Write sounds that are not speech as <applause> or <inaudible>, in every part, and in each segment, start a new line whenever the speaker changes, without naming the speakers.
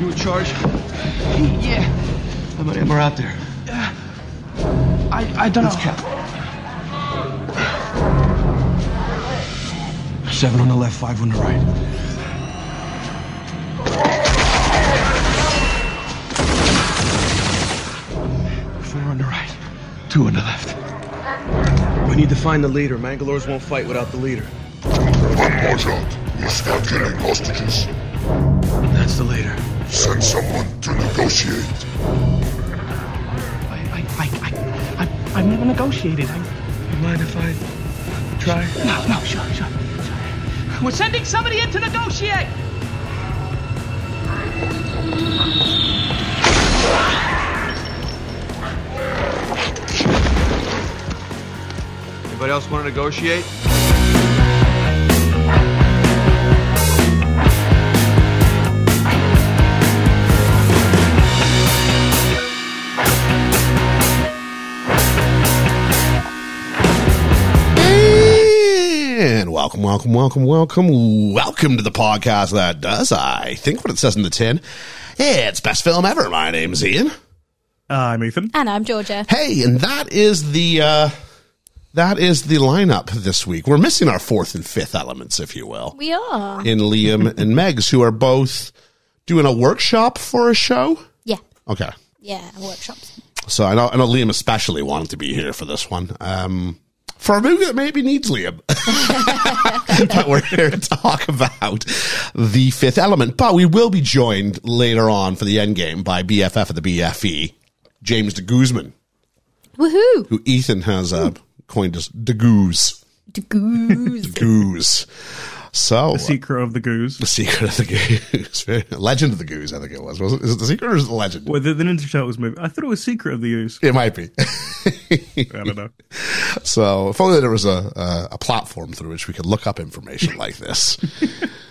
You in charge?
Yeah.
How many of them are out there?
I, I don't
Let's
know.
count. Seven on the left, five on the right. Four on the right, two on the left. We need to find the leader. Mangalores won't fight without the leader.
One more round. We'll start killing hostages.
That's the leader.
Send someone to negotiate.
I, I, I, I, I, I've never negotiated. I,
You mind if I try?
no, no, sure, sure, sure. We're sending somebody in to negotiate.
Anybody else want to negotiate?
And welcome, welcome, welcome, welcome, welcome to the podcast that does, I think, what it says in the tin. It's best film ever. My name's Ian.
I'm Ethan.
And I'm Georgia.
Hey, and that is the uh, that is the lineup this week. We're missing our fourth and fifth elements, if you will,
We are.
in Liam and Megs, who are both doing a workshop for a show.
Yeah.
Okay,
Yeah. Workshops.
so I know I know Liam especially wanted to be here for this one. Um, for a movie that maybe needs Liam. <laughs> but we're here to talk about the fifth element. But we will be joined later on for the end game by BFF of the BFE, James de Guzman,
Woohoo.
who Ethan has uh, coined as de Goose.
Goose.
Goose. So,
The Secret of the Goose.
the secret of the goose. <laughs> legend of the goose, I think it was. was it, is it the secret or is it the legend?
Well, the, the Ninja Turtles movie. I thought it was Secret of the Goose.
It might be. <laughs>
I don't know.
So if only there was a, a, a platform through which we could look up
<laughs>
information like this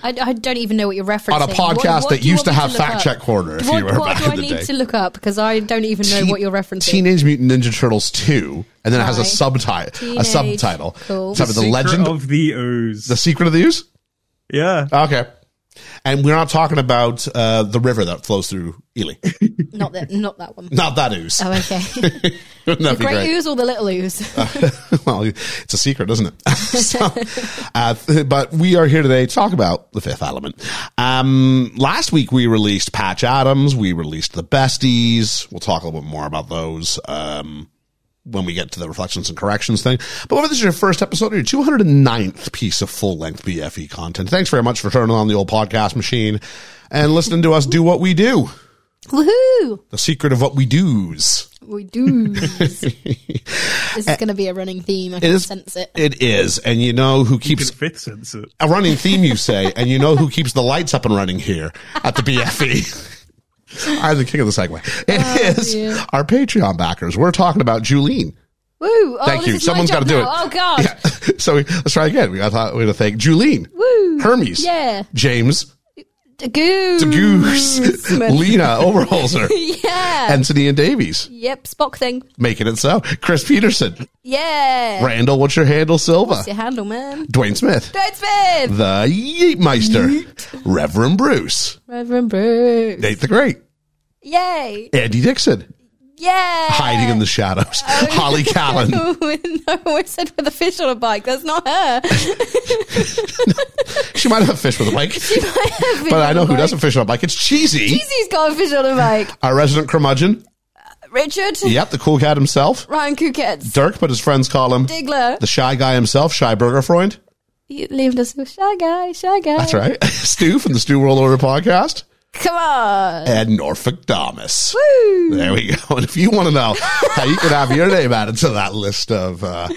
I, I don't even know what you're referencing.
on a podcast
What- what
that
do you
used
want
to
me
have
look
fact
up?
check corner. If
What,
you were
what
back
do I
in the
need
day.
to look up? Because I don't even know
Teen-
what you're referencing.
Teenage Mutant Ninja Turtles two, and then it has a
Right.
subtitle. A
Teenage-
subtitle.
cool.
It's either <laughs> the
Secret
legend,
of the Ooze.
the Uh, secret of the ooze.
yeah.
Okay, and we're not talking about uh, the river that flows through Ely. <laughs>
Not that. Not that one.
Not that ooze. <laughs>
Oh, okay.
Wouldn't
the
that be
great
great? Uh.
ooze or the little ooze?
<laughs> well, it's a secret, isn't it? <laughs> so, uh, th- but we are here today to talk about the fifth element. Um, last week we released Patch Adams. We released the besties. We'll talk a little bit more about those. Um, when we get to the reflections and corrections thing. But whether this is your first episode or your 209th piece of full length BFE E content, thanks very much for turning on the old podcast machine and listening to us do what we do.
<laughs> Woohoo.
The secret of what we do's. <laughs>
We do. this is going to be a running theme. I can sense it.
It is. And you know who
Can
keeps
fifth sense it.
a running theme, you say, and you know who keeps the lights up and running here at the E. BFE. <laughs> I'm the king of the segue. It is
dear.
our Patreon backers. We're talking about Julene.
Woo. Oh,
Thank
this
you.
is my
Someone's
job
gotta do
now.
it.
Oh God.
Yeah. <laughs> So we, let's try again. We got to, we got to thank Julene,
Woo.
Hermes,
Yeah.
James,
The goose.
Mm, Goose, <laughs>
<laughs>
Lena <laughs> Overholzer,
yeah.
Anthony and Davies,
yep. Spock thing.
making it so. Chris Peterson,
Yeah.
Randall, what's your handle, Silva,
What's your handle, man?
Dwayne Smith,
Dad Smith.
the Yeetmeister, Reverend Bruce,
Reverend Bruce.
Nate the Great,
Yay.
Andy Dixon,
Yay.
hiding
<laughs>
in the <laughs> shadows. Holly Callan,
no, I said with a fish on a bike. That's not
<laughs>
her.
she might have a fish with a <laughs> bike, but I know who doesn't fish on a bike. It's Cheesy,
He's got a fish on
<laughs>
a bike.
our resident curmudgeon.
Richard.
Yep, the cool cat himself,
Ryan Kukets.
Dirk, but his friends call him
Digler.
the shy guy himself, Shy Burger Freund.
You leaving us with shy guy, shy guy.
That's right, <laughs> Stu from the Stu World Order podcast,
Come on.
and Norfolk Domus.
Woo.
There we go. <laughs> And if you want to know how you can have your name added to that list of uh,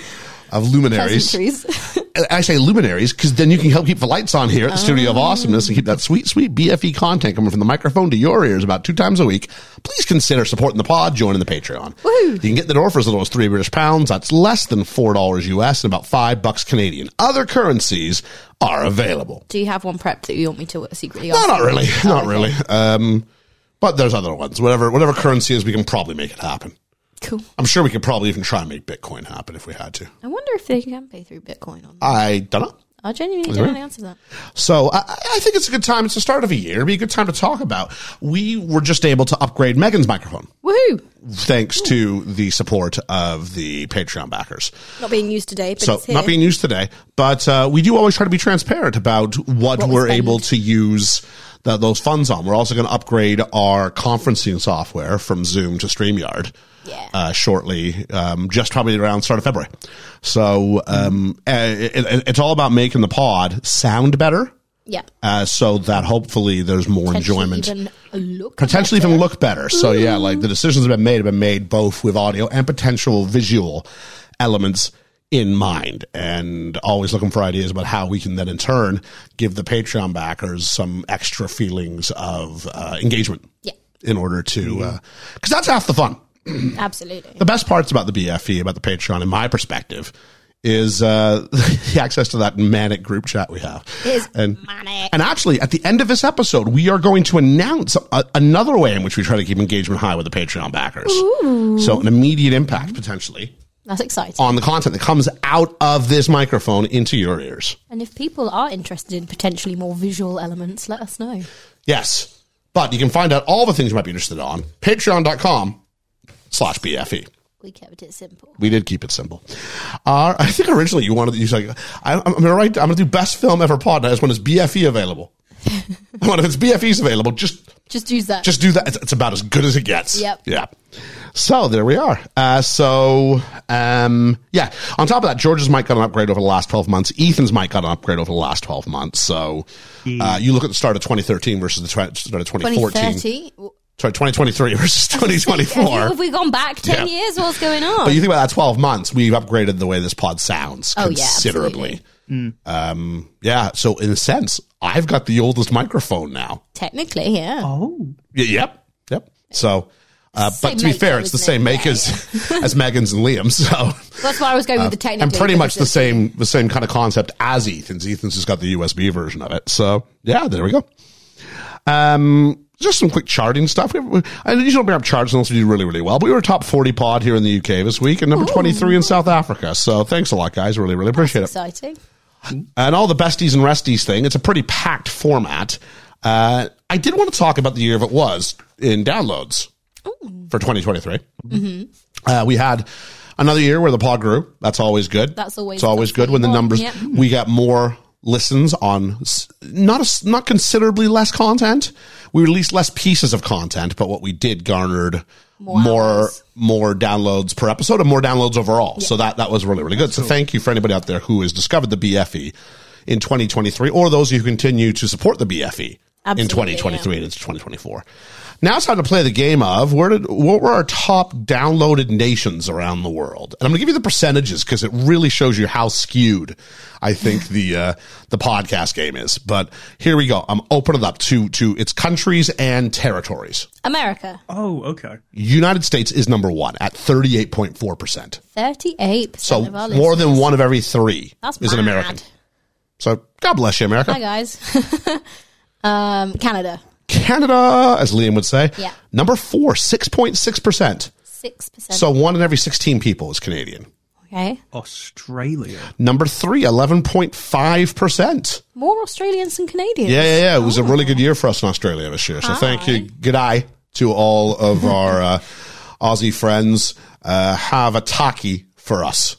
of luminaries,
<laughs> Pleasantries.
I say uh, luminaries because then you can help keep the lights on here at the Studio of Awesomeness and keep that sweet, sweet BFE content coming from the microphone to your ears about two times a week. Please consider supporting the pod, joining the Patreon. You can get the door for as little as three British pounds. That's less than four dollars US and about five bucks Canadian. Other currencies are available.
Do you have one prepped that you want me to secretly
No,
ask?
not really, not really. Um, but there's other ones. Whatever, whatever currency is, we can probably make it happen.
Cool.
I'm sure we could probably even try and make Bitcoin happen if we had to.
I wonder if they can pay through Bitcoin on
I don't know.
I genuinely
Is
don't
it?
know the answer to that.
So I, I think it's a good time. It's the start of a year. It'd be a good time to talk about. We were just able to upgrade Megan's microphone
Woohoo!
thanks to the support of the Patreon backers.
Not being used today, but
so
it's here.
not being used today, but uh, we do always try to be transparent about what,
What we
we're
spend.
able to use th- those funds on. We're also going to upgrade our conferencing software from Zoom to StreamYard.
Yeah.
Uh, shortly, um, just probably around start of February. So um, uh, it, it, it's all about making the pod sound better,
yeah.
uh, so that hopefully there's more enjoyment
Potentially even look
potentially
better. Mm-hmm.
even look better. So yeah, like the decisions have been made have been made both with audio and potential visual elements in mind and always looking for ideas about how we can then in turn give the Patreon backers some extra feelings of uh, engagement
Yeah.
in order to, uh 'cause cause that's half the fun
Absolutely.
the best parts about the BFE, about the Patreon, in my perspective, is uh, <laughs> the access to that manic group chat we have.
It is
and,
manic.
And actually, at the end of this episode, we are going to announce a, another way in which we try to keep engagement high with the Patreon backers. So, an immediate impact potentially
That's exciting.
on the content that comes out of this microphone into your ears.
And if people are interested in potentially more visual elements, let us know.
Yes. But you can find out all the things you might be interested on patreon.com slash E. BFE.
We kept it simple.
We did keep it simple. Uh, I think originally you wanted you said like, I, I'm gonna write, I'm gonna do best film ever pod. And I just want his BFE available. I want if it's BFE's available, just
Just use that.
just do that. It's, it's about as good as it gets.
Yep.
Yeah. So there we are. Uh, so um, yeah. On top of that, George's mic got an upgrade over the last twelve months. Ethan's mic got an upgrade over the last twelve months. So uh, you look at the start of 2013 versus the tra- start of 2014.
2030.
Sorry, 2023 versus
Have
<laughs>
2024.
we gone back 10
Yeah.
years? What's going on?
But you think about that 12 months, we've upgraded the way this pod sounds
Oh, yeah, Mm.
considerably. um, yeah. So in a sense, I've got the oldest microphone now.
Technically, yeah.
Oh,
Y- yep. Yep. So, uh, but
Same
to be
make,
fair,
though,
it's the
isn't it?
same make
Yeah,
as, <laughs> as Megan's and Liam's. So,
That's why I was going with the technically.
Uh, and pretty
because
much the
it's-
same, the same kind of concept as Ethan's. Ethan's has got the USB version of it. So yeah, there we go. Um, just some quick charting stuff. We- we- I usually don't bring up charts unless we do really, really well. But we were top 40 pod here in the UK this week and number 23 in South Africa. So thanks a lot, guys. Really, really appreciate it
Exciting.
and all the besties and resties thing. It's a pretty packed format. Uh, I did want to talk about the year of it was in downloads for 2023. Uh, we had another year where the pod grew. That's always good.
That's always-
it's always
that's
good when the
important,
numbers.
yeah.
We got more listens on s- not a s not considerably less content. We released less pieces of content, but what we did garnered
More
more
hours.
more downloads per episode and more downloads overall. So that that was really really good. So thank you for anybody out there who has discovered the BFE in 2023 or those who continue to support the E. BFE in
Absolutely,
2023 and into 2024. Now it's time to play the game of where did what were our top downloaded nations around the world? And I'm going to give you the percentages because it really shows you how skewed I think the uh, the podcast game is. But here we go. I'm opening it up to to its countries and territories.
America,
oh, okay.
United States is number one at 38.4%.
38%
So
of our
more
listeners.
than one of every three
That's
is an
mad.
American. So God bless you, America.
Hi, guys. <laughs> um, Canada,
Canada, as Liam would say,
Yeah.
number four, 6.6%.
6%.
So one in every 16 people is Canadian.
okay.
<laughs>
Australia.
Number three, 11.5%.
More Australians than Canadians.
Yeah, yeah, yeah. It was a really good year for us in Australia this year. So thank you. Good eye to all
<laughs>
of our uh, Aussie friends. Uh, have a taki for us.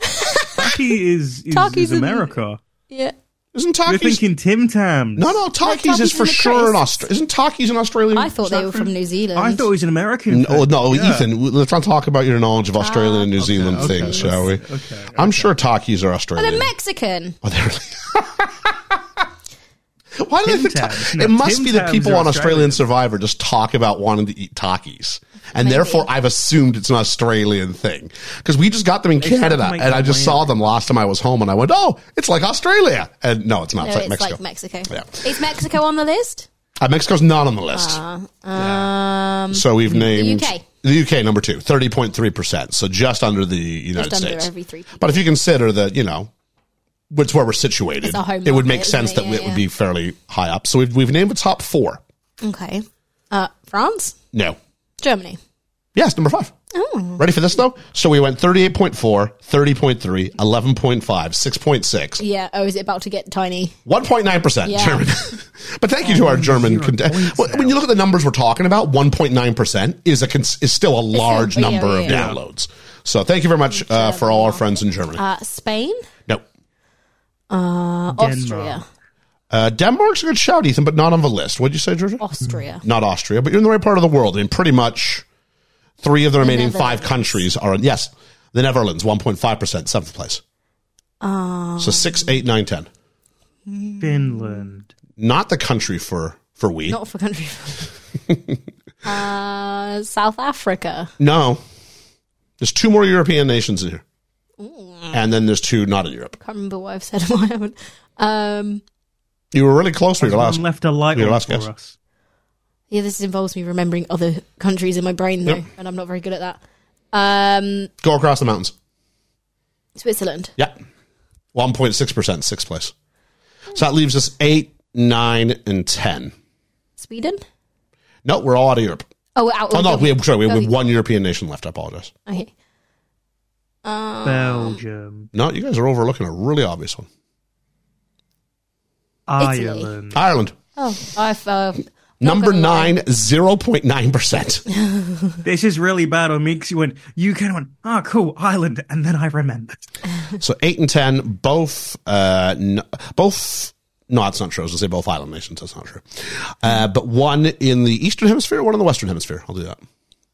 Taki is, is,
Taki's in-
is America.
Yeah.
Isn't
We're
taki
thinking Tim Tams.
No, no, Takis
Takis
is for
in the
sure in
Christ.
Australia. Isn't Takis in Australia?
I thought they were from New Zealand.
I thought it was an American.
Oh
thing.
no,
Yeah. Ah,
Ethan. w- Let's not talk about your knowledge of Australia and New Zealand
okay,
things, shall we?
okay,
I'm sure Takis are
Oh,
Australian.
They're Mexican.
Oh, they're <laughs> Why do they
Tim
think ta-
Tams. No,
it must
Tim
be that
Tams
people
are
on Australian
Australian.
Survivor just talk about wanting to eat Takis, and therefore I've assumed it's an Australian thing because we just got them in
still have to
Canada,
make
and
that
I just
land.
saw them last time I was home, and I went, "Oh, it's like Australia," and no, it's
No,
not. it's like
it's
Mexico.
like Mexico.
Yeah.
Is Mexico on the list?
Uh, Mexico's not on the list.
Uh, Um,
So we've named
UK.
the UK number two, 30.3%. So just under the United
under
States.
every three people.
But if you consider that, you know, it's where we're situated,
It's our home
it would
market,
make
isn't
sense
it?
that
Yeah,
it would
yeah.
be fairly high up. So we've, we've named the top four.
okay. Uh, France,
No.
Germany.
Yes, number five.
Oh.
Ready for this though? So we went 38.4, 30.3, 11.5, 6.6,
Yeah. Oh, is it about to get tiny?
1.9%
Yeah.
German. <laughs> but thank you to our German.
zero
Con-
points
well, when you look at the numbers we're talking about, 1.9% is a cons- is still a large
yeah,
number
yeah,
of
yeah.
downloads. So thank you very much uh, for all our friends in Germany.
Uh, Spain,
no.
uh, Austria,
Uh, Denmark's a good shout, Ethan, but not on the list. What'd you say, Georgia?
Oh. Austria.
not Austria, but you're in the right part of the world. And pretty much three of the remaining five
Netherlands.
countries are on. Yes, the Netherlands, 1.5%, seventh place.
Um.
so six, eight, nine, ten.
Finland.
Not the country for for we.
Not for country. <laughs> uh, South Africa.
No. There's two more European nations in here. And then there's two not in Europe.
Can't remember what I've said and what I haven't. Um,
You were really close with your
Someone
last.
left a light
your
on
last
for
guess.
us.
yeah, this involves me remembering other countries in my brain though,
Yep.
and I'm not very good at that. Um,
Go across the mountains.
Switzerland.
Yeah. 1.6%, sixth place. So that leaves us eight, nine, and 10.
Sweden?
No, we're all out of Europe.
Oh, we're out.
Oh, no, we have, sorry, we
Oh,
have
we-
one European nation left. I apologize.
Okay.
Belgium.
No, you guys are overlooking a really obvious one.
Italy.
Ireland.
Ireland.
Oh, I've uh, not
Number
gonna lie.
nine, 0.9%.
This is really bad on me because you went, you can went, ah, cool, Ireland. And then I remembered.
so eight and 10, both, uh, n- both, no, that's not true. I was going to say both island nations. That's not true. Uh, but one in the Eastern Hemisphere, one in the Western Hemisphere. I'll do that.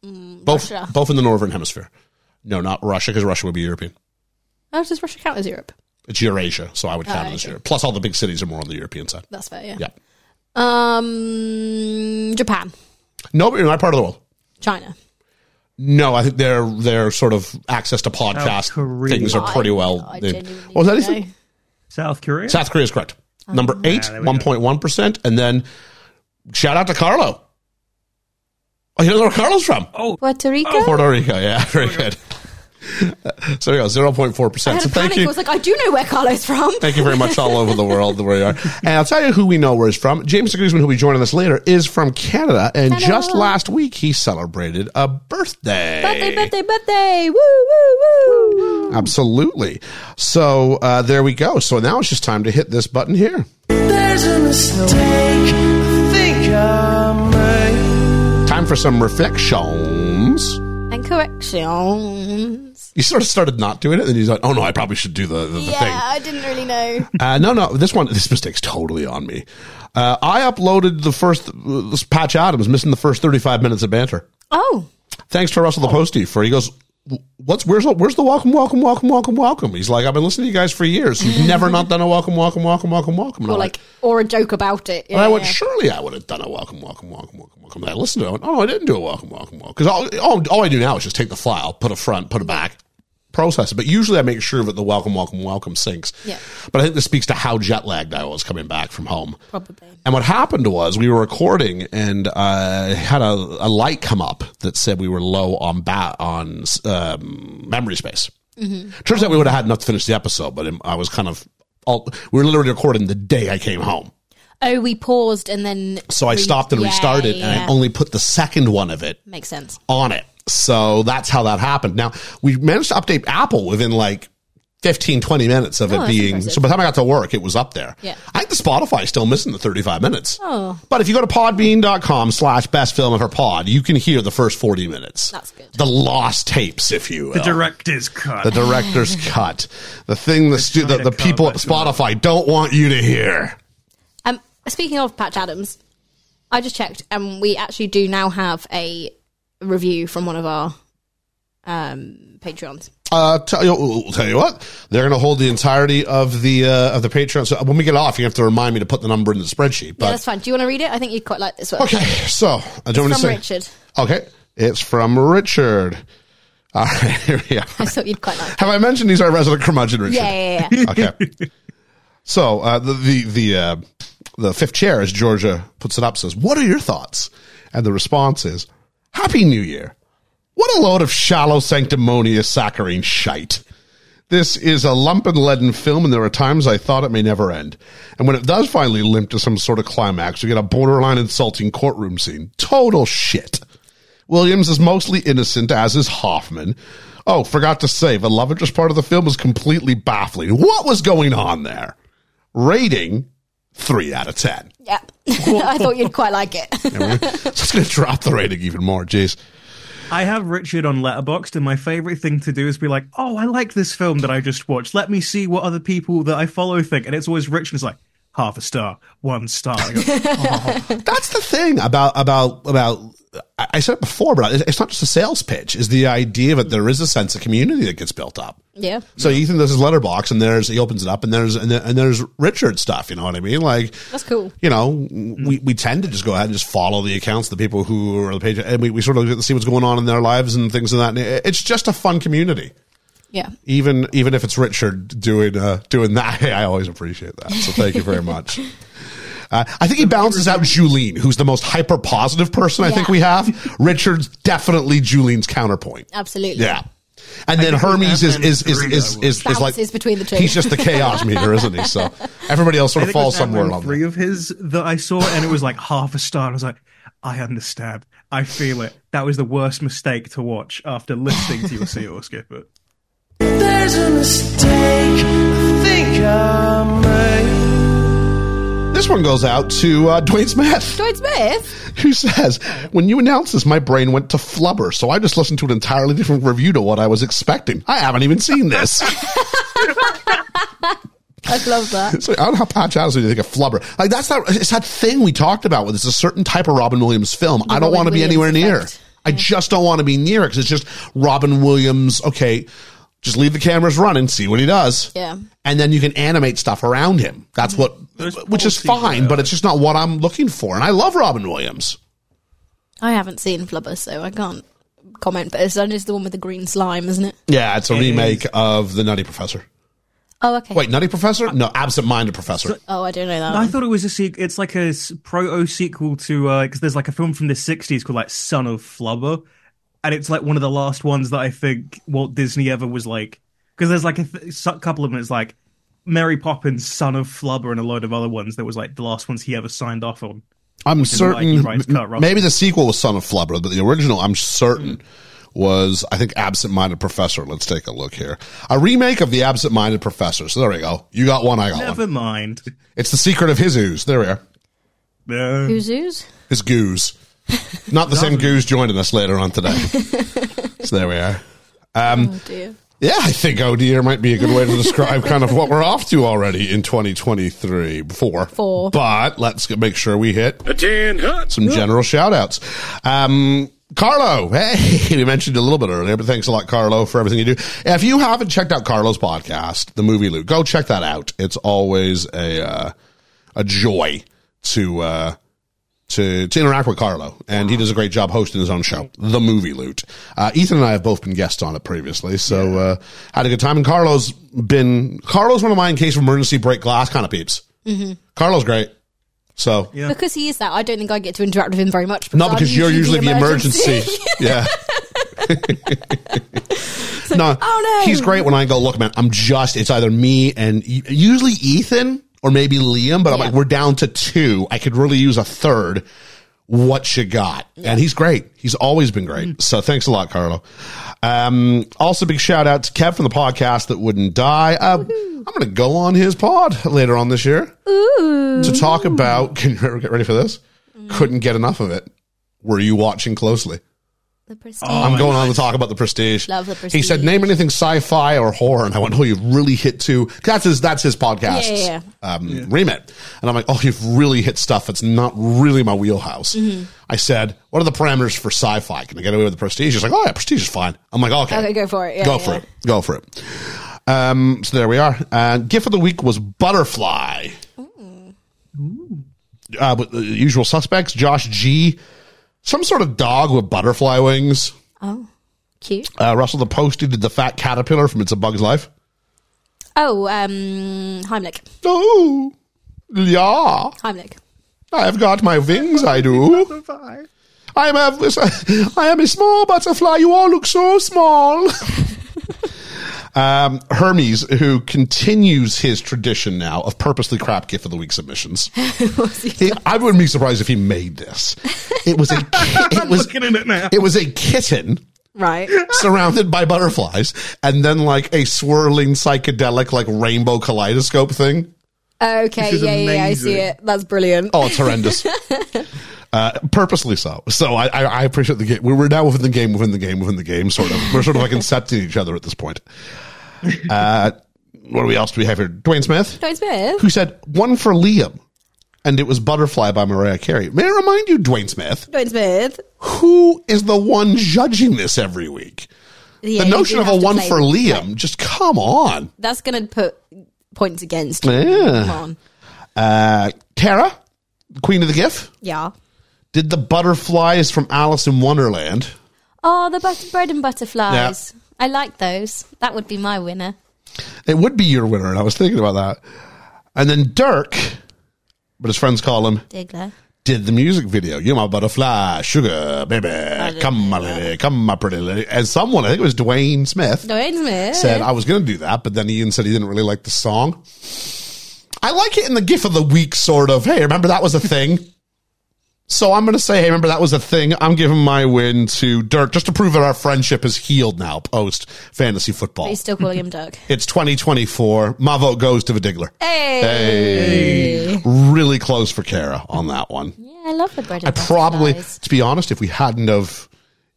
both,
Mm, Russia.
both in the Northern Hemisphere. No, not Russia, because Russia would be European.
Oh, does Russia count as Europe?
It's Eurasia, so I would count it
okay.
as Europe. Plus, all the big cities are more on the European side.
That's fair. Yeah.
Yeah.
Um, Japan,
No, but you're not part of the world.
China.
No, I think their their sort of access to podcast
Korea.
things are pretty well.
I
they-
genuinely
was that
don't
Ethan?
know.
South Korea.
South Korea is correct. Number
Oh.
eight,
there we go.
one point one percent, and then shout out to Carlo. Oh, you don't know where Carlo's from?
Oh,
Puerto Rico.
Oh, Puerto Rico. Yeah, <laughs> very good. <laughs> so there you go, zero point four
I
percent.
had
So
a
thank
panic. I
you,
was like, I do know where Carlo's from.
thank you very much, all over the world where you
<laughs>
are. And I'll tell you who we know where he's from. James Guzman, who will be joining us later, is from Canada, and
Canada.
just last week he celebrated a birthday.
Birthday, birthday, birthday! Woo, woo, woo!
Absolutely. So uh, there we go. So now it's just time to hit this button here.
There's a mistake I think I made.
Time for some reflections.
And corrections.
You sort of started not doing it, and you like, "Oh no, I probably should do the the, the
Yeah,
thing."
I didn't really know.
Uh, no, no, this one, this mistake's totally on me. Uh, I uploaded the first uh, this Patch Adams missing the first thirty five minutes of banter.
<laughs> Oh,
Thanks to Russell the Postie for he goes. What's where's the- where's the welcome welcome welcome welcome welcome? He's like I've been listening to you guys for years. You've never not done a welcome welcome welcome welcome welcome. And
or
I'm
like, or a joke about it. Yeah,
And I went,
yeah.
surely I would have done a welcome, welcome, welcome, welcome, welcome. And I listened to it. I went, oh, I didn't do a welcome, welcome, welcome. Because all, all, all I do now is just take the file, put a front, put a back, process it. But usually I make sure that the welcome, welcome, welcome syncs.
Yeah.
But I think this speaks to how jet lagged I was coming back from home.
Probably.
And what happened was we were recording and uh, had a, a light come up that said we were low on bat on um, memory space.
Mm-hmm.
Turns out we would have had enough to finish the episode, but I was kind of. All, we were literally recording the day I came home.
Oh, we paused and then.
So I
re-
stopped and
yeah,
restarted, and I
yeah.
only put the second one of it
makes sense.
on it. So that's how that happened. Now, we managed to update Apple within like 15, 20 minutes of
Oh,
it
that's
being.
impressive.
So by the time I got to work, it was up there.
Yeah.
I think the Spotify is still missing the 35 minutes.
Oh.
But if you go to podbean.com slash best film ever pod, you can hear the first 40 minutes.
That's good.
The lost tapes, if you will.
The director's cut.
The director's cut. The thing the, stu- the,
China
the
cut,
people at
that's
Spotify don't want you to hear.
Um, speaking of Patch Adams, I just checked, and we actually do now have a review from one of our um, Patreons.
Uh, tell you, tell you what, they're going to hold the entirety of the uh, of the Patreon. So when we get off, you have to remind me to put the number in the spreadsheet.
Yeah,
But
that's fine. Do you want to read it? I think you'd quite like this one.
okay, so I don't
From
want to say
Richard.
Okay, it's from Richard. All right, <laughs> here
<laughs>
we are.
I thought you'd quite like.
Have I mentioned he's our resident curmudgeon, Richard?
Yeah, yeah, yeah.
Okay. so uh, the the the, uh, the fifth chair, as Georgia puts it up, says, "What are your thoughts?" And the response is, "Happy New Year." What a load of shallow, sanctimonious, saccharine shite. This is a lumpen leaden film, and there are times I thought it may never end. And when it does finally limp to some sort of climax, we get a borderline insulting courtroom scene. Total shit. Williams is mostly innocent, as is Hoffman. Oh, forgot to say, the Loventress part of the film is completely baffling. What was going on there? Rating three out of ten.
Yeah.
<laughs>
I thought you'd quite like it.
<laughs> so it's going to drop the rating even more. Jeez.
I have Richard on Letterboxd, and my favorite thing to do is be like, "Oh, I like this film that I just watched. Let me see what other people that I follow think." And it's always Richard's like half a star, one star. I go,
That's the thing about about about. I I said it before, but it's- it's not just a sales pitch. Is the idea that there is a sense of community that gets built up.
yeah.
So Ethan does his letterbox, and there's he opens it up, and there's and, there, and there's Richard stuff. You know what I mean? Like
That's cool.
You know, we, we tend to just go ahead and just follow the accounts, of the people who are the page, and we, we sort of get to see what's going on in their lives and things of that. na- It's just a fun community,
Yeah.
even even if it's Richard doing uh, doing that. <laughs> I always appreciate that. So thank you very much.
<laughs>
Uh, I think he balances out Julene, who's the most hyper positive person I think
Yeah.
we have. Richard's definitely Julene's counterpoint.
Absolutely.
Yeah. And then
think we
Hermes is
have
is is
three,
is,
I would.
is, is like
Balances between the two.
He's just the chaos meter, isn't he?
<laughs>
So everybody else
I
sort of
think it was
falls somewhere
Ant-Man
on
three
that.
of his that I saw, and it was like half a star. And I was like, "I understand. I feel it. That was the worst mistake to watch after listening to your seal skip it."
There's a mistake I think I made.
This one goes out to uh, Dwayne Smith,
Lloyd Smith.
<laughs> who says, "When you announced this, my brain went to flubber, so I just listened to an entirely different review to what I was expecting. I haven't even seen
<laughs>
this.
I'd love that.
so I don't know how Patch Adams would think of flubber. Like that's that. It's that thing we talked about. With it's a certain type of Robin Williams film. I don't
Robin
want to be
Williams
anywhere near.
effect.
I just don't want to be near it because it's just Robin Williams. Okay, just leave the cameras running, see what he does.
Yeah.
and then you can animate stuff around him. That's what,
There's
which is
policy
fine,
there.
but it's just not what I'm looking for. And I love Robin Williams.
I haven't seen Flubber, so I can't comment, but it's only the one with the green slime, isn't it?
Yeah, it's a remake of the Nutty Professor.
Oh, okay.
Wait, Nutty Professor? No, Absent Minded Professor.
Oh, I don't know that.
Um,
I
one.
thought it was a sequel. It's like a proto sequel to because there's like a film from the '60s called like Son of Flubber, and it's like one of the last ones that I think Walt Disney ever was like because there's like a th- su- couple of them. It's like Mary Poppins, Son of Flubber, and a load of other ones that was like the last ones he ever signed off on.
I'm
like,
certain.
he writes Kurt Russell.
maybe the sequel was Son of Flubber, but the original, I'm certain,
Hmm.
was I think Absent Minded Professor. Let's take a look here. A remake of the Absent Minded Professor. So there we go. You got one. I got
Never
one.
mind.
It's the secret of his ooze. There we are.
No.
Who's
His goose. Not
<laughs>
the same goose joining us later on today. so there we are. Um,
Oh, dear.
Yeah, I think oh dear might be a good way to describe kind of what we're off to already in 2023. Four.
Four.
But let's get- make sure we hit
A tin hut.
some general shout outs. Um, Carlo, hey, <laughs> we mentioned a little bit earlier, but thanks a lot, Carlo, for everything you do. If you haven't checked out Carlo's podcast, The Movie Loot, go check that out. It's always a, uh, a joy to, uh, to, to interact with Carlo, and he does a great job hosting his own show, The Movie Loot. Uh, Ethan and I have both been guests on it previously, so uh, had a good time. And Carlo's been Carlo's one of my in case of emergency break glass kind of peeps. Carlo's great, so
<laughs>
Because he is that, I don't think I get to interact with him very much.
not
I'm
because you're usually the emergency.
<laughs>
<laughs> yeah. no,
"Oh, no."
he's great when I go, look, man, I'm just, it's either me and u- usually Ethan or maybe Liam, but I'm
Yeah.
like, we're down to two. I could really use a third. What you got? And he's great. He's always been great. So thanks a lot, Carlo. Um, also big shout out to Kev from the podcast that wouldn't die. Uh, I'm going to go on his pod later on this year to talk about. <laughs> Can you get ready for this? Couldn't get enough of it. Were you watching closely?
the prestige.
I'm going on to talk about the prestige.
Oh, Love The
He said,
Prestige.
"Name anything sci-fi or horror," and I went, "Oh, you've really hit two. That's his. That's his podcast.
Yeah, yeah,
Um, remit." And I'm like, "Oh, you've really hit stuff that's not really my wheelhouse."
Mm-hmm.
I said, "What are the parameters for sci-fi? Can I get away with the prestige?" He's like, "Oh yeah, prestige is fine." I'm like, "Okay,
Okay, go for it. Yeah, yeah.
go for it. Go for it." Um, so there we are. Uh, gift of the week was butterfly. Uh, with the usual suspects, Josh G, some sort of dog with butterfly wings.
Cute.
Uh, Russell the Postie did the fat caterpillar from It's a Bug's Life.
Oh, um, Heimlich.
Oh, yeah.
Heimlich.
I've got my wings, I do. I'm <laughs> a, I am a small butterfly. You all look so small. <laughs> Um, Hermes, who continues his tradition now of purposely crap gift of the week submissions. He- I wouldn't be surprised if he made this. It was a ki- it
I'm
was
looking at it now.
it was a kitten
Right.
surrounded by butterflies and then like a swirling psychedelic like rainbow kaleidoscope thing.
Okay.
is
Yeah, yeah, yeah. I see
amazing.
it. That's brilliant.
Oh, it's
<laughs>
horrendous. Uh, purposely so. So I, I, I appreciate the game. We're, we're now within the game, within the game, within the game, sort of. We're sort of like incepting each other at this
<laughs>
point. Uh, what do we else do we have here? Dwayne Smith,
Dwayne Smith.
who said one for Liam, and it was Butterfly by Mariah Carey. May I remind you, Dwayne Smith,
Dwayne Smith.
who is the one judging this every week?
Yeah,
the
you
notion
do
of a
have to
one
play
for
with-
Liam, just come on.
That's gonna put points against.
Yeah.
Come on.
Uh, Kara, Queen of the GIF,
Yeah.
did the butterflies from Alice in Wonderland.
Oh, the butter bread and butterflies. I like those. That would be my winner.
It would be your winner, and I was thinking about that. And then Dirk, but his friends call him,
Diggler.
did the music video. You're my butterfly, sugar, baby. Come, my lady. Come, my pretty lady. And someone, I think it was Dwayne Smith,
Dwayne Smith.
said, I was going to do that, but then Ian said he didn't really like the song. I like it in the GIF of the week, sort of. Hey, remember that was a thing? So I'm going to say, hey, remember that was a thing? I'm giving my win to Dirk just to prove that our friendship is healed now post fantasy football.
He's still calling him Doug.
It's 2024. My vote goes to Vidigler.
Hey.
Really close for Kara on that one.
Yeah, I love the bread and
I probably,
butterflies.
to be honest, if we hadn't of,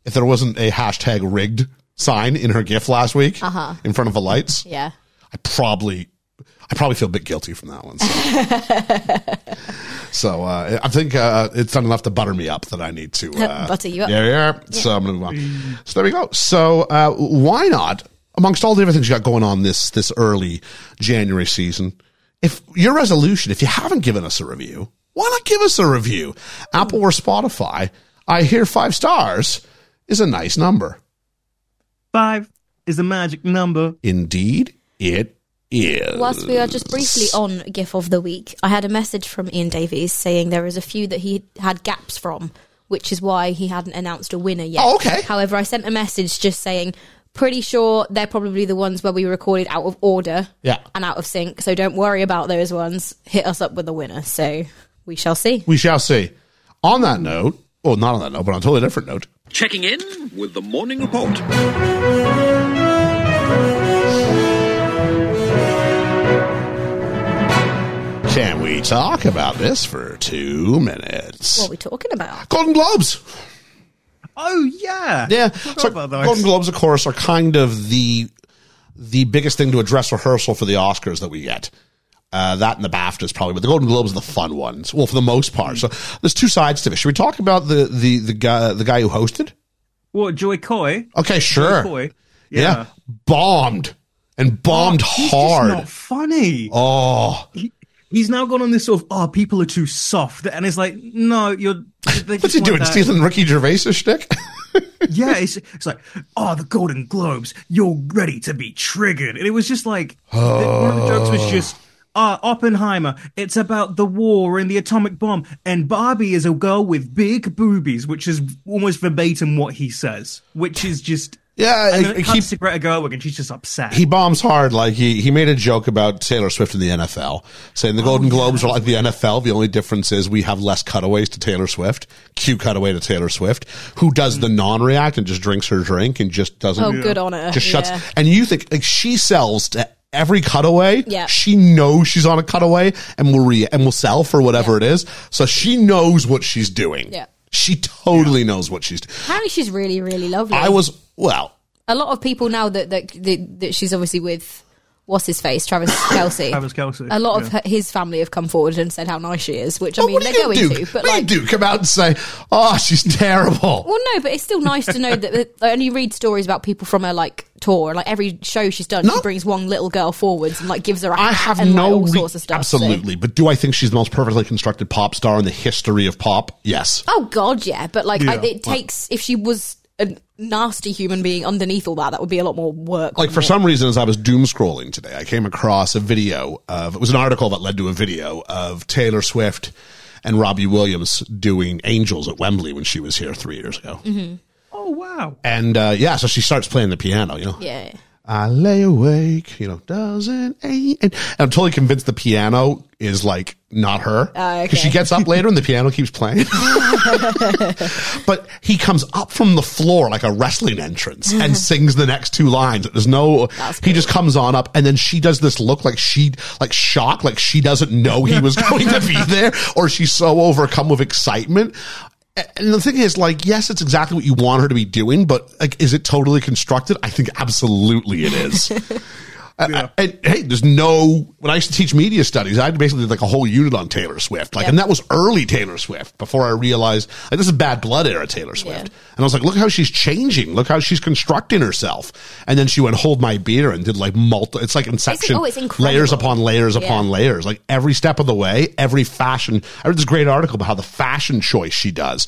if there wasn't a hashtag rigged sign in her GIF last week
Uh-huh.
in front of the lights,
Yeah.
I probably, I probably feel a bit guilty from that one. So,
<laughs>
So, uh, I think uh, it's done enough to butter me up that I need to uh,
<laughs> Butter you up.
Yeah, yeah. So I'm gonna move on. So there we go. So uh, why not? Amongst all the everything you got going on this this early January season, if your resolution, if you haven't given us a review, why not give us a review? Apple or Spotify? I hear five stars is a nice number.
Five is the magic number.
Indeed, it is.
Whilst we are just briefly on GIF of the week, I had a message from Ian Davies saying there was a few that he had gaps from, which is why he hadn't announced a winner yet.
Oh, okay.
However, I sent a message just saying, pretty sure they're probably the ones where we recorded out of order
Yeah.
and out of sync, so don't worry about those ones. Hit us up with a winner, so we shall see.
We shall see. On that note, well, not on that note, but on a totally different note,
Checking in with the morning report.
can we talk about this for two minutes?
What are we talking about?
Golden Globes.
Oh yeah,
Yeah.
Forgot
So
about those.
Golden Globes, of course, are kind of the the biggest thing to address rehearsal for the Oscars that we get. Uh, that and the BAFTAs probably, but the Golden Globes are the fun ones. Well, for the most part. So there's two sides to it. Should we talk about the the the guy the guy who hosted?
What Joy Coy?
Okay, sure.
Coy.
yeah. bombed and bombed
He's
hard.
just not funny.
oh,
He's now gone on this sort of oh people are too soft, and it's like no, you're. they
what's
just
he
want
doing?
that-
Stealing Ricky Gervais's shtick?
Yeah, it's, it's like oh the Golden Globes, you're ready to be triggered, and it was just like the- one of
Oh.
the jokes was just. Uh, Oppenheimer. It's about the war and the atomic bomb. And Barbie is a girl with big boobies, which is almost verbatim what he says, which is just
<laughs> yeah,
And then
he-
it comes
he-
to Greta Gerwig, and she's just upset.
he bombs hard. Like he, he made a joke about Taylor Swift and the NFL, saying the Golden Globes are like the NFL. The only difference is we have less cutaways to Taylor Swift. Cue cutaway to Taylor Swift, who does the non-react and just drinks her drink and just doesn't.
Oh, good on her.
Just shuts.
Yeah.
And you think like she sells to every cutaway.
Yeah.
She knows she's on a cutaway and will re and will sell for whatever it is. So she knows what she's doing.
Yeah.
She totally knows what she's. doing.
Apparently, she's really, really lovely.
I was well.
a lot of people now that that, that, that she's obviously with what's his
<coughs>
face, Travis Kelsey.
Travis Kelce,
A lot of
yeah.
her, his family have come forward and said how nice she is, which I
Well,
mean
what are
they're
you
going
gonna do?
to. But
What are
like,
you do? Come out and say, "Oh, she's terrible."
well, no, but it's still nice to know that. that- And you read stories about people from her like tour, like every show she's done,
No.
she brings one little girl forwards and like gives her. A
I
hat
have
and,
no
like, all
re-
sorts of stuff. so-
Absolutely, but do I think she's the most perfectly constructed pop star in the history of pop? Yes.
Oh God, yeah, but like I,
Yeah.
it takes if she was a nasty human being underneath all that, that would be a lot more work.
Like for some reason, as I was doom scrolling today, I came across a video of it was an article that led to a video of Taylor Swift and Robbie Williams doing Angels at Wembley when she
Mm-hmm.
was here three years ago,
oh wow.
and uh, yeah, so she starts playing the piano, you know,
yeah.
I lay awake, you know, doesn't ache. And I'm totally convinced the piano is like not her.
Oh, okay.
She gets up later and the piano keeps playing. but he comes up from the floor like a wrestling entrance and sings the next two lines. There's no, he just comes on up and then she does this look like she, like shocked, like she doesn't know he was <laughs> going to be there or she's so overcome with excitement. A- And the thing is, like, yes, it's exactly what you want her to be doing, but like, is it totally constructed? I think absolutely it is. I- I- and hey, there's no. When I used to teach media studies, I basically did like a whole unit on Taylor Swift, like,
Yep.
and that was early Taylor Swift before I realized like this is bad blood era Taylor Swift. And I was like, look how she's changing, look how she's constructing herself. And then she went hold my beer and did like multi. It's like Inception,
oh, it's incredible.
layers upon layers upon
Yeah.
layers, like every step of the way, every fashion. I read this great article about how the fashion choice she does.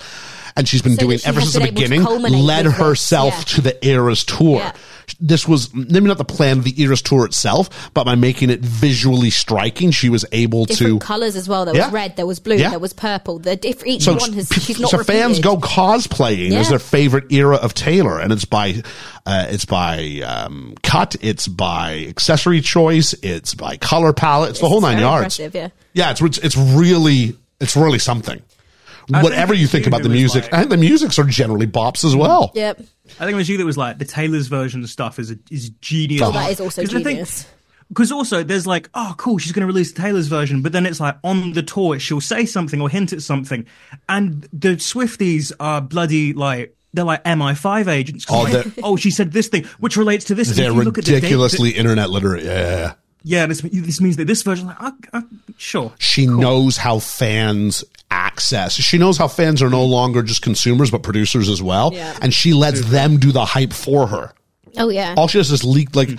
And she's been
So that
doing
she
ever
has
since the
been able to
beginning,
culminate
led
with this,
herself
yeah.
to the Eras tour.
Yeah.
This was maybe not the plan of the Eras tour itself, but by making it visually striking, she was able
Different
to.
colours as well. There
Yeah.
was red, there was blue,
Yeah.
there was purple. The diff- each
So,
one has.
pe-
She's not.
so fans
repeated.
go cosplaying as
Yeah.
their favorite era of Taylor, and it's by, uh, it's by um, cut, it's by accessory choice, it's by color palette, it's, the whole nine
very
yards.
impressive, yeah.
yeah, it's it's really it's really something.
I think
Whatever you
it's
think
you
about the
who is
music,
like-
and the musics are generally bops as well.
Yep.
I think it was you that was like the Taylor's version stuff is a, is genius.
Oh, that is also genius.
Because also there's like, oh, cool, she's going to release the Taylor's version, but then it's like on the tour she'll say something or hint at something, and the Swifties are bloody like they're like MI5 agents. 'Cause
Oh,
like, Oh,
they're-
she said this thing, which relates to this. and
They're
if you look at the date that-
ridiculously internet literate. Yeah.
yeah, this, this means that this version, like, uh, uh, sure,
She knows how fans access. She knows how fans are no longer just consumers, but producers as well.
Yeah.
And she lets them do the hype for her.
Oh yeah.
All she does is leak, like,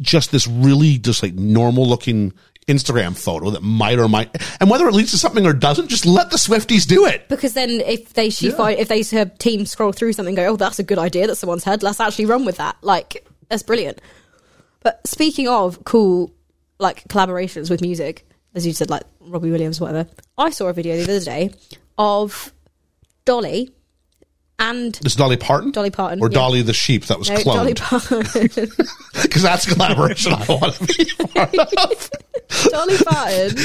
just this really, just like normal looking Instagram photo that might or might, and whether it leads to something or doesn't, just let the Swifties do it.
Because then, if they she find if they her team scroll through something, and go, oh, that's a good idea that someone's had. Let's actually run with that. Like that's brilliant. But speaking of cool, like collaborations with music, as you said, like Robbie Williams, whatever. I saw a video the other day of Dolly and
It's Dolly Parton.
Dolly Parton,
Or
yeah.
Dolly the sheep that was
no,
<laughs>
Dolly
cloned.
Parton.
Because that's collaboration I want to be part of.
<laughs> Dolly Parton.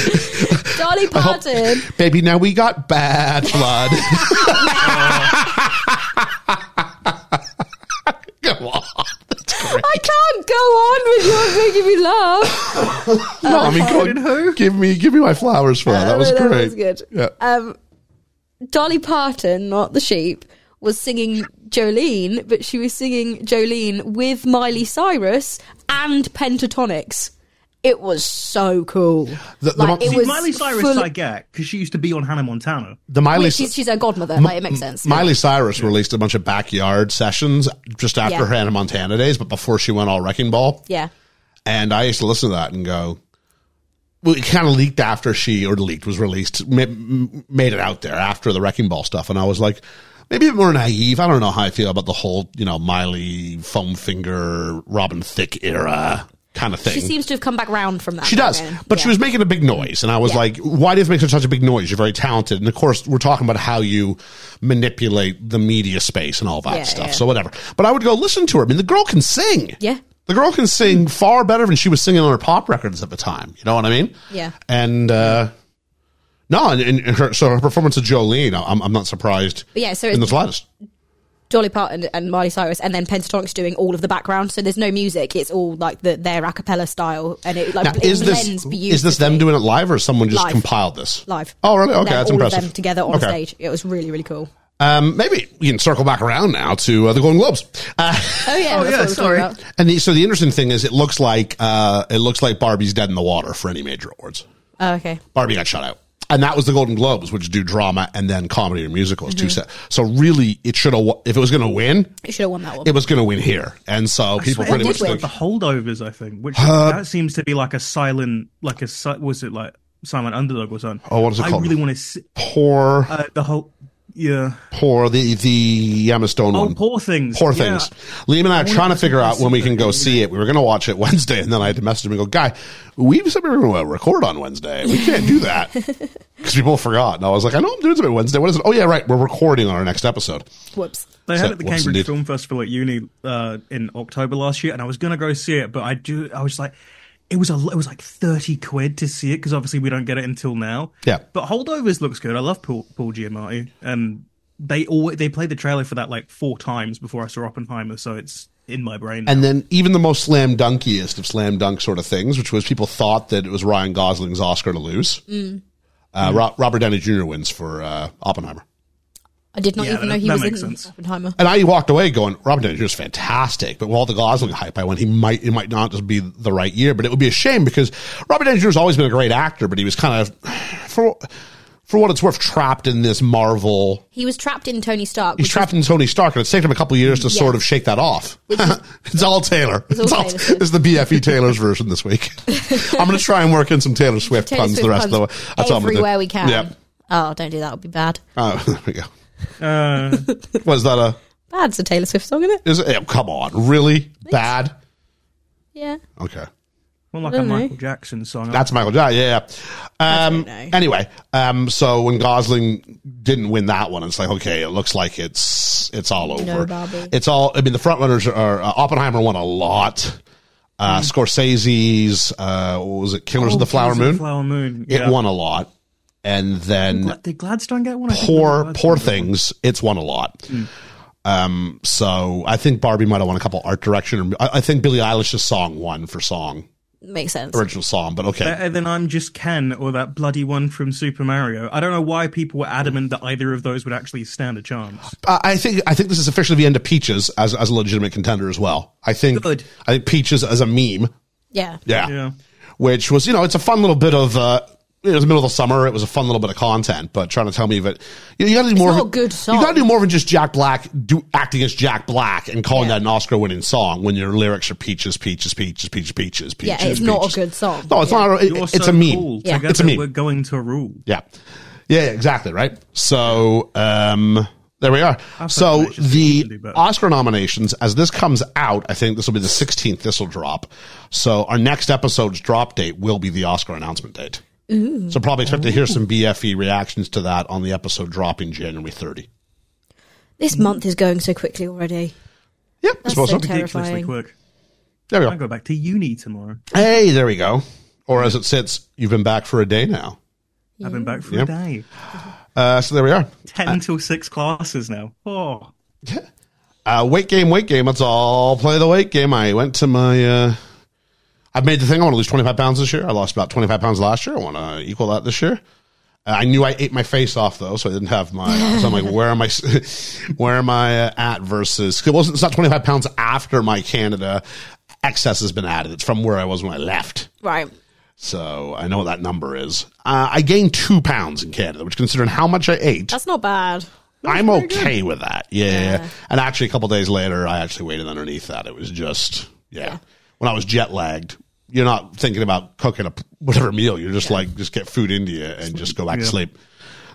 <laughs>
Dolly Parton.
Oh, Baby, now we got bad
<laughs>
blood. Come on. That's great.
I can't go on with your making me laugh. Oh,
No, I mean, go- give me give me my flowers for that. That was
That
great.
was good.
Yeah.
Um, Dolly Parton, not the sheep, was singing Jolene, but she was singing Jolene with Miley Cyrus and Pentatonics. It was so cool.
The- the one-
like, it
See,
was
Miley Cyrus
full-
I get because she used to be on Hannah Montana.
the Miley.
Wait, she's, she's her godmother. like, it makes sense.
Miley Cyrus released a bunch of backyard sessions just after
Yeah.
her Hannah Montana days, but before she went all wrecking ball.
Yeah.
And I used to listen to that and go, well, it kind of leaked after she, or leaked, was released, ma- m- made it out there after the Wrecking Ball stuff. And I was like, maybe a bit more naive. I don't know how I feel about the whole, you know, Miley, foam finger, Robin Thicke era kind of thing.
She seems to have come back round from that.
She does,
though, really.
but
Yeah.
she was making a big noise, and I was like, "Why do you have to make such a big noise? You're very talented." And of course, we're talking about how you manipulate the media space and all that
Yeah,
stuff.
yeah.
So whatever. But I would go listen to her. I mean, the girl can sing.
Yeah. Mm-hmm.
the girl can sing far better than she was singing on her pop records at the time. You know what I mean?
Yeah.
And uh, no, and, and her, so her performance of Jolene, I'm, I'm not surprised.
But yeah, so
in the
it's-
slightest.
Dolly Parton and Miley Cyrus, and then Pentatonics doing all of the background. So there's no music; it's all like the, their a cappella style, and it like
Now,
it
is
blends
this
beautifully.
is this them doing it live or someone just
Live.
compiled this
live?
Oh, really? Okay,
Them-
that's
all
impressive.
Of them together on
Okay.
stage. It was really really cool.
Um, maybe we can circle back around now to uh, the Golden Globes. Uh,
Oh yeah, that's
yeah,
what we're
sorry.
talking about.
and the, so the interesting thing is, it looks like uh, it looks like Barbie's dead in the water for any major awards.
Oh, okay,
Barbie got shut out, and that was the Golden Globes, which do drama and then comedy or musicals.
Mm-hmm.
Two set. So really, it should have. If it was going to win,
it should have won that one.
it was going to win here, and so people
Well,
pretty
it
much
did
think
with the holdovers, I think, which that seems to be like a silent, like a si- was it like silent underdog or something?
Oh, what is it
I
called?
really want to see
poor.
uh, the whole Yeah.
Poor the the Emma Stone
Oh,
one.
poor things.
Poor
Yeah.
things. Liam and I are trying to
wonder if
figure
I
out when we
see
can
that
go
movie.
see it. We were going to watch it <laughs> Wednesday, and then I had to message him and go, "Guy, we said we were going to record on Wednesday. We can't do that because people forgot." And I was like, "I know I'm doing something Wednesday. What is it? Oh yeah, right. We're recording on our next episode."
Whoops.
They
So-
had it at the
whoops,
Cambridge
indeed.
Film Festival at uni uh, in October last year, and I was gonna go see it, but I do. I was like, it was a, it was like thirty quid to see it because obviously we don't get it until now.
Yeah.
But Holdovers looks good. I love Paul, Paul Giamatti, and they always they played the trailer for that like four times before I saw Oppenheimer, so it's in my brain.
And then even the most slam dunkiest of slam dunk sort of things, which was people thought that it was Ryan Gosling's Oscar to lose. Uh, Ro- Robert Downey Jr. wins for uh, Oppenheimer.
I did not
Yeah,
even
that-
know he
that
was in
makes sense.
Oppenheimer.
And I walked away going, Robert Downey Jr. is fantastic, but with all the Gosling hype, I went, he might, it might not just be the right year, but it would be a shame because Robert Downey Jr. has always been a great actor, but he was kind of, for, for what it's worth, trapped in this Marvel.
He was trapped in Tony Stark.
He's
which
trapped in Tony Stark, and it's taken him a couple of years to
Yeah.
sort of shake that off. <laughs> it's all Taylor. It's,
all
all,
Taylor Swift.
it's the BFE Taylor's version
<laughs>
this week. I'm going to try and work in some Taylor Swift
Taylor
puns
Swift
the rest of the
puns
way. That's all I'm gonna do.
everywhere we can.
Yeah.
Oh, don't do that. It would be bad.
Oh, <laughs> there we go.
uh,
Was that a?
Bad's a Taylor Swift song, isn't it?
Is it? oh, come on, really bad?
Yeah.
Okay.
well, like
I
a
don't know.
Michael Jackson song.
That's Michael Jackson. Yeah. yeah. Um,
know.
anyway, um, so when Gosling didn't win that one, it's like okay, it looks like it's it's all over.
Bobby.
it's all. I mean, the front runners are uh, Oppenheimer won a lot. Uh, Scorsese's uh, what was it? Killers of the Flower
Mm. Killers Oh, of
Moon.
the Flower Moon.
It
yeah.
won a lot, and then
Gla- Did Gladstone get one? I think
poor
Gladstone
poor
got one.
things. It's won a lot.
Mm.
Um, so I think Barbie might have won a couple art direction. or- I, I think Billie Eilish's song won for song
Makes sense.
original song, but okay.
better than I'm Just Ken or that bloody one from Super Mario. I don't know why people were adamant that either of those would actually stand a chance.
Uh, I think I think this is officially the end of Peaches as, as a legitimate contender as well. I think
Good.
I think Peaches as a meme,
Yeah.
yeah,
Yeah.
which was you know it's a fun little bit of uh, it was the middle of the summer. It was a fun little bit of content, but trying to tell me that you, got to do more.
not
of
a good song.
You got to do more than just Jack Black do acting as Jack Black and calling that an Oscar winning song when your lyrics are Peaches, Peaches, Peaches, Peaches, Peaches, Peaches.
Yeah, it's not a
Peaches.
good song.
No, it's
Yeah.
not. A, it-
You're
it's
so
a meme.
Cool.
Yeah.
Together
It's a meme.
We're going to rule.
Yeah. Yeah, yeah, exactly, right? So, um, there we are. So,
nominations, we
the
can do better.
Oscar nominations, as this comes out, I think this will be the 16th, this will drop. So, our next episode's drop date will be the Oscar announcement date. So, probably expect to hear some BFE reactions to that on the episode dropping January 30.
This month is going so quickly already.
Yep, I
That's
suppose
so
so.
terrible.
Ridiculously
Terrifying.
quick.
There we
I
go.
go back to uni tomorrow.
Hey, there we go. Or as it sits, you've been back for a day now.
I've been back for
Yep.
a day.
Uh, so, there we are.
Ten till six classes now. Oh,
<laughs> Uh, weight game, weight game. Let's all play the weight game. I went to my. Uh, I've made the thing. I want to lose 25 pounds this year. I lost about 25 pounds last year. I want to equal that this year. Uh, I knew I ate my face off though, so I didn't have my. so I'm like, where am I? <laughs> where am I uh, at versus? It wasn't. It's not 25 pounds after my Canada excess has been added. It's from where I was when I left.
Right.
So I know what that number is. Uh, I gained two pounds in Canada, which considering how much I ate,
That's not bad.
I'm okay with that. Yeah. And actually, a couple days later, I actually waited underneath that. It was just, yeah. When I was jet lagged, you're not thinking about cooking a whatever meal. You're just like, just get food into you and just go back to
Yeah.
sleep.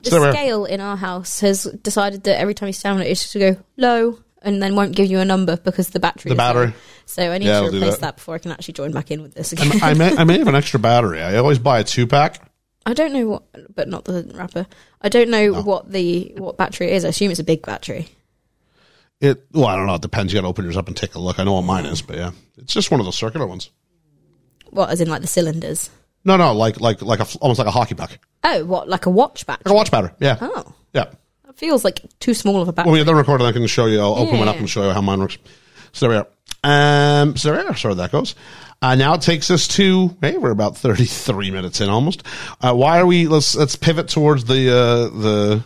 The
So there we are.
scale in our house has decided that every time you stand on it, it's just to go low and then won't give you a number because the battery.
The
is low.
battery.
So I need
Yeah,
to
it'll do
replace
that.
that. before I can actually join back in with this again.
I may, I may have an extra battery. I always buy a two pack.
<laughs> I don't know what, but not the wrapper. I don't know what the what battery it is. I assume it's a big battery.
It, well, I don't know. It depends. You got to open yours up and take a look. I know what mine is, but yeah, it's just one of those circular ones.
What, as in like the cylinders?
No, no, like, like, like a, f- almost like a hockey puck.
Oh, what like a watch
Like a
battery?
watch battery. Yeah.
Oh,
Yeah.
that feels like too small of a battery.
When we get done recording, I can show you. I'll open one up
Yeah.
and show you how mine works. So there we are. Um, so there we are. So that goes. Uh, now it takes us to hey, we're about thirty three minutes in almost. Uh, why are we? Let's let's pivot towards the uh, the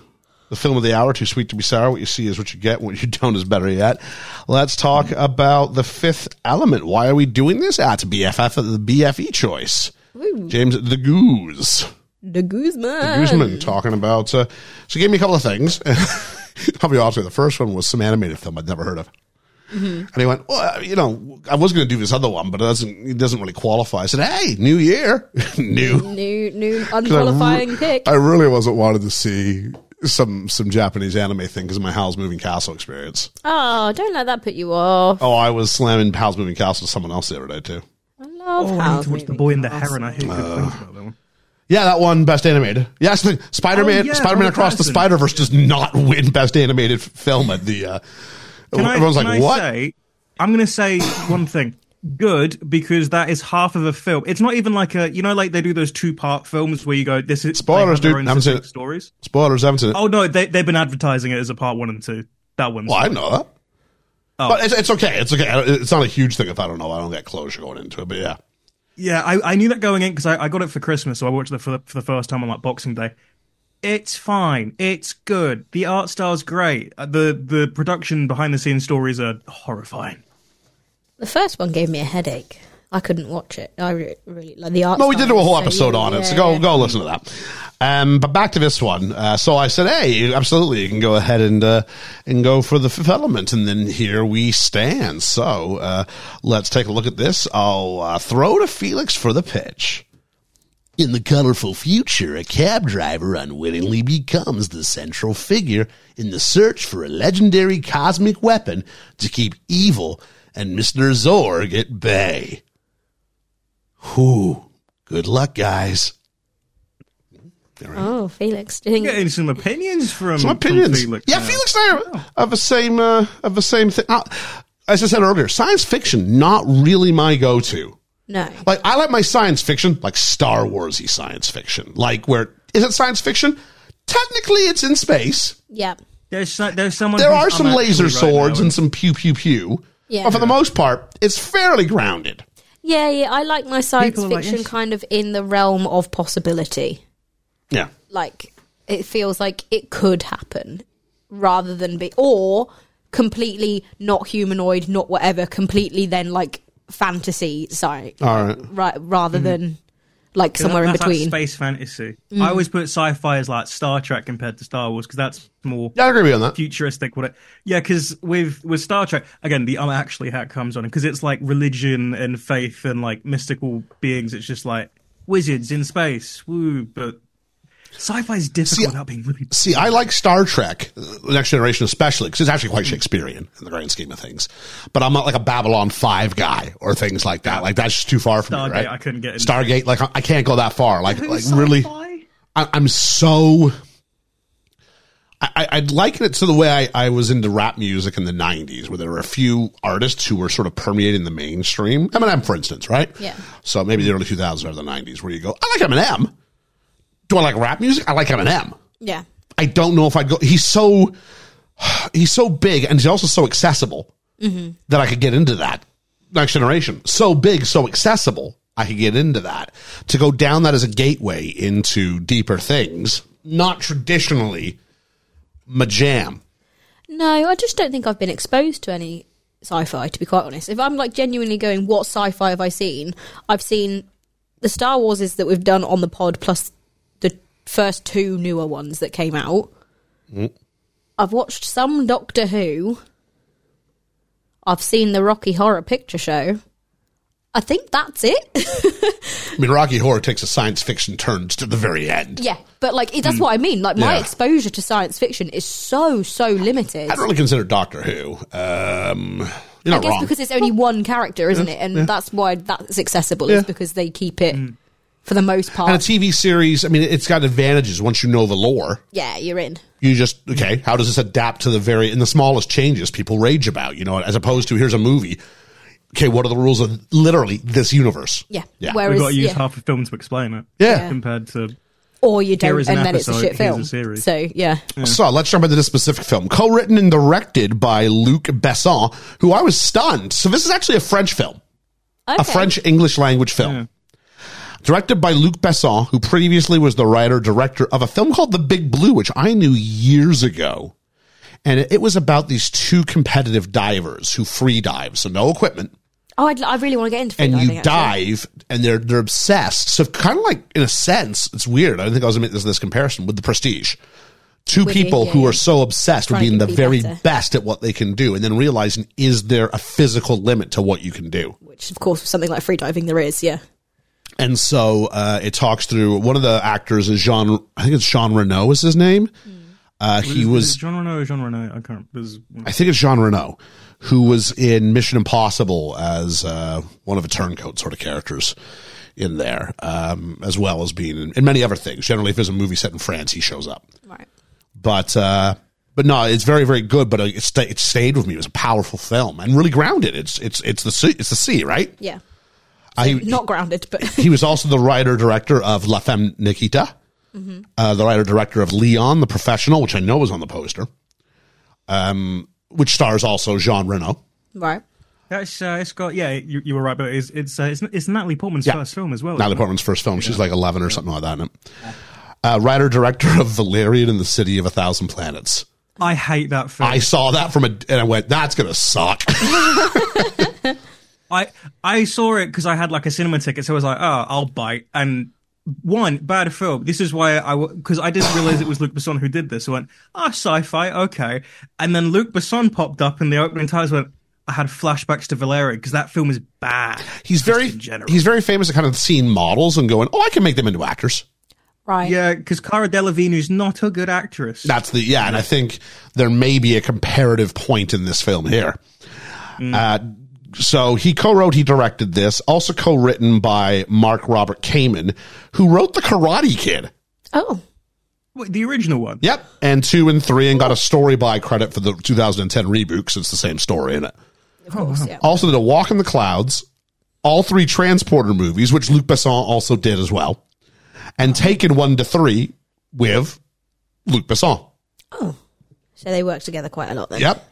the film of the hour. Too sweet to be sour. What you see is what you get. What you <laughs> don't is better yet. Let's talk about the Fifth Element. Why are we doing this? Ah, it's BFF the BFE choice. James the Goose.
the Guzman.
Guzman talking about. Uh, she gave me a couple of things. <laughs> I'll be honest with you. The first one was some animated film I'd never heard of. And he went, well, uh, you know, I was going to do this other one, but it doesn't, it doesn't really qualify. I said, hey, new year, <laughs> new.
New new
Mm-hmm.
I re-
unqualifying pick.
I really wasn't wanted to see some some Japanese anime thing because of my Howl's Moving Castle experience.
Ah,
Oh, don't let that put you off.
Oh, I was slamming Howl's Moving Castle to someone else the other day too.
I love
Oh, I
how
need to watch The
moving
Boy in the
cast.
Heron. I hear good
Uh.
things about that one.
Yeah, that one best animated. Yeah, Spider Man,
Oh, yeah,
Spider Man
Robert
Across the
Pattinson.
Spider Verse does not win best animated f- film at the. Uh,
Can I,
everyone's
can
like,
I
"What?"
say, I'm going to say one thing. Good because that is half of a film. It's not even like a you know like they do those two part films where you go this is they
Spoilers,
have their
dude.
own
Haven't seen
distinct
it.
stories.
Spoilers, haven't it?
Oh no, they they've been advertising it as a part one and two. That one's
Well, I didn't know that.
Oh.
But it's, it's okay. It's okay. I don't- It's not a huge thing if I don't know. I don't get closure going into it. But yeah,
Yeah, I, I knew that going in because I, I got it for Christmas, so I watched it for the, for the first time on like Boxing Day. It's fine. It's good. The art style's great. Uh, The the production behind the scenes stories are horrifying.
The first one gave me a headache. I couldn't watch it. I re- really like the art.
no, we did do a whole
style is so
episode on
unique.
it. So
Yeah,
go
yeah.
go listen to that. Um, but back to this one. Uh, so I said, "Hey, absolutely, you can go ahead and uh, and go for the fifth element." And then here we stand. So uh, let's take a look at this. I'll uh, throw to Felix for the pitch. In the colorful future, a cab driver unwittingly becomes the central figure in the search for a legendary cosmic weapon to keep evil and Mr. Zorg at bay. Whew. Good luck, guys.
Oh, Felix, do you think?
Getting Hmm, some opinions from
Some
from
opinions.
Felix
yeah,
now. Oh.
Felix and I are of the same, uh, of the same thing. Uh, as I said earlier, science fiction, not really my go-to.
No.
Like I like my science fiction, like Star Warsy science fiction, like where is it science fiction? Technically, it's in space.
Yeah.
There's so- there's someone.
There
who's
are some
unactually
laser
right
swords
now.
and some pew pew pew.
Yeah.
But for the most part, it's fairly grounded.
Yeah, yeah. I like my science
People are like
fiction
this.
kind of in the realm of possibility.
Yeah.
Like it feels like it could happen, rather than be or completely not humanoid, not whatever. Completely then like fantasy sci
All right. Mm-hmm.
right, rather than like somewhere in
That's like
between. Mm.
space fantasy. I always put sci-fi as like Star Trek compared to Star Wars because that's more
Yeah, I agree with you on that.
futuristic what it yeah because with with star trek again the um actually hat comes on because it's like religion and faith and like mystical beings it's just like wizards in space woo but sci-fi is difficult without being really
See, I like Star Trek, The Next Generation especially, because it's actually quite Shakespearean in the grand scheme of things. But I'm not like a Babylon 5 guy or things like that. Like, that's just too far from me,
Stargate,
right?
I couldn't get into.
Stargate, like, I- I can't go that far. <laughs> Like, like really.
Sci-fi?
I, I'm so. I, I- I'd liken it to the way I, I was into rap music in the 90s, where there were a few artists who were sort of permeating the mainstream. Eminem, for instance, right?
Yeah.
So maybe the early 2000s or the 90s, where you go, I like Eminem. Do I like rap music? I like Eminem.
yeah.
I don't know if I'd go. He's so he's so big and he's also so accessible
Mm-hmm.
that I could get into that next generation. So big, so accessible, I could get into that. To go down that as a gateway into deeper things, not traditionally my jam.
No, I just don't think I've been exposed to any sci-fi. To be quite honest, if I'm like genuinely going, what sci-fi have I seen? I've seen the Star Warses that we've done on the pod, plus the first two newer ones that came out. I've watched some Doctor Who. I've seen the Rocky Horror Picture Show. I think that's it.
I mean, Rocky Horror takes a science fiction turn to the very end.
yeah, but like it- that's what I mean. Like my
Yeah.
exposure to science fiction is so so limited.
I'd really consider Doctor Who. Um, you're
I
not
guess
wrong.
because it's only one character, isn't it? And that's why that's accessible,
Yeah.
is because they keep it
Mm.
for the most
and a
part.
TV series, I mean, it's got advantages once you know the lore.
yeah, you're in.
you just okay how does this adapt to the very in the smallest changes people rage about you know as opposed to here's a movie okay what are the rules of literally this universe
Yeah.
yeah
Whereas,
we've got to use
yeah.
half a film to explain it
Yeah.
compared to
or you don't,
is
and
an
then it's a
episode,
shit film.
here's a series.
So yeah,
so let's jump into this specific film co-written and directed by luc besson who i was stunned so this is actually a french film a
Okay.
french english language film Directed by Luc Besson, who previously was the writer director of a film called The Big Blue, which I knew years ago. And it- it was about these two competitive divers who free dive, so no equipment,
Oh, I'd, I really want to get into. free
and
diving,
you
actually.
dive and they're they're obsessed so kind of like in a sense it's weird i don't think i was gonna make this, this comparison with the prestige two
With the-
people
yeah,
who
yeah.
are so obsessed with
Trying
being
to
the
be
very
better.
best at what they can do and then realizing is there a physical limit to what you can do
which of course, with something like free diving, there is. Yeah,
and
Hmm.
so uh, it talks through one of the actors is Jean. I think it's Jean Renault is his name. Uh, he was
John Renault, John Renault. I can't. There's,
I think it's Jean Renault, who was in Mission Impossible as uh, one of a turncoat sort of characters in there, um, as well as being in, in many other things. Generally, if there's a movie set in France, he shows up.
Right.
But uh, but no, it's very very good. But uh, it, sta it stayed with me. It was a powerful film and really grounded. It's it's it's the sea, it's the sea, right?
Yeah.
Uh, he-
Not grounded, but
<laughs>
he was also the writer director of La Femme Nikita, uh, the writer director of Leon the Professional, which I know was on the poster, um, which stars also Jean Reno.
right.
that's uh, it's got. Yeah, you, you were right, but it's it's uh, it's, it's Natalie Portman's
Yeah.
first film as well.
Natalie
isn't it?
Portman's first film. She's like 11 or something like that. isn't it? Uh, writer director of Valerian and the City of a Thousand Planets.
I hate that film.
I saw that from a, and I went, that's going to
<laughs>
suck.
I I saw it because I had like a cinema ticket, so I was like, oh, I'll bite. And one bad film. This is why I because I didn't realize it was Luc Besson who did this. I went, ah, sci-fi, okay. And then Luc Besson popped up in the opening titles. Went, I had flashbacks to Valeria because that film is bad.
He's
Just
very,
in general.
he's very famous at kind of seeing models and going, oh, I can make them into actors.
Right.
yeah, because Cara Delevingne is not a good actress.
That's the yeah, and I think there may be a comparative point in this film here.
Mm.
Uh, so he co-wrote, he directed this, also co-written by Mark Robert Kamen, who wrote the Karate Kid.
Oh.
Wait, the original one.
Yep, and two and three, and got a story by credit for the 2010 reboot. 'cause it's the same story in it.
Of
Oh,
course, yeah.
Also did a Walk in the Clouds, all three Transporter movies, which Luc Besson also did as well, and Taken one to three with Luc Besson.
So they work together quite a lot then.
Yep.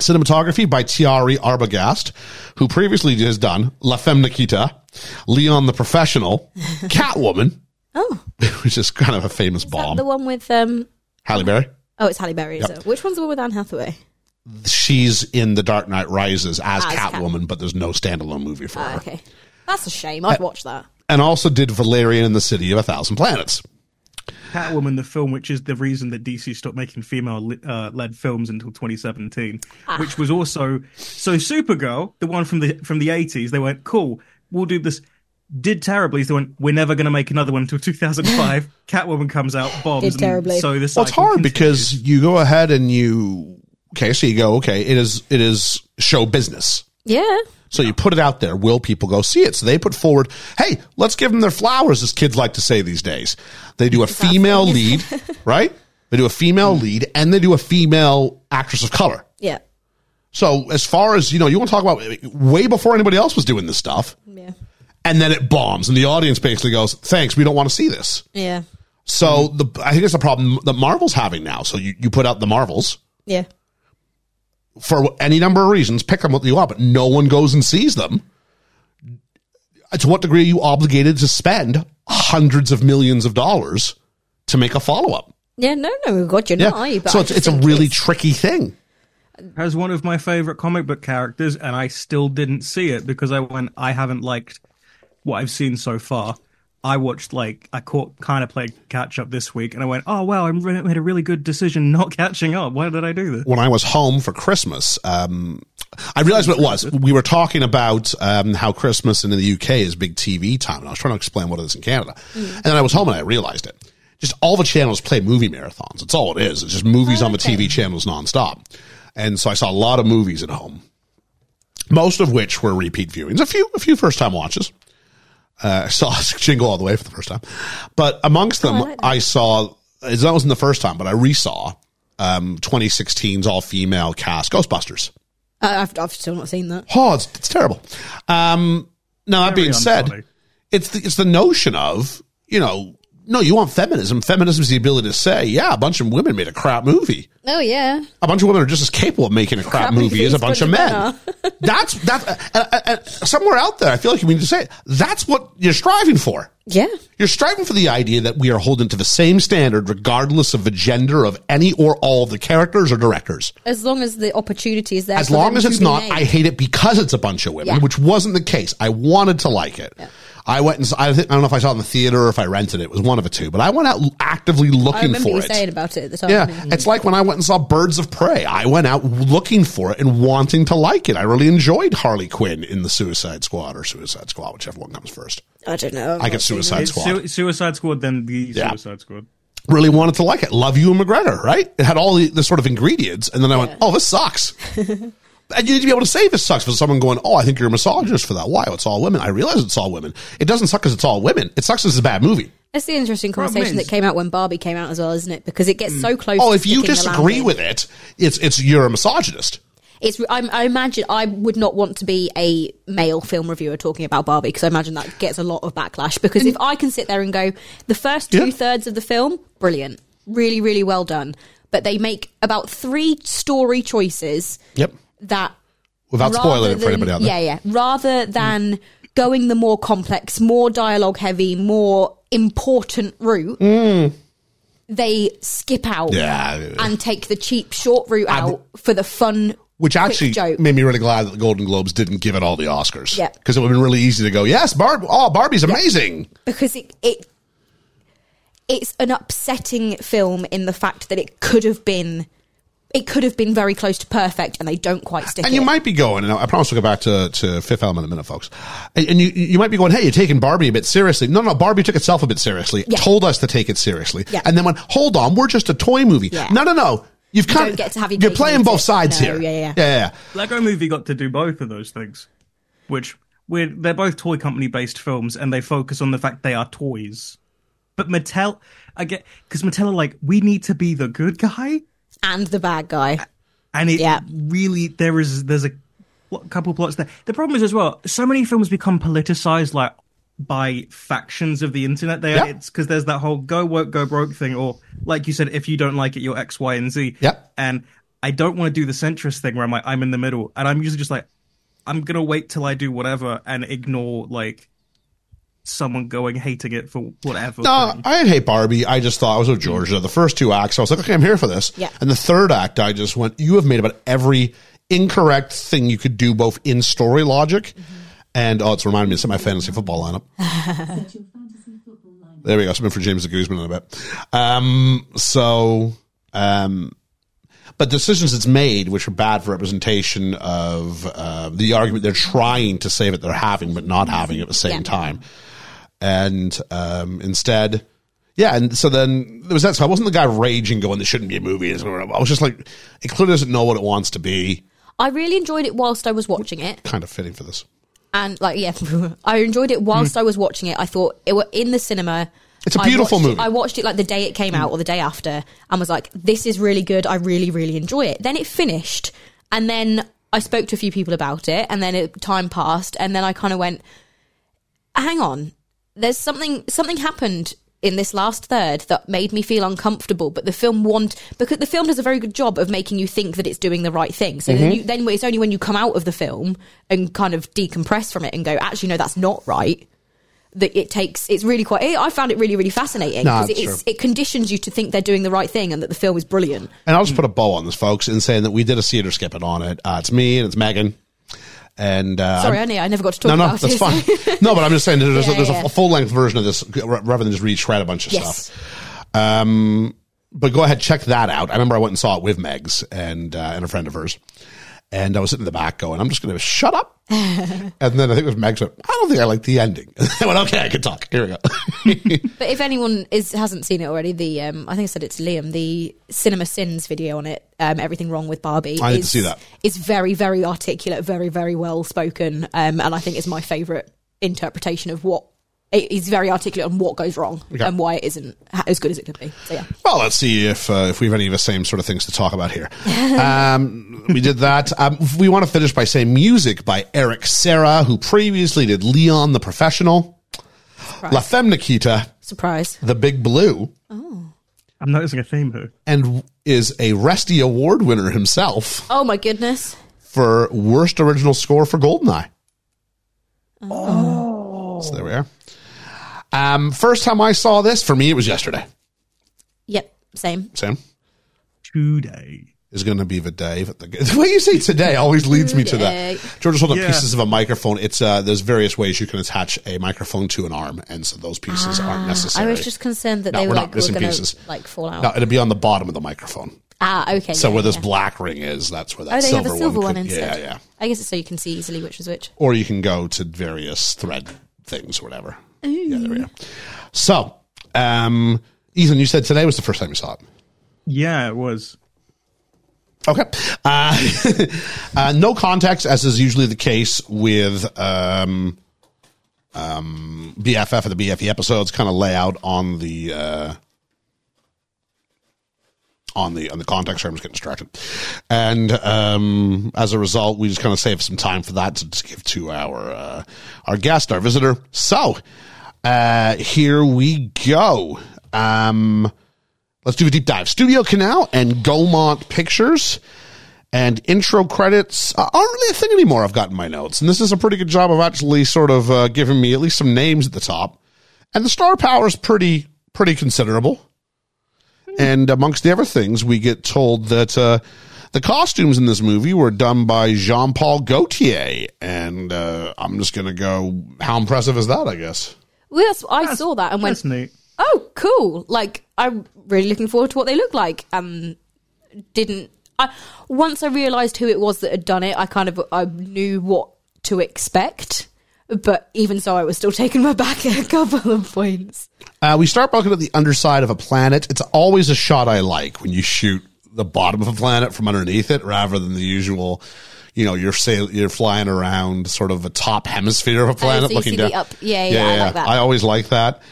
Cinematography by Tiari Arbogast, who previously has done La Femme Nikita, Leon
<laughs>
the Professional, Catwoman,
Oh.
<laughs> which is kind of a famous
That
bomb.
the one with um
Halle Berry.
oh it's Halle Berry, is it? Which one's the one with Anne Hathaway?
She's in The Dark Knight Rises as,
As Cat-
Catwoman, but there's no standalone movie for
Ah,
her.
okay. That's a shame.
Uh,
I'd watch that.
And also did Valerian and the City of a Thousand Planets.
Catwoman, the film, which is the reason that DC stopped making female-led films until 2017,
Ah.
which was also so Supergirl, the one from the from the 80s. They went, "Cool, we'll do this." Did terribly. So they went, "We're never going to make another one
<laughs>
until 2005." Catwoman comes out, bombs.
Did terribly.
And so this.
Well, it's hard because you go ahead and you okay, so you go okay. It is it is show business.
Yeah.
So you put it out there. Will people go see it? So they put forward, hey, let's give them their flowers, as kids like to say these days. They do
<laughs>
a female lead, right? They do a
Hmm.
female lead and they do a female actress of color.
Yeah.
So as far as, you know, you want to talk about way before anybody else was doing this stuff.
Yeah.
And then it bombs and the audience basically goes, thanks, we don't want to see this.
Yeah.
So
Mm-hmm.
the, I think that's the problem that Marvel's having now. So you, you put out the Marvels
Yeah.
for any number of reasons, pick them what you want, but no one goes and sees them. To what degree are you obligated to spend hundreds of millions of dollars to make a follow up?
Yeah, no, no, God, you're not, are you? But
so
I
it's,
just
it's a
think
really
it's-
tricky thing.
has one of my favorite comic book characters, and I still didn't see it because I went, I haven't liked what I've seen so far. I watched like I caught kind of played catch up this week, and I went, oh wow, I re- made a really good decision <laughs> not catching up. Why did I do this?
When I was home for Christmas, um, I realized what it was. We were talking about um, how Christmas in the UK is big TV time, and I was trying to explain what it is in Canada. And then I was home and I realized it. Just all the channels play movie marathons. It's all it is. It's just movies on the TV channels nonstop. And so I saw a lot of movies at home. most of which were repeat viewings, a few a few first time watches. Uh, I saw <laughs> Jingle All the Way for the first time, but amongst them,
like that.
I saw that wasn't the first time, but I resaw um, 2016's all female cast Ghostbusters.
I- I've, I've still not seen that.
Oh, it's, it's terrible. Um, now that
Very
being said,
unfunny.
it's the, it's the notion of you know no, you want feminism. Feminism is the ability to say, yeah, a bunch of women made a crap movie
Oh, yeah.
a bunch of women are just as capable of making a crap,
Crap
movie as a
movies,
bunch
but uh-huh.
of men.
better.
that's that's uh, uh, uh, somewhere out there. I feel like you mean to say it. that's what you're striving for.
Yeah.
You're striving for the idea that we are holding to the same standard, regardless of the gender of any or all of the characters or directors.
As long as the opportunity is there.
As
for
long
them
as
to
it's
be
not,
made.
I hate it because it's a bunch of women,
Yeah.
which wasn't the case. I wanted to like it. I went and s- I, think, I don't know if I saw it in the theater or if I rented it. It was one of the two, but I went out actively
I
looking
remember
for
you
it.
saying about it at the time.
Yeah,
didn't you?
it's like when I went and saw Birds of Prey. I went out looking for it and wanting to like it. I really enjoyed Harley Quinn in the Suicide Squad or Suicide Squad, whichever one comes first.
I don't know.
I get Suicide
It's
Squad.
Sui- Suicide Squad, then the
Yeah.
Suicide Squad.
really wanted to like it. Love you and McGregor, right? It had all the, the sort of ingredients. And then I went, oh, this
<laughs>
sucks. and you need to be able to say this sucks for someone going, oh, I think you're a misogynist for that. Why? It's all women. I realize it's all women. It doesn't suck because it's all women. It sucks because it's a bad movie.
That's the interesting
Problem
conversation
is-
that came out when Barbie came out as well, isn't it? Because it gets so close.
Oh,
to
if you
sticking the
disagree
landing.
with it, it's, it's, you're a misogynist.
it's. I, I imagine I would not want to be a male film reviewer talking about Barbie because I imagine that gets a lot of backlash. Because if I can sit there and go, the first
Yeah.
two thirds of the film, brilliant, really, really well done, but they make about three story choices
Yep.
that
Without
rather
spoiling it for
than-
anybody out there.
Yeah, yeah. Rather than going the more complex, more dialogue heavy, more important route, they skip out
Mm. Yeah.
and take the cheap short route out for the fun.
Which
quick
actually
joke.
made me really glad that the Golden Globes didn't give it all the Oscars.
Yeah.
Because it would have been really easy to go, yes, Barb, oh, Barbie's amazing.
because it, it it's an upsetting film in the fact that it could have been it could have been very close to perfect and they don't quite stick
And you
it.
might be going, and I promise we'll go back to, to Fifth Element in a minute, folks. And and you, you might be going, hey, you're taking Barbie a bit seriously. No, no, Barbie took itself a bit seriously,
Yeah.
told us to take it seriously,
Yeah.
and then went, hold on, we're just a toy movie.
Yeah.
No, no, no. You've kind
don't
of,
get to have your
you're
cake
playing
and eat
both
it.
sides
No,
here.
yeah, yeah.
yeah, yeah.
Lego Movie got to do both of those things, which we're, they're both toy company based films, and they focus on the fact they are toys. But Mattel, I get because Mattel are like we need to be the good guy,
and the bad guy
and it
Yeah.
really there is there's a pl- couple plots there. The problem is as well, so many films become politicized like by factions of the internet. They
Yeah.
it's because there's that whole go woke go broke thing, or like you said, if you don't like it, you're X Y and Z.
Yeah.
and I don't want to do the centrist thing where I'm like I'm in the middle, and I'm usually just like I'm gonna wait till I do whatever and ignore like someone going hating it for whatever.
No,
thing.
I didn't hate Barbie. I just thought I was with Georgia. The first two acts, I was like, okay, I'm here for this.
Yeah.
And the third act, I just went, you have made about every incorrect thing you could do, both in story logic and, oh, it's reminding me of my fantasy football lineup. there we go. Something for James the Guzman in a bit. Um, so, um, but decisions it's made, which are bad for representation of uh, the argument they're trying to say that they're having, but not having at the same
Yeah.
time and um, instead, yeah, and so then there was that. So I wasn't the guy raging, going, "This shouldn't be a movie." I was just like, it clearly doesn't know what it wants to be.
i really enjoyed it whilst i was watching it
Kind of fitting for this.
and like yeah <laughs> i enjoyed it whilst i was watching it i thought it were in the cinema
Hmm. It's a
I
beautiful
watched it-
movie.
i watched it like the day it came out or the day after and was like this is really good i really really enjoy it then it finished and then i spoke to a few people about it and then it, time passed and then i kind of went hang on there's something something happened in this last third that made me feel uncomfortable but the film want because the film does a very good job of making you think that it's doing the right thing so
Mm-hmm.
then, you, then it's only when you come out of the film and kind of decompress from it and go actually no that's not right that it takes it's really quite i found it really really fascinating
Nah,
because it,
sure.
it's- it conditions you to think they're doing the right thing and that the film is brilliant
And I'll just put a bow on this, folks, in saying that we did a theater skipping on it. Uh, it's me and it's Megan. And uh,
sorry
I'm-
ernie i never got to talk
no, no,
about
that's
it
fine. no, but I'm just saying that there's, a,
Yeah,
there's a-
yeah.
a full length version of this r- rather than just reshred a bunch of
<laughs> Yes.
stuff. Um, but go ahead, check that out. I remember I went and saw it with Megs and uh, and a friend of hers, and I was sitting in the back going, "I'm just going to shut up." and then I think it was Megs went, "I don't think I like the ending." <laughs> And I went, "Okay, I can talk. Here we go." <laughs>
But if anyone is hasn't seen it already, the um, I think I said it to Liam, the Cinema Sins video on it, um, everything wrong with Barbie.
I need to
is-
see that.
Is very very articulate, very very well spoken, um, and I think it's my favourite interpretation of what it is very articulate on what goes wrong
Okay.
and why it isn't ha- as good as it could be. So yeah,
Well, let's see if uh, if we have any of the same sort of things to talk about here. Um, we did that. Um, we want to finish by saying music by Eric Serra, who previously did Leon the Professional, La Femme Nikita,
surprise.
The Big Blue,
I'm noticing a theme here.
and is a Resty Award winner himself
Oh my goodness.
for worst original score for Goldeneye. Oh, so there we are. Um, first time I saw this for me, it was yesterday.
Yep, same.
Sam.
Today.
is going to be the day. That the, <laughs> the way you say today always leads me to that.
Today.
George is holding up
Yeah.
pieces of a microphone. It's uh, there's various ways you can attach a microphone to an arm, and so those pieces aren't necessary.
Ah, I was just concerned that
No,
they
we're not
were like were
missing
gonna
pieces.
like fall out.
no, it'll be on the bottom of the microphone.
Ah, okay.
So
yeah,
where this
yeah.
black ring is, that's where that
Oh, they have
silver,
a silver one,
could-
instead.
Yeah, yeah.
I guess it's so you can see easily which is which.
Or you can go to various thread things or whatever. Yeah, there we go. So, um, Ethan, you said today was the first time you saw it.
Yeah, it was.
Okay. Uh, <laughs> uh, no context, as is usually the case with um, um, BFF and the BFE episodes, kind of lay out on the uh, on the on the context. Sorry, I'm just getting distracted, and um, as a result, we just kind of save some time for that to just give to our uh, our guest, our visitor. So uh, here we go. Um, Let's do a deep dive. Studio Canal and Gaumont Pictures and intro credits uh, aren't really a thing anymore. I've gotten my notes, and this is a pretty good job of actually sort of uh, giving me at least some names at the top. And the star power is pretty pretty considerable. And amongst the other things, we get told that uh, the costumes in this movie were done by Jean Paul Gaultier, and uh, I'm just gonna go. How impressive is that? I guess.
Well, that's, I saw that and went,
That's neat.
oh, cool. Like, I'm really looking forward to what they look like. Um, didn't I? Once I realised who it was that had done it, I kind of I knew what to expect. But even so, I was still <laughs> taken aback at a couple of points.
Uh, we start by looking at the underside of a planet. It's always a shot I like when you shoot the bottom of a planet from underneath it rather than the usual, you know, you're sail- you're flying around sort of a top hemisphere of a planet
Oh, so you
looking
see the
down.
up- yeah, yeah, I like that.
I always like that.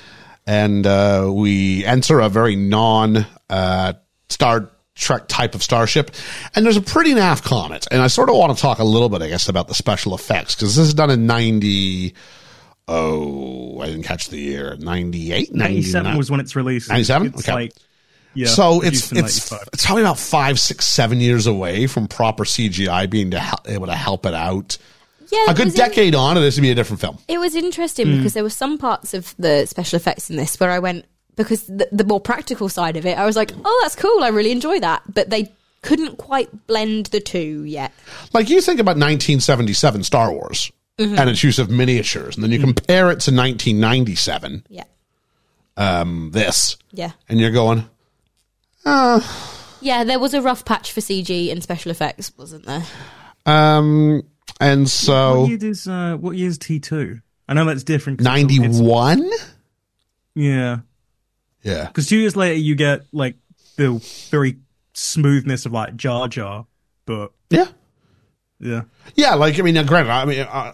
And uh, we enter a very non uh, Star Trek type of starship. And there's a pretty naff comet. And I sort of want to talk a little bit, I guess, about the special effects because this is done in 90. Oh, I didn't catch the year. 98?
97
99?
was when it's released.
97?
It's
Okay.
like, yeah.
so it's
produced in
it's
95.
it's probably about five, six, seven years away from proper CGI being to hel- able to help it out.
Yeah,
A good decade Hmm. on, and this would be a different film.
It was interesting because there were some parts of the special effects in this where I went because the, the more practical side of it, I was like, "Oh, that's cool. I really enjoy that." But they couldn't quite blend the two yet.
Like you think about 1977 Star Wars and its use of miniatures, and then you compare it to 1997
Yeah,
this,
yeah,
and you're going,
yeah. There was a rough patch for CG and special effects, wasn't there?
um, and
What
so
year is uh, what year is T two? I know that's different. 'cause it's- it's-
91,
Yeah,
yeah,
because two years later you get like the very smoothness of like Jar Jar, but
yeah.
yeah,
Yeah, like I mean, now, granted, I mean, uh,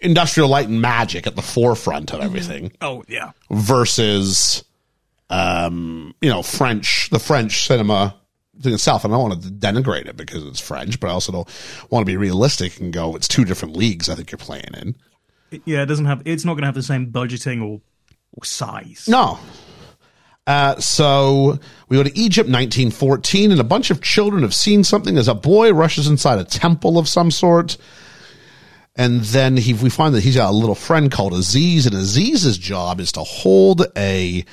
industrial light and magic at the forefront of everything
oh yeah,
versus, um, you know, French, the French cinema in itself. And I don't want to denigrate it because it's French, but I also don't want to be realistic and go, it's two different leagues. I think you're playing in.
It- yeah. It doesn't have. It's not going to have the same budgeting or, or size.
No. Uh, so we go to Egypt, 1914, and a bunch of children have seen something as a boy rushes inside a temple of some sort. And then he, we find that he's got a little friend called Aziz, and Aziz's job is to hold a,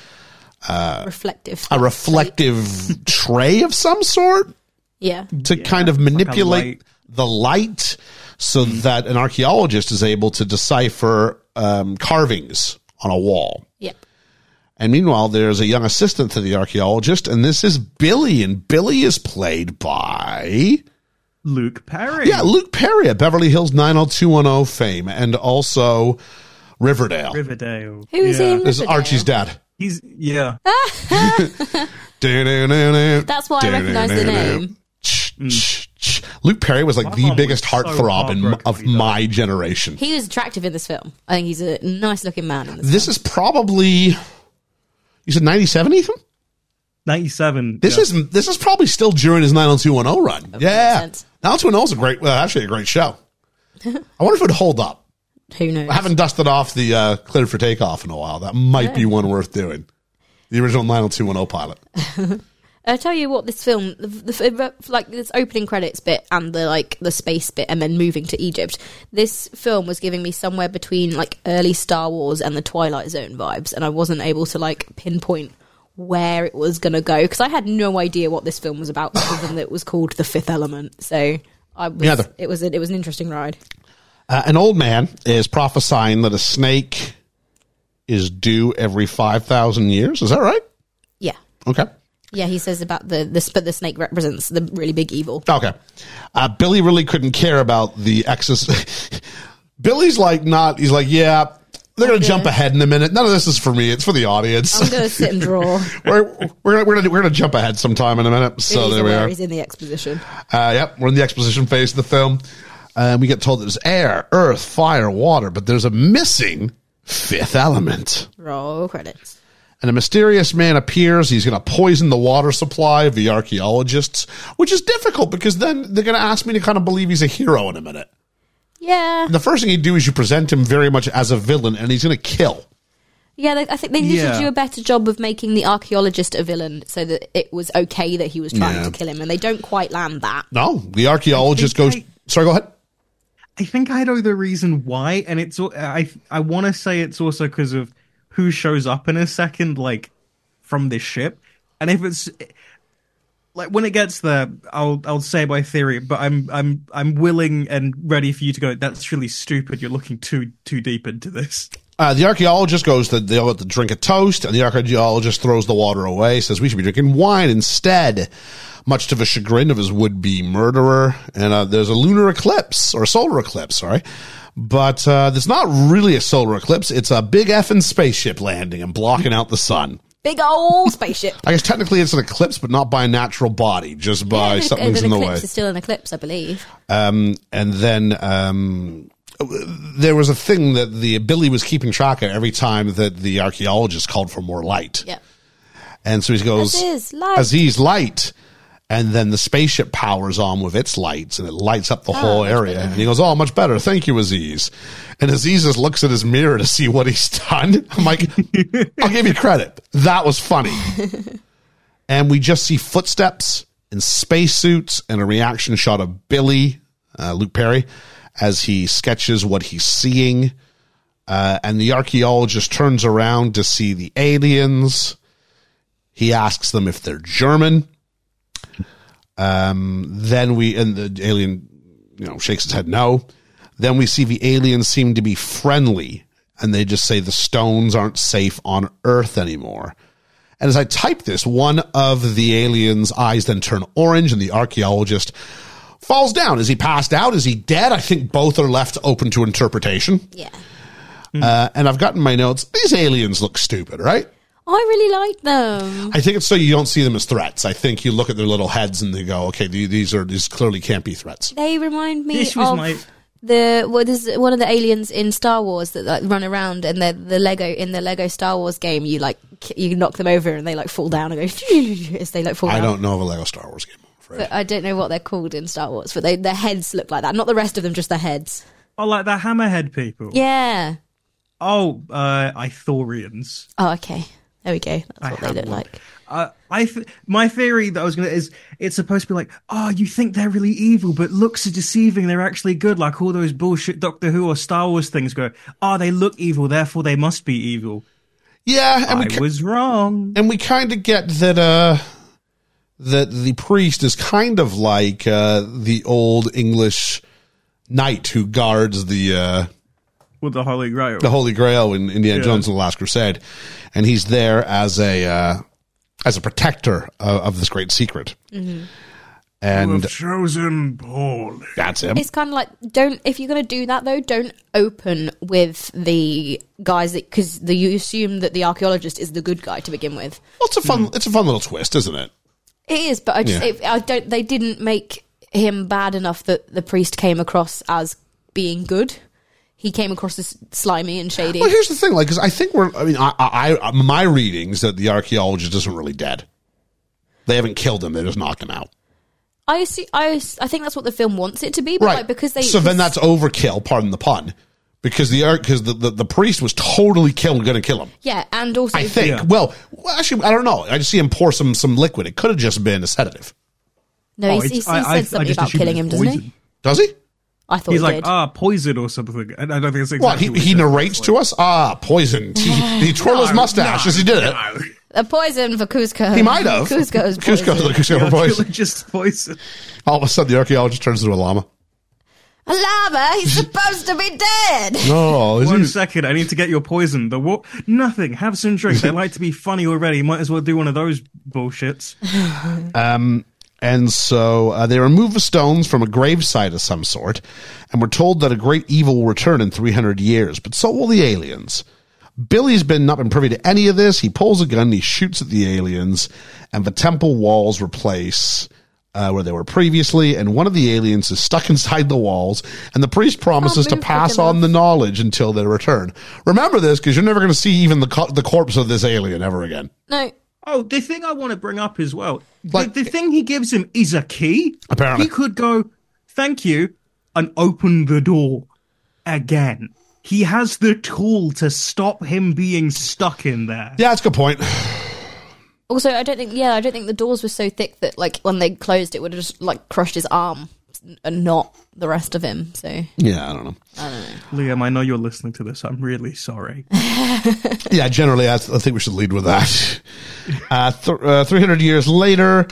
Reflective.
a reflective tray of some sort
yeah,
to kind of manipulate
light.
the light so that an archaeologist is able to decipher um, carvings on a wall.
yep.
And meanwhile, there's a young assistant to the archaeologist, and this is Billy, and Billy is played by
Luke Perry.
yeah Luke Perry at Beverly Hills 90210 fame, and also Riverdale.
Riverdale.
Who is
yeah.
in
This is
Riverdale?
Archie's dad.
He's yeah.
That's
That's why I recognise the name.
Luke Perry was like
Hmm. My
the
mom
diggest
was so
heartthrob in,
heartbroken
of
when he died.
my generation.
He was attractive in this film. I think he's a nice looking man in this.
This is probably you said 97 Ethan.
Ninety seven.
This is this is probably still during his 90210 run.
makes
yeah.
sense.
90210 is a great well, actually a great
<laughs>
show. I wonder if it would hold up.
Who knows?
I haven't dusted off the uh, clear for takeoff in a while. That might be one worth doing. The original 90210 pilot.
I tell you what, this film, the, the like this opening credits bit and the like the space bit, and then moving to Egypt. This film was giving me somewhere between like early Star Wars and the Twilight Zone vibes, and I wasn't able to like pinpoint where it was gonna go because I had no idea what this film was about, other than that it was called The Fifth Element. So I was,
Neither.
it was a, it was an interesting ride.
Uh, an old man is prophesying that a snake is due every 5,000 years. Is that right?
Yeah,
Okay.
yeah. He says about the this, but the snake represents the really big evil.
Okay. Uh, Billy <laughs> really couldn't care about the excess. Billy's like, not, he's like, yeah, They're going
Okay. Um,
to jump ahead in a minute. None of this is for me. It's for the audience.
I'm gonna sit and draw.
<laughs> we're we're gonna, we're gonna, we're gonna jump ahead sometime in a minute. So
Billy's
there we
aware
are.
He's in the exposition.
Uh, yep, we're in the exposition phase of the film, and we get told there's air, earth, fire, water, but there's a missing fifth element.
Roll credits.
And a mysterious man appears. He's going to poison the water supply of the archaeologists, which is difficult because then they're going to ask me to kind of believe he's a hero in a minute.
Yeah,
And the first thing you do is you present him very much as a villain, and he's going to kill.
yeah. They, I think they need
Yeah.
to do a better job of making the archaeologist a villain, so that it was okay that he was trying
Yeah.
to kill him, and they don't quite land that.
No, the archaeologist
I
goes.
think
sorry, go ahead.
I think I know the reason why, and it's al- I I want to say it's also because of who shows up in a second, like from this ship, and if it's like when it gets there, I'll I'll say my theory, but I'm I'm I'm willing and ready for you to go. That's really stupid. You're looking too too deep into this.
Uh, the archaeologist goes to they'll have to drink a toast, and the archaeologist throws the water away. Says we should be drinking wine instead, much to the chagrin of his would-be murderer. And uh, there's a lunar eclipse or a solar eclipse, sorry, but uh, it's not really a solar eclipse. It's a big effing spaceship landing and blocking out the sun.
Big old spaceship.
I guess technically it's an eclipse, but not by a natural body, just by
Yeah, an-
something's
an
in the way.
eclipse is still an eclipse, I believe.
and then um, there was a thing that the Billy was keeping track of every time that the archaeologist called for more light,
Yeah.
and so he goes
Aziz, light.
Aziz, light. And then the spaceship powers on with its lights, and it lights up the whole
Ah, much
area.
better.
And he goes, "Oh, much better, thank you, Aziz." And Aziz just looks at his mirror to see what he's <laughs> done. I'm like, "I'll give you credit. That was funny."
<laughs>
and we just see footsteps in spacesuits and a reaction shot of Billy, uh, Luke Perry, as he sketches what he's seeing. Uh, and the archaeologist turns around to see the aliens. He asks them if they're German. Um, then we, and the alien, you know, shakes his head no. Then we see the aliens seem to be friendly and they just say the stones aren't safe on Earth anymore. And as I type this, one of the alien's eyes then turn orange, and the archaeologist falls down. Is he passed out? Is he dead? I think both are left open to interpretation.
Yeah.
Uh, and I've gotten my notes. These aliens look stupid, right?
I really like them.
I think it's so you don't see them as threats. I think you look at their little heads and they go, "Okay, the- these are these clearly can't be threats."
They remind me
This was
of
my-
the what is it- one of the aliens in Star Wars that like run around and they're the Lego in the Lego Star Wars game. You like k- you knock them over and they like fall down and go <laughs> as they like fall
I
down.
don't know of a Lego Star Wars game. I'm afraid.
But I don't know what they're called in Star Wars, but they, their heads look like that. Not the rest of them, just their heads.
Oh, like the hammerhead people.
Yeah.
Oh, uh, Ithorians.
Oh, okay. There we go. That's what they
have
look
one.
like.
Uh, I th- my theory that I was gonna is it's supposed to be like, oh, you think they're really evil, but looks are deceiving. They're actually good, like all those bullshit Doctor Who or Star Wars things go. Oh, they look evil, therefore they must be evil.
yeah, and
I
we, ki-
was wrong.
and we kind of get that uh that the priest is kind of like uh the old English knight who guards the uh
With the Holy Grail.
the Holy Grail in Indiana
Yeah.
Jones and the Last Crusade, and he's there as a uh, as a protector of, of this great secret. And
chosen Paul.
that's him.
It's kind of like don't if you're going to do that though, don't open with the guys that because you assume that the archaeologist is the good guy to begin with.
Well, it's a fun it's a fun little twist, isn't it?
It is, but I just
Yeah.
it, I don't. They didn't make him bad enough that the priest came across as being good. He came across as slimy and shady.
Well, here's the thing, like, 'cause I think we're. I mean, I, I, I my readings that the archaeologist isn't really dead. They haven't killed him; they just knocked him out.
I see. I, s- I think that's what the film wants it to be, but like, because they
so then
because-
that's overkill. Pardon the pun, because the because the, the the priest was totally killed, going to kill him.
yeah, and also
I think. Well, well, actually, I don't know. I just see him pour some some liquid. It could have just been a sedative.
no,
Oh,
he, he, he said something about killing him, doesn't he?
Does he?
I thought
He's
he
like,
did.
ah, poison or something. And I don't think it's exactly
What he,
he
he
said.
narrates to us? Ah, poisoned.
<laughs>
He, he twirled his mustache as he did it.
a poison for Cusco.
He might have.
Cusco is
Cusco,
poison.
Cusco for <laughs> poison.
<laughs> Just poison.
All of a sudden, the archaeologist turns into a llama.
A llama. He's supposed to be dead.
Oh,
One second, I need to get your poison. The what? Nothing. Have some drinks. I like to be funny already. Might as well do one of those bullshits.
And so uh, they remove the stones from a gravesite of some sort, and we're told that a great evil will return in 300 years, but so will the aliens. Billy's been not been privy to any of this. He pulls a gun, he shoots at the aliens, and the temple walls replace uh, where they were previously. And one of the aliens is stuck <laughs> inside the walls, and the priest promises to
move quick
pass on
enough.
the knowledge until their return. Remember this, because you're never going to see even the co- the corpse of this alien ever again.
No.
Oh, the thing I want to bring up as well.
Like-
the, the thing he gives him is a key.
Apparently.
He could go, thank you, and open the door again. He has the tool to stop him being stuck in there.
Yeah, that's a good point. <sighs>
Also, I don't think. Yeah, I don't think the doors were so thick that like when they closed, it would have just like crushed his arm and not the rest of him. So
Yeah, I don't know.
Liam, I know you're listening to this. I'm
<laughs>
really sorry.
Yeah, generally, I, th- I think we should lead with that. Uh, th- uh, 300 years later,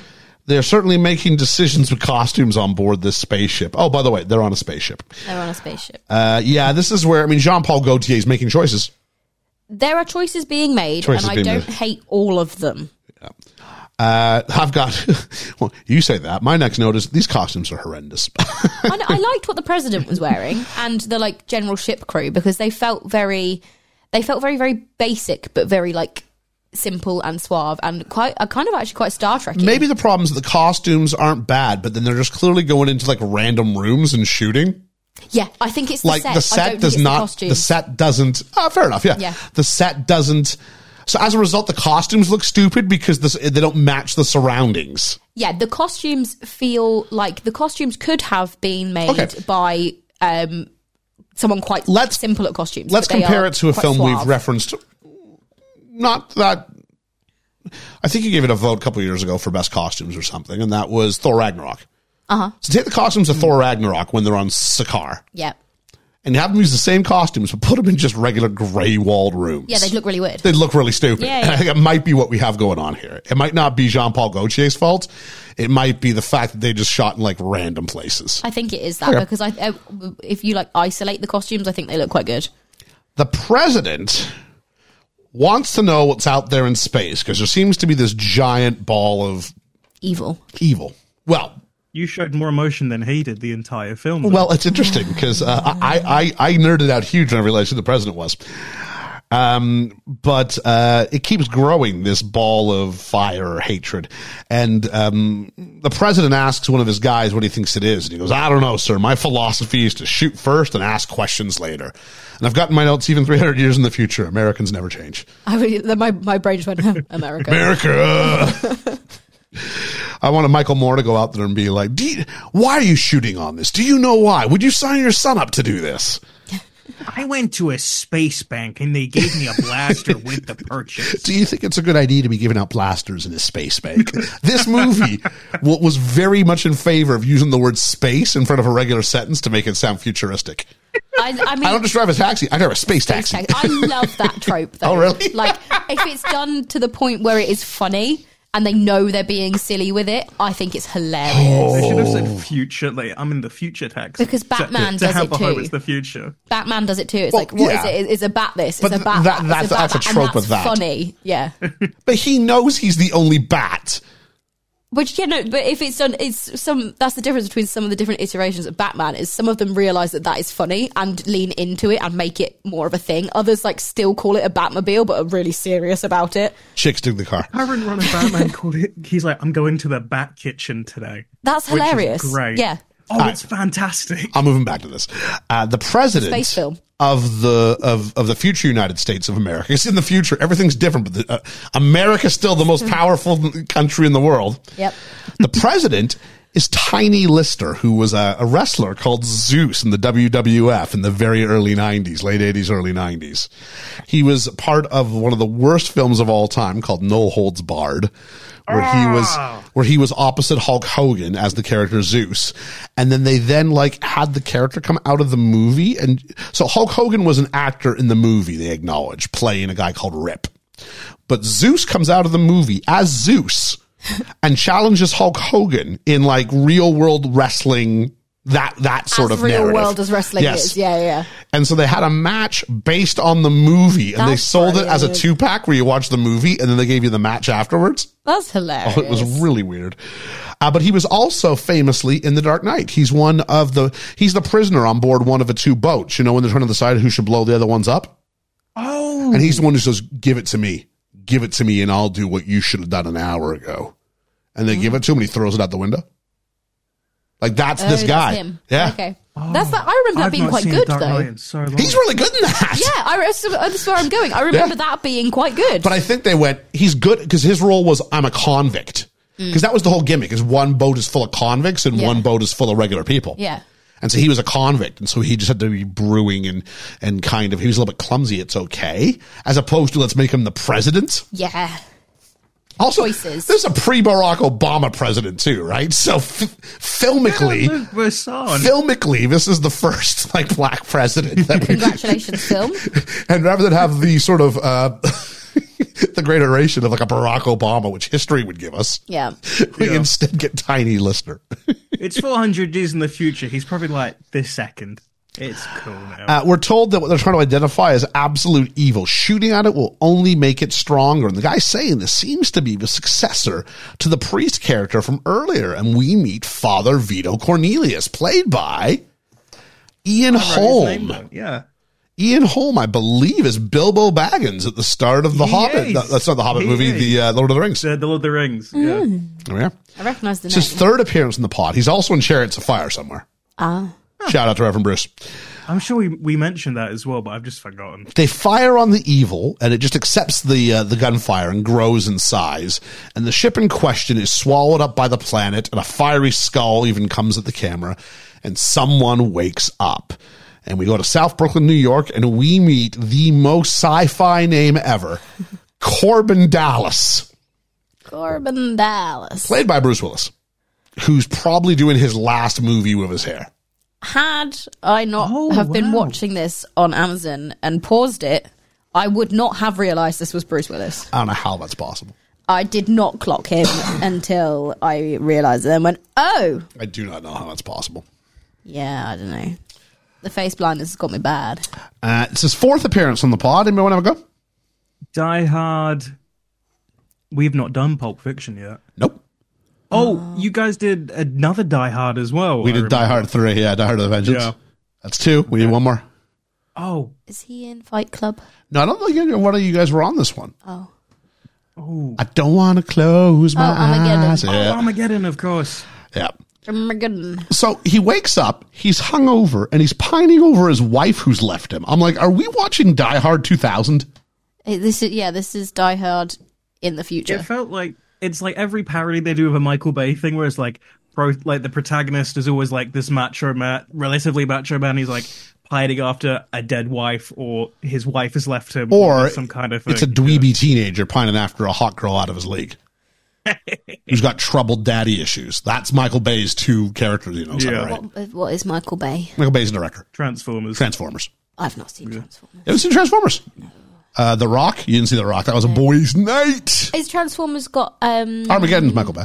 they're certainly making decisions with costumes on board this spaceship. Oh, by the way, they're on a spaceship.
they're on a spaceship.
Uh, yeah, this is where, I mean, Jean Paul Gaultier is making choices.
there are choices being made,
Choices
and I
being
don't
made.
hate all of them.
Uh, I've got, <laughs> well, you say that. My next note is these costumes are horrendous. <laughs>
I, I liked what the president was wearing and the like general ship crew because they felt very, they felt very very basic but very like simple and suave and quite uh, kind of actually quite Star Trek.
Maybe the problem is that the costumes aren't bad, but then they're just clearly going into like random rooms and shooting.
yeah, I think it's the
like
set.
the
I
set
don't
does
think it's
not
the,
the,
costume.
set doesn't oh, fair enough yeah.
Yeah.
the set doesn't so as a result the costumes look stupid because this, they don't match the surroundings
yeah, the costumes feel like the costumes could have been made
Okay.
by um, someone quite
Let's-
simple at costumes.
let's
but they
compare
are
it to a
quite
film
suave.
we've referenced not that i think you gave it a vote a couple years ago for best costumes or something and that was thor ragnarok uh-huh. So take the costumes of Thor Ragnarok when they're on Sakaar,
Yeah,
and have them use the same costumes, but put them in just regular grey walled rooms.
yeah, they look really weird.
they look really stupid.
Yeah,
And I
yeah.
think <laughs> it might be what we have going on here. It might not be Jean Paul Gaultier's fault. It might be the fact that they just shot in like random places.
I think it is that because I, uh, if you like isolate the costumes, I think they look quite good.
The president wants to know what's out there in space because there seems to be this giant ball of
Evil. <laughs>
evil. Well,
You showed more emotion than he did the entire film. though.
well, it's interesting because uh, I, I I nerded out huge when I realized who the president was. Um, but uh, it keeps growing this ball of fire or hatred, and um, the president asks one of his guys what he thinks it is, and he goes, "I don't know, sir. My philosophy is to shoot first and ask questions later." And I've gotten my notes even 300 years in the future. Americans never change.
I really, then my my brain just went "Huh, America.
America. <laughs> I wanted Michael Moore to go out there and be like, Do you- "Why are you shooting on this? Do you know why? Would you sign your son up to do this?"
I went to a space bank and they gave me a blaster with the
<laughs>
purchase.
Do you think it's a good idea to be giving out blasters in a space bank? this movie wa- was very much in favor of using the word space in front of a regular sentence to make it sound futuristic.
I, I mean,
I don't just drive a taxi, I drive a space
space
taxi.
taxi. I love
<laughs>
that trope. Though.
Oh, really?
Like if it's done to the point where it is funny and they know they're being silly with it, I think it's hilarious.
Oh.
They should have said future. Like I'm in the future tax
Because Batman
to
does
have
it
a hope
too.
is the future.
Batman does it too. It's
Well,
like what is
yeah.
it? It's about this.
But
it's about
that-
that.
that's-
it's about
that's a
that. And
trope of
that's
that.
Funny,
<laughs>
yeah.
But he knows he's the only bat.
Which you know, but if it's done, it's some. That's the difference between some of the different iterations of Batman. Is some of them realize that that is funny and lean into it and make it more of a thing. Others like still call it a Batmobile, but are really serious about it.
Chicks dig the car.
Aaron running Batman called it. He's like, I'm going to the Bat Kitchen today.
That's
Which is
hilarious.
great.
Yeah.
Oh,
Alright.
it's fantastic.
I'm moving back to this. Uh, the president
Space film.
of the of of the future United States of America. It's in the future. Everything's different, but the, uh, America's still the most powerful country in the world.
Hmm. Yep.
The president is Tiny Lister, who was a, a wrestler called Zeus in the WWF in the very early 90s, late 80s, early 90s. He was part of one of the worst films of all time called No Holds Barred, where he was where he was opposite Hulk Hogan as the character Zeus. And then they then like had the character come out of the movie. And so Hulk Hogan was an actor in the movie, they acknowledge, playing a guy called Rip. But Zeus comes out of the movie as Zeus and challenges Hulk Hogan in like real world wrestling. That that sort
as
of
real
narrative.
world as wrestling
Yes.
is. Yeah, yeah.
And so they had a match based on the movie, and they
That's
sold it as a
brilliant.
two pack where you watch the movie and then they gave you the match afterwards. <laughs>
That's hilarious. Oh,
Oh, it was really weird. Uh, but he was also famously in The Dark Knight. He's one of the, he's the prisoner on board one of the two boats, you know, when they're trying to decide who should blow the other ones up.
Oh,
And he's the one who says, give it to me. Give it to me and I'll do what you should have done an hour ago. And they give it to him and he throws it out the window. Like that's
Oh,
this
that's
guy.
him.
Yeah.
Okay. that's that. I remember that
Oh, I've
being
not
quite
seen
good
Dark Knight
though.
in so long.
He's really good in that.
Yeah, I, re- that's- that's where I'm going. I remember
Yeah.
that being quite good.
But I think they went, he's good because his role was I'm a convict. Because that was the whole gimmick is one boat is full of convicts and
Mm. Yeah.
one boat is full of regular people.
Yeah.
And so he was a convict. And so he just had to be brewing and, and kind of, he was a little bit clumsy. It's okay. As opposed to let's make him the president. <laughs>
yeah,
Also,
choices.
there's a pre Barack Obama president too, right? So f- filmically,
Luke Besson.
filmically, this is the first <laughs> like black president that we
congratulations, film.
<laughs> and rather than have the sort of uh, <laughs> the great iteration of like a Barack Obama, which history would give us,
Yeah.
<laughs> we
Yeah.
instead get tiny listener.
It's 400 years in the future. He's probably like this second. It's cool now.
Uh, we're told that what they're trying to identify is absolute evil. Shooting at it will only make it stronger. And the guy saying this seems to be the successor to the priest character from earlier. And we meet Father Vito Cornelius, played by Ian
I wrote his name
Holm.
down. Yeah.
Ian Holm, I believe, is Bilbo Baggins at the start of the
He
Hobbit.
is.
no, that's not the Hobbit
He
movie,
is.
the uh, Lord of the Rings.
The, the Lord of the Rings. Yeah.
Mm.
There we are.
I recognise the
Oh, It's
name.
his third appearance in the pod. He's also in Chariots of Fire somewhere. Ah. Shout out to Reverend Bruce.
I'm sure we, we mentioned that as well, but I've just forgotten.
They fire on the evil, and it just accepts the uh, the gunfire and grows in size. And the ship in question is swallowed up by the planet, and a fiery skull even comes at the camera. And someone wakes up, and we go to South Brooklyn, New York, and we meet the most sci-fi name ever, <laughs> Corbin Dallas.
Corbin Dallas
played by Bruce Willis, who's probably doing his last movie with his hair.
had I not
Oh,
have been
wow.
watching this on Amazon and paused it, I would not have realised this was Bruce Willis.
I don't know how that's possible.
I did not clock
<coughs>
him until I realised it and went, oh,
I do not know how that's possible.
yeah, I don't know. The face blindness has got me bad.
Uh, it's his fourth appearance on the pod. Anybody want to have a go?
Die Hard. We've not done Pulp Fiction yet.
Nope.
Oh, you guys did another Die Hard as well.
We
I
did
remember.
Die Hard 3. Yeah, Die Hard of the Vengeance.
Yeah.
That's two. We need one more.
Oh,
Is he in Fight Club?
No, I don't think either one of you guys were on this one.
Oh.
I don't want to close my
Oh, Armageddon.
eyes.
Oh,
oh
Yeah.
Armageddon, of course.
yeah.
Armageddon.
So he wakes up, he's hungover, and he's pining over his wife who's left him. I'm like, are we watching Die Hard 2000?
Eh, This is yeah. This is Die Hard in the
It
future.
felt like it's like every parody they do of a Michael Bay thing, where it's like, pro, like the protagonist is always like this macho man, relatively macho man. He's like pining after a dead wife, or his wife has left him,
or
some kind of.
it's a
thing.
dweeby teenager pining after a hot girl out of his
<laughs>
league who's got troubled daddy issues. That's Michael Bay's two characters, you know. is that
Yeah.
right?
What, what is Michael Bay?
Michael Bay's a director.
Transformers.
Transformers.
I've not seen Transformers.
Have you seen Transformers? Uh, the Rock. You didn't see The Rock. That was a boys' night.
Is Transformers got um
Armageddon's Michael Bay.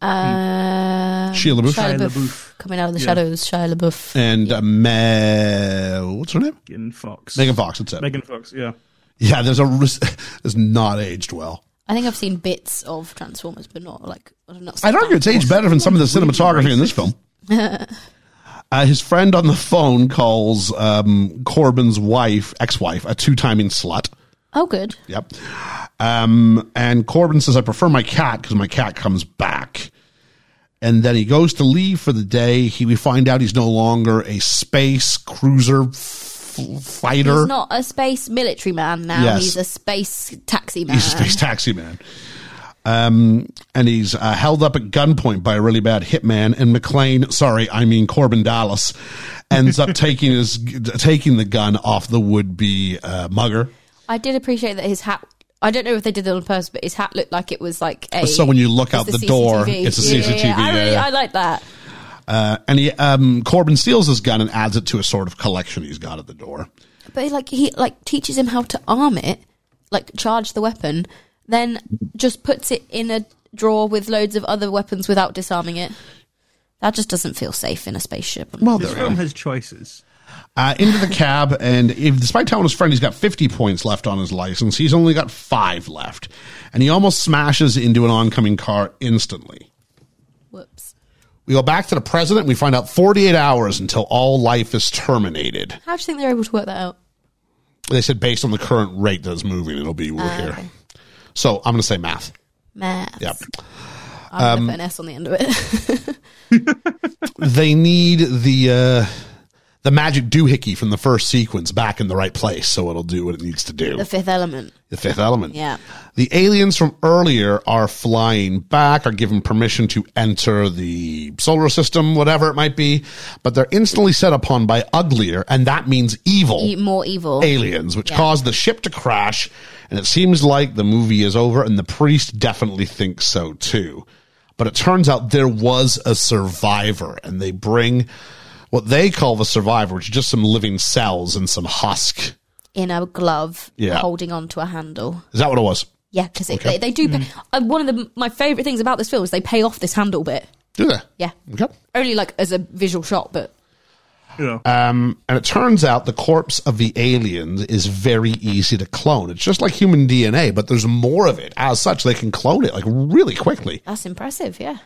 uh,
Mm. Shia LaBeouf.
Shia
Shia
LaBeouf
LaBeouf.
coming out of the shadows? Shia LaBeouf.
And uh, Ma- what's her name?
Megan Fox.
Megan Fox. That's it.
Megan Fox. Yeah.
Yeah, there's a <laughs> ris- there's not aged well.
I think I've seen bits of Transformers, but not like I've not. Seen
I'd argue it's
Transformers.
aged better than some of the cinematography in this film. Uh, his friend on the phone calls um, Corbin's wife, ex-wife, a two-timing slut.
Oh, good.
Yep. Um, and Corbin says, "I prefer my cat because my cat comes back." And then he goes to leave for the day. He we find out he's no longer a space cruiser f- fighter.
He's not a space military man now.
Yes.
He's a space taxi man.
He's a
<laughs>
space taxi man. Um, and he's uh, held up at gunpoint by a really bad hitman. And McLean, sorry, I mean Corbin Dallas, ends
<laughs>
up taking his taking the gun off the would be uh, mugger.
I did appreciate that his hat. I don't know if they did it on purpose, but his hat looked like it was like a.
So when you look out
it's
the, door, it's a
Yeah, yeah,
CCTV.
yeah. I
yeah,
really,
yeah.
I like that.
Uh, and he, um, Corbin steals his gun and adds it to a sort of collection he's got at the door.
But like he like teaches him how to arm it, like charge the weapon, then just puts it in a drawer with loads of other weapons without disarming it. That just doesn't feel safe in a spaceship.
Well,
This
there
film
we go.
has choices.
Uh, into the cab, and if, despite telling his friend he's got 50 points left on his license, he's only got five left. And he almost smashes into an oncoming car instantly.
Whoops.
We go back to the president. We find out 48 hours until all life is terminated.
How do you think they're able to work that out?
They said based on the current rate that's moving, it'll be we're here.
Ah, okay.
So I'm going to say math.
Math.
Yep. Um,
I'm gonna put an S on the end of it. <laughs>
they need the uh, the magic doohickey from the first sequence back in the right place, so it'll do what it needs to do.
the Fifth Element.
The fifth element.
Yeah.
The aliens from earlier are flying back, are given permission to enter the solar system, whatever it might be, but they're instantly set upon by uglier, and that means evil
Eat E, more evil.
aliens, which caused the ship to crash. And it seems like the movie is over, and the priest definitely thinks so too. But it turns out there was a survivor, and they bring what they call the survivor, which is just some living cells and some husk.
in a glove,
Yeah.
holding onto a handle.
Is that what it was?
Yeah, because they, they do. Pay, uh, one of the, my favorite things about this film is they pay off this handle bit.
Do they?
Yeah,
Okay.
only like as a visual shot, but
Yeah.
Um, and it turns out the corpse of the aliens is very easy to clone. It's just like human DNA, but there's more of it. As such, they can clone it like really quickly.
that's impressive. Yeah,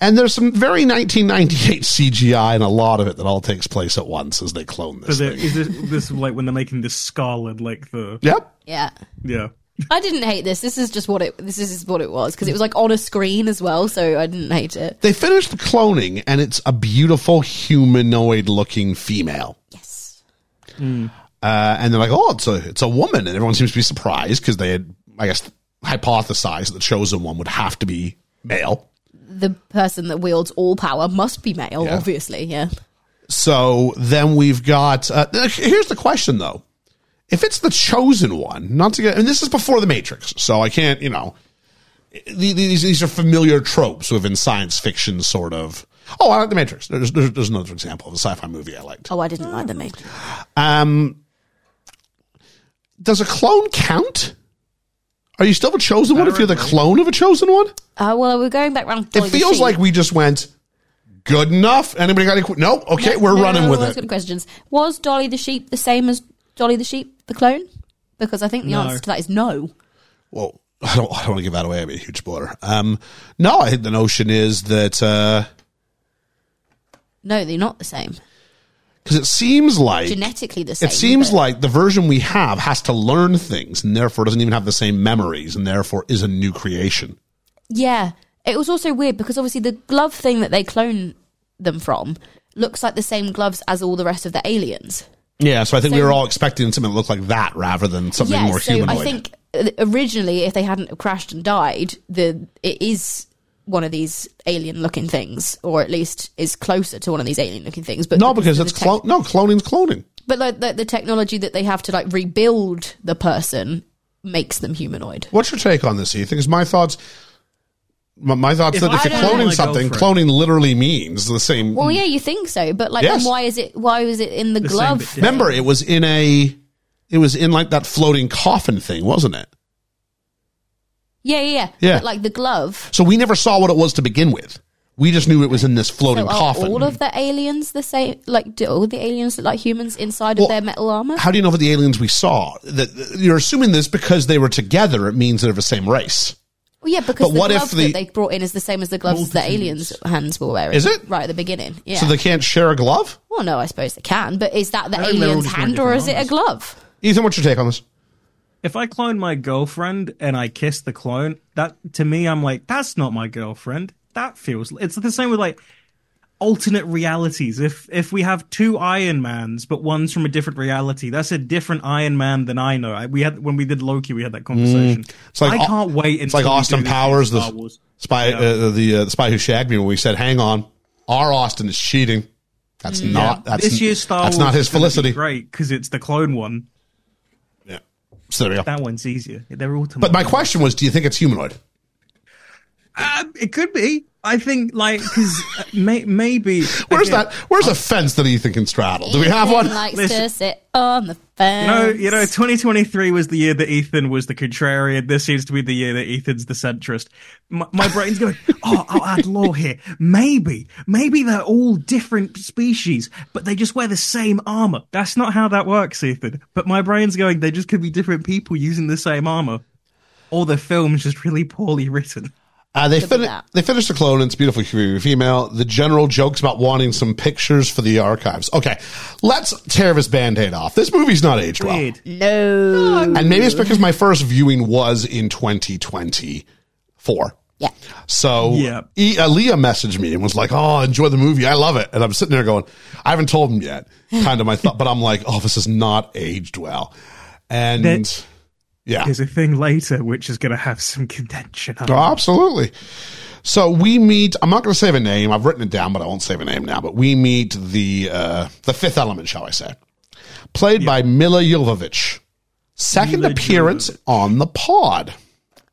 And there's some very 1998 CGI and a lot of it that all takes place at once as they clone
So
this.
there,
thing.
is this, this like when they're making this scarlet, like the
Yep.
yeah.
yeah.
I didn't hate this. This is just what it. This is what it was because it was like on a screen as well, so I didn't hate it.
They finished the cloning and it's a beautiful humanoid looking female.
Yes,
Uh, and they're like, oh, it's a, it's a woman. And everyone seems to be surprised because they had, I guess, hypothesized that the chosen one would have to be male.
the person that wields all power must be male,
Yeah.
obviously. Yeah,
So then we've got. Uh, here's the question, though: If it's the chosen one, not to get, and this is before the Matrix, so I can't, you know, the- these these are familiar tropes within science fiction, sort of. Oh, I like the Matrix. There's there's, there's another example of a sci-fi movie I liked.
Oh, I didn't like the Matrix.
Um, does a clone count? Are you still the chosen one if you're the clone of a chosen one?
Uh, well, we're going back round.
It feels like we just went good enough. Anybody got any? que- No, okay, we're running with it.
Good questions. Was Dolly the sheep the same as Dolly the sheep, the clone? Because I think the
No.
answer to that is no.
well, <laughs> I don't, I don't want to give that away. I'd be a huge spoiler. Um, no, I think the notion is that uh, because
No, they're not the same.
it seems like
Genetically the same.
it seems
but-
like the version we have has to learn things and therefore doesn't even have the same memories and therefore is a new creation.
Yeah. It was also weird because obviously the glove thing that they clone them from looks like the same gloves as all the rest of the aliens.
Yeah, so I think we were all expecting something that looked like that rather than something
yeah,
more
so
humanoid.
I think uh, originally if they hadn't have crashed and died, the it is one of these alien looking things, or at least is closer to one of these alien looking things. But
no, because
of
it's
the tech-
clone. No, cloning's cloning.
But like the, the technology that they have to like rebuild the person makes them humanoid.
What's your take on this? Ethan? Because my thoughts, my, my thoughts
If
that if
I
you're
don't
cloning
like
something,
girlfriend-
cloning literally means the same.
Well, yeah, you think so, but like,
Hmm. Yes.
then why is it? Why was it in the,
The same
glove?
bit, yeah.
Remember, it was in a, it was in like that floating coffin thing, wasn't it?
Yeah, yeah, yeah.
Yeah.
But like the glove.
So we never saw what it was to begin with. We just knew it was in this floating
So are
coffin.
all of the aliens the same? Like, do all the aliens look like humans inside
Well,
of their metal armor?
How do you know that the aliens we saw? That that- you're assuming this because they were together. It means they're of the same race.
well, yeah, because
but
the
what if
glove
the-
that they brought in is the same as the gloves that the aliens' hands were wearing.
Is it?
right at the beginning? Yeah.
So they can't share a glove.
well, no, I suppose they can, but is that the
I think they're all
alien's
just wearing
hand or is it
different
a glove?
Ethan, what's your take on this?
If I clone my girlfriend and I kiss the clone, that to me, I'm like, that's not my girlfriend. That feels. It's the same with like alternate realities. If if we have two Iron Mans, but one's from a different reality, that's a different Iron Man than I know. I, we had when we did Loki, we had that conversation.
Mm. It's like
I can't wait.
It's like
until we
Austin
do this in
Powers,
Star
the
Wars.
spy, uh, the uh, the spy who shagged me. When we said, "Hang on, our Austin is cheating." That's
Mm.
not that's
this year's Star
That's
Wars
not his
is gonna be
Felicity.
Great because it's the clone one.
Yeah. So there we go.
That one's easier. They're all.
But my question was, do you think it's humanoid?
Um, it could be. I think like because may- maybe
<laughs> Where's
again,
that? Where's a fence that Ethan can straddle? Do we have one?
Ethan Likes
Listen.
to sit on the fence.
No, you know, 2023 was the year that Ethan was the contrarian. This seems to be the year that Ethan's the centrist. My, my brain's going, <laughs> oh, I'll add law here. Maybe, maybe they're all different species, but they just wear the same armor. That's not how that works, Ethan. But my brain's going, they just could be different people using the same armor. Or the film's just really poorly written.
Uh, they,
Could be
fin-
that.
they finished the clone. and It's a beautiful fe- female. The general jokes about wanting some pictures for the archives. Okay, let's tear this band-aid off. This movie's not aged well.
Weird.
No.
And maybe it's because my first viewing was in 2024.
Yeah.
So
Yeah.
E- uh, Leah messaged me and was like, "Oh, enjoy the movie. I love it." And I'm sitting there going, "I haven't told him yet." Kind of my thought, but I'm like, "Oh, this is not aged well." And
That-
yeah,
There's a thing later which is going to have some contention.
Oh, absolutely. So we meet. I'm not going to save a name. I've written it down, but I won't save a name now. But we meet the uh, the fifth element, shall I say, played by Mila Jovovich. Second
Mila
appearance
Jovovich.
on the pod.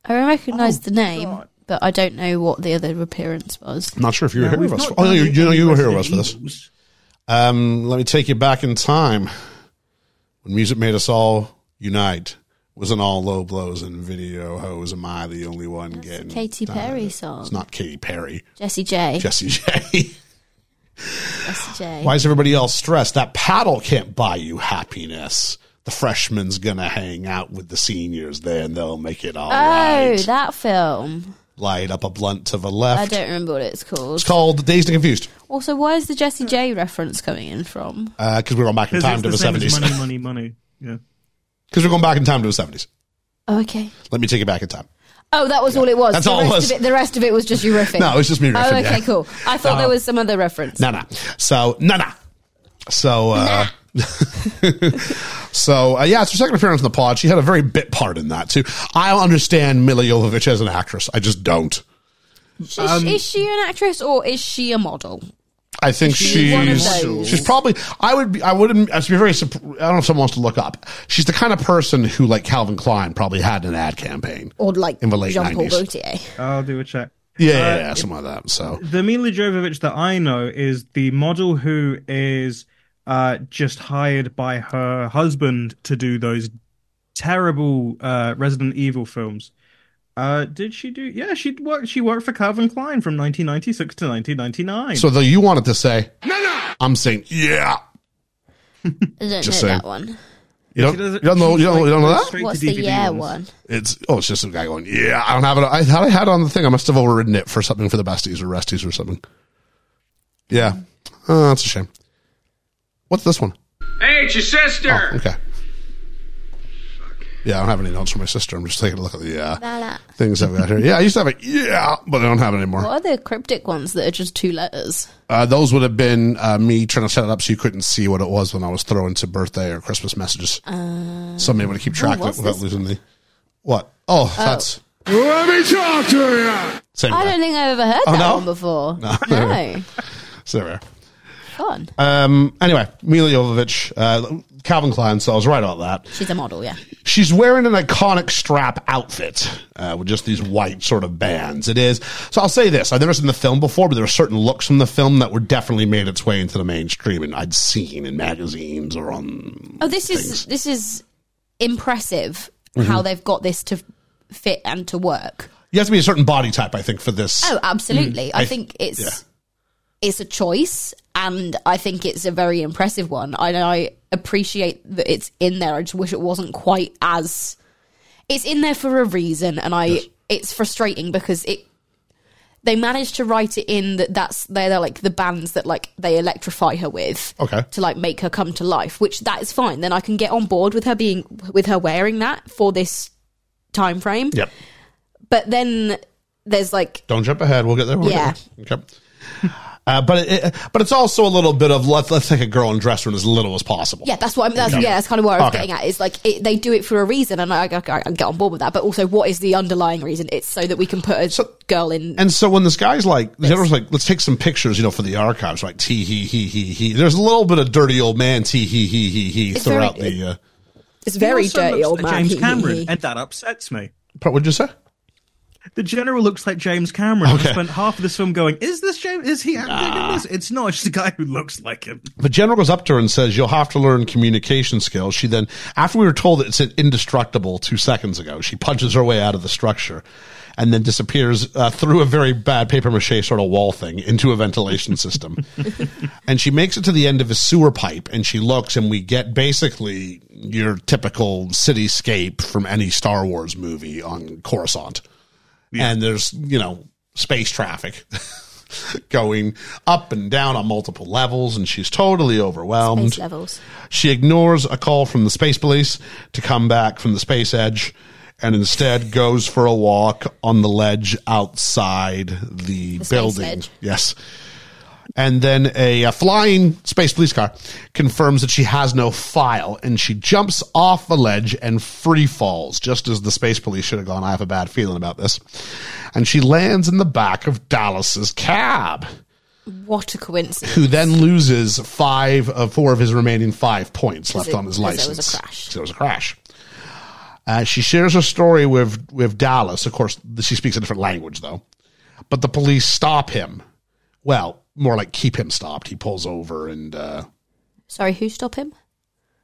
I
Oh,
recognise the name, but I don't know what the other appearance was.
I'm not sure if you were here
We've
with us.
not
Oh, no,
done
you, you know
any
you were here with us
Resident
for this.
Evils.
Um, let me take you back in time when music made us all unite. Was in all low blows and video hoes. Am I the only one getting?
Katy Perry song.
It's not Katy Perry.
Jesse J.
Jesse J. <laughs>
Jesse J.
Why is everybody else stressed? That paddle can't buy you happiness. The freshman's gonna hang out with the seniors there, and they'll make it all
oh,
right.
that film.
Light up a blunt to the
I
left.
don't remember what it's called.
It's called Dazed and Confused
Also, why is the Jesse J reference coming in from?
because uh, we're going back in
'Cause
time
it's
to the
same as
seventies.
Money, money, money. Yeah.
Because we're going back in time to the seventies.
Oh, okay.
Let me take it back in time.
Oh, that was all it was.
That's
the
all it
rest
was.
Of it, the rest of it was just you
<laughs>
riffing.
No, it was just me
Oh,
riffing,
okay,
yeah.
cool. I thought there was some other reference.
Nah, nah. So nah, nah. So uh, <laughs> so uh, yeah, it's her second appearance in the pod. She had a very bit part in that too. I don't understand Mila Jovovich as an actress. I just don't.
Is,
um,
is she an actress or is she a model?
I think
She's one of
she's
those.
she's probably. I would be. I wouldn't. I'd be very. surp- I don't know if someone wants to look up. She's the kind of person who, like Calvin Klein, probably had an ad campaign.
Or like
In the late
Jean Paul
90s.
Gaultier.
I'll do a check.
Yeah, yeah, yeah, something like that. So
The Mila Jovovich that I know is the model who is uh, just hired by her husband to do those terrible uh, Resident Evil films. Uh, did she do? Yeah, she worked. She worked for Calvin Klein from 1996 to 1999.
so though you wanted to say, I'm saying yeah.
I don't
Just
know
saying.
that one.
You don't,
She
you
doesn't-
don't know.
she's
You don't,
like
you don't know
goes
that.
straight to
What's the
DVD
yeah
ones.
one?
It's oh, it's just a guy going yeah. I don't have it. I thought I had it on the thing. I must have overridden it for something for the besties or resties or something. Yeah, oh, that's a shame. What's this one?
Hey, it's your sister.
Oh, okay. Yeah, I don't have any notes for my sister. I'm just taking a look at the uh,
Bala.
things I've got here. Yeah, I used to have a yeah, but I don't have it anymore.
What are the cryptic ones that are just two letters?
Uh, those would have been uh, me trying to set it up so you couldn't see what it was when I was throwing to birthday or Christmas messages. Somebody would keep track of it
what's
without
Uh, this?
losing the what? Oh, that's
Let me talk to you.
same.
I
guy.
don't think I've ever heard that
Oh, no?
one before. <laughs> No.
So there we are.
Fun.
Um, anyway, Mila Jovovich, uh, Calvin Klein. So I was right about that.
She's a model, yeah.
She's wearing an iconic strap outfit uh, with just these white sort of bands. It is. So I'll say this. I've never seen the film before, but there are certain looks from the film that were definitely made its way into the mainstream and I'd seen in magazines or on.
Oh, this is this is impressive
Mm-hmm.
how they've got this to fit and to work.
You have to be a certain body type, I think, for this.
Oh, absolutely. I,
I-
think it's
Mm. yeah.
it's a choice, and I think it's a very impressive one. And I appreciate that it's in there. I just wish it wasn't quite as. It's in there for a reason, and I. It's frustrating because it. They managed to write it in that that's they're, they're like the bands that like they electrify her with.
Okay.
To like make her come to life, which that is fine. Then I can get on board with her being with her wearing that for this time frame.
Yep.
But then there's like
Don't jump ahead. We'll get there. We'll
Yeah.
Get there. Okay. <laughs> Uh, but it, it- but it's also a little bit of let's let's take a girl and dress her in as little as possible.
Yeah, that's what I'm. That's, yeah. that's kind of where I was
Okay.
getting at. Is like it, they do it for a reason, and I, I, I can get on board with that. But also, what is the underlying reason? It's so that we can put a girl in.
And so when this guy's like, the general's like, let's take some pictures, you know, for the archives, like tee hee hee hee hee. There's a little bit of dirty old man tee hee hee hee hee
It's
throughout
very-
the. Uh,
It's
He
very
also
dirty
looks
old
like
man.
James
He-
Cameron,
he- he.
and that upsets me.
part, what'd you say?
The general looks like James Cameron.
Okay.
I spent half of this film going, "Is this James? Is he acting in this?" It's not. It's just a guy who looks like him.
The general goes up to her and says, "You'll have to learn communication skills." She then, after we were told that it's indestructible two seconds ago, she punches her way out of the structure, and then disappears uh, through a very bad paper mache sort of wall thing into a ventilation system. and she makes it to the end of a sewer pipe, and she looks, and we get basically your typical cityscape from any Star Wars movie on Coruscant. and there's you know space traffic <laughs> going up and down on multiple levels, and she's totally overwhelmed.
Base levels.
She ignores a call from the space police to come back from the space edge and instead goes for a walk on the ledge outside the,
space
building.
ledge.
Yes. And then a, a flying space police car confirms that she has no file and she jumps off the ledge and free falls, just as the space police should have gone. I have a bad feeling about this. And she lands in the back of Dallas's cab
What a coincidence.
who then loses five of four of his remaining five points left
it-
on his
'cause
license.
there was a crash.
So There was a crash. Uh, she shares her story with with Dallas. Of course, th- she speaks a different language though. But the police stop him. Well, more like keep him stopped. He pulls over and uh,
Sorry, who stop him?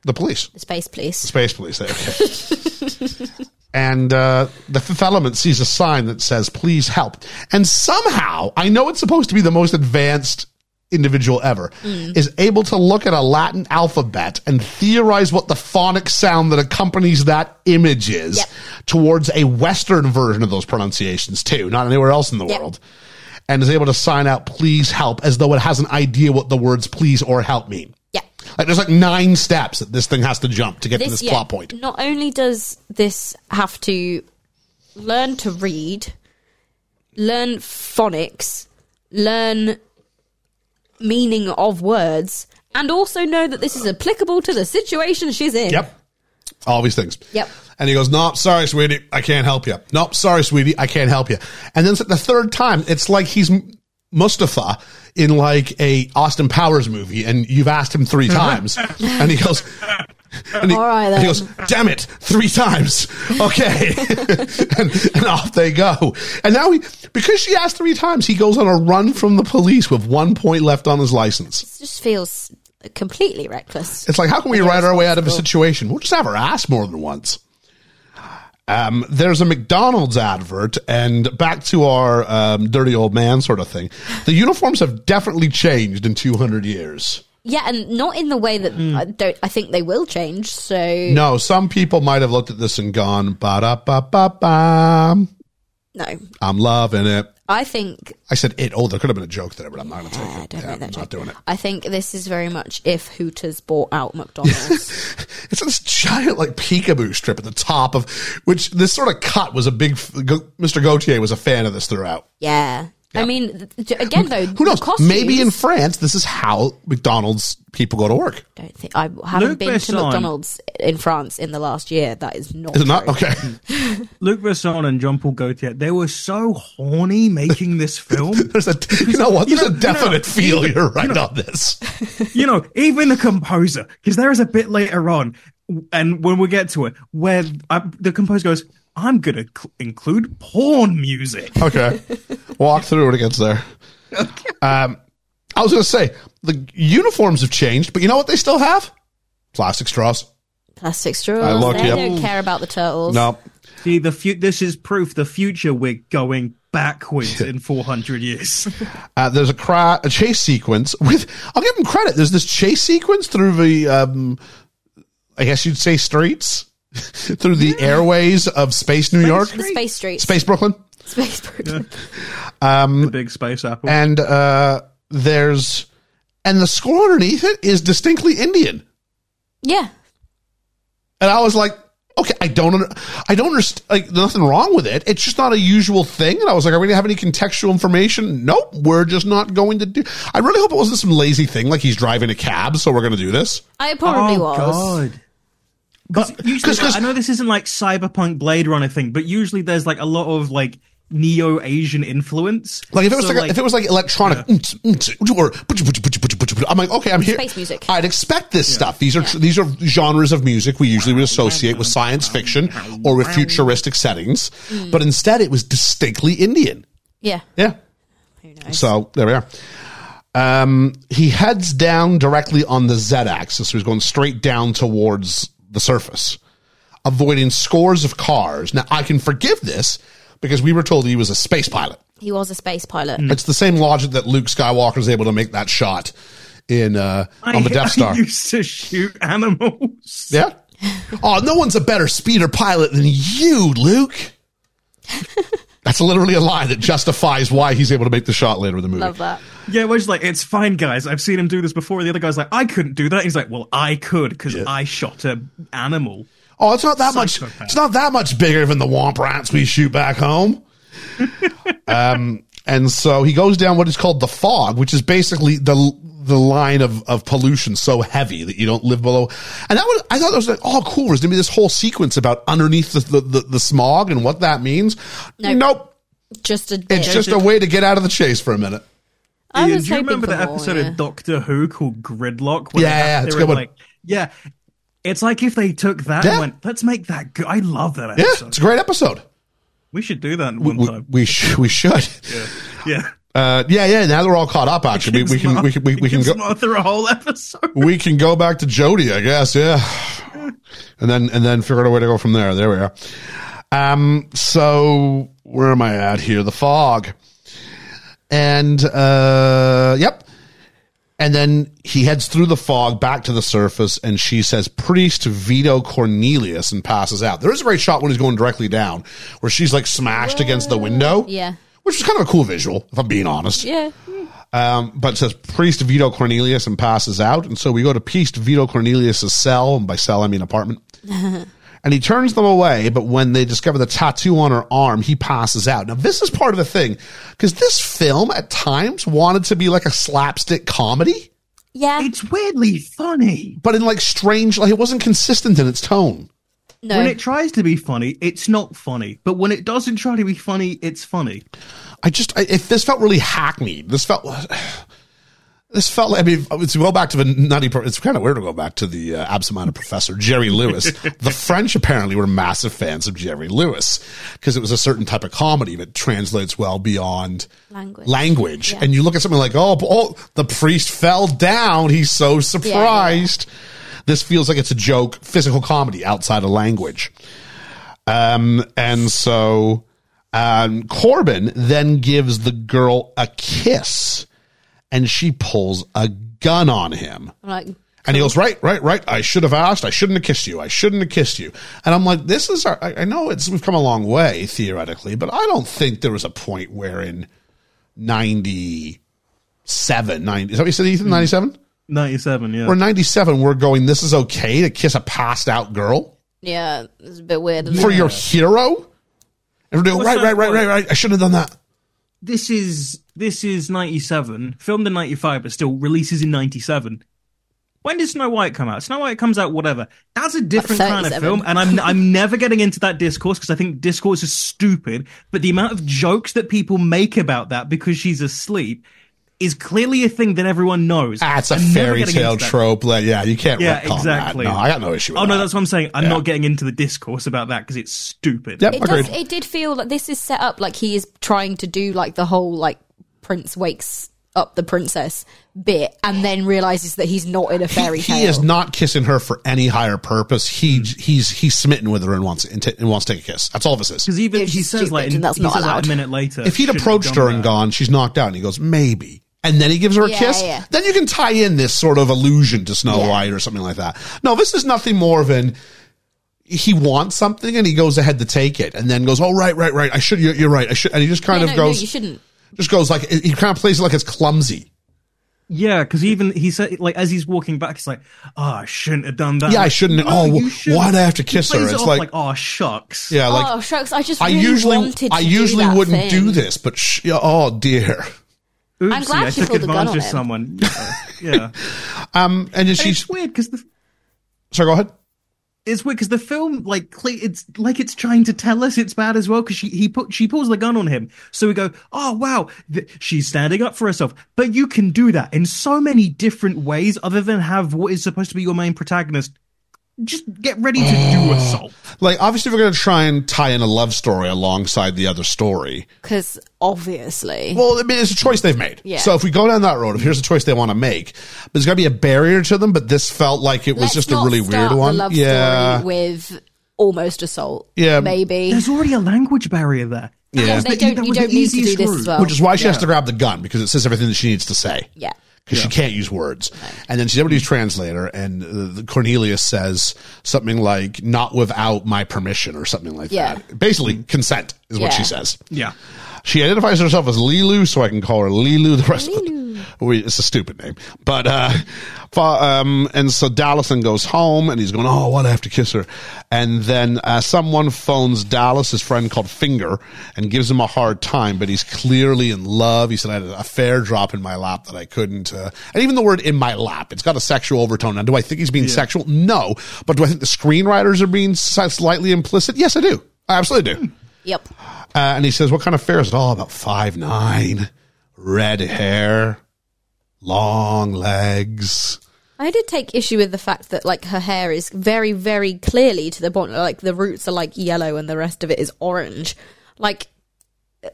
the police,
The space police.
space police, there. Okay. <laughs> and uh, the fifth element sees a sign that says "Please help." And somehow, I know it's supposed to be the most advanced individual ever
Mm.
is able to look at a Latin alphabet and theorize what the phonic sound that accompanies that image is
Yep.
towards a Western version of those pronunciations too, not anywhere else in the
Yep.
world. And is able to sign out please help as though it has an idea what the words please or help mean.
Yeah.
Like there's like nine steps that this thing has to jump to get to this
yeah,
plot point.
Not only does this have to learn to read, learn phonics, learn meaning of words, and also know that this is applicable to the situation she's in.
Yep. All these things.
Yep.
And he goes, Nope, sorry, sweetie, I can't help you. Nope, sorry, sweetie, I can't help you. And then it's like the third time, it's like he's M- Mustafa in like a Austin Powers movie, and you've asked him three times. and he goes, and he,
All right,
and he
then.
goes, damn it, three times. Okay. <laughs> and, and off they go. And now he, because she asked three times, he goes on a run from the police with one point left on his license.
It just feels completely reckless.
It's like, how can we ride our way out of a situation? We'll just have her ass more than once. Um, there's a McDonald's advert, and back to our um, dirty old man sort of thing. The uniforms have definitely changed in 200 years.
Yeah, and not in the way that
Hmm.
I don't. I think they will change. So
No, some people might have looked at this and gone, ba da ba ba ba.
no,
I'm loving it.
I think uh,
I said it. Oh, there could have been a joke there, but I'm not going to take it.
I Ah, don't
Yeah,
make that
I'm
joke.
not doing it.
I think this is very much if Hooters bought
<laughs>
out McDonald's.
It's this giant like peekaboo strip at the top of which this sort of cut was a big. f- Go- Mr. Gautier was a fan of this throughout.
yeah. I mean, th- th- again though,
Who knows?
the costumes-
Maybe in France, this is how McDonald's people go to work.
don't think I haven't
Luc
been
Besson.
to McDonald's in France in the last year. That is not.
Is it not?
true.
Okay. <laughs>
Luc Besson and Jean Paul Gaultier, they were so horny
<laughs>
making this film.
There's a, you know what?
You
There's a
know-
definite
you know-
failure right on this.
you know, even the composer, because there is a bit later on, and when we get to it, where I, the composer goes, "I'm gonna cl- include porn music."
Okay. Walk through when it gets there. Um, I was going to say the uniforms have changed, but you know what they still have? Plastic straws.
Plastic straws.
I look,
they
yep.
don't care about the turtles.
No.
See, the fu- this is proof the future we're going backwards in 400 years.
Uh, there's a, cry, a chase sequence with. I'll give them credit. There's this chase sequence through the, um, I guess you'd say streets, <laughs> through the airways of space New York,
The space streets.
space Brooklyn.
<laughs> Space Brooklyn.
<laughs> the big space apple.
and uh, there's and the score underneath it is distinctly Indian.
Yeah.
And I was like, okay, I don't, under, I don't understand. Like, nothing wrong with it. It's just not a usual thing. And I was like, are we gonna have any contextual information? Nope, we're just not going to do. I really hope it wasn't some lazy thing like he's driving a cab, so we're gonna do this.
I
Oh,
probably was.
Oh, God. But usually,
'cause- 'cause-
I know this isn't like Cyberpunk Blade Runner thing, but usually there's like a lot of like neo Asian influence.
Like if it was
So,
like, a- if it was like electronic mm, mm, mm, or butch, butch, butch, butch, butch, butch, I'm like okay I'm here
Space music.
I'd expect this stuff these are tr these are genres of music we usually would associate with science fiction or with futuristic settings but instead it was distinctly Indian
Yeah.
yeah so there we are um he heads down directly on the Z axis so he's going straight down towards the surface avoiding scores of cars now I can forgive this because we were told he was a space pilot
He was a space pilot.
it's the same logic that Luke Skywalker is able to make that shot in uh,
I-
on the Death Star.
<laughs> I used to shoot animals.
yeah. <laughs>
<laughs>
Oh, no one's a better speeder pilot than you, Luke. That's literally a line that justifies why he's able to make the shot later in the movie.
Love that.
Yeah, Wedge's like, it's fine, guys. I've seen him do this before. The other guy's like, I couldn't do that. He's like, well, I could because I shot a animal.
Oh, it's not that much.
Psychopath.
It's not that much bigger than the womp rats we shoot back home. um, and so he goes down what is called the fog, which is basically the the line of, of pollution so heavy that you don't live below. And that was I thought that was like, oh, cool. There's gonna be this whole sequence about underneath the the, the, the smog and what that means.
Nope.
Nope.
Just a bit.
It's just a way to get out of the chase for a minute.
I
Ian,
was
do you
hoping
remember
for
the
more,
episode
yeah.
of Doctor Who called Gridlock? where
Yeah, yeah,
they had- they
it's a
were
good one.
like, yeah, it's like if they took that
Yeah.
and went, let's make that good. I love that
Yeah,
episode.
it's a great episode.
we should do that
We
one
we,
time. <laughs>
we, sh- we should. <laughs>
yeah.
Uh, yeah, yeah. Now they're all caught up. Actually, we, we can we can we, we can go.
smother a whole episode.
we can go back to Jody, I guess. Yeah. And then, and then figure out a way to go from there. There we are. Um, so where am I at here? The fog. And, uh, yep. And then he heads through the fog back to the surface and she says, priest Vito Cornelius and passes out. There is a great shot when he's going directly down where she's like smashed against the window.
Yeah.
Which is kind of a cool visual, if I'm being honest
Yeah.
um, but it says priest Vito Cornelius and passes out. And so we go to priest Vito Cornelius's cell, and by cell I mean apartment. and he turns them away, but when they discover the tattoo on her arm, he passes out. Now this is part of the thing because this film at times wanted to be like a slapstick comedy,
Yeah.
It's weirdly funny.
but in like strange, like it wasn't consistent in its tone.
No.
When it tries to be funny, it's not funny. But when it doesn't try to be funny, it's funny.
I just, I, if this felt really hackneyed, this felt. This felt like, I mean, it's well back to the nutty, pro- it's kind of weird to go back to the uh, absent-minded professor, Jerry Lewis. the French apparently were massive fans of Jerry Lewis because it was a certain type of comedy that translates well beyond
Language.
language.
Yeah.
And you look at something like, oh, oh, the priest fell down. He's so surprised. This feels like it's a joke, physical comedy outside of language. Um, and so, um, Corbin then gives the girl a kiss and she pulls a gun on him.
I'm like,
And he goes, right, right, right. I should have asked. I shouldn't have kissed you. I shouldn't have kissed you. And I'm like, this is our, I, I know it's, we've come a long way theoretically, but I don't think there was a point where in 97, 90, is that what you said,
Mm-hmm.
Ethan? 97?
Ninety-seven. Yeah.
Or 97, we're going, this is okay to kiss a passed out girl
yeah, it's a bit weird. isn't
for
it?
your hero? And we're doing,
What's
right, right,
that
right,
point?
right, right. I shouldn't have done that.
this is this is 97 filmed in 95 but still releases in 97 when did snow white come out snow white comes out whatever that's a different kind of
37.
film and i'm i'm never getting into that discourse because i think discourse is stupid but the amount of jokes that people make about that because she's asleep is clearly a thing that everyone knows
That's a
I'm never
fairy
getting into
tale
that.
trope. Like, yeah, you can't
Yeah,
retcon
exactly.
that. No, Ah, I got no issue with
oh
that.
no that's what i'm saying i'm
Yeah.
not getting into the discourse about that because it's stupid
Yep,
It
agreed.
does. It did feel like this is set up like he is trying to do like the whole like prince wakes up the princess bit, and then realizes that he's not in a fairy
he,
tale.
He is not kissing her for any higher purpose. He he's he's smitten with her and wants and, t- and wants to take a kiss. That's all this is.
because even
It's
he says like
stupid and that's
he
not
says, like,
allowed.
a minute later
If he'd
shouldn't have
approached
done
her and
that.
gone, she's knocked out, and he goes maybe, and then he gives her a
Yeah,
kiss.
yeah.
Then you can tie in this sort of allusion to Snow White or something like that. No, this is nothing more than he wants something and he goes ahead to take it, and then goes, oh right, right, right. I should. You're, you're right. I should. And he just kind
Yeah,
of
no, no,
goes,
you shouldn't.
just goes like he kind of plays it like it's clumsy.
Yeah, because even he said, like, as he's walking back, he's like, "Oh, I shouldn't have done that."
Yeah, I
Like,
shouldn't- oh,
you
wh- why'd I have to
He
kiss her?
plays it
It's
off
like-
"Oh, shucks."
Yeah, like
oh shucks! I just
I
really
usually
wanted to
I
do
usually
that
wouldn't
thing.
do this, but sh- oh dear.
Oopsie,
I'm glad
I
she
took
pulled the gun
advantage
on
of
<laughs>
him.
someone. Yeah, yeah.
Um, and then
And
she's
it's weird because the
sorry. Go ahead.
it's weird because the film like cle- it's like it's trying to tell us it's bad as well because she he put she pulls the gun on him so we go oh wow th- she's standing up for herself but you can do that in so many different ways other than have what is supposed to be your main protagonist just get ready to
Oh.
do assault
Like, obviously, we're going to try and tie in a love story alongside the other story.
because obviously,
Well, I mean, it's a choice they've made.
Yeah.
So if we go down that road, if here's a choice they want to make, there's going to be a barrier to them. But this felt like it was
Let's
just a
not
really
start
weird
the
one.
love
yeah.
story with almost assault.
Yeah.
maybe.
There's already a language barrier there.
Yeah.
They don't,
That
you
was the
don't need to do
easiest
this
route.
as well.
Which is why she has to grab the gun because it says everything that she needs to say.
yeah.
because she can't use words. And then she's able to use translator, and uh, the Cornelius says something like "not without my permission" or something like
Yeah.
that. Basically, consent is what she
Yeah.
says.
Yeah.
She identifies herself as Lilu, so I can call her Lilu the rest of the. <laughs> We, it's a stupid name, but uh, fa- um, and so Dallison goes home, and he's going, "Oh, what? I have to kiss her." And then uh, someone phones Dallas, his friend called Finger, and gives him a hard time, but he's clearly in love. He said, "I had a fair drop in my lap that I couldn't," uh, and even the word "in my lap," it's got a sexual overtone. Now, do I think he's being sexual? No, but do I think the screenwriters are being slightly implicit? Yes, I do. I absolutely do.
Yep.
Uh, and he says, "What kind of fare is it? All about five nine, red hair, long legs."
I did take issue with the fact that like her hair is very, very clearly to the point like the roots are like yellow and the rest of it is orange. Like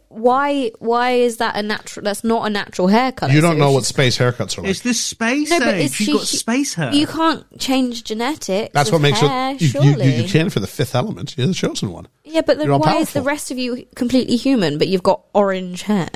why why is that a natural that's not a natural hair colour.
You don't
So
know
it's-
what space haircuts are like.
It's this space
No, but
eh?
age.
it's
She's
she-
got
she-
space hair.
You can't change genetics.
That's what
with
makes
hair,
you, you, you,
surely.
you. You can for the fifth element. You're the chosen one
Yeah, but then
You're
why
all
is the
powerful.
rest of you completely human, but you've got orange hair?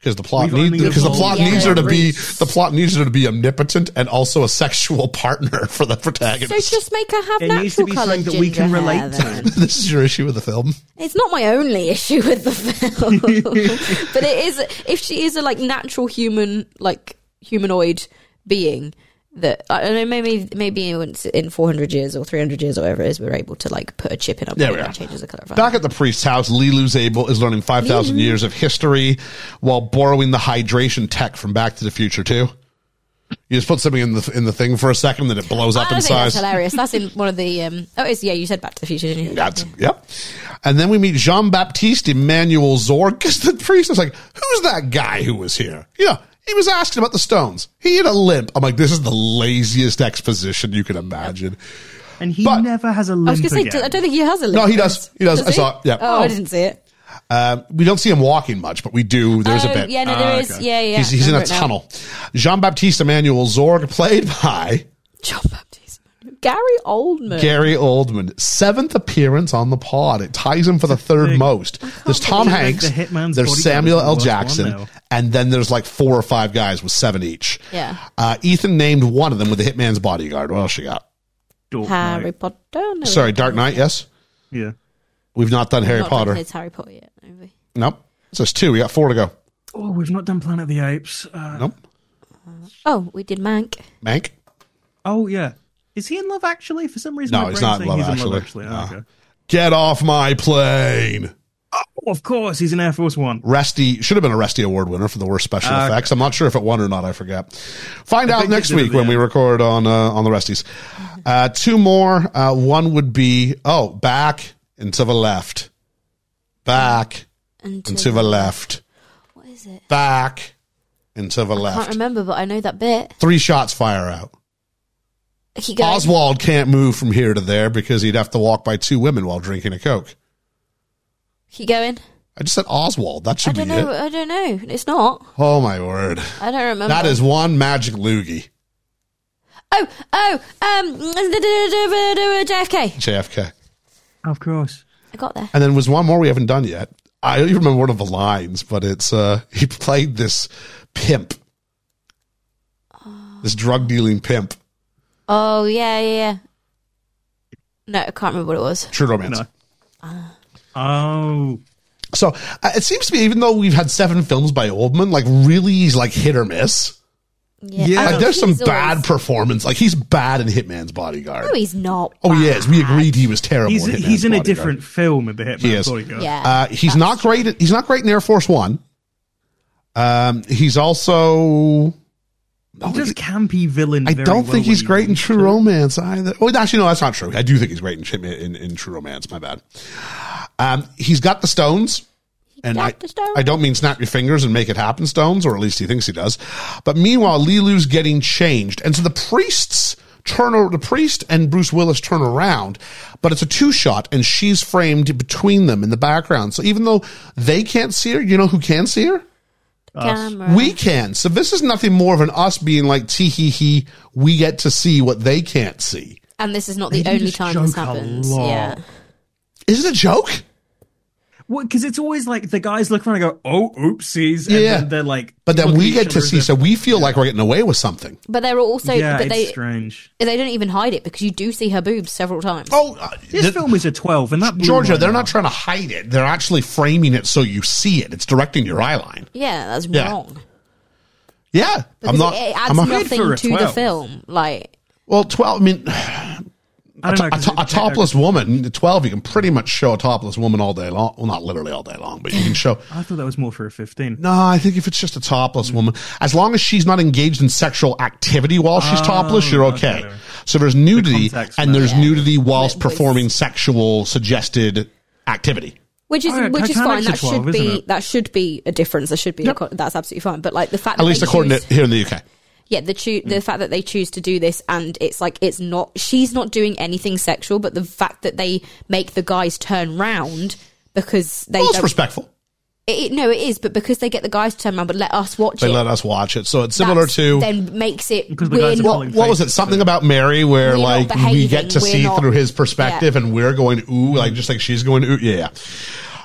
because the plot
We've
needs
only
because the
evolved
plot
yellow
needs her to be
roots.
the plot needs her to be omnipotent and also a sexual partner <laughs> for the protagonist.
So just make her have
It
natural
needs to be
coloured
something that we
ginger
can
hair,
relate to. <laughs>
<laughs>
then.
this is your issue with the film.
It's not my only <laughs> issue with the
<laughs>
film, but it is if she is a like natural human, like humanoid being that I don't know. Maybe maybe once in four hundred years or three hundred years or whatever it is, we're able to like put a chip in our
There
brain
we
that
are.
changes the color of our
Back at the priest's house, Lilu's able is learning five thousand years of history while borrowing the hydration tech from Back to the Future too. You just put something in the in the thing for a second, then it blows
Ah,
up
I
in
think
size.
that's hilarious.
Yes, that's in one of the. Um, oh, it's yeah. You said Back to the Future, didn't you?
That's yep. And then we meet Jean Baptiste Emmanuel Zorg because the priest is like, "Who's that guy who was here?" Yeah, he was asking about the stones. He had a limp. I'm like, this is the laziest exposition you can imagine.
and he
but-
never has a
I
limp
was going to say,
again.
I don't think he has a.
No,
lip
he does. He does. I saw it. Yeah.
Oh, I didn't see it.
Um, we don't see him walking much, but we do. There's
Oh,
a bit. Ah,
Yeah, no, there is. Yeah, yeah.
he's, he's in a
Remember it now.
tunnel. Jean Baptiste Emmanuel Zorg, played by
John Baptiste, Gary Oldman.
Gary Oldman, seventh appearance on the pod. It ties him for the third most. There's Tom
believe, like,
Hanks,
the Hitman's
there's
bodyguard
Samuel
is the
L.
worst one
Jackson,
now.
and then there's like four or five guys with seven each.
Yeah.
Uh, Ethan named one of them with the Hitman's bodyguard. What else you got?
Don't
Harry
know.
Potter. No,
Sorry, Dark Knight. Yes,
Yeah.
we've not done Harry
Not
Potter.
It's Harry Potter yet. have we?
Nope. So there's two. We got four to go.
Oh, we've not done Planet of the Apes. Uh,
Nope.
Oh, we did Mank.
Mank.
oh yeah. Is he in love actually? For some reason,
No,
my
he's
brain's
not in
saying
Love
he's
Actually.
in love actually. Oh, okay.
Get off my plane.
Oh, of course, he's in Air Force One.
Rusty should have been a Rusty Award winner for the worst special
Ah, okay.
effects. I'm not sure if it won or not. I forget. Find out
think it
next
did at
week
the
when we
end.
record on uh, on the Rusties. Uh, two more. Uh, one would be oh back and to the left, back
And
and to the left,
what is it?
back and to the
Can't
left.
remember, but I know that bit.
Three shots fire out.
He goes.
Oswald can't move from here to there because he'd have to walk by two women while drinking a coke.
He going.
I just said Oswald. That
I
should be
don't know.
it.
I don't know. It's not.
Oh my word!
I don't remember.
That is one magic loogie.
Oh, oh, um, JFK.
JFK.
Of course.
I got there.
And then was one more we haven't done yet. I don't even remember one of the lines, but it's uh <laughs> he played this pimp. This drug dealing pimp.
Oh yeah, yeah. yeah. No, I can't remember what it was.
True romance.
No. Oh,
So uh, it seems to me, even though we've had seven films by Oldman, like really he's like hit or miss.
Yeah,
Yeah.
I
Like
think
there's some
Oh, he's always-
bad performance. Like he's bad in Hitman's Bodyguard.
No, he's not.
oh he is. We agreed he was terrible.
he's
in
he's
Hitman's
in a
Bodyguard.
different film in the Hitman
He is.
Bodyguard.
Yeah,
Uh, he's not great. At, he's not great in Air Force One. Um, he's also
He does campy villain.
Oh, I
very
don't
well
think he's
when
great
you-
in True Romance either. Oh, actually, no, that's not true. I do think he's great in Chim- in, in True Romance. My bad. Um, he's got the stones, and
got
I,
the stones.
I don't mean snap your fingers and make it happen stones, or at least he thinks he does. But meanwhile, Lilu's getting changed, and so the priests turn over. The priest and Bruce Willis turn around, but it's a two shot, and she's framed between them in the background. So even though they can't see her, you know who can see her?
camera.
uh, We can. So this is nothing more of an us being like, tee hee hee, we get to see what they can't see.
and this is not the
They
only
just
time this
joke a
happens.
lot.
Yeah,
Is it a joke?
because it's always like the guys look around and go, "Oh, oopsies," and
Yeah, yeah.
Then they're like,
But then
look at
we
each
get to
other
see,
as
so
if-
we feel like we're getting away with something.
But they're also,
yeah,
but
it's
they
strange.
they don't even hide it because you do see her boobs several times.
Oh, uh,
This
th-
film is a twelve, and that blew
Georgia,
my
they're not
mind.
trying to hide it. They're actually framing it so you see it. It's directing your eye line.
Yeah, that's
Yeah.
wrong.
Yeah,
Because
I'm not.
it, it adds
I'm not.
for
nothing
a
to the
12.
film. Like,
Well, twelve. I mean,
I don't know,
a,
'cause
to-
it-
a topless woman, the twelve. You can pretty much show a topless woman all day long. Well, not literally all day long, but you can show.
I thought that was more for a fifteen.
No, I think if it's just a topless woman, as long as she's not engaged in sexual activity while she's topless, you're okay.
okay.
So there's nudity,
context
and there's
matters.
nudity whilst
With- with-
performing sexual suggested activity.
Which is
Oh, yeah,
which is fine.
Titanic's a
That
12,
should be
isn't it?
that should be a difference. There should be a
Yep.
co- that's absolutely fine. But like the fact
At
that
least
they
according
choose-
to here in the UK.
yeah the choo- the fact that they choose to do this and it's like it's not she's not doing anything sexual, but the fact that they make the guys turn round because they
Well, it's
don't-
respectful.
it, it- no it is, but because they get the guys to turn round, but let us watch
They
it.
let us watch it, so it's similar
that's-
to
then makes it
Because the
we're
guys are
not-
calling
what was it?
faces,
Something
so-
about Mary where
We're not
like we
behaving,
get to
we're
see
not-
through his perspective
Yeah.
and we're going, ooh, like just like she's going, ooh, yeah.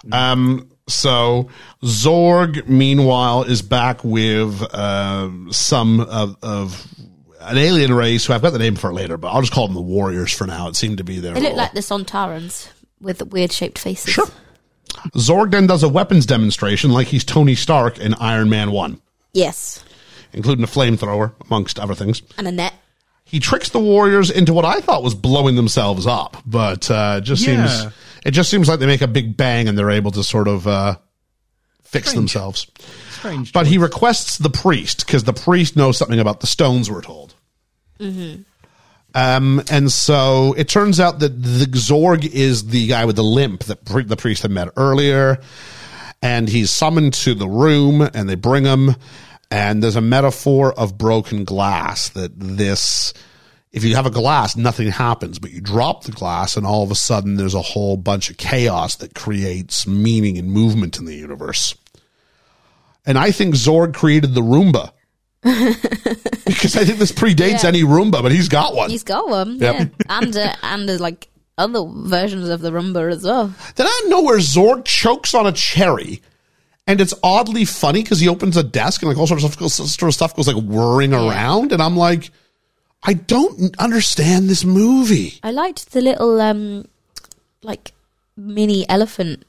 yeah. Um, so Zorg, meanwhile, is back with um some of, of an alien race who I've got the name for later, but I'll just call them the Warriors for now. It seemed to be their
they look
role.
like the Sontarans with the weird shaped faces.
Sure. Zorg then does a weapons demonstration like he's Tony Stark in Iron Man 1,
yes
including a flamethrower, amongst other things.
and a net.
he tricks the warriors into what I thought was blowing themselves up, but uh, it just
Yeah.
seems it just seems like they make a big bang and they're able to sort of uh, fix themselves.
Strange.
But he requests the priest because the priest knows something about the stones. We're told.
Mm-hmm.
Um, and so it turns out that the Zorg is the guy with the limp that pri- the priest had met earlier, and he's summoned to the room, and they bring him. And there's a metaphor of broken glass that this, if you have a glass, nothing happens, but you drop the glass, and all of a sudden there's a whole bunch of chaos that creates meaning and movement in the universe. And I think Zorg created the Roomba. because I think this predates any Roomba, but he's got one.
He's got one.
<laughs> Yep.
Yeah. And, uh, and uh, like other versions of the Rumba as well.
Then out of nowhere, Zorg chokes on a cherry. And it's oddly funny because he opens a desk and like all sorts of stuff goes, sort of stuff goes like whirring around. And I'm like, I don't understand this movie.
I liked the little, um, like, mini elephant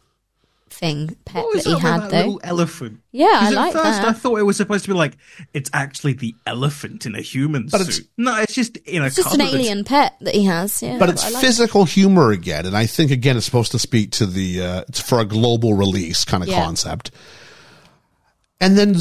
thing pet
What was
that he
up with
had,
that
though.
little elephant?
Yeah, I
'Cause at
like
first
that.
I thought it was supposed to be like it's actually the elephant in a human
But it's-
suit. no, it's just in a
It's just an
cupboard.
alien pet that he has. Yeah.
But it's
I like
physical humor again. And I think, again, it's supposed to speak to the, uh, it's for a global release kind of
Yeah.
concept. And then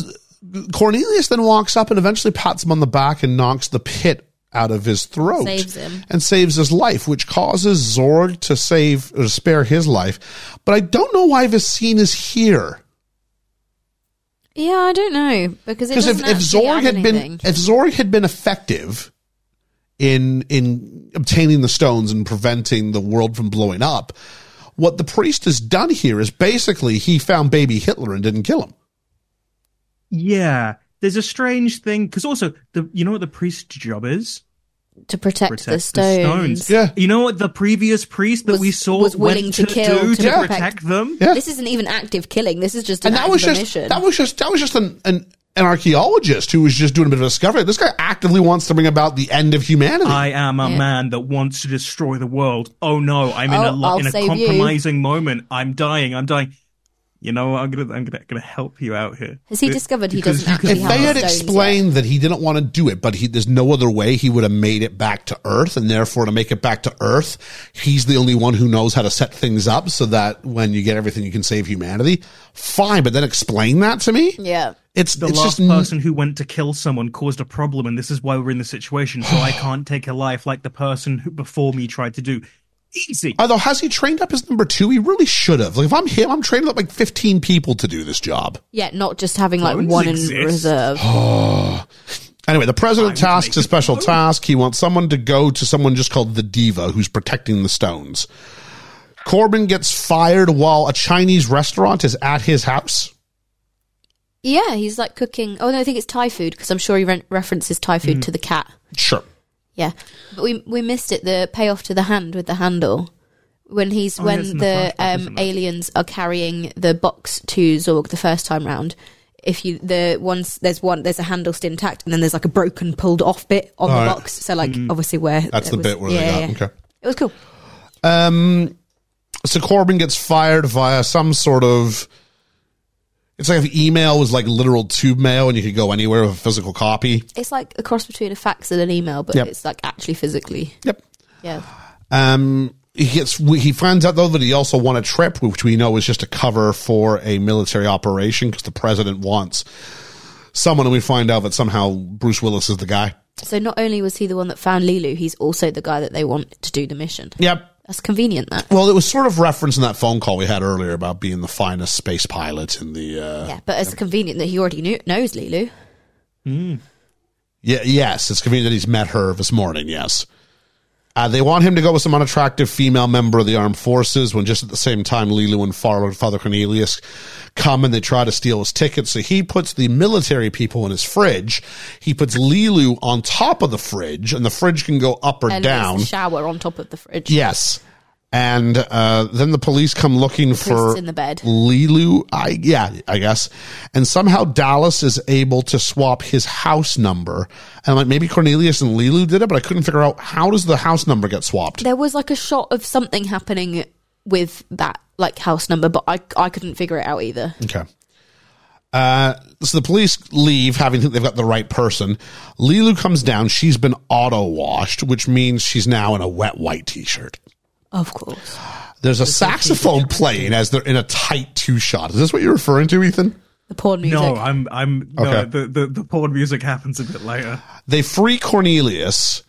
Cornelius then walks up and eventually pats him on the back and knocks the pit out of his throat
Saves him.
and saves his life, which causes Zorg to save or spare his life. But I don't know why this scene is here.
Yeah, I don't know because it
Because if,
doesn't
if
actually
Zorg
add
had been
anything.
if Zorg had been effective in in obtaining the stones and preventing the world from blowing up, what the priest has done here is basically he found baby Hitler and didn't kill him.
Yeah, there's a strange thing because also the you know what the priest's job is
to protect, the stones,
Yeah.
you know what the previous priest that
Was-
we saw
was willing
went
to kill
do
to
to
protect-
protect them.
Yeah.
this isn't even active killing. This is just an
And
act
that was
of
just
omission.
that was just that was just an, an an archaeologist who was just doing a bit of discovery. This guy actively wants to bring about the end of humanity.
I am a
Yeah.
man that wants to destroy the world. Oh no, I'm in a
Oh,
lo-
I'll
in a
save you.
compromising moment. I'm dying. I'm dying. You know, what? I'm gonna I'm gonna, gonna help you out here.
Has he
Be-
discovered he
because
doesn't
you
actually
if
have
they had
stones
explained that he didn't want to do it, but he, there's no other way he would have made it back to Earth, and therefore to make it back to Earth, he's the only one who knows how to set things up so that when you get everything, you can save humanity. Fine, but then explain that to me.
Yeah.
It's
the
it's
last
just n-
person who went to kill someone caused a problem, and this is why we're in this situation.
<sighs>
So I can't take a life like the person who before me tried to do. Easy.
Although, has he trained up his number two? He really should have. Like, if I'm him, I'm training up like 15 people to do this job.
Yeah, not just having like
Stones
one
exist.
in reserve.
Anyway, the president
I would
tasks
make
a
it
special
go.
task. He wants someone to go to someone just called the diva who's protecting the stones. Corbin gets fired while a Chinese restaurant is at his house.
Yeah, he's like cooking. Oh no, I think it's Thai food because I'm sure he re- references Thai food to the cat.
Sure.
Yeah, but we we missed it. The payoff to the hand with the handle. when he's
Oh, yeah, it's
when
in
the,
the flashback, isn't
um,
it?
aliens are carrying the box to Zorg the first time round. If you the once there's one there's a handle still intact and then there's like a broken pulled off bit on the
Alright.
box. So like obviously where
That's
it
the
was-
bit where they got. Okay.
It was cool.
Um, so Corbin gets fired via some sort of. It's like if email was like literal tube mail, and you could go anywhere with a physical copy.
It's like a cross between a fax and an email, but
Yep.
it's like actually physically.
Yep.
Yeah.
Um, he gets he finds out though that he also won a trip, which we know is just a cover for a military operation because the president wants someone, and we find out that somehow Bruce Willis is the guy.
So not only was he the one that found Lilu, he's also the guy that they want to do the mission.
Yep.
That's convenient. That
Well, it was sort of referenced in that phone call we had earlier about being the finest space pilot in the. Uh,
yeah, but it's convenient that he already knew, knows Lilu.
yeah. Yes, it's convenient that he's met her this morning. Yes. Uh, they want him to go with some unattractive female member of the armed forces when just at the same time Lilu and Farlow and Father Cornelius come and they try to steal his ticket. So he puts the military people in his fridge. He puts Lilu on top of the fridge and the fridge can go up or
And
down.
there's a shower on top of the fridge.
Yes. And uh, then the police come looking for
is in the bed.
Lilu. I yeah, I guess. And somehow Dallas is able to swap his house number. And I'm like maybe Cornelius and Lilu did it, but I couldn't figure out how does the house number get swapped.
There was like a shot of something happening with that like house number, but I I couldn't figure it out either.
Okay. Uh, so the police leave, having think they've got the right person. Lilu comes down. She's been auto washed, which means she's now in a wet white t-shirt.
Of course.
There's a saxophone playing as they're in a tight two shot. Is this what you're referring to, Ethan?
The porn music.
No, I'm I'm no,
Okay.
the, the the porn music happens a bit later.
they free Cornelius,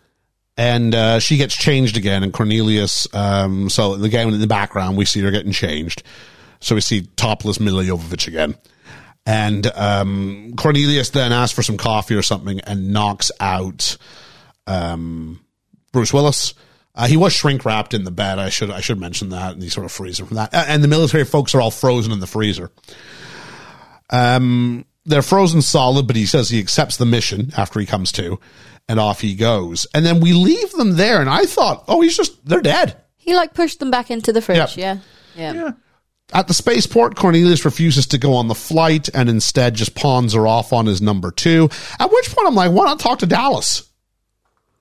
and uh, she gets changed again. And Cornelius, um, so the game in the background, we see her getting changed. So we see topless Mila Jovovich again. And um, Cornelius then asks for some coffee or something and knocks out um, Bruce Willis. Uh, he was shrink wrapped in the bed. I should I should mention that, and he sort of frees him from that. A- And the military folks are all frozen in the freezer they're frozen solid, but he says he accepts the mission after he comes to, and off he goes. And then we leave them there, and I thought, oh, he's just they're dead.
he like pushed them back into the fridge. Yeah. Yeah.
At the spaceport, Cornelius refuses to go on the flight and instead just pawns her off on his number two. At which point I'm like, why not talk to Dallas?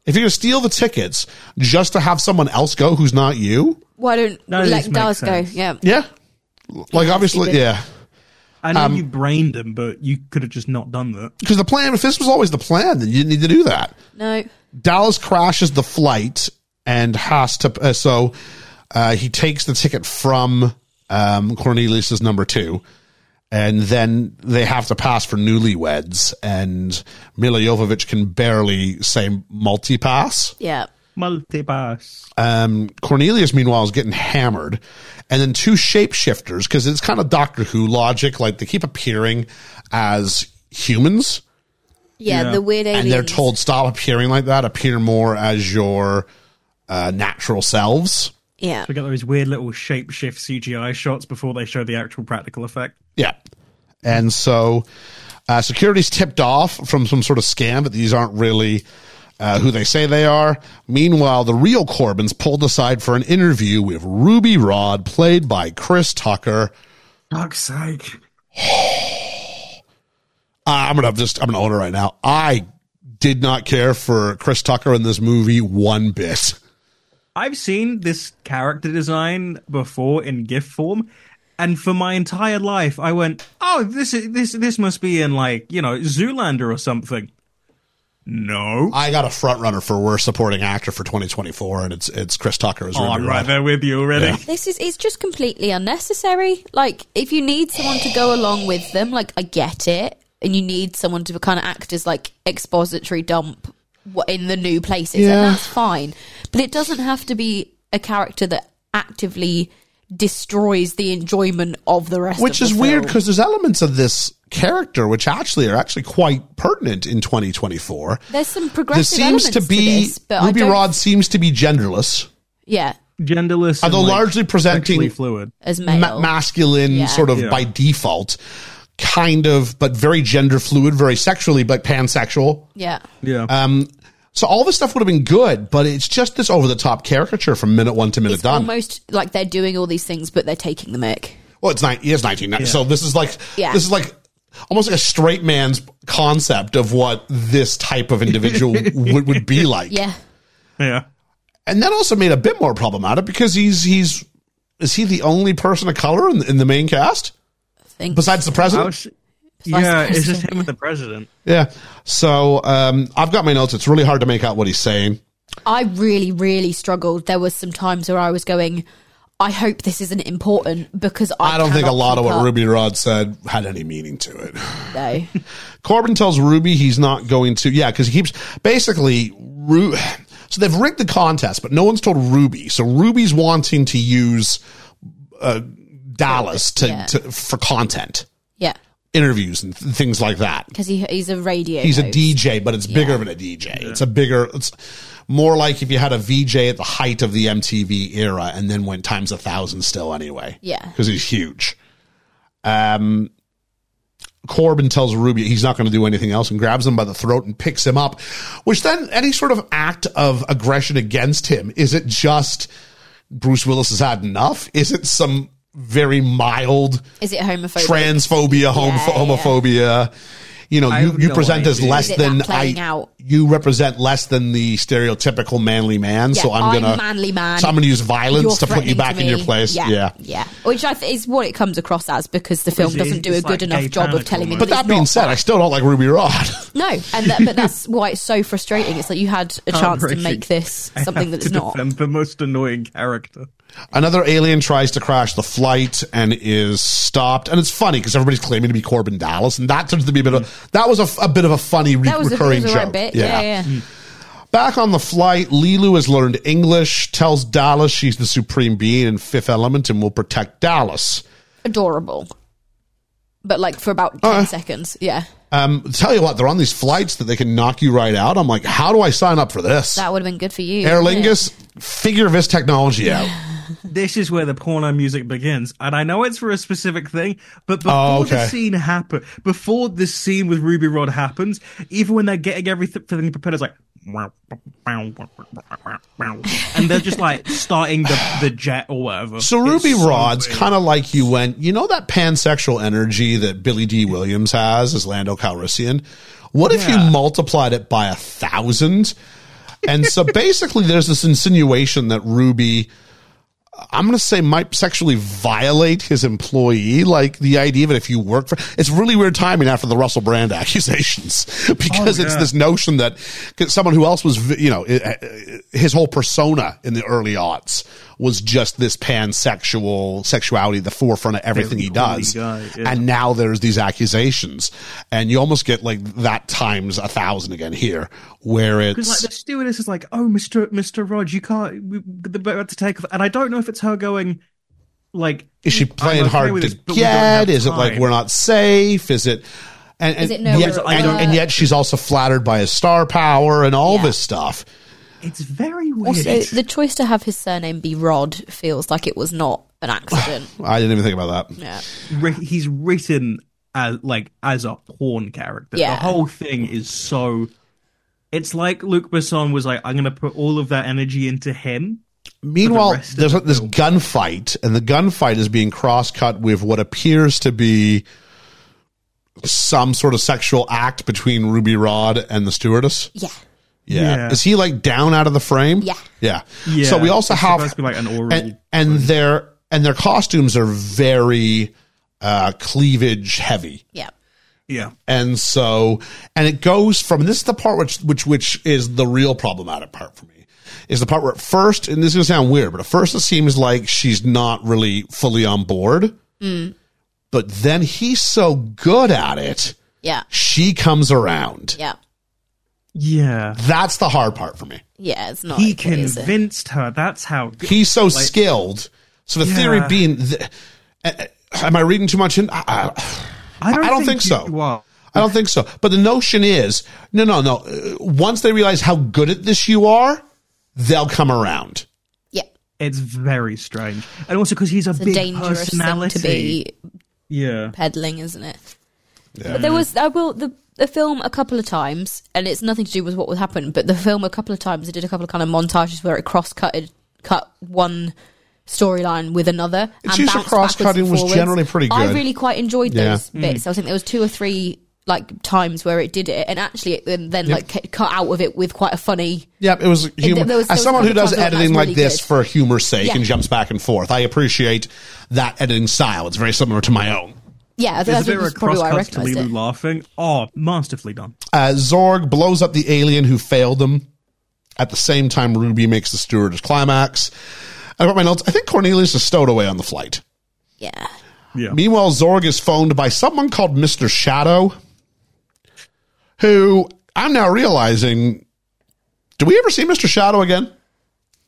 If you're gonna steal the tickets just to have someone else go who's not you,
Why don't
No, this
let
makes
Dallas go?
sense.
Yeah.
yeah. Like obviously,
stupid.
yeah.
I know you brained him, but you could have just not done that.
Because the plan, if this was always the plan, then you didn't need to do that.
No.
Dallas crashes the flight and has to. Uh, so uh, he takes the ticket from um, Cornelius's number two, and then they have to pass for newlyweds. And Mila Jovovich can barely say multi pass.
Yeah.
Multipass.
Um, Cornelius, meanwhile, is getting hammered. And then two shapeshifters, because it's kind of Doctor Who logic, like they keep appearing as humans
Yeah.
Yeah.
The weird aliens.
and they're told stop appearing like that appear more as your uh, natural selves
Yeah.
We get those weird little shape shift CGI shots before they show the actual practical effect.
yeah and so uh, security's tipped off from some sort of scam that these aren't really uh, who they say they are. Meanwhile, the real Corbin's pulled aside for an interview with Ruby Rod, played by Chris Tucker.
Fuck's sake.
Uh, I'm gonna just I'm gonna own it right now. I did not care for Chris Tucker in this movie one bit. <laughs>
I've seen this character design before in GIF form, and for my entire life, I went, "Oh, this is this this must be in like you know Zoolander or something." No,
I got a front runner for worst supporting actor for 2024, and it's it's Chris Tucker as
oh,
Ruby
I'm
Rod.
right there with you already.
This is it's just completely unnecessary. Like if you need someone to go along with them, like I get it, and you need someone to kind of act as like expository dump wha- in the new places,
Yeah.
and that's fine. But it doesn't have to be a character that actively destroys the enjoyment of the rest.
which
of
is
the
weird
film.
because there's elements of this character which actually are actually quite pertinent in 2024.
there's some
There
progressive
seems to
elements
be
this, but I
Ruby
don't-
Rod seems to be genderless,
Yeah,
Genderless, and,
although
like,
largely
sexually
presenting
fluid.
as male.
ma- masculine
Yeah.
sort of
Yeah.
by default, kind of, but very gender fluid, very sexually, but pansexual.
yeah,
Yeah,
Um, So all this stuff would have been good, but it's just this over the top caricature from minute one to minute
It's
done.
almost like they're doing all these things, but they're taking the mic.
well, it's nine. It's nineteen ninety. So this is like
Yeah.
this is like almost like a straight man's concept of what this type of individual would, would be like.
Yeah.
Yeah.
and that also made a bit more problematic because he's he's is he the only person of color in, in the main cast
Thing.
besides the
I
president?
was- yeah, it's just
president,
him with the president.
yeah. So um, I've got my notes. It's really hard to make out what he's saying.
I really, really struggled. There was some times where I was going, I hope this isn't important because I,
I don't think a
cannot
lot of
keep
what
up."
Ruby Rod said had any meaning to it.
No.
<laughs> Corbin tells Ruby he's not going to. Yeah, because he keeps basically. Ru- so they've rigged the contest, but no one's told Ruby. So Ruby's wanting to use uh, Dallas to,
Yeah.
to for content,
Yeah,
interviews, and th- things like that.
because he, he's a radio.
He's a
host.
DJ, but it's bigger than a DJ. It's a bigger, it's more like if you had a VJ at the height of the MTV era and then went times a thousand still anyway.
Yeah.
Because he's huge. Um, Corbin tells Ruby he's not going to do anything else and grabs him by the throat and picks him up, which then any sort of act of aggression against him, is it just Bruce Willis has had enough? Is it some very mild
Is it homophobic?
transphobia, hom-
Yeah,
homophobia. You know,
I
you,
have
you
no
present as
idea.
less
Is it
than
that playing
I.
out?
You represent less than the stereotypical manly man. so
Yeah,
I'm
I'm
gonna
manly man.
So I'm gonna use
You're
violence to put you
threatening
back
to
in your
me.
place. Yeah.
yeah, yeah. Which I th- is what it comes across as because the film
it?
doesn't do a
It's
good
like
enough
gay
job of
panic
telling him.
almost.
But
that
that
it's
being
not
said, I still don't like Ruby Rod. <laughs>
No, and that, but that's why it's so frustrating. It's like you had a chance to
Heartbreaking.
make this
<laughs>
something
Have
that's
to
not.
defend the most annoying character.
Another alien tries to crash the flight and is stopped. And it's funny because everybody's claiming to be Corbin Dallas, and that turns to be a bit of that was a, f- a bit of a funny re-
That was, a- that
recurring
was a right
joke.
bit. Yeah, yeah.
Mm.
Back on the flight, Lilu has learned English, tells Dallas she's the supreme being and fifth element and will protect Dallas.
Adorable. But like for about
Uh.
10 seconds. Yeah.
Um, tell you what, they're on these flights that they can knock you right out. I'm like, how do I sign up for this?
That would have been good for you.
Aer
wouldn't it?
Lingus, figure this technology out.
This is where the porno music begins, and I know it's for a specific thing, but before
Oh, okay.
the scene happen, before the scene with Ruby Rod happens, even when they're getting everything prepared, it's like, and they're just like starting the, the jet or whatever.
So Ruby
<sighs> It's so
Rod's
weird.
kind of like you went, you know that pansexual energy that Billy D. Williams has as Lando Calrissian? What if you
Yeah.
multiplied it by a thousand? And
<laughs>
so basically there's this insinuation that Ruby I'm going to say might sexually violate his employee. Like the idea that if you work for, it's really weird timing after the Russell Brand <laughs> accusations because it's
Oh, yeah.
this notion that 'cause someone who else was, vi- you know, i- i- his whole persona in the early aughts was just this pansexual sexuality, at the forefront of everything he
horny
does.
guy, yeah.
And now there's these accusations and you almost get like that times a thousand again here where it's.
Because like the stewardess is like, "Oh, Mister Mister Rod, you can't. We, the boat had to take off." And I don't know if it's her going, like,
is she
"I'm
playing
okay
hard
with
to
this, but we don't have
get? Is it like
time."
we're not safe? Is it? And, and,
Is it no,
yet,
we're-
and,
uh,
and yet she's also flattered by his star power and all
Yeah.
this stuff.
It's very weird.
Also, the choice to have his surname be Rod feels like it was not
<laughs>
an accident.
I didn't even think about that.
yeah.
Wri- he's written as like as a porn character.
Yeah.
The whole thing is so. It's like Luc Besson was like, "I'm going to put all of that energy into him."
Meanwhile,
rest of
there's this gunfight, and the gunfight is being cross cut with what appears to be some sort of sexual act between Ruby Rod and the stewardess.
Yeah.
Yeah.
Yeah.
Is he like down out of the frame?
Yeah.
Yeah.
Yeah,
so we also
it's
have
supposed to be like an oral
and, and their and their costumes are very uh cleavage heavy.
Yeah.
Yeah,
And so and it goes from and this is the part which which which is the real problematic part for me. Is the part where at first, and this is gonna sound weird, but at first it seems like she's not really fully on board. But then he's so good at it,
Yeah.
she comes around.
Yeah.
yeah.
That's the hard part for me.
Yeah. It's not.
He
it is a-
convinced her. That's how. good-
he's so skilled. So the theory
Yeah.
being, th- uh, uh, am I reading too much in? I, I, I don't think so.
you are.
I don't think so. But the notion is, no, no, no. uh, Once they realize how good at this you are, they'll come around.
Yeah.
It's very strange, and also because he's a
It's a
big
dangerous thing
personality.
to be
Yeah,
peddling, isn't it? But there was I will the the film a couple of times, and it's nothing to do with what would happen. But the film a couple of times, it did a couple of kind of montages where it cross cutted cut one storyline with another.
Its use of
bounced backwards
cross-cutting
and
was
forwards.
generally pretty
I
good.
really quite enjoyed
Yeah. Mm.
those bits. I think there was two or three like times where it did it, and actually it then, then like c- cut out of it with quite a funny.
Yep, it was humor.
there was- there
As
was
someone who
something
does
about that
editing
that's
like
really
this
good.
for humor's sake
Yeah.
and jumps back and forth, I appreciate that editing style. It's very similar to my own.
Yeah, I
There's
think that's
a bit of a
was probably
cross
why I
cut to Lulu
recognised it.
laughing. Oh, masterfully done.
Uh, Zorg blows up the alien who failed them. At the same time, Ruby makes the stewardess climax. I got my notes. I think Cornelius is stowed away on the flight.
Yeah,
Yeah.
Meanwhile, Zorg is phoned by someone called Mr. Shadow, who I'm now realizing. Do we ever see Mr. Shadow again?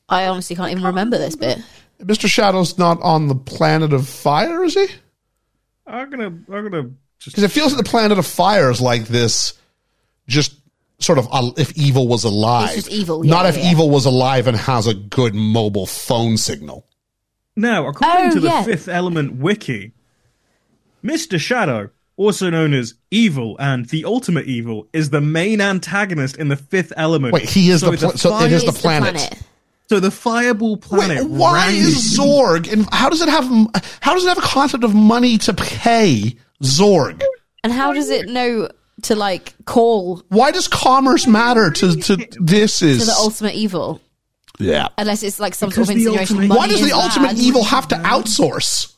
I honestly can't even remember this bit.
Mr. Shadow's not on the planet of fire, is he?
I'm gonna I'm gonna just
Because it feels like the planet of fire is like this, just sort of uh, if evil was alive.
It's just evil,
not
yeah,
if
yeah, yeah.
evil was alive and has a good mobile phone signal.
Now, according
Oh,
to the
yeah.
Fifth Element wiki, Mr. Shadow, also known as Evil and the Ultimate Evil, is the main antagonist in the Fifth Element.
Wait, he is
so
the, pla- so
fire-
it is
It's
the planet.
so the Fireball planet.
Wait, why
Randy-
is Zorg and how does it have m- how does it have a concept of money to pay Zorg?
And how does it know to like call
Why does commerce matter to, to this
<laughs> to
is
the ultimate evil?
yeah.
Unless it's like some
Because
sort of
the
insinuation.
ultimate-
money
Why does the
is
ultimate
bad.
evil have to outsource?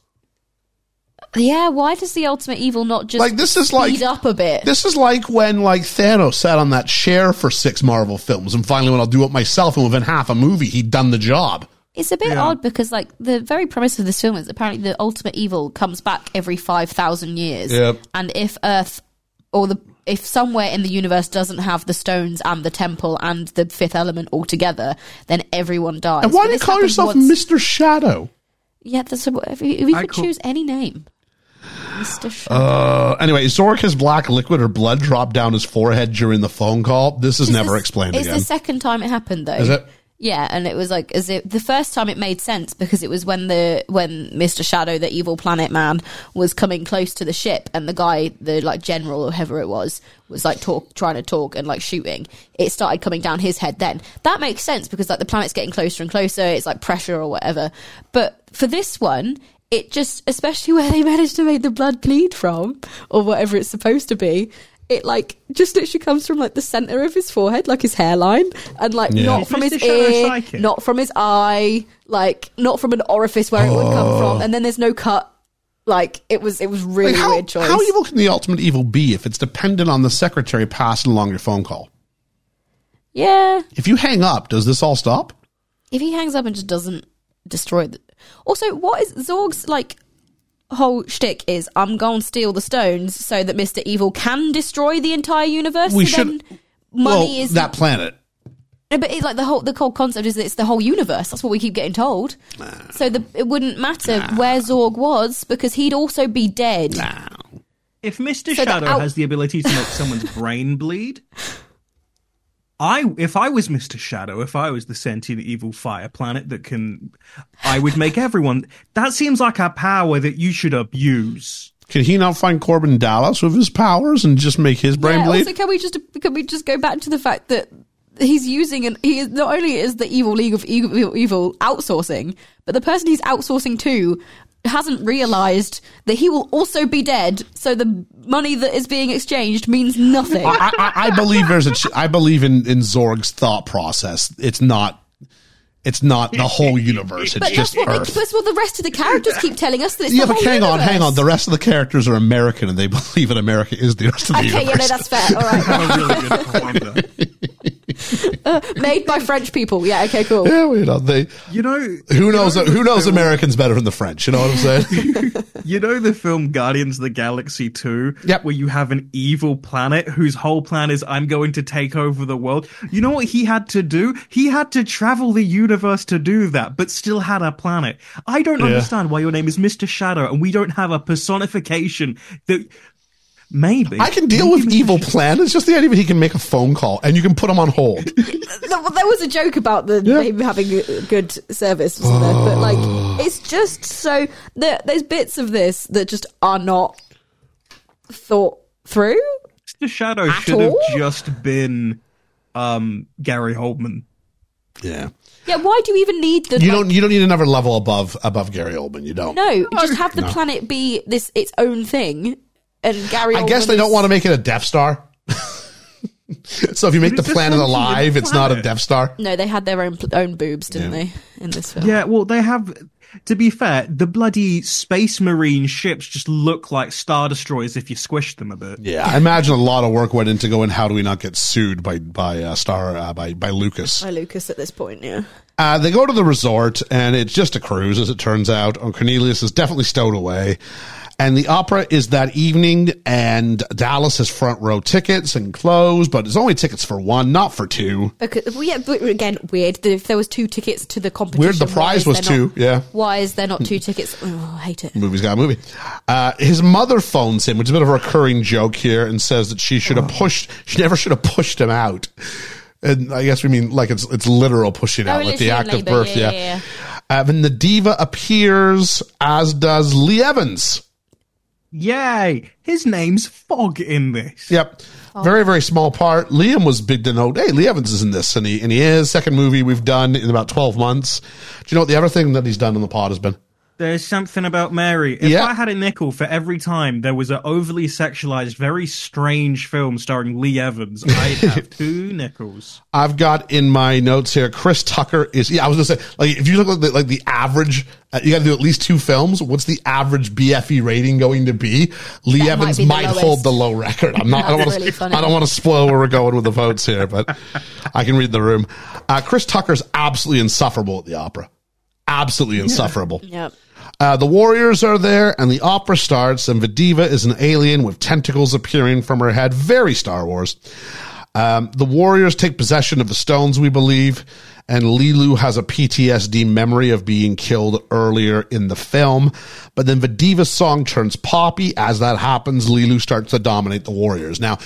Yeah, why does the ultimate evil not just
Like this is
speed
like
up a bit?
This is like when like Thanos sat on that chair for six Marvel films, and finally, when I'll do it myself, and within half a movie, he'd done the job.
It's a bit odd because like the very premise of this film is apparently the ultimate evil comes back every five thousand years,
Yep.
and if Earth or the if somewhere in the universe doesn't have the stones and the temple and the fifth element all together, then everyone dies.
And why
But
do you
this
call
happened
yourself
once-
Mister Shadow?
Yeah, that's what- if you, if you
I
could
call-
choose any name, Mister. Sh-
Uh, anyway, Zork has black liquid or blood dropped down his forehead during the phone call. This is
It's
never
the-
explained
It's
again.
the second time it happened, though.
Is it?
Yeah, and it was like as it the first time it made sense because it was when the when Mr. Shadow, the evil planet man, was coming close to the ship, and the guy, the like general or whoever it was, was like talk trying to talk and like shooting. It started coming down his head. Then that makes sense because like the planet's getting closer and closer. It's like pressure or whatever. But for this one. It just, especially where they <laughs> managed to make the blood bleed from, or whatever it's supposed to be, it like just literally comes from like the center of his forehead, like his hairline, and like
Yeah.
not
Is
from
Mr.
his
Shadow
ear,
psychic?
not from his eye, like not from an orifice where it would
Oh.
come from, and then there's no cut. Like it was, it was really
Like, how,
weird choice.
how evil can the ultimate evil be if it's dependent on the secretary passing along your phone call?
yeah,
If you hang up, does this all stop?
if he hangs up and just doesn't destroy. The- also, what is Zorg's like? Whole shtick is I'm gonna steal the stones so that Mr. Evil can destroy the entire universe.
We
so
should-
then money
well,
is
that planet.
No, but it's like the whole the whole concept is that it's the whole universe. That's what we keep getting told. So the, it wouldn't matter where Zorg was because he'd also be dead.
If Mr.
So the
Shadow
out-
has the ability to make
<laughs>
someone's brain bleed, I if I was Mr. Shadow, if I was the sentient evil fire planet that can I would make everyone that seems like a power that you
<laughs>
should abuse.
Can he not find Corbin Dallas with his powers and just make his brain
yeah,
bleed?
Also, can we just can we just go back to the fact that he's using and he is not only is the evil league of evil, evil outsourcing, but the person he's outsourcing to hasn't realized that he will also be dead. So the money that is being exchanged means nothing.
I, I, I believe there's a. ch- I believe in in Zorg's thought process. It's not. It's not the whole universe. It's
But
just
that's what,
Earth.
that's what the rest of the characters keep telling us. That it's
yeah, but
the whole
hang on, hang on.
universe.
The rest of the characters are American, and they <laughs> believe in America is the rest of the
Okay,
universe.
yeah, no, that's fair. All right.
A really good point there.
Made by French people. Yeah, okay, cool.
<laughs> Yeah, you know, they.
You know
Who knows? Who knows Americans better than the French? You know what I'm saying? <laughs>
You know the film Guardians of the Galaxy 2?
Yep.
Where you have an evil planet whose whole plan is, I'm going to take over the world. You know what he had to do? He had to travel the universe to do that, but still had a planet. I don't understand why your name is Mr. Shadow and we don't have a personification that maybe.
I can deal with evil plan. It's just the idea that he can make a phone call and you can put him on
<laughs>
hold.
Th- There was a joke about the him having a good service, wasn't there? But
Oh.
like, it's just so there, there's bits of this that just are not thought through.
Mr. Shadow should have just been um, Gary Oldman.
Yeah.
Yeah, why do you even need the
You
like,
don't you don't need another level above above Gary Oldman. You don't.
No, just have the planet be this its own thing. And Gary,
I guess
Oldman
they don't
is-
want to make it a Death Star. <laughs> so if you make the
it's just
planet
mentioned in
alive,
the
it's not a
planet.
Death Star.
No, they had their own pl- own boobs, didn't
Yeah.
they? In this film,
Yeah, well, they have. To be fair, the bloody space marine ships just look like star destroyers if you squish them a bit.
Yeah, I imagine a lot of work went into going. How do we not get sued by by uh, Star uh, by by Lucas?
By Lucas at this point, yeah.
Uh, they go to the resort, and it's just a cruise, as it turns out. Oh, Cornelius is definitely stowed away. And the opera is that evening, and Dallas has front row tickets and clothes, but it's only tickets for one, not for two.
Because well, yeah, but again, weird. If there was two tickets to the competition,
Weird, the
why
prize
is
was
there
two.
not-
Yeah.
Why is there not two tickets? Oh, I hate it.
Movie's got a movie. Uh, his mother phones him, which is a bit of a recurring joke here, and says that she
Oh.
should have pushed, she never should have pushed him out. And I guess we mean like it's it's literal pushing out, like the
Oh,
act
literally
of
labour,
birth. Yeah.
yeah, yeah,
Uh, then the diva appears, as does Lee Evans.
Yay! His name's Fog in this.
Yep.
Oh.
Very, very small part. Liam was big to note. Hey, Lee Evans is in this, and he and he is second movie we've done in about twelve months. Do you know what the other thing that he's done on the pod has been?
There's something about Mary. If
Yeah.
I had a nickel for every time there was an overly sexualized, very strange film starring Lee Evans, I'd <laughs> have two nickels.
I've got in my notes here. Chris Tucker is. Yeah, I was gonna say like if you look at the, like the average, uh, you got to do at least two films. What's the average BFE rating going to be? Lee
That might
Evans
be the
might hold
lowest.
the low record. I'm not. I don't
That's
want
really
to.
funny.
I don't want to spoil where we're going with the votes here, but I can read the room. Uh, Chris Tucker's absolutely insufferable at the opera. Absolutely insufferable.
Yep.
Uh, the warriors are there, and the opera starts, and Vidiva is an alien with tentacles appearing from her head. Very Star Wars. Um, the warriors take possession of the stones, we believe, and Lilu has a PTSD memory of being killed earlier in the film. But then Vidiva's song turns poppy. As that happens, Lilu starts to dominate the warriors. Now,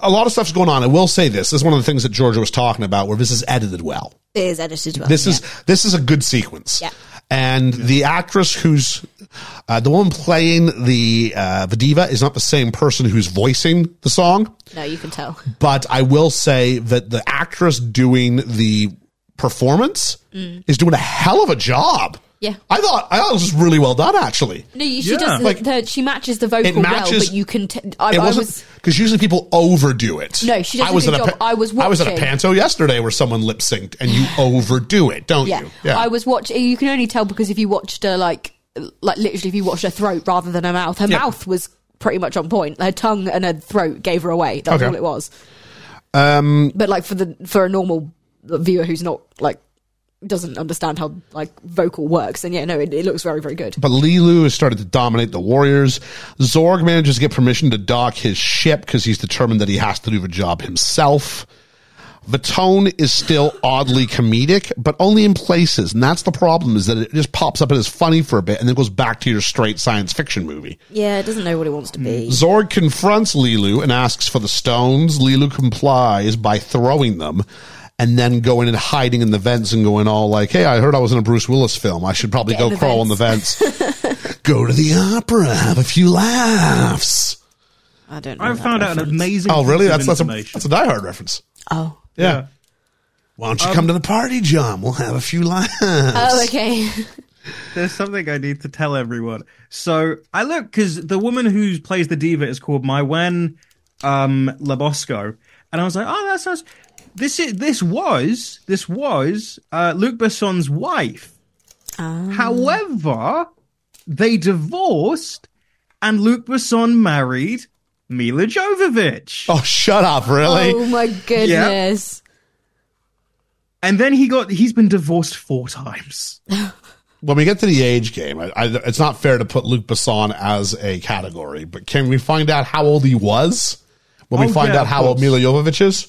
a lot of stuff's going on. I will say this. This is one of the things that Georgia was talking about, where this is edited well.
It is edited
Oh,
well.
This is this is a good sequence.
Yeah.
And the actress who's uh, the woman playing the uh, the diva is not the same person who's voicing the song,
no, you can tell.
but I will say that the actress doing the performance is doing a hell of a job.
Mm. Yeah.
I thought I thought it was just really well done actually.
No, you- she
Yeah.
does. The,
Like,
the- she matches the vocal
it matches-
well, but you can. T- I,
it
I
wasn't
was.
because usually people overdo it.
No, she does a good
at
job. I was
I was at a
watching.
panto yesterday where someone lip synced, and
<sighs>
you overdo it, don't
Yeah,
you?
I was watching. You can only tell because if you watched her, like, like literally, if you watched her throat rather than her mouth, her
Yeah.
mouth was pretty much on point. Her tongue and her throat gave her away. That's
Okay.
all it was. Um, but like for the for a normal viewer who's not like doesn't understand how like vocal works, and yeah, no, it, it looks very very good.
But Lilu has started to dominate the Warriors. Zorg manages to get permission to dock his ship because he's determined that he has to do the job himself. The tone is still oddly comedic, but only in places. And that's the problem is that it just pops up and is funny for a bit and then goes back to your straight science fiction movie.
Yeah, it doesn't know what it wants to be.
Zorg confronts Lilu and asks for the stones. Lilu complies by throwing them and then going and hiding in the vents and going all like, hey, I heard I was in a Bruce Willis film. I should probably
Get
go
in the
crawl in the vents. <laughs> Go to the opera, have a few laughs.
I don't. know
I
that
found out an
reference.
amazing.
Oh, really?
piece of
That's that's a,
information.
that's a Die Hard reference.
Oh,
Yeah. Why don't you come to the party, John? We'll have a few laughs.
Oh, okay. <laughs>
There's something I need to tell everyone. So I look because the woman who plays the diva is called Mywen um, Labosco, and I was like, oh, that sounds. This is this was this was uh, Luc Besson's wife. However, they divorced, and Luc Besson married Mila Jovovich.
Oh, shut up, really?
oh my goodness.
And then he got he's been divorced four <laughs> times.
when we get to the age game, I, I, it's not fair to put Luke Besson as a category, but can we find out how old he was when we
Oh,
find
yeah,
out
of
how old
course.
Mila Jovovich is?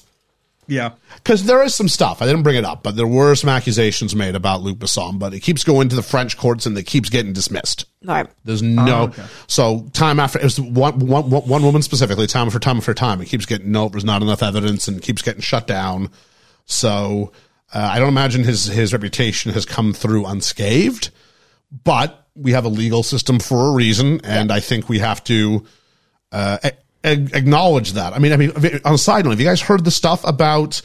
Yeah.
Because there is some stuff. I didn't bring it up, but there were some accusations made about Luke Besson, but it keeps going to the French courts and it keeps getting dismissed.
right.
There's no so time after it was one, one, one, one woman specifically time after time after time it keeps getting nope there's not enough evidence and keeps getting shut down. So uh, I don't imagine his his reputation has come through unscathed, but we have a legal system for a reason, and I think we have to uh, ag- acknowledge that. I mean, I mean, on a side note, have you guys heard the stuff about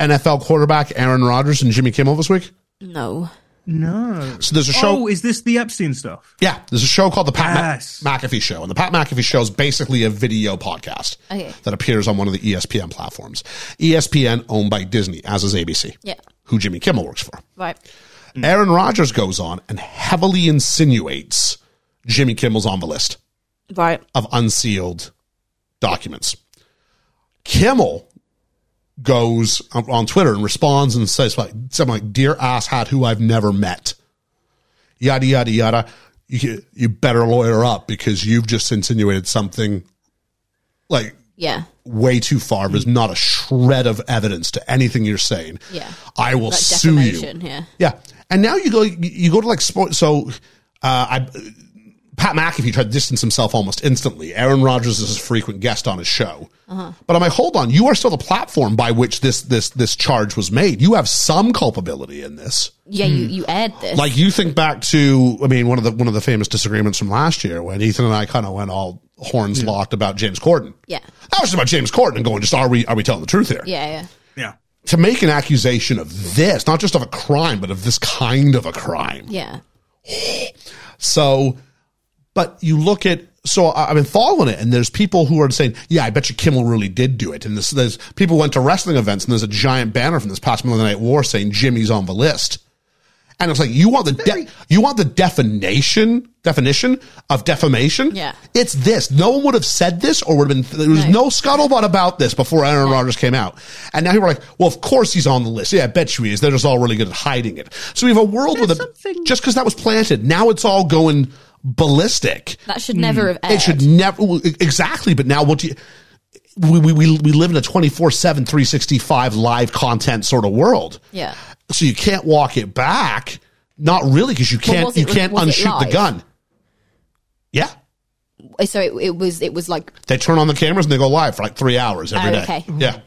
NFL quarterback Aaron Rodgers and Jimmy Kimmel this week?
No.
No.
So there's a show.
Oh, is this the Epstein stuff?
Yeah, there's a show called the Pat Ma-
Yes.
McAfee Show, and the Pat McAfee Show is basically a video podcast
Okay.
that appears on one of the E ESPN platforms. E ESPN owned by Disney, as is ABC,
Yeah.
who Jimmy Kimmel works for.
Right.
Aaron Rodgers goes on and heavily insinuates Jimmy Kimmel's on the list
Right.
of unsealed documents. Kimmel goes on- on Twitter and responds and says like something like "Dear asshat, who I've never met," yada yada yada. You you better lawyer up because you've just insinuated something like
Yeah.
way too far. There's not a shred of evidence to anything you're saying.
Yeah.
I will
Like
sue you.
defamation. Yeah.
Yeah, and now you go you go to like sports. So uh, I, Pat McAfee tried to distance himself almost instantly. Aaron Rodgers is a frequent guest on his show,
Uh-huh.
but I'm like, hold on, you are still the platform by which this this this charge was made. You have some culpability in this.
Yeah. You you aired this.
Hmm. Like you think back to, I mean, one of the one of the famous disagreements from last year when Ethan and I kind of went all horns locked about James Corden.
Yeah.
That was just about James Corden and going, just are we are we telling the truth here?
yeah. Yeah.
Yeah.
To make an accusation of this, not just of a crime, but of this kind of a crime.
Yeah.
So, but you look at so I- I've been following it, and there's people who are saying, "Yeah, I bet you Kimmel really did do it." And this, there's people went to wrestling events, and there's a giant banner from this past Monday Night War saying Jimmy's on the list. And it's like you want the de- you want the definition definition of defamation.
Yeah.
it's this. No one would have said this, or would have been there was no,
No.
scuttlebutt about this before Aaron Rodgers came out. And now people are like, well, of course he's on the list. Yeah, I bet you he is. They're just all really good at hiding it. So we have a world with a
something-
just because that was planted. Now it's all going ballistic.
That should never have aired.
Hmm. It should never well, e- exactly. But now what do you? We, we, we we live in a 24 7, 365 live content sort of world.
Yeah.
So you can't walk it back. Not really, because you can't
was
you
it-
can't
was it
unshoot the
live?
gun. Yeah.
So it, it was it was like
They turn on the cameras and they go live for like three hours every
Oh,
day.
okay.
Yeah.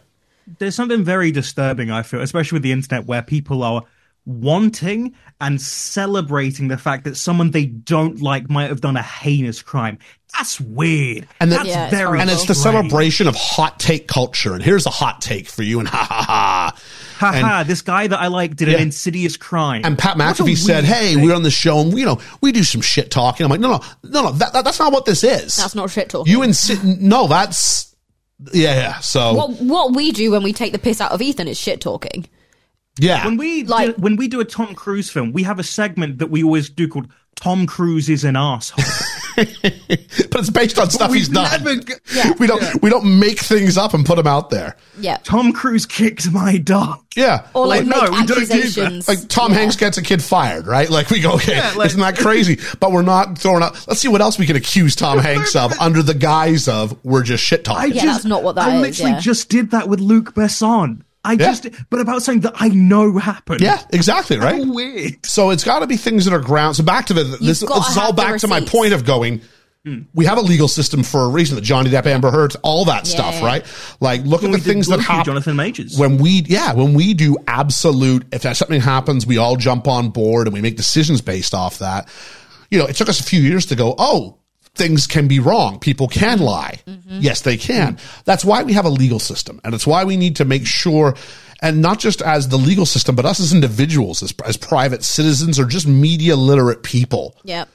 There's something very disturbing, I feel, especially with the internet where people are wanting and celebrating the fact that someone they don't like might have done a heinous crime. That's weird.
And the-
That's
Yeah, it's
very
horrible.
And it's the
strange.
celebration of hot take culture. And here's a hot take for you. And <laughs> ha ha ha.
Haha, this guy that I like did
Yeah.
an insidious crime.
And Pat
What a
McAfee said,
weird
"Hey,
thing.
we're on the show, and you know we do some shit talking." I'm like, "No, no, no, no. That, that, that's not what this is.
that's not shit talk.
you insist. No, that's yeah. yeah. So
what what we do when we take the piss out of Ethan is shit talking.
yeah,
when we
Like-
do, when we do a Tom Cruise film, we have a segment that we always do called Tom Cruise is an asshole.
<laughs> but it's based on stuff
we
he's done.
never g-
we don't we don't make things up and put them out there.
Yeah.
Tom Cruise <laughs> kicked my dog.
Yeah,
Or like,
Like, no,
make
we don't do that.
accusations.
Like Tom Hanks gets a kid fired, right? Like we go, okay,
like-
isn't that crazy?
<laughs>
But we're not throwing up. Let's see what else we can accuse Tom Hanks of under the guise of we're just shit
I
talking.
Yeah,
just,
that's not what that
I
is,
literally
yeah.
just did that with Luke Besson. I just, but about something that I know happened.
Yeah, exactly, right?
How weird.
So it's got to be things that are ground. So back to the this,
gotta
this is all
have the
back to my
receipts.
point of going. We have a legal system for a reason. The Johnny Depp, Amber Heard, all that stuff,
yeah.
right? Like look
When
at
we
the
did
things that
Blue Street,
happen.
Jonathan Majors.
When we, yeah, when we do absolute, if that something happens, we all jump on board and we make decisions based off that. You know, it took us a few years to go, oh, things can be wrong. People can lie. Yes, they can. That's why we have a legal system. And it's why we need to make sure, and not just as the legal system, but us as individuals, as, as private citizens or just media literate people.
yeah.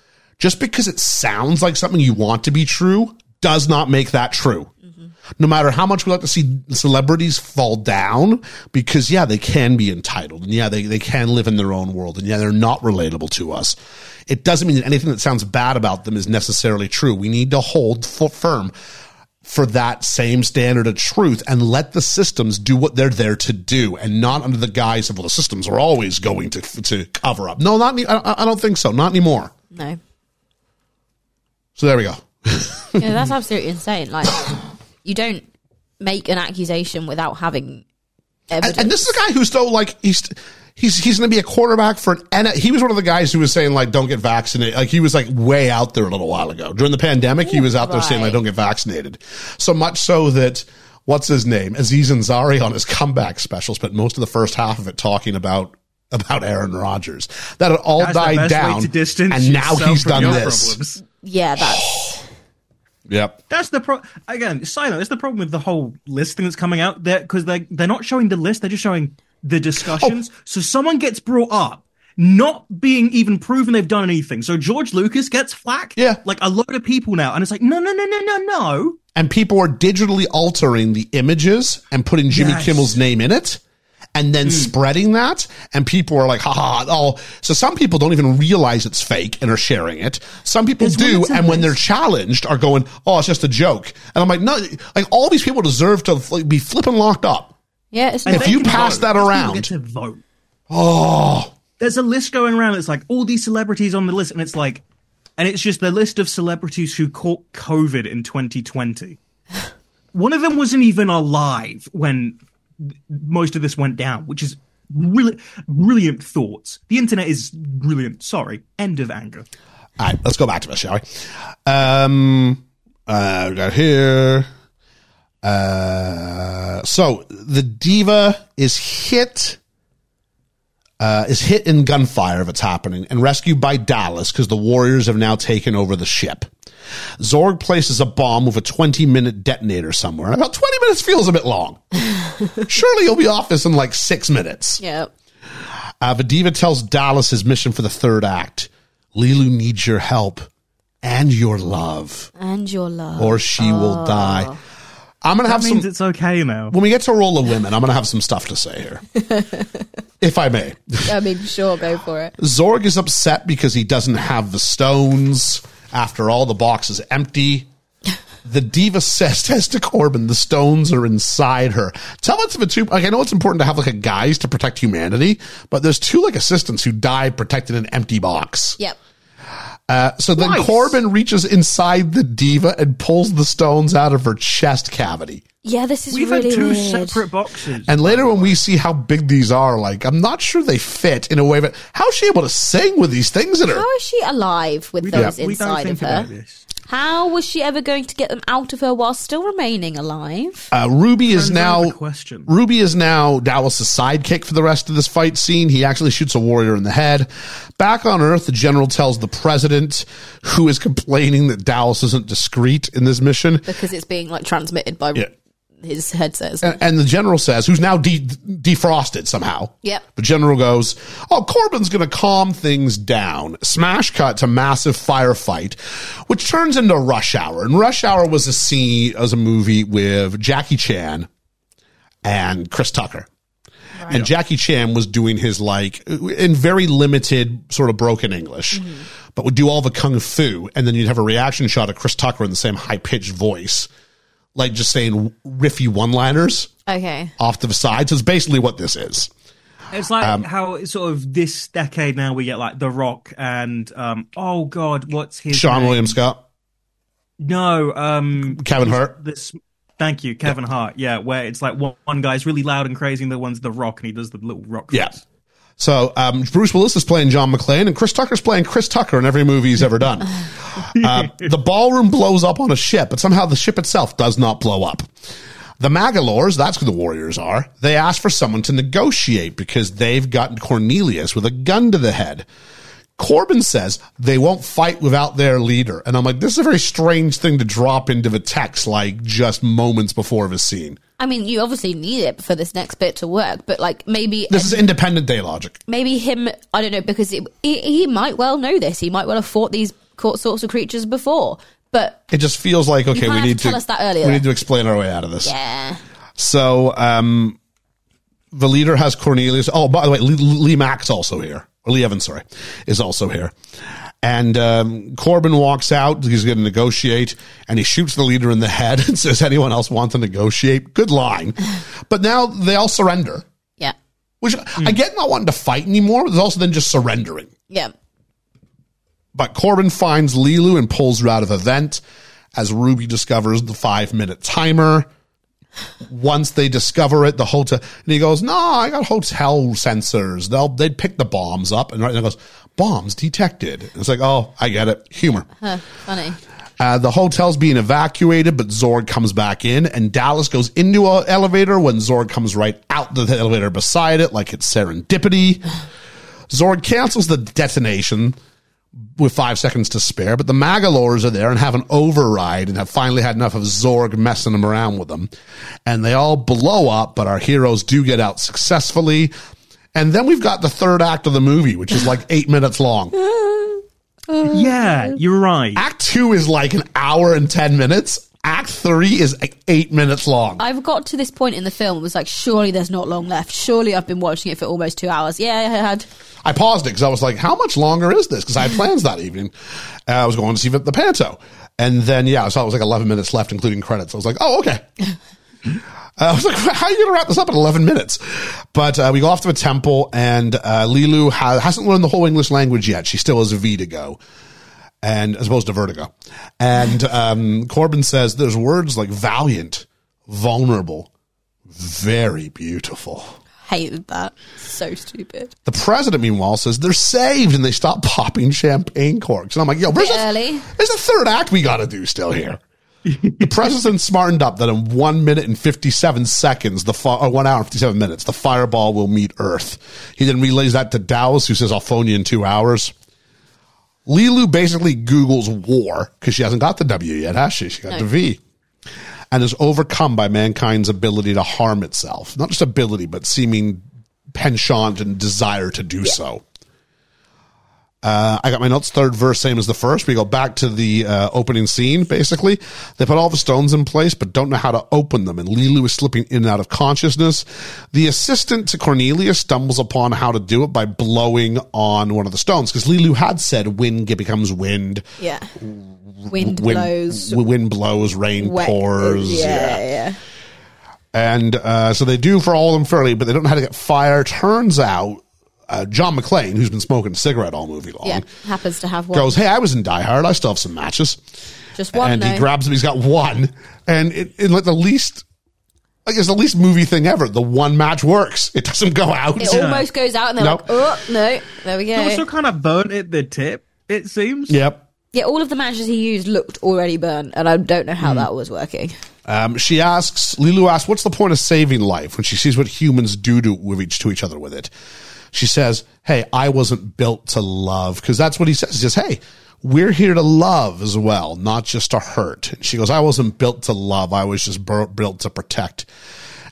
Just because it sounds like something you want to be true does not make that true. No matter how much we like to see celebrities fall down, because yeah, they can be entitled and yeah, they, they can live in their own world and yeah, they're not relatable to us. It doesn't mean that anything that sounds bad about them is necessarily true. We need to hold f- firm for that same standard of truth and let the systems do what they're there to do and not under the guise of, well, the systems are always going to, to cover up. No, not, any- I, I- I don't think so. Not anymore. <laughs>
No.
So there we go.
Yeah, that's absolutely insane. Like, <coughs> you don't make an accusation without having evidence.
And, and this is a guy who's still like he's he's he's going to be a quarterback for an N. He was one of the guys who was saying like don't get vaccinated. Like he was like way out there a little while ago during the pandemic. He was out there saying like
Right.
don't get vaccinated. So much so that what's his name Aziz Ansari on his comeback special spent most of the first half of it talking about. About Aaron Rodgers, that it all
That's the
died
best way
down,
to distance
and now
yourself
he's
from
done
your
this.
problems.
yeah, that's
Yep.
That's the pro. Again, side note, that's the problem with the whole list thing that's coming out there because they they're not showing the list; they're just showing the discussions.
Oh.
So someone gets brought up, not being even proven they've done anything. So George Lucas gets flack.
Yeah.
like a load of people now, and it's like, no, no, no, no, no, no.
And people are digitally altering the images and putting Jimmy
Yes. Hmm.
Kimmel's name in it and then spreading that. And people are like, ha ha. ha, Oh, so some people don't even realize it's fake and are sharing it. Some people
There's
do.
one
And when
example.
they're challenged are going, oh, it's just a joke. And I'm like, no, like all these people deserve to like, be flipping locked up.
Yeah, it's
And
not.
If
they
you
can
pass
vote.
that
These people
around-
get to vote.
Oh,
there's a list going around that's like all these celebrities on the list, and it's like, and it's just the list of celebrities who caught COVID in 2020. One of them wasn't even alive when th- most of this went down, which is really brilliant thoughts. The internet is brilliant. Sorry, end of anger.
All right, let's go back to this, shall we? Um, uh, we got here. Uh, so the diva is hit. Uh, is hit in gunfire if it's happening and rescued by Dallas because the Warriors have now taken over the ship. Zorg places a bomb with a 20 minute detonator somewhere. About 20 minutes feels a bit long. <laughs> Surely you'll be off this in like six minutes.
Yeah.
Uh, Vadiva tells Dallas his mission for the third act. Lilu needs your help and your love,
And your love.
or she will die. I'm going to
Oh. That
have
means
some.
it's okay now.
When we get to Roll of Women, I'm going to have some stuff to say here.
<laughs>
if I may.
I mean, sure, go for it.
Zorg is upset because he doesn't have the stones. After all, the box is empty. The diva <laughs> says says to Corbin, the stones are inside her. Tell us if it's too, like, I know it's important to have like a guise to protect humanity, but there's two like assistants who die protecting an empty box. Uh,
Yep.
So then
Nice.
Corbin reaches inside the diva and pulls the stones out of her chest cavity.
Yeah, this is
We've
really
had two
weird.
separate boxes.
And later when we see how big these are, like, I'm not sure they fit in a way, but how's she able to sing with these things in her?
How is she alive with
we
those
don't, we don't
inside
think
of
about
her?
this.
How was she ever going to get them out of her while still remaining alive?
Uh, Ruby is
Turns out
now
the question.
Ruby is now Dallas's sidekick for the rest of this fight scene. He actually shoots a warrior in the head. Back on Earth, the general tells the president, who is complaining that Dallas isn't discreet in this mission,
Because it's being like transmitted by
Yeah.
his headset.
Uh,
and, and the general says, who's now de- defrosted somehow.
Yep.
The general goes, "Oh, Corbin's going to calm things down." Smash cut to massive firefight, which turns into Rush Hour. And Rush Hour was a scene as a movie with Jackie Chan and Chris Tucker. And Jackie Chan was doing his like in very limited sort of broken English, but would do all the kung fu, and then you'd have a reaction shot of Chris Tucker in the same high pitched voice, like just saying riffy one liners
Okay.
off to the side. So it's basically what this is.
It's like
Um,
how it's sort of this decade now we get like The Rock and um oh god, what's his
Sean
name?
William Scott,
No, um
Kevin Hurt.
this thank you, Kevin Hart. Yeah, where it's like one, one guy's really loud and crazy and the one's The Rock and he does the little rock.
Yeah.
voice.
So um, Bruce Willis is playing John McClane, and Chris Tucker's playing Chris Tucker in every movie he's ever done. Uh, the ballroom blows up on a ship, but somehow the ship itself does not blow up. The Magalores, that's who the warriors are, they ask for someone to negotiate because they've gotten Cornelius with a gun to the head. Corbin says they won't fight without their leader. And I'm like, this is a very strange thing to drop into the text, like just moments before the scene.
I mean, you obviously need it for this next bit to work, but like maybe
This is independent day logic.
maybe him. I don't know because it, he, he might well know this. He might well have fought these co- sorts of creatures before, but
It just feels like okay.
kinda
We
have
need
to tell us that earlier.
We need to explain our way out of this.
yeah,
So, um, the leader has Cornelius. Oh, by the way, Lee, Lee Mack's also here. Or Lee Evans, sorry, is also here. And um, Corbin walks out. He's going to negotiate, and he shoots the leader in the head and <laughs> says, "Anyone else want to negotiate?" Good line. but now they all surrender,
yeah,
which
Hmm.
I get not wanting to fight anymore. But there's also then just surrendering.
yeah.
But Corbin finds Lilu and pulls her out of the vent as Ruby discovers the five minute timer. Once they discover it, the hotel, and he goes, No, I got hotel sensors. They'll, they'd pick the bombs up. And right now goes, Bombs detected. And it's like, Oh, I get it. Humor.
Funny.
Uh, the hotel's being evacuated, but Zorg comes back in, and Dallas goes into an elevator when Zorg comes right out the elevator beside it, like it's serendipity. Zorg cancels the detonation, with five seconds to spare, but the Magalores are there and have an override and have finally had enough of Zorg messing them around with them. And they all blow up, but our heroes do get out successfully. And then we've got the third act of the movie, which is like eight minutes long.
yeah, you're right.
Act two is like an hour and 10 minutes. Act three is like eight minutes long.
I've got to this point in the film. Was like, surely there's not long left. Surely I've been watching it for almost two hours. Yeah, I had.
I paused it because I was like, how much longer is this? Because I had plans that evening. Uh, I was going to see the panto. And then, yeah, I saw it was like 11 minutes left, including credits. I was like, oh, okay. Uh, I was like, how are you going to wrap this up in 11 minutes? But uh, we go off to a temple, and uh, Lilu ha- hasn't learned the whole English language yet. She still is a Vitigo, and as opposed to Vertigo. And um, Corbin says there's words like valiant, vulnerable, very beautiful.
Hated that. So stupid.
The president, meanwhile, says they're saved and they stop popping champagne corks. And I'm like, yo, where's
Bit
the,
early.
there's a third act we got to do still here. the president smartened up that in one minute and 57 seconds, the fi- or one hour and 57 minutes, the fireball will meet Earth. He then relays that to Dallas, who says I'll phone you in two hours. Lilu basically Googles war because she hasn't got the W yet, has she? She got the V. And is overcome by mankind's ability to harm itself. Not just ability, but seeming penchant and desire to do so. Uh, I got my notes. Third verse, same as the first. We go back to the uh, opening scene. Basically, they put all the stones in place, but don't know how to open them. And Lilu is slipping in and out of consciousness. The assistant to Cornelius stumbles upon how to do it by blowing on one of the stones because Lilu had said wind ge- becomes wind,
Yeah. Wind
wind
blows.
w- wind blows, rain
wet-
pours. Um,
Yeah, yeah.
And uh, so they do for all of them fairly, but they don't know how to get fire. Turns out, uh, John McClane, who's been smoking a cigarette all movie long,
Yeah, happens to have one.
goes, "Hey, I was in Die Hard. I still have some matches."
Just one.
and
though.
he grabs him. He's got one, and it, it like the least, like it's the least movie thing ever. The one match works. It doesn't go out.
it almost goes out, and they're
Nope.
like, "Oh no, there we go."
They also kind of burnt at the tip, it seems.
Yep.
Yeah, all of the matches he used looked already burnt, and I don't know how
Hmm.
that was working.
Um, she asks, Lilu asks, what's the point of saving life when she sees what humans do to, with each, to each other with it? She says, Hey, I wasn't built to love. Cause that's what he says. He says, Hey, we're here to love as well, not just to hurt. And she goes, I wasn't built to love. I was just bur- built to protect.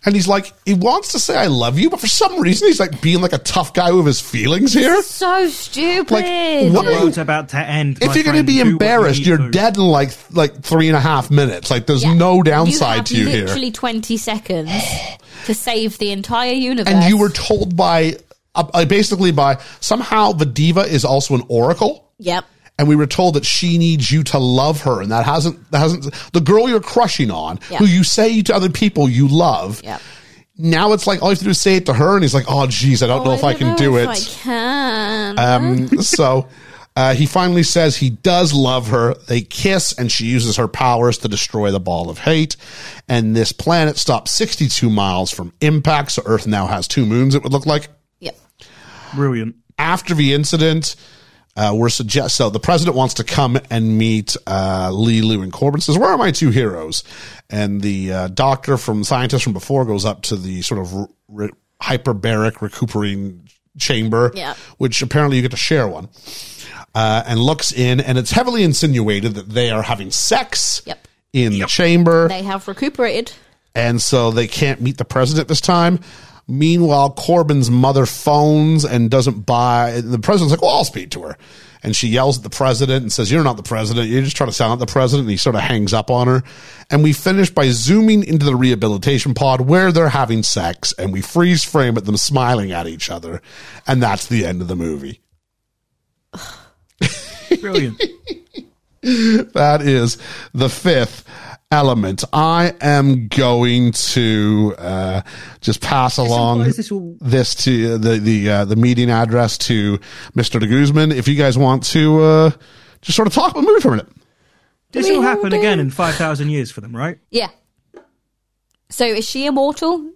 And he's like, he wants to say I love you, but for some reason he's like being like a tough guy with his feelings here.
so stupid.
Like, what
The
are you
world's about to end.
if
my
you're going to
friend.
be
Do what you
embarrassed,
need
you're
to.
dead in like like three and a half minutes. Like, there's
Yeah.
no downside
you have
to you here.
Literally twenty seconds to save the entire universe.
and you were told by uh, uh, basically by somehow the diva is also an oracle
Yep.
and we were told that she needs you to love her and that hasn't that hasn't the girl you're crushing on
Yeah.
who you say to other people you love
Yep.
now it's like all you have to do is say it to her and he's like oh geez i don't know if i,
don't
can
know
do
if
it
I can. <laughs>
um, so uh, he finally says he does love her. They kiss, and she uses her powers to destroy the ball of hate. And this planet stops 62 miles from impact, so Earth now has two moons, it would look like.
yep.
Brilliant.
After the incident, uh, we're suggest so the president wants to come and meet uh, Lee Lu and Corbin says, "Where are my two heroes?" And the uh, doctor from scientist from before goes up to the sort of re- hyperbaric recuperating chamber,
Yeah.
which apparently you get to share one, uh, and looks in, and it's heavily insinuated that they are having sex
Yep.
in the chamber,
They have recuperated.
and so they can't meet the president this time. Meanwhile, Corbin's mother phones and doesn't buy. and The president's like, "Well, I'll speak to her," and she yells at the president and says, "You're not the president. You're just trying to sound like the president." And he sort of hangs up on her. And we finish by zooming into the rehabilitation pod where they're having sex, and we freeze frame at them smiling at each other, and that's the end of the movie.
Brilliant.
That is the fifth element. I am going to uh, just pass along
implies this will-
this to the the uh, the meeting address to Mr. De Guzman. If you guys want to uh, just sort of talk about the movie for a minute.
This will happen again in 5,000 years for them, right?
Yeah. So is she immortal?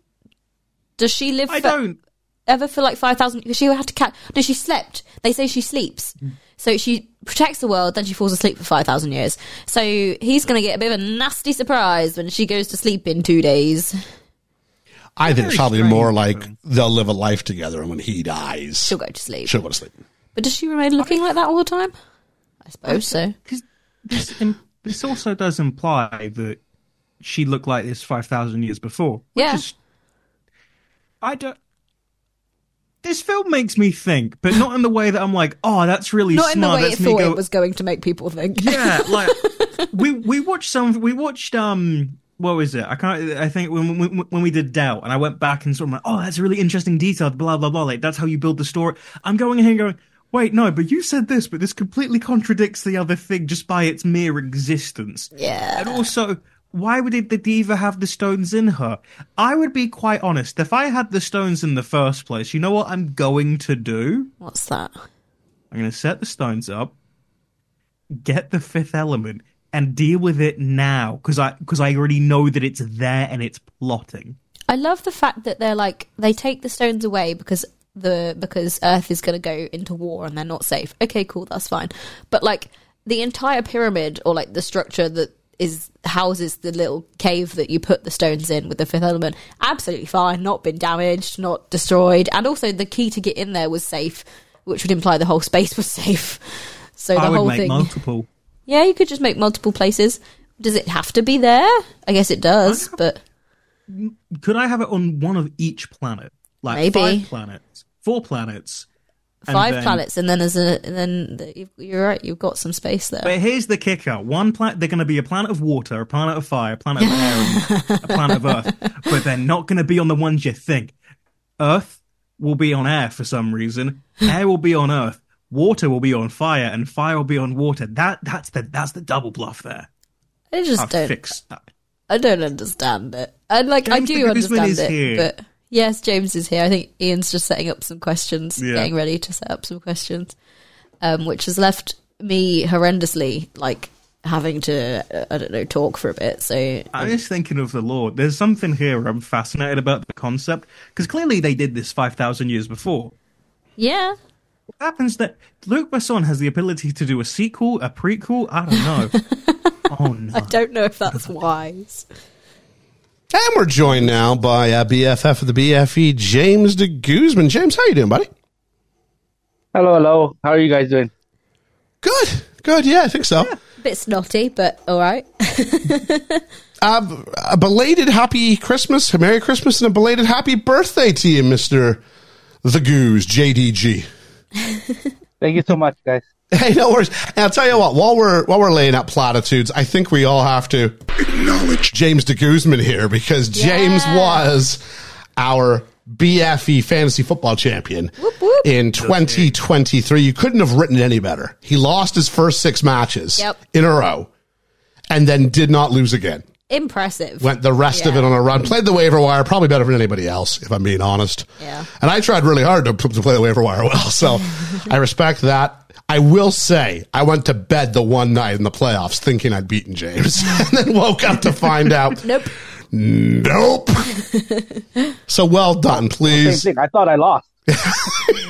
Does she live
I
for-
don't.
ever for like 5,000? Because she had to catch. No, she slept. They say she sleeps.
Mm.
So she protects the world, then she falls asleep for 5,000 years. So he's going to get a bit of a nasty surprise when she goes to sleep in two days.
I think it's
Very
probably
strange
more like
film.
they'll live a life together, and when he dies,
She'll go to sleep.
she'll go to sleep.
But does she remain looking like that all the time? I suppose so.
Because this, im- this also does imply that she looked like this 5,000 years before. which
Yeah.
is- I don't. This film makes me think, but not in the way that I'm like, oh, that's really
Not in the
smart.
way it
that's me
thought
go-
it was going to make people think.
Yeah, like we we watched some. We watched um. What was it? I can't. I think when when, when we did doubt, and I went back and sort of went, oh, that's a really interesting detail. Blah blah blah. Like that's how you build the story. I'm going in here and going. Wait, no, but you said this, but this completely contradicts the other thing just by its mere existence.
Yeah.
And also, why would it- the diva have the stones in her? I would be quite honest. If I had the stones in the first place, you know what I'm going to do?
What's that?
I'm going to set the stones up, get the fifth element, and deal with it now because I because I already know that it's there and it's plotting.
I love the fact that they're like they take the stones away because the because Earth is going to go into war and they're not safe. Okay, cool, that's fine. But like the entire pyramid or like the structure that is houses the little cave that you put the stones in with the fifth element absolutely fine, not been damaged, not destroyed, and also the key to get in there was safe, which would imply the whole space was safe. So the
I would
whole
make
thing,
multiple.
yeah, you could just make multiple places. Does it have to be there? I guess it does, but
Could I have it on one of each planet? Like
Maybe.
five planets, four planets, and
five
then-
planets, and then as a and then the, you've, you're right, you've got some space there.
But here's the kicker: one planet they're going to be a planet of water, a planet of fire, a planet of air, and a planet of Earth, but they're not going to be on the ones you think. Earth will be on air for some reason. Air will be on Earth. Water will be on fire, and fire will be on water. That that's the that's the double bluff there.
I just
I've
don't,
fixed that.
I don't understand it. And like, I
James
do
Guzman
understand
is
it,
here.
but yes, James is here. I think Ian's just setting up some questions,
Yeah.
getting ready to set up some questions, um, which has left me horrendously like having to, uh, I don't know, talk for a bit. So
I'm just thinking of the Lord. There's something here where I'm fascinated about the concept because clearly they did this five thousand years before.
yeah,
happens that Luke Besson has the ability to do a sequel, a prequel. I don't
<laughs>
know. oh no!
I don't know if
<laughs>
that's wise.
And we're joined now by uh, BFF of the BFE, James de Guzman. James, how you doing, buddy?
Hello, hello. How are you guys doing?
Good, good. Yeah, I think so.
a bit snotty, but all right.
Uh, a belated happy Christmas, a Merry Christmas, and a belated happy birthday to you, Mister the Goose JDG.
<laughs> Thank you so much, guys.
Hey, no worries. And I'll tell you what. While we're while we're laying out platitudes, I think we all have to acknowledge James de Guzman here because James
Yeah.
was our BFE fantasy football champion
whoop.
in 2023. You couldn't have written it any better. He lost his first six matches
Yep.
in a row, and then did not lose again.
Impressive.
Went the rest of
Yeah.
it on a run. Played the waiver wire probably better than anybody else, if I'm being honest.
Yeah.
And I tried really hard to, to play the waiver wire well,
<laughs>
so I respect that. I will say I went to bed the one night in the playoffs thinking I'd beaten James, <laughs> and then woke up to find
<laughs>
out.
Nope. <laughs>
Nope. so well done,
Same
please.
thing. I thought
<laughs>
I lost. I,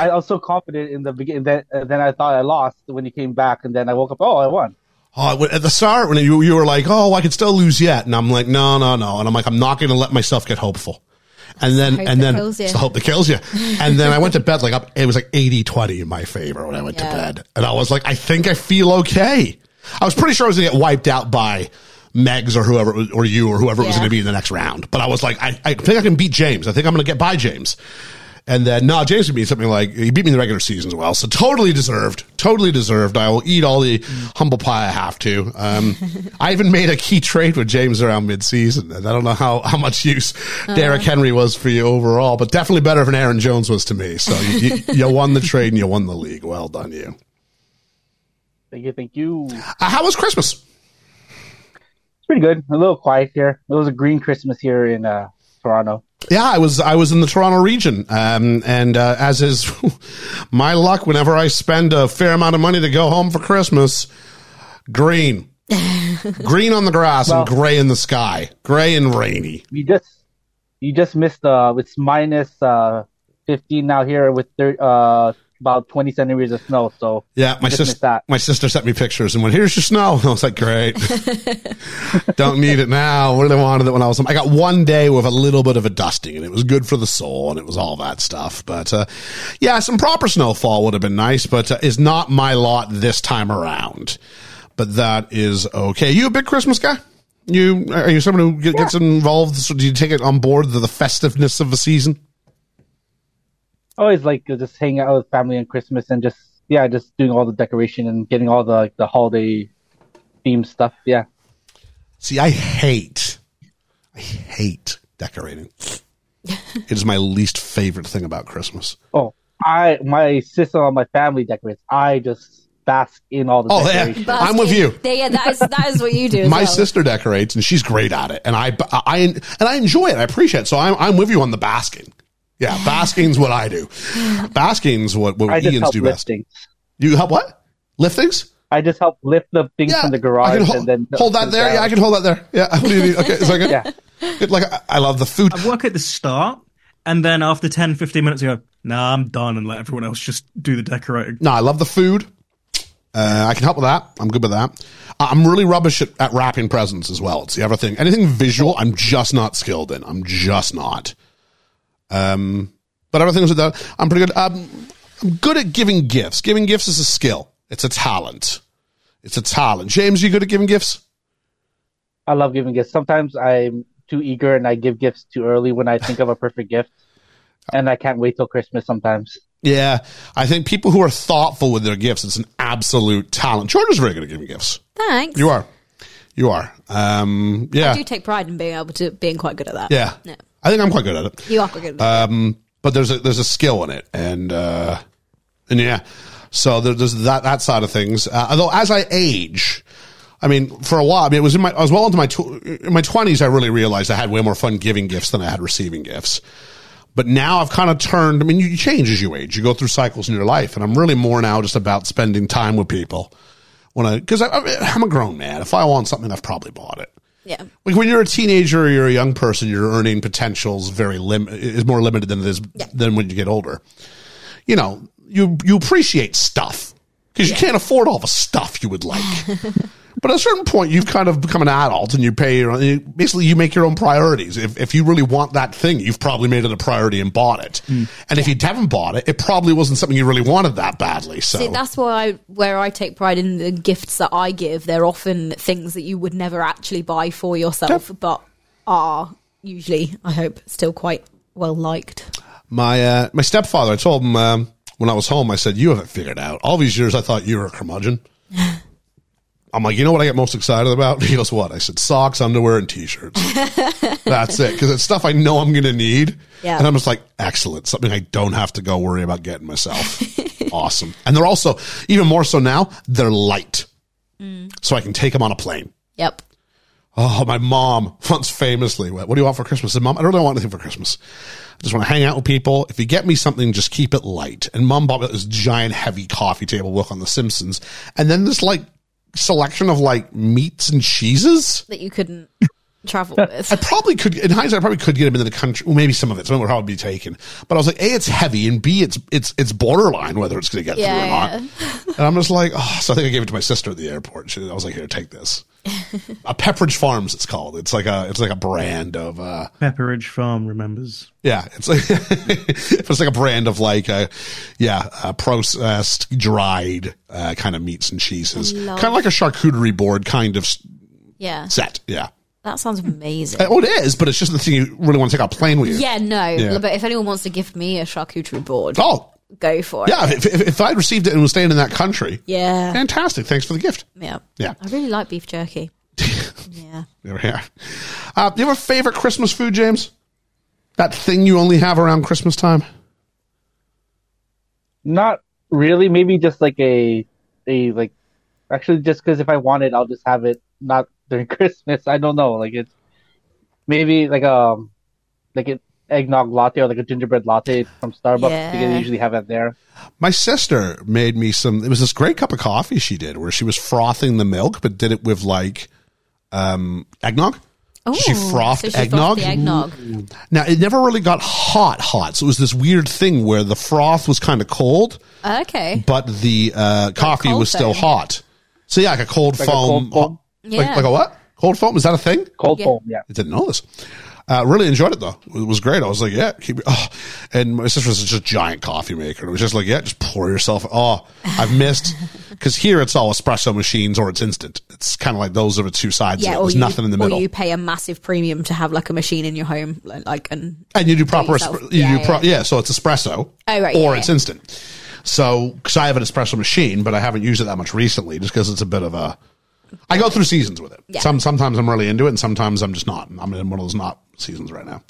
I was so confident in the beginning that uh, then I thought I lost when you came back, and then I woke up. Oh, I won.
Oh, it went- at the start when you, you were like, "Oh, I could still lose yet," and I'm like, "No, no, no," and I'm like, "I'm not going to let myself get hopeful." And then,
hope
and
that
then,
kills you.
it's the hope that kills you. And then I
<laughs>
went to bed like up. It was like 80-20 in my favor when I went
Yeah.
to bed, and I was like, "I think I feel okay." I was pretty sure I was going to get wiped out by Megs or whoever, it was- or you or whoever it was
Yeah.
going to be in the next round. But I was like, I, "I think I can beat James. I think I'm going to get by James." And then, no, James would be something like, he beat me in the regular season as well. So totally deserved, totally deserved. I will eat all the humble pie I have to. Um, I even made a key trade with James around mid season. And I don't know how, how much use Derrick Henry was for you overall, but definitely better than Aaron Jones was to me. So you, you, you won the trade and you won the league. Well done, you.
Thank you, thank you.
Uh, how was Christmas?
It's pretty good. A little quiet here. It was a green Christmas here in uh, Toronto.
Yeah, I was I was in the Toronto region, um, and uh, as is <laughs> my luck, whenever I spend a fair amount of money to go home for Christmas, <laughs> green, green on the grass
Well-
and gray in the sky, gray and rainy.
You just you just missed. Uh, it's minus uh, 15 now here with thir- uh, about 20 centimeters of snow. So
Yeah, my
just missed
sister,
that.
my sister sent me pictures and went, "Here's your snow." <laughs> I was like, "Great, don't need it now." Really wanted it when I was. I got one day with a little bit of a dusting, and it was good for the soul, and it was all that stuff. But uh, yeah, some proper snowfall would have been nice, but uh, is not my lot this time around. But that is okay. You a big Christmas guy? You are you someone who get- gets involved? So do you take it on board the, the festiveness of the season?
always like just hanging out with family on Christmas and just yeah, just doing all the decoration and getting all the like, the holiday theme stuff. Yeah,
See, I hate, I hate decorating. it is my least favorite thing about Christmas.
Oh, I my sister on my family decorates. I just bask in all the
Oh, yeah. <laughs>
decorations.
I'm with you.
Yeah, yeah, that is that is what you do. As
My
well.
sister decorates, and she's great at it, and I, I, and I enjoy it. I appreciate it. So I'm, I'm with you on the basking. Yeah, basking's what
<laughs>
I do. Basking's what
I
what
just
Ian's
help
do
lift
best.
things.
You help what? Lift things?
I just help lift the things from the garage
I can hold,
and then
hold that there. Yeah, I can hold that there. Yeah. <laughs> What do you need? Okay, so I can,
Yeah.
It- like I, I love the food.
I work at the start, and then after 10, 15 minutes, I go, nah, I'm done, and let everyone else just do the decorating.
No, I love the food. Uh, I can help with that. I'm good with that. I- I'm really rubbish at, at wrapping presents as well. It's the other thing. Anything visual, I'm just not skilled in. I'm just not. Um, but other things with that, I'm pretty good. Um, I'm good at giving gifts. Giving gifts is a skill. It's a talent. It's a talent. James, you good at giving gifts?
I love giving gifts. Sometimes I'm too eager and I give gifts too early when I think of a
<laughs>
perfect gift, and I can't wait till Christmas. Sometimes
Yeah, I think people who are thoughtful with their gifts, it's an absolute talent. George is very good at giving gifts.
Thanks.
You are, you are. Um, yeah,
I do take pride in being able to being quite good at that.
yeah.
No.
I think I'm quite good at it.
You are quite good at that.
um, but there's a there's a skill in it, and uh, and yeah, so there, there's that that side of things. Uh, although as I age, I mean, for a while, I mean, it was in my I was well into my tw- in my twenties. I really realized I had way more fun giving gifts than I had receiving gifts. But now I've kind of turned. I mean, you change as you age. You go through cycles in your life, and I'm really more now just about spending time with people. When I because I, I, I'm a grown man. If I want something, I've probably bought it
yeah.
like when you're a teenager or you're a young person, your earning potential's very lim is more limited than it is than when you get older. You know, you you appreciate stuff because you can't afford all the stuff you would like. but at a certain point, you've kind of become an adult and you pay your own, you, basically you make your own priorities. If if you really want that thing, you've probably made it a priority and bought it. And if you haven't bought it, it probably wasn't something you really wanted that badly. So
See, that's why I, where I take pride in the gifts that I give. They're often things that you would never actually buy for yourself, but are usually, I hope, still quite well liked.
my uh, my stepfather, I told him um, when I was home, I said, "You have it figured out. All these years, I thought you were a curmudgeon." I'm like, you know what I get most excited about? <laughs> He goes, "What?" I said, "Socks, underwear, and t-shirts." That's it, because it's stuff I know I'm going to need.
Yeah.
And I'm just like, excellent, something I don't have to go worry about getting myself. awesome, and they're also even more so now. They're light, so I can take them on a plane.
Yep.
Oh, my mom once famously went, What do you want for Christmas? And mom, I don't really want anything for Christmas. I just want to hang out with people. If you get me something, just keep it light. And mom bought me this giant, heavy coffee table book on The Simpsons. And then this like selection of like meats and cheeses.
That you
<laughs>
couldn't travel with.
I probably could, in hindsight, I probably could get them into the country. Well, maybe some of it, some of it would probably be taken. But I was like, A, it's heavy, and B, it's it's it's borderline whether it's going to get
Yeah,
through or not. And I'm just like, oh, so I think I gave it to my sister at the airport. She, I was like, here,
<laughs>
take this. a Pepperidge Farms, it's called. It's like a it's like a brand of uh,
Pepperidge Farm remembers.
yeah, it's like <laughs> it's like a brand of like uh, yeah, uh, processed, dried uh, kind of meats and cheeses,
love-
kind of like a charcuterie board kind of s-
Yeah.
set. Yeah,
That sounds amazing.
Uh, oh, it is, but it's just the thing you really want to take out plain with you.
yeah, no.
Yeah.
But if anyone wants to gift me a charcuterie board,
Oh,
go for it.
yeah. If, if, if I'd received it and was staying in that country,
Yeah.
fantastic. Thanks for the gift.
Yeah.
Yeah.
I really like beef jerky. yeah.
There we are. Uh, do you have a favorite Christmas food, James? That thing you only have around Christmas time?
not really. Maybe just like a a like actually just because if I want it, I'll just have it. Not <laughs> during Christmas. I don't know. Like it's maybe like um like an eggnog latte or like a gingerbread latte from Starbucks. You
Yeah.
can usually have that there.
My sister made me some. It was this great cup of coffee she did, where she was frothing the milk, but did it with like um, eggnog. she frothed
so she
eggnog.
frothed the eggnog.
Now it never really got hot, hot. So it was this weird thing where the froth was kind of cold,
Okay.
but the uh, coffee
cold
was still
foam.
hot. So yeah, like a cold
Like a
foam,
cold foam?
ho- like,
Yeah.
like a what? Cold foam? Is that a thing?
Cold
Yeah.
foam, yeah.
I didn't know this. Uh, really enjoyed it though. It was great. I was like, yeah. Keep, oh. And my sister was just a giant coffee maker. And it was just like, yeah, just pour yourself. Oh,
<laughs>
I've missed. Because here it's all espresso machines or it's instant. It's kind of like those are the two sides. Yeah,
Yeah,
of it. There's
you,
nothing in the middle.
Or you pay a massive premium to have like a machine in your home, li- like and
and you do proper,
yourself.
espre- you
Yeah,
do pro- yeah. So it's espresso,
Oh, right,
or
yeah,
it's
yeah.
instant. So because I have an espresso machine, but I haven't used it that much recently, just because it's a bit of a. I go through seasons with it.
Yeah.
Some sometimes I'm really into it, and sometimes I'm just not. I'm in one of those not seasons right now.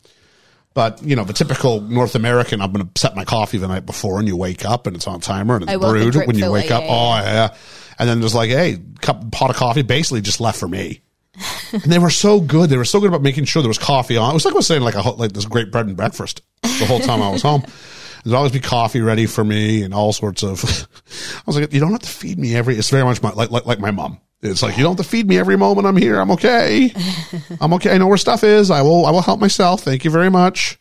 But you know, the typical North American, I'm going to set my coffee the night before, and you wake up and it's on timer and it's
Oh, well, the
brewed
drip
when you
filter,
wake up.
yeah,
Oh yeah, and then there's like, hey, cup pot of coffee, basically just left for me. And they were so good. They were so good about making sure there was coffee on. It was like I was saying, like a whole- like this great bread and breakfast the whole time I was home. There'd always be coffee ready for me and all sorts of. <laughs> I was like, you don't have to feed me every. It's very much my like like, like my mom. It's like you don't have to feed me every moment I'm here. I'm okay. I'm okay. I know where stuff is. I will. I will help myself. Thank you very much.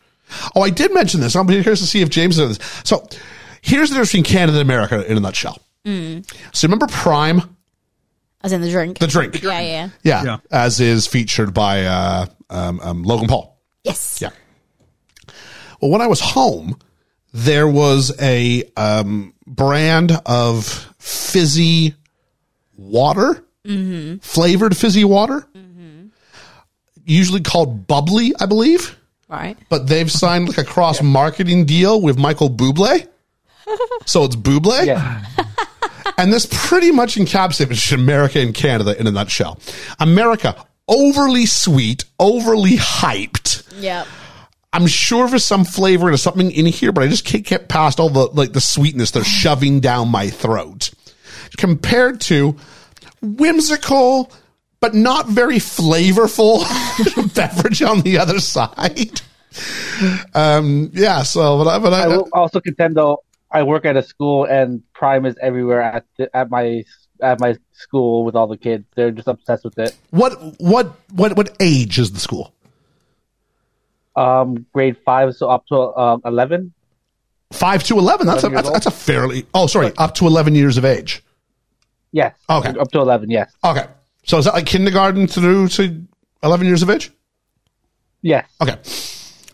Oh, I did mention this. I'm curious to see if James knows this. So here's the difference between Canada and America in a nutshell. So remember Prime,
As in the drink.
the drink.
yeah, yeah.
Yeah,
Yeah.
as is featured by uh, um, um, Logan Paul.
Yes.
Yeah. Well, when I was home, there was a um, brand of fizzy water, flavored fizzy water, usually called bubbly, I believe.
Right.
But they've signed like a cross marketing deal with Michael Bublé, so it's Bublé.
Yeah.
And this pretty much encapsulates America and Canada in a nutshell. America, overly sweet, overly hyped.
Yeah.
I'm sure there's some flavor to something in here, but I just can't get past all the like the sweetness they're shoving down my throat. Compared to whimsical but not very flavorful <laughs> beverage on the other side. Um, yeah, so but I, but I, uh,
I will also contend though. I work at a school, and Prime is everywhere at the, at my at my school with all the kids. They're just obsessed with it.
what what what what age is the school?
Um, grade five, so up to um, eleven.
Five to eleven. That's a
11 years
that's, that's a fairly oh sorry up to eleven years of age.
Yes.
Okay.
Up to eleven. Yes.
Okay, so is that like kindergarten through to eleven years of age?
Yes.
Okay.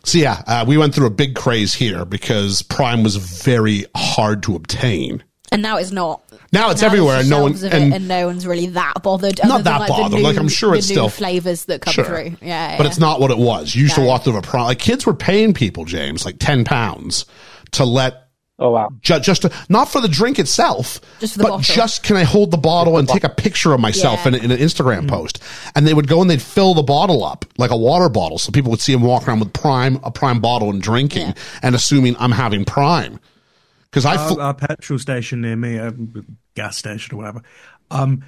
So yeah, uh, we went through a big craze here because Prime was very hard to obtain.
And now it's not.
Now it's
Now
everywhere,
there's
and no one
shelves of it
and,
and no one's really that bothered.
Not
other than,
that
the
bothered, like, I'm sure
the
it's
new
still-
flavors that come through. Yeah,
but
yeah.
it's not what it was. You used to
No.
walk through a Prime. Like kids were paying people, James, like ten pounds to let
Oh wow.
ju- just to, not for the drink itself,
Just for the
but
bottle.
just can I hold the bottle and take a picture of myself
Yeah.
in,
Mm.
a- in an Instagram post? And they would go and they'd fill the bottle up like a water bottle, so people would see him walk around with prime a prime bottle and drinking
Yeah.
and assuming I'm having prime. Because I fl-
our, our petrol station near me, a gas station or whatever. Um,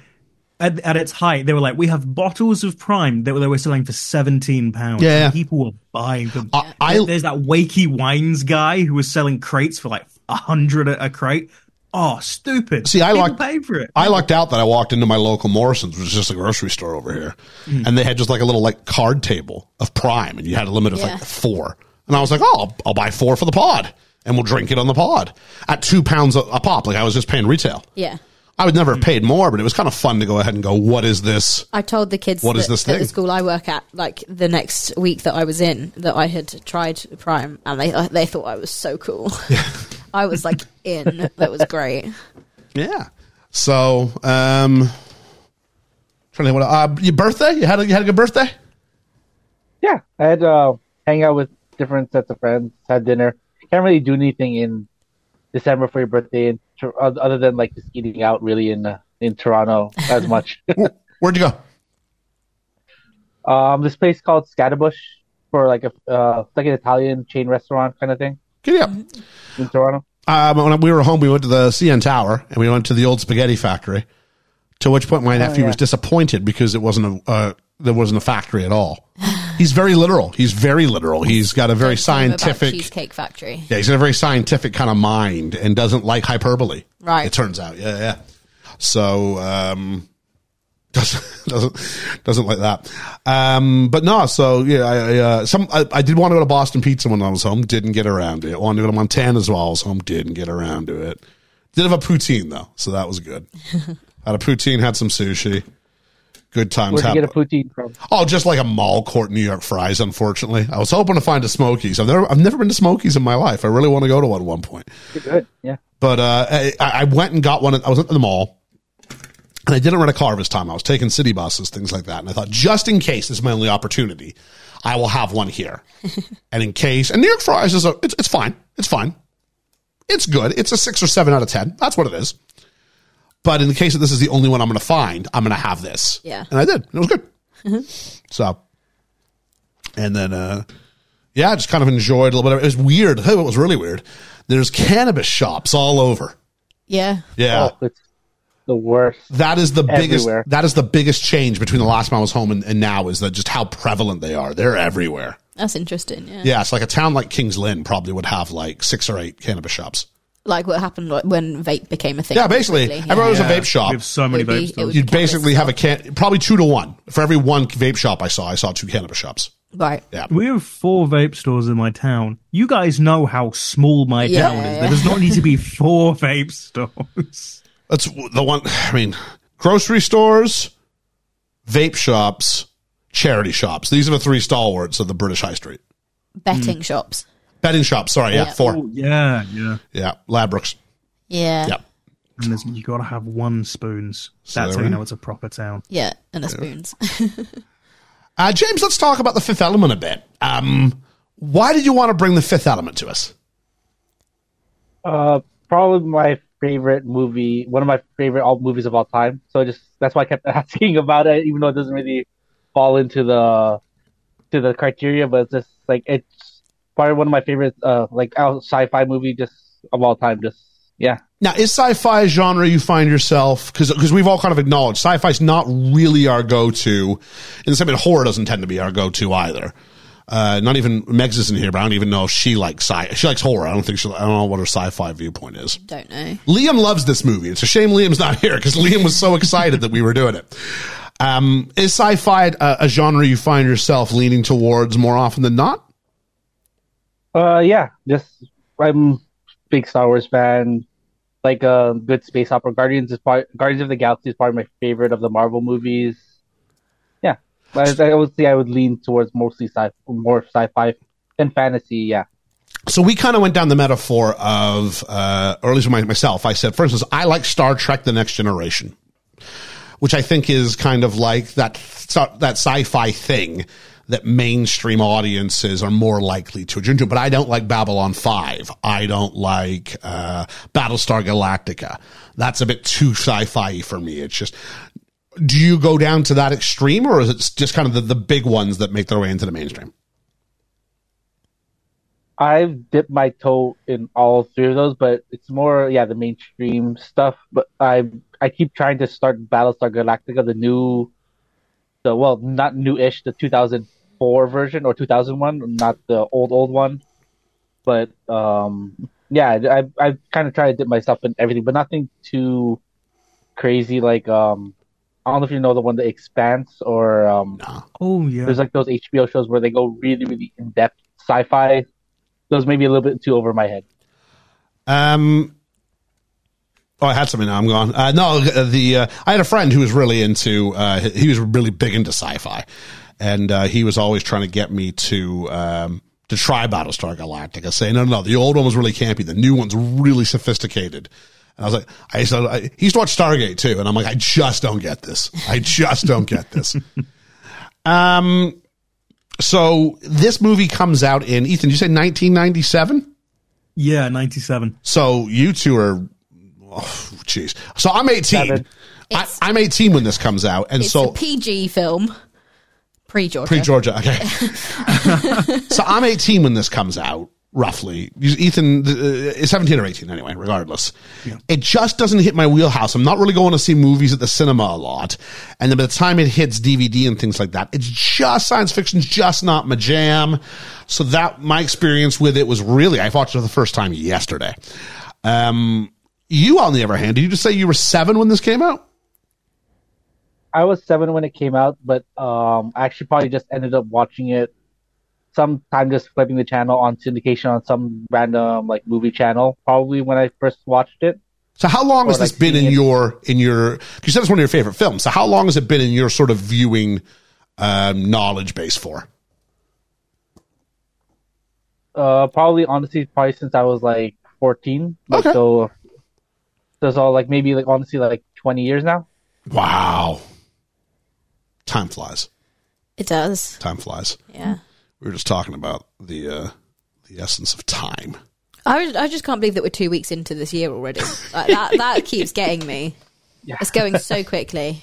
at, at its height, they were like, we have bottles of Prime that they were selling for seventeen pounds.
Yeah.
people were buying them.
I- I-
There's that Wakey Wines guy who was selling crates for like a hundred a a crate. Oh, stupid!
See, I
People
like-
pay for it.
I lucked out that I walked into my local Morrison's, which is just a grocery store over here,
Mm.
and they had just like a little like card table of Prime, and you had a limit of
Yeah.
like four. And I was like, oh, I'll, I'll buy four for the pod, and we'll drink it on the pod at two pounds a, a pop. Like I was just paying retail.
yeah. Mm.
I would never have paid more, but it was kind of fun to go ahead and go, what is this?
I told the kids
What
that,
is this
at
thing?
the school I work at, like the next week that I was in, that I had tried Prime, and they uh, they thought I was so cool. <laughs> I was like in. That was great.
Yeah. So, um, trying to think what uh, your birthday? You had a, you had a good birthday?
Yeah. I had uh, hang out with different sets of friends. Had dinner. Can't really do anything in December for your birthday, in, Tor- oth- other than like just eating out really in uh, in Toronto as much.
Where'd you go?
um, this place called Scatterbush for like a uh, like an Italian chain restaurant kind of thing
Giddy up.
in Toronto.
Um, when we were home, we went to the CN Tower and we went to the old spaghetti factory. To which point, my nephew
yeah.
was disappointed because it wasn't a uh, there wasn't a factory at all. He's very literal. He's very literal. He's got a very
Don't tell them about
scientific.
Cheesecake Factory.
Yeah, he's got a very scientific kind of mind and doesn't like hyperbole.
Right.
It turns out. Yeah, yeah. So, um, <laughs> doesn't doesn't doesn't like that. Um, but no, so yeah, I, I uh, some I, I did want to go to Boston Pizza when I was home, didn't get around to it. Wanted to go to Montana's while I was home, didn't get around to it. Did have a poutine though, so that was good. <laughs> had a poutine, had some sushi. Good times.
Where'd you
had-
get a poutine from?
Oh, just like a mall court New York fries, unfortunately. I was hoping to find a Smokies. I've never, I've never been to Smokies in my life. I really want to go to one at one point.
You're good. Yeah.
But uh, I, I went and got one. At, I was at the mall and I didn't rent a car this time. I was taking city buses, things like that. And I thought, just in case this is my only opportunity, I will have one here. and in case, and New York fries is a, it's, it's fine. It's fine. It's good. It's a six or seven out of 10. That's what it is. But in the case that this is the only one I'm going to find, I'm going to have this.
Yeah.
And I did. It was good. so, and then, uh, yeah, I just kind of enjoyed a little bit. Of, it was weird. It was really weird. There's cannabis shops all over.
Yeah.
Yeah.
Oh, it's the worst.
That is the biggest.
Everywhere.
That is the biggest change between the last time I was home and, and now is that just how prevalent they are. They're everywhere.
That's interesting. Yeah.
Yeah, it's like a town like Kings Lynn probably would have like six or eight cannabis shops.
Like what happened like, when vape became a thing.
Yeah, basically,
yeah.
everyone was a
Yeah,
vape shop.
We have so many
It would be-
vapes.
it would
though.
be-
You'd basically have a can probably two to one for every one vape shop I saw. I saw two cannabis shops.
Right.
Yeah,
We have four vape stores in my town. You guys know how small my
Yeah,
town is. There does not need to be four vape stores.
that's the one. I mean, grocery stores, vape shops, charity shops. These are the three stalwarts of the British high street.
Betting
Mm.
shops.
Betting shops. Sorry, yeah,
Yeah.
four.
<laughs> yeah, yeah.
Yeah, Labrooks.
Yeah.
Yeah.
And there's, you got to have one spoons. That's how
Sorry.
you know it's a proper town.
Yeah, and the spoons. <laughs>
Uh, James, let's talk about the fifth element a bit. Um, why did you want to bring the fifth element to us?
Uh, probably my favorite movie, one of my favorite all movies of all time. So just that's why I kept <laughs> asking about it, even though it doesn't really fall into the to the criteria. But it's just like it's probably one of my favorite, uh, like out- sci-fi movie just of all time. Just yeah,
Now, is sci-fi a genre you find yourself because we've all kind of acknowledged sci-fi is not really our go-to, and the same way horror doesn't tend to be our go-to either. Uh, not even Megs isn't here, but I don't even know if she likes sci. She likes horror. I don't think she. I don't know what her sci-fi viewpoint is.
Don't know.
Liam loves this movie. It's a shame Liam's not here because Liam was so excited that we were doing it. Um, is sci-fi a, a genre you find yourself leaning towards more often than not?
uh, yeah. Just I'm a big Star Wars fan. Like uh, good space opera. Guardians is probably Guardians of the Galaxy is probably my favorite of the Marvel movies. Yeah, I, I would say I would lean towards mostly sci more sci-fi than fantasy. Yeah.
so we kind of went down the metaphor of, uh, or at least my, myself, I said, for instance, I like Star Trek: The Next Generation, which I think is kind of like that that sci-fi thing that mainstream audiences are more likely to adjust to. But I don't like Babylon Five. I don't like uh, Battlestar Galactica. That's a bit too sci-fi for me. It's just. Do you go down to that extreme, or is it just kind of the, the big ones that make their way into the mainstream?
I've dipped my toe in all three of those, but it's more yeah the mainstream stuff. But I I keep trying to start Battlestar Galactica, the new, the well not new-ish, the 2004 version or 2001, not the old old one. But um yeah, I I kind of try to dip myself in everything, but nothing too crazy. Like um I don't know if you know the one, The Expanse, or um
Oh, yeah.
there's like those HBO shows where they go really, really in depth sci-fi. Those may be a little bit too over my head.
Um, oh, I had something. Now I'm gone. Uh, no, the uh, I had a friend who was really into. Uh, he was really big into sci-fi, and uh, he was always trying to get me to um, to try Battlestar Galactica. Saying, no, no, no, the old one was really campy. The new one's really sophisticated. And I was like, I used to, I, he used to watch Stargate too, and I'm like, I just don't get this. I just don't get this. <laughs> um, so this movie comes out in Ethan. You say 1997.
yeah, 97.
So you two are, oh, jeez. So I'm 18.
Seven.
I,
It's-
I'm 18 when this comes out, and
It's a
so
PG film. Pre Georgia.
pre Georgia. Okay. so I'm 18 when this comes out, roughly. Ethan uh, is 17 or 18 anyway. Regardless, it just doesn't hit my wheelhouse. I'm not really going to see movies at the cinema a lot, and then by the time it hits DVD and things like that, it's just science fiction's just not my jam. So that my experience with it was really I watched it for the first time yesterday. Um, you, on the other hand, did you just say you were seven when this came out?
I was seven when it came out, but um, I actually probably just ended up watching it sometime just flipping the channel on syndication on some random like movie channel. Probably when I first watched it.
So how long has
Well,
this
like
been in
seeing it-
your in your? 'cause You said it's one of your favorite films. So how long has it been in your sort of viewing um, knowledge base for?
Uh, probably honestly, probably since I was like fourteen. Like,
Okay.
So, so it's all like maybe like honestly like twenty years now.
Wow, time flies.
It does.
Time flies.
Yeah.
We were just talking about the uh, the essence of time.
I, was- I just can't believe that we're two weeks into this year already. Like, that
<laughs>
that keeps getting me. It's going so quickly.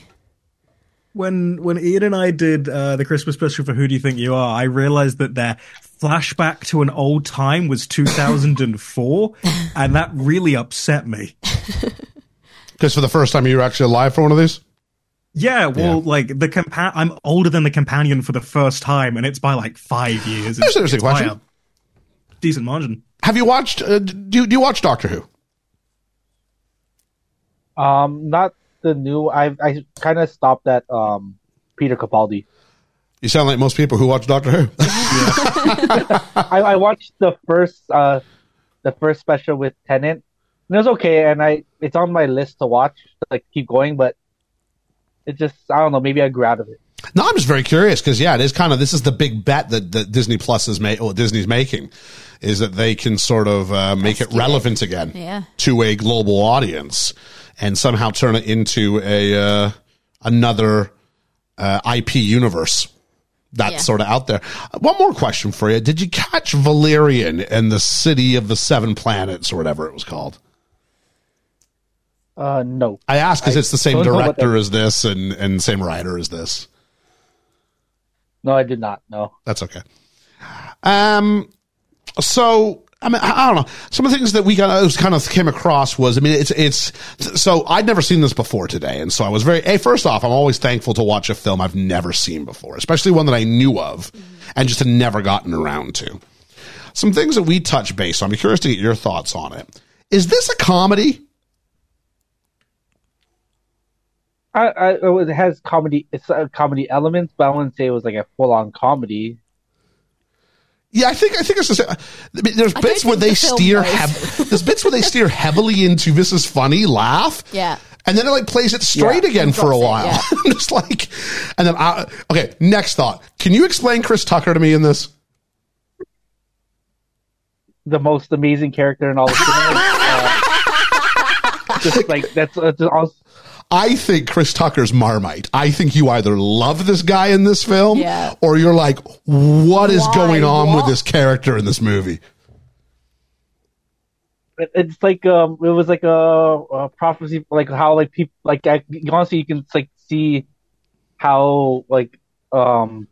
When when Ian and I did uh, the Christmas special for Who Do You Think You Are, I realized that their flashback to an old time was 2004, and that really upset me.
Because for the first time, you were actually alive for one of these.
Yeah, well, like the compa- I'm older than the companion for the first time, and it's by like five years. It's,
Here's an interesting
it's by
question.
a Decent margin.
Have you watched? Uh, do you, do you watch Doctor Who?
Um, not the new. I I kind of stopped at um Peter Capaldi.
You sound like most people who watch Doctor Who.
I, I watched the first uh the first special with Tenant. And it was okay, and I it's on my list to watch, to, like keep going, but it just I don't know. Maybe I grew out of it.
No, I'm just very curious because yeah, it is kind of this is the big bet that, that Disney Plus is made or Disney's making is that they can sort of uh, make it relevant again
Yeah.
to a global audience and somehow turn it into a uh, another uh, IP universe that's
Yeah.
sort of out there. One more question for you: Did you catch Valerian and the City of the Seven Planets or whatever it was called?
Uh, no.
I ask because it's the same
don't know about
director
that.
as this and and same writer as this.
No, I did not. No.
That's okay. Um, so I mean, I, I don't know. Some of the things that we got was kind of came across was, I mean, it's it's. So I'd never seen this before today, and so I was very. Hey, first off, I'm always thankful to watch a film I've never seen before, especially one that I knew of and just had never gotten around to. Some things that we touch base on. I'm curious to get your thoughts on it. Is this a comedy?
I, I it was- it has comedy. It's uh, comedy elements, but I wouldn't say it was like a full on comedy.
Yeah, I think I think it's the same. I mean, there's
I don't
bits where
think
they
the film
steer
was.
hev- there's bits where they
<laughs>
steer heavily into this is funny, laugh.
Yeah.
And then it like plays it straight
Yeah.
again for a
Drops it,
while.
yeah.
I'm <laughs> just like and then I okay, next thought. Can you explain Chris Tucker to me in this?
The most amazing character in all of cinema. uh, <laughs> just like that's, that's all.
I think Chris Tucker's Marmite. I think you either love this guy in this film
Yeah.
or you're like, what is
Why?
going on with
What?
this character in this movie?
It- it's like um it was like a, a prophecy like how like people like I, honestly you can like see how like um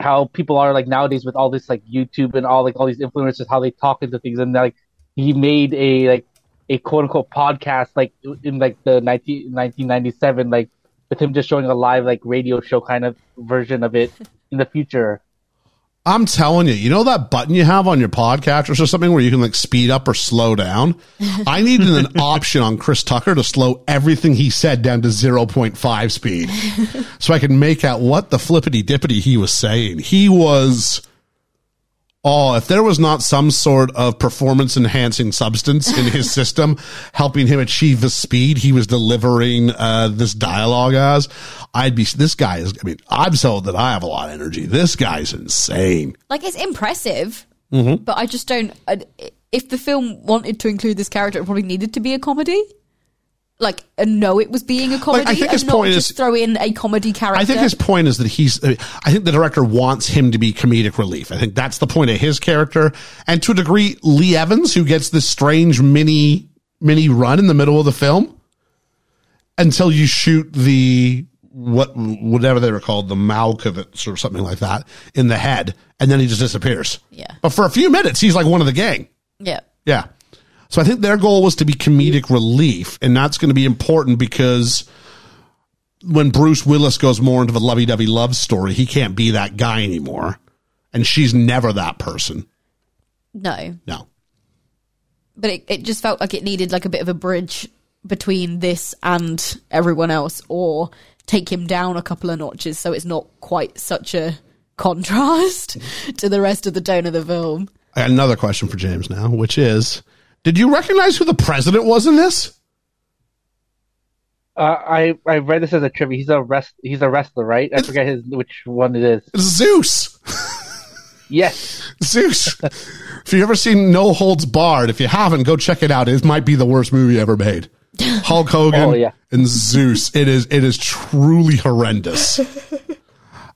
how people are like nowadays with all this like YouTube and all like all these influencers how they talk into things and like he made a like a quote unquote podcast like in like the 19, 1997 like with him just showing a live like radio show kind of version of it in the future
I'm telling you, you know that button you have on your podcatchers or something where you can like speed up or slow down? I needed an option on Chris Tucker to slow everything he said down to 0.5 speed so I could make out what the flippity dippity he was saying. He was, oh, if there was not some sort of performance enhancing substance in his system helping him achieve the speed he was delivering uh, this dialogue as, I'd be, this guy is, I mean, I'm sold that I have a lot of energy. This guy's insane.
Like it's impressive,
Mm-hmm.
but I just don't. I- If the film wanted to include this character, it probably needed to be a comedy. Like, and no, it was being a comedy.
I think
and
his
not
point
just
is-
throw in a comedy character.
I think his point is that he's. uh, I think the director wants him to be comedic relief. I think that's the point of his character, and to a degree, Lee Evans, who gets this strange mini mini run in the middle of the film, until you shoot the what whatever they were called, the Malkovich or something like that, in the head, and then he just disappears.
Yeah.
but for a few minutes, he's like one of the gang.
yeah,
Yeah. So I think their goal was to be comedic relief, and that's going to be important because when Bruce Willis goes more into the lovey dovey love story, he can't be that guy anymore. And she's never that person.
no,
No.
but it, it just felt like it needed like a bit of a bridge between this and everyone else, or take him down a couple of notches so it's not quite such a contrast <laughs> to the rest of the tone of the film.
I got another question for James now, which is Did you recognize who the president was in this?
Uh, I I read this as a trivia. He's a rest. He's a wrestler, right? I forget his which one it is.
Zeus.
Yes,
<laughs> Zeus. if you've ever seen No Holds Barred, if you haven't, go check it out. It might be the worst movie ever
<laughs>
made. Hulk Hogan
Oh, yeah.
and Zeus. It is it is truly
<laughs>
horrendous.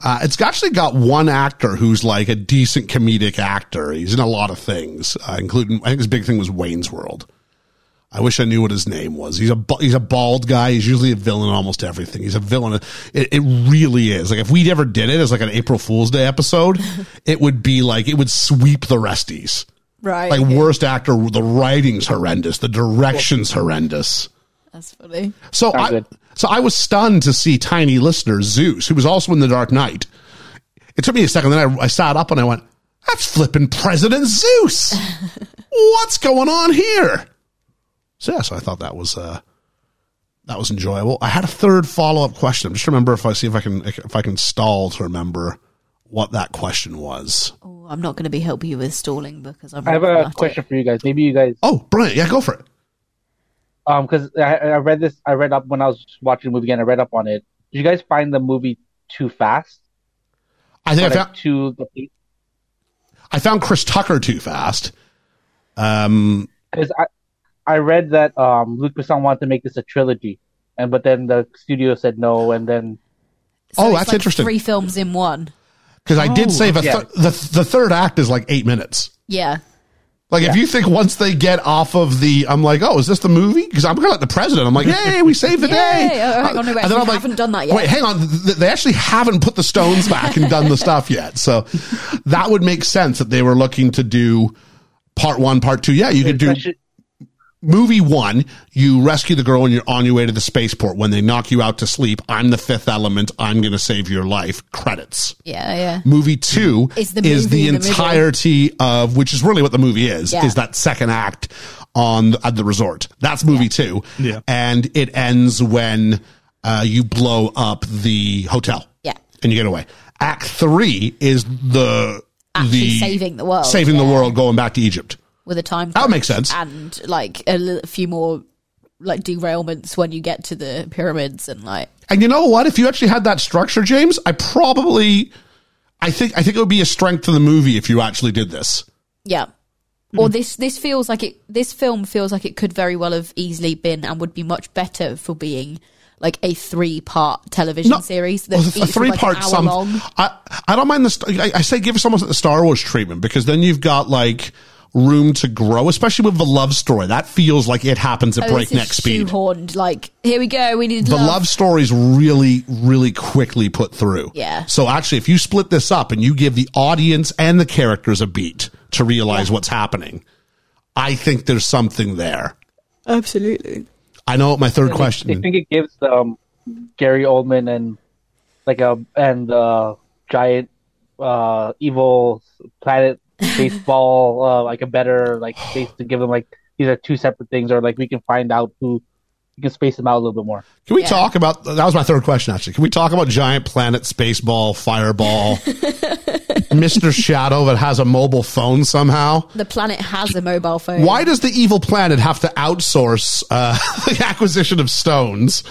Uh, it's actually got one actor who's like a decent comedic actor. He's in a lot of things, uh, including I think his big thing was Wayne's World. I wish I knew what his name was. He's a ba- he's a bald guy. He's usually a villain in almost everything. He's a villain. It, it really is. Like if we ever did it as like an April Fool's Day episode, it would be like it would sweep the resties.
Right.
Like worst actor. The writing's horrendous. The direction's horrendous.
That's funny.
So
Sounds
I,
good.
so I was stunned to see tiny listener Zeus, who was also in The Dark Knight. It took me a second. Then I, I sat up and I went, "That's flipping President
<laughs>
Zeus. What's going on here?" So yeah, so I thought that was uh, that was enjoyable. I had a third follow up question. I'm just remember if I see if I can if I can stall to remember what that question was.
Oh, I'm not going to be helping you with stalling because I'm
I have a question for you guys. Maybe you guys
Oh, brilliant! Yeah, go for it.
Um, because I, I read this, I read up when I was watching the movie again. I read up on it. Did you guys find the movie too fast?
I think I
Or,
found,
like, too
I found Chris Tucker too fast.
because I, I read that um Luc Besson wanted to make this a trilogy, and but then the studio said no, and then
oh, that's interesting.
Three films in one.
Because I did save a
Oh, yeah.
thir- the the third act is like eight minutes.
Yeah.
Like if you think once they get off of the, I'm like, oh, is this the movie? Because I'm gonna let the president. I'm like, yay, we saved the
Yay.
day.
Oh, hang on, no, wait,
And then
we
I'm
haven't done that yet.
Wait, hang on. Th- They actually haven't put the stones back and
<laughs>
done the stuff yet. So that would make sense that they were looking to do part one, part two. Yeah, you could do
especially-
movie one, you rescue the girl and you're on your way to the spaceport. When they knock you out to sleep, I'm the fifth element. I'm going to save your life. Credits.
Yeah. Yeah.
Movie two
Is the
is
movie
the
in the middle.
entirety of, which is really what the movie is,
Yeah.
is that second act on at the resort. That's movie two.
Yeah.
And it ends when uh, you blow up the hotel.
Yeah.
And you get away. Act three is the
Actually saving the world,
saving the
yeah.
world, going back to Egypt.
With a time.
That
crunch
makes sense.
And like a li- few more like derailments when you get to the pyramids and like
And you know what? If you actually had that structure, James, I probably, I think, I think it would be a strength to the movie if you actually did this.
yeah.
Hmm.
Or this this feels like it. This film feels like it could very well have easily been and would be much better for being like a three part television series. That
Well,
each was, like, an hour
some-
long.
I, I don't mind the. st- I, I say give us almost the Star Wars treatment because then you've got like room to grow, especially with the love story. That feels like it happens at
Oh, this is
breakneck speed.
shoehorned, Like here we go. We need
The
love.
love story's really, really quickly put through.
Yeah.
So actually, if you split this up and you give the audience and the characters a beat to realize what's happening, I think there's something there.
Absolutely.
I know what my third
I
question.
think it gives um Gary Oldman and like a and uh giant uh evil planet baseball <laughs> uh, like a better like space to give them like these are two separate things or like we can find out who we can space them out a little bit more.
Can we
Yeah.
talk about that? Was my third question actually? Can we talk about giant planet, spaceball, fireball,
<laughs>
Mister Shadow that has a mobile phone somehow?
the planet has a mobile phone.
Why does the evil planet have to outsource uh, <laughs> the acquisition of stones?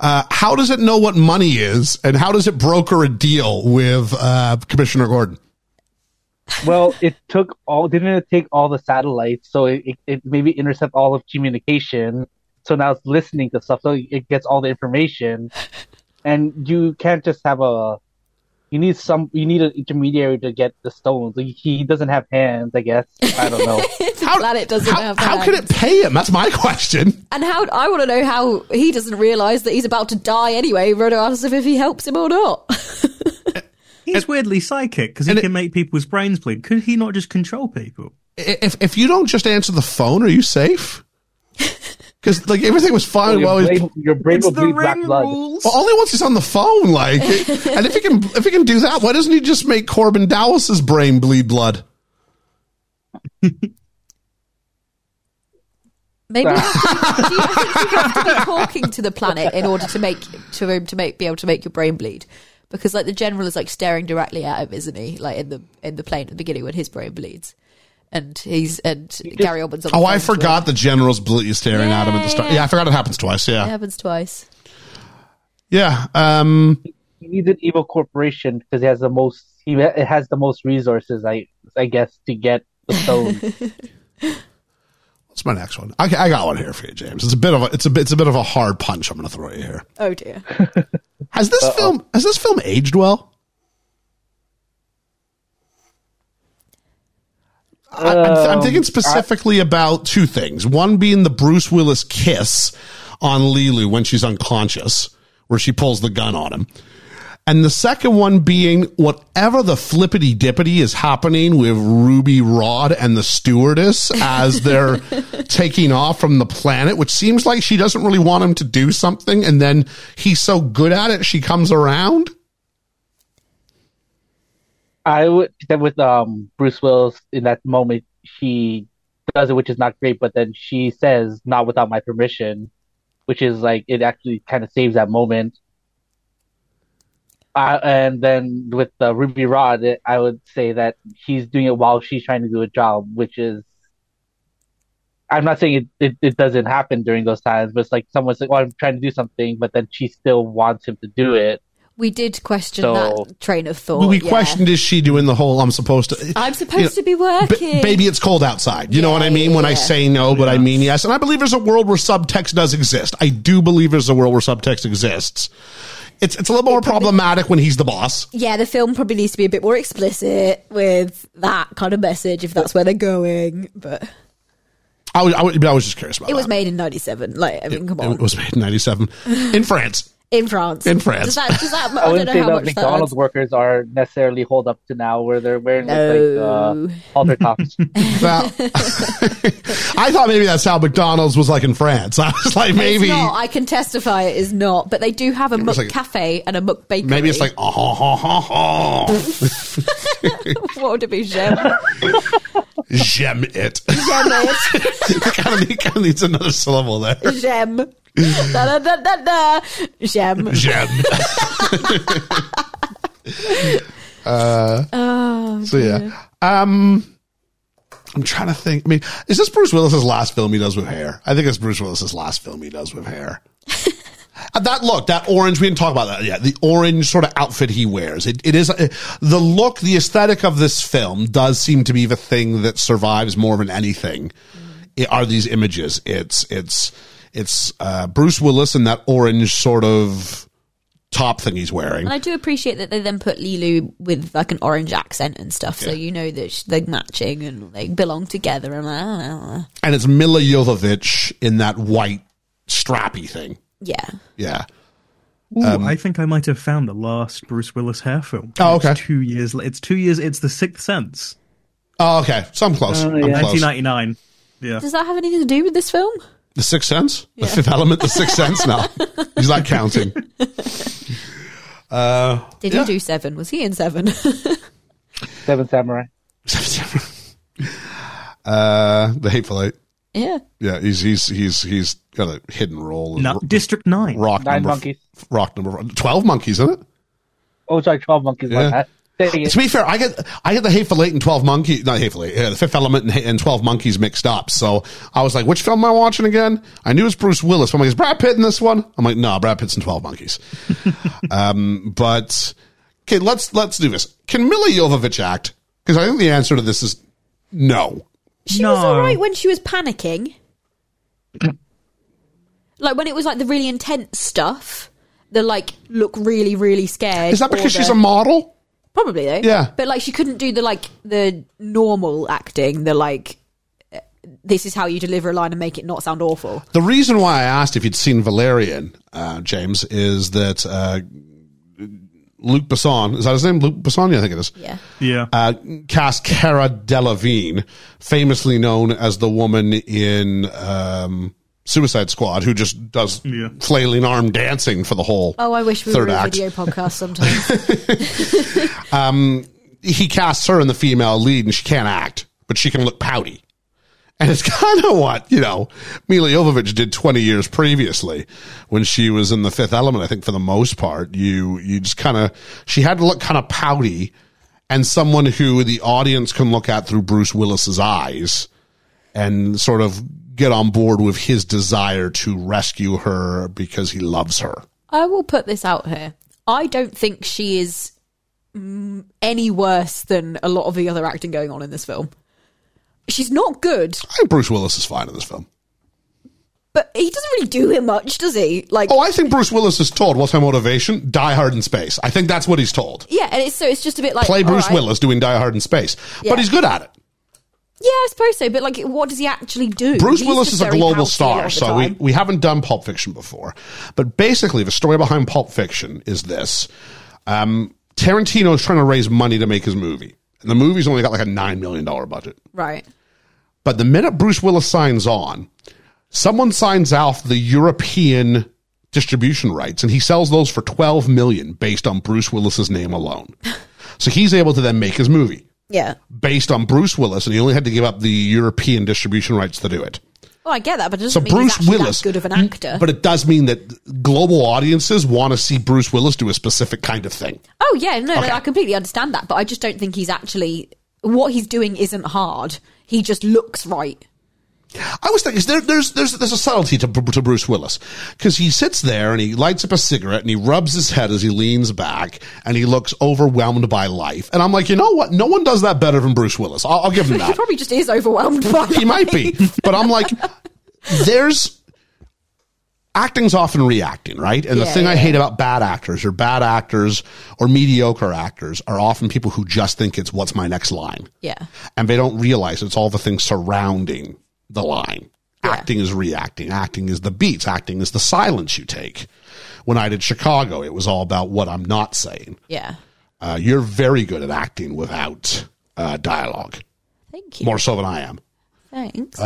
Uh, how does it know what money is, and how does it broker a deal with uh, Commissioner Gordon?
Well, it took all didn't it take all the satellites, so it, it, it maybe intercept all of communication. So now it's listening to stuff, so it gets all the information. And you can't just have a you need some you need an intermediary to get the stones. Like, he doesn't have hands, I guess. I
<laughs>
don't know.
<laughs> the
How,
planet doesn't
how,
have
how
that.
can it pay him? That's my question.
And how I want to know how he doesn't realize that he's about to die anyway, regardless of if he helps him or not.
He's weirdly psychic because he
and it-
can make people's brains bleed. Could he not just control people?
if if you don't just answer the phone, are you
<laughs>
safe? Because like everything was fine while
your,
he's
brain, your brain
It's
will
the
bleed black
ring
blood.
rules.
well, only once he's on the phone. Like, and if he can if he can do that, why doesn't he just make Corbin Dallas's brain bleed blood?
<laughs> Maybe do you, I think you have to be talking to the planet in order to make to um, to make be able to make your brain bleed because like the general is like staring directly at him, isn't he? Like in the in the plane at the beginning when his brain bleeds, and he's and Gary Oldman's on. The
Oh, I
phone to him.
forgot the general's bleat staring at him at the start.
Yeah.
Yeah, I forgot it happens twice.
It
Yeah,
happens twice.
yeah. Um,
He needs an evil corporation because he has the most. He ha- it has the most resources, I I guess, to get the stone.
what's my next one? I, I got one here for you, James. It's a bit of a it's a bit, it's a bit of a hard punch. I'm going to throw at you here.
Oh dear.
Has this film has this film aged well? I, I'm, I'm thinking specifically about two things. One being the Bruce Willis kiss on Lilu when she's unconscious, where she pulls the gun on him. And the second one being whatever the flippity dippity is happening with Ruby Rod and the stewardess
<laughs>
as they're taking off from the planet, which seems like she doesn't really want him to do something. And then he's so good at it, she comes around.
I would then with um Bruce Willis in that moment he does it, which is not great. But then she says, "Not without my permission," which is like it actually kind of saves that moment. Uh, and then with uh, Ruby Rod, it- I would say that he's doing it while she's trying to do a job, which is. I'm not saying it, it, it doesn't happen during those times, but it's like someone's like, "Oh, I'm trying to do something," but then she still wants him to do it.
We did question
So-
that train of thought.
we
Oh, yeah.
questioned is she doing the whole I'm supposed to
I'm supposed to
you
be
ba-
working.
baby it's cold outside. You know
Yeah,
what I mean when I
yeah.
say no but I mean yes. And I believe there's a world where subtext does exist. I do believe there's a world where subtext exists. It's it's a little more problematic when he's the boss.
Yeah, the film probably needs to be a bit more explicit with that kind of message if that's where they're going. But
I was I, was- but I was just curious about
it was
that.
made in '97. Like, I mean, come on,
It was made in 97 in France.
in France.
In France.
Does that? Does
<laughs>
that I,
I
don't
wouldn't
know
say
how
that
much
McDonald's
that.
workers are necessarily hold up to now, where they're wearing
No.
like uh,
<laughs>
halter tops.
Well, <laughs> I thought maybe that's how McDonald's was like in France. <laughs> I was like
It's
maybe
not. I can testify it is not. But they do have a muck
like-
cafe and a muck bakery.
maybe it's like oh, ha, ha, ha, ha.
<laughs> what would it be? Gem?
gem <laughs> it.
Gem. it.
kind of kind of needs another syllable there. <laughs>
Gem. Da, da, da, da, da. Gem.
Gem.
Oh, <sighs>
<laughs> So yeah. Um I'm trying to think. I mean, is this Bruce Willis's last film he does with hair? I think it's Bruce Willis's last film he does with hair. Uh, that look, that orange, we didn't talk about that yet. The orange sort of outfit he wears. It, it is uh, the look, the aesthetic of this film does seem to be the thing that survives more than anything. It are these images. It's, it's, it's, uh, Bruce Willis and that orange sort of top thing he's wearing.
And I do appreciate that they then put Lilu with like an orange accent and stuff, so you know that sh- they're matching and they belong together. And uh,
and it's Mila Jovovich in that white strappy thing.
yeah,
Yeah.
Ooh, I think I might have found the last Bruce Willis hair film.
Um, Oh,
It's
okay.
two years. It's two years. It's The Sixth Sense,
Oh, okay. So I'm close. I'm close.
1999. Yeah.
does that have anything to do with this film?
The Sixth Sense? The Fifth Element? The Sixth Sense? No. He's not counting. Uh, <laughs>
Did
Yeah.
he do Seven? Was he in Seven?
Seven Samurai.
uh, The Hateful Eight.
yeah,
Yeah, he's he's he's he's got a hidden role. in
No,
Ro-
District Nine.
rock
Nine
number,
monkeys.
Rock number twelve monkeys, isn't it?
Oh, sorry, Twelve Monkeys.
Yeah.
my bad. Dang it.
To be fair, I get I get the Hateful Eight and Twelve Monkeys, not Hateful Eight, yeah, the Fifth Element and, and Twelve Monkeys mixed up. So I was like, which film am I watching again? I knew it was Bruce Willis. I'm like, is Brad Pitt in this one? I'm like, no, Brad Pitt's in Twelve Monkeys. um, but okay, let's let's do this. Can Mila Jovovich act? Because I think the answer to this is no.
She
No.
was all right when she was panicking. <clears throat> like when it was like the really intense stuff, the like look really really scared.
Is that
or
because she's
the-
a model?
probably though?
Yeah.
but like she couldn't do the like the normal acting. The like uh, this is how you deliver a line and make it not sound awful.
The reason why I asked if you'd seen Valerian, uh, James, is that uh, Luke Besson is that his name? Luke Besson, yeah, I think it is.
yeah.
Yeah.
uh, cast Cara Delevingne, famously known as the woman in um, Suicide Squad, who just does
Yeah.
flailing arm dancing for the whole.
Oh, I wish we
Third
were a
act. <laughs>
video podcast sometimes.
He casts her in the female lead, and she can't act, but she can look pouty. And it's <laughs> kind of what, you know, Mila Jovovich did 20 years previously when she was in the fifth element. I think for the most part, you, you just kind of, she had to look kind of pouty and someone who the audience can look at through Bruce Willis's eyes and sort of get on board with his desire to rescue her because he loves her.
I will put this out here. I don't think she is mm, any worse than a lot of the other acting going on in this film. She's not good,
I think Bruce Willis is fine in this film.
But he doesn't really do it much, does he? Like,
Oh, I think Bruce Willis is told what's her motivation? Die hard in space. I think that's what he's told.
yeah, and it's so it's just a bit like
Play
all
Bruce
right.
Willis doing Die Hard in space,
Yeah.
but he's good at it.
Yeah, I suppose so, but like, what does he actually do?
Bruce
He's
Willis
just
is a
very
global
pouty lot
star,
of the
so we,
time.
we haven't done Pulp Fiction before. But basically, the story behind Pulp Fiction is this um, Tarantino is trying to raise money to make his movie, and the movie's only got like a $9 million budget.
right.
But the minute Bruce Willis signs on, someone signs off the European distribution rights, and he sells those for 12 million based on Bruce Willis's name alone. so he's able to then make his movie
yeah.
based on Bruce Willis, and he only had to give up the European distribution rights to do it.
Well, I get that, but it
So
doesn't mean
Bruce
he's actually
Willis, Mm,
that good of an actor.
but it does mean that global audiences want to see Bruce Willis do a specific kind of thing.
Oh yeah, no,
Okay.
no, I completely understand that, but I just don't think he's actually what he's doing isn't hard. He just looks right.
I was thinking there, there's there's there's a subtlety to, to Bruce Willis because he sits there and he lights up a cigarette and he rubs his head as he leans back and he looks overwhelmed by life. And I'm like, you know what? No one does that better than Bruce Willis. I'll, I'll give him
He <laughs>
that.
probably just is overwhelmed by
he might be, but I'm like, there's acting's often reacting, right? And the
Yeah,
thing I
yeah.
hate about bad actors or bad actors or mediocre actors are often people who just think it's what's my next line
<laughs> Yeah.
and they don't realize it's all the things surrounding the line. Acting is reacting. Acting is the beats. Acting is the silence you take. When I did Chicago, it was all about what I'm not saying.
Yeah.
Uh, you're very good at acting without uh, dialogue,
Thank you.
more Uh, so than I am.
Thanks.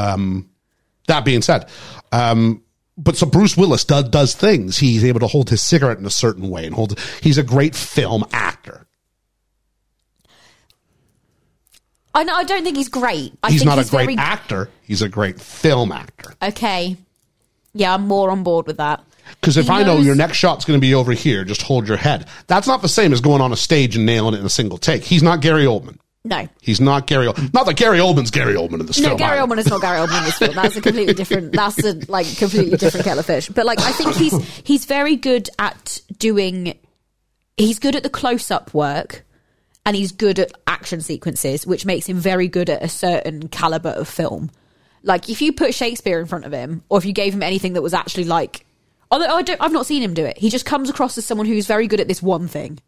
That being said, um, but so Bruce Willis does, does things. He's able to hold his cigarette in a certain way and hold. He's a great film actor.
I know I don't think he's great. I
He's
think
not
he's
a great
very
actor. He's a great film actor.
Okay. Yeah, I'm more on board with that.
Because if
He
I know
knows-
your next shot's going to be over here, just hold your head. That's not the same as going on a stage and nailing it in a single take. He's not Gary Oldman.
No.
He's not Gary. Ol- Not that Gary Oldman's Gary Oldman in this
No,
film.
Gary
either.
Oldman is not Gary Oldman in this film. That's a completely different. That's a like completely different kettle of fish. But like, I think he's he's very good at doing. He's good at the close up work, and he's good at action sequences, which makes him very good at a certain caliber of film. Like, if you put Shakespeare in front of him, or if you gave him anything that was actually like, although I don't, I've not seen him do it. He just comes across as someone who's very good at this one thing.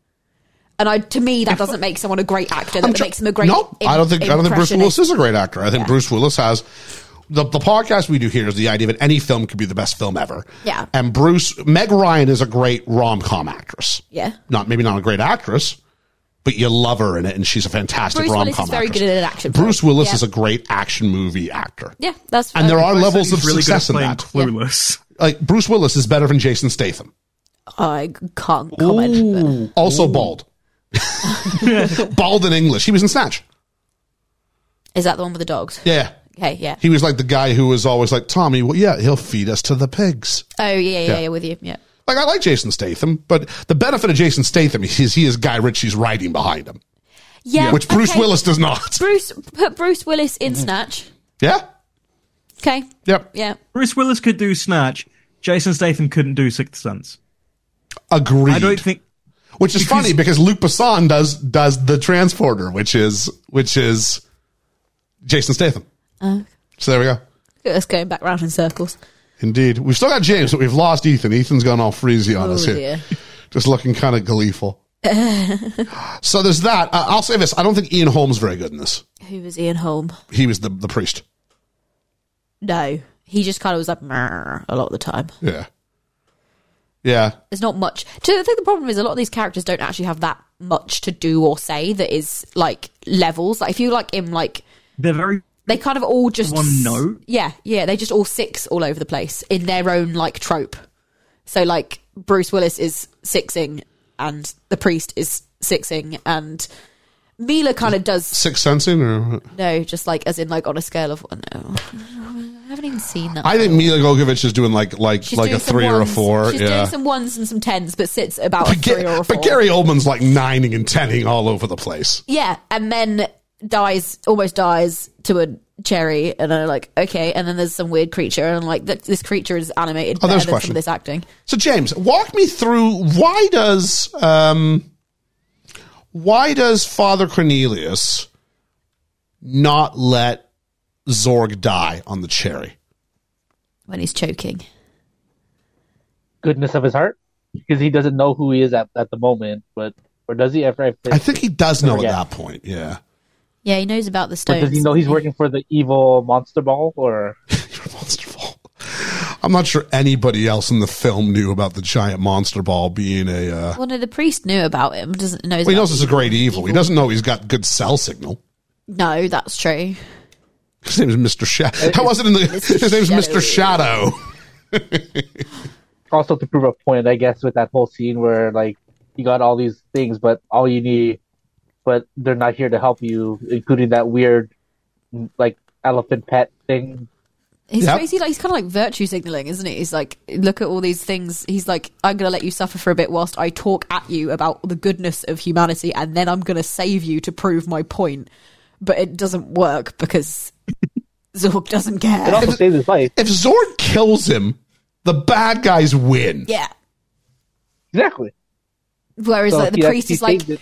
And I, to me, that doesn't make someone a great actor. That
I'm tr-
makes him a great.
No, I don't think. I don't think Bruce Willis
impressionist.
is a great actor. I think Bruce Willis has. The, the podcast we do here is the idea that any film could be the best film ever.
Yeah.
And Bruce Meg Ryan is a great rom com actress.
Yeah.
Not maybe not a great actress, but you love her in it, and she's a fantastic
Bruce
rom
Willis
com.
is very good at action.
Bruce Willis
Yeah.
is a great action movie actor.
Yeah, that's
and there
uh,
are
I said
levels of
he's
success in
really good
that.
at playing Clueless.
Like Bruce Willis is better than Jason Statham.
I can't comment. but-
Also bald, <laughs> bald in English. He was in Snatch.
Is that the one with the dogs?
Yeah,
Okay, yeah.
he was like the guy who was always like Tommy. Well, yeah, he'll feed us to the pigs.
Oh yeah, yeah,
Yeah.
yeah, with you. Yeah,
Like I like Jason Statham, but the benefit of Jason Statham is he is Guy Ritchie's riding behind him,
yeah.
which Bruce
okay.
Willis does Mm-hmm. not. <laughs>
Bruce put Bruce Willis in Snatch.
Yeah.
Okay.
Yep.
Yeah.
Bruce Willis could do Snatch. Jason Statham couldn't do Sixth Sense.
Agreed.
I don't think.
which is
because-
funny because Luke Besson does does the transporter, which is which is Jason Statham. so there we go.
Look at us going back round in circles.
Indeed. We've still got James, but we've lost Ethan. Ethan's gone all freezy on
Oh,
us here.
dear.
Just looking kind of
<laughs>
gleeful. so there's that. Uh, I'll say this. I don't think Ian Holmes very good in this.
Who was Ian Holm?
He was the, the priest.
No, he just kind of was like "Mrr," a lot of the time.
Yeah. Yeah.
There's not much. To, I think the problem is a lot of these characters don't actually have that much to do or say that is like levels. Like if you like him, like
They're very
they kind of all just
One note?
Yeah, yeah, they just all six all over the place in their own like trope. So like Bruce Willis is sixing, and the priest is sixing, and Mila kind of does
Six sensing or
no, just like as in like on a scale of one. No, I haven't even seen that.
I think Mila Golgovich is doing like like
She's
like a
doing some
three or a
ones-
four.
She's
yeah.
doing some ones and some tens, but sits about a
but, Ga-
three or a
but
four.
Gary Oldman's like nining and tenning all over the place.
Yeah, and then dies, almost dies to a cherry, and I'm like, okay. And then there's some weird creature, and I'm like, th- this creature is animated
Oh,
better
there's
than
a question.
some of this acting.
So James, walk me through why does um why does Father Cornelius not let Zorg die on the cherry?
When he's choking,
goodness of his heart because he doesn't know who he is at, at the moment. But or does he? After I,
I think he does know
Yeah.
at that point. Yeah. <laughs>
yeah, he knows about the
but
stones.
does he know he's working for the evil monster ball? Or
You're a monster ball. I'm not sure anybody else in the film knew about the giant monster ball being a uh
Well, no, the priest knew about him. Doesn't know.
well, he knows it's a great evil. He doesn't know he's got good cell signal.
No, that's true.
His name is Mr. Shadow. How was it in the his name's Mr. Shadow.
also to prove a point, I guess, with that whole scene where like you got all these things, but all you need, but they're not here to help you, including that weird like elephant pet thing.
He's
Yep.
crazy. Like he's kind of like virtue signaling, isn't he? He's like, look at all these things. He's like, I'm gonna let you suffer for a bit whilst I talk at you about the goodness of humanity, and then I'm gonna save you to prove my point. But it doesn't work because <laughs> Zorg doesn't
It
care.
also saves his life.
If Zorg kills him, the bad guys win.
Yeah.
Exactly.
Whereas
So
like, the
he-
priest
he
is like,
saved it.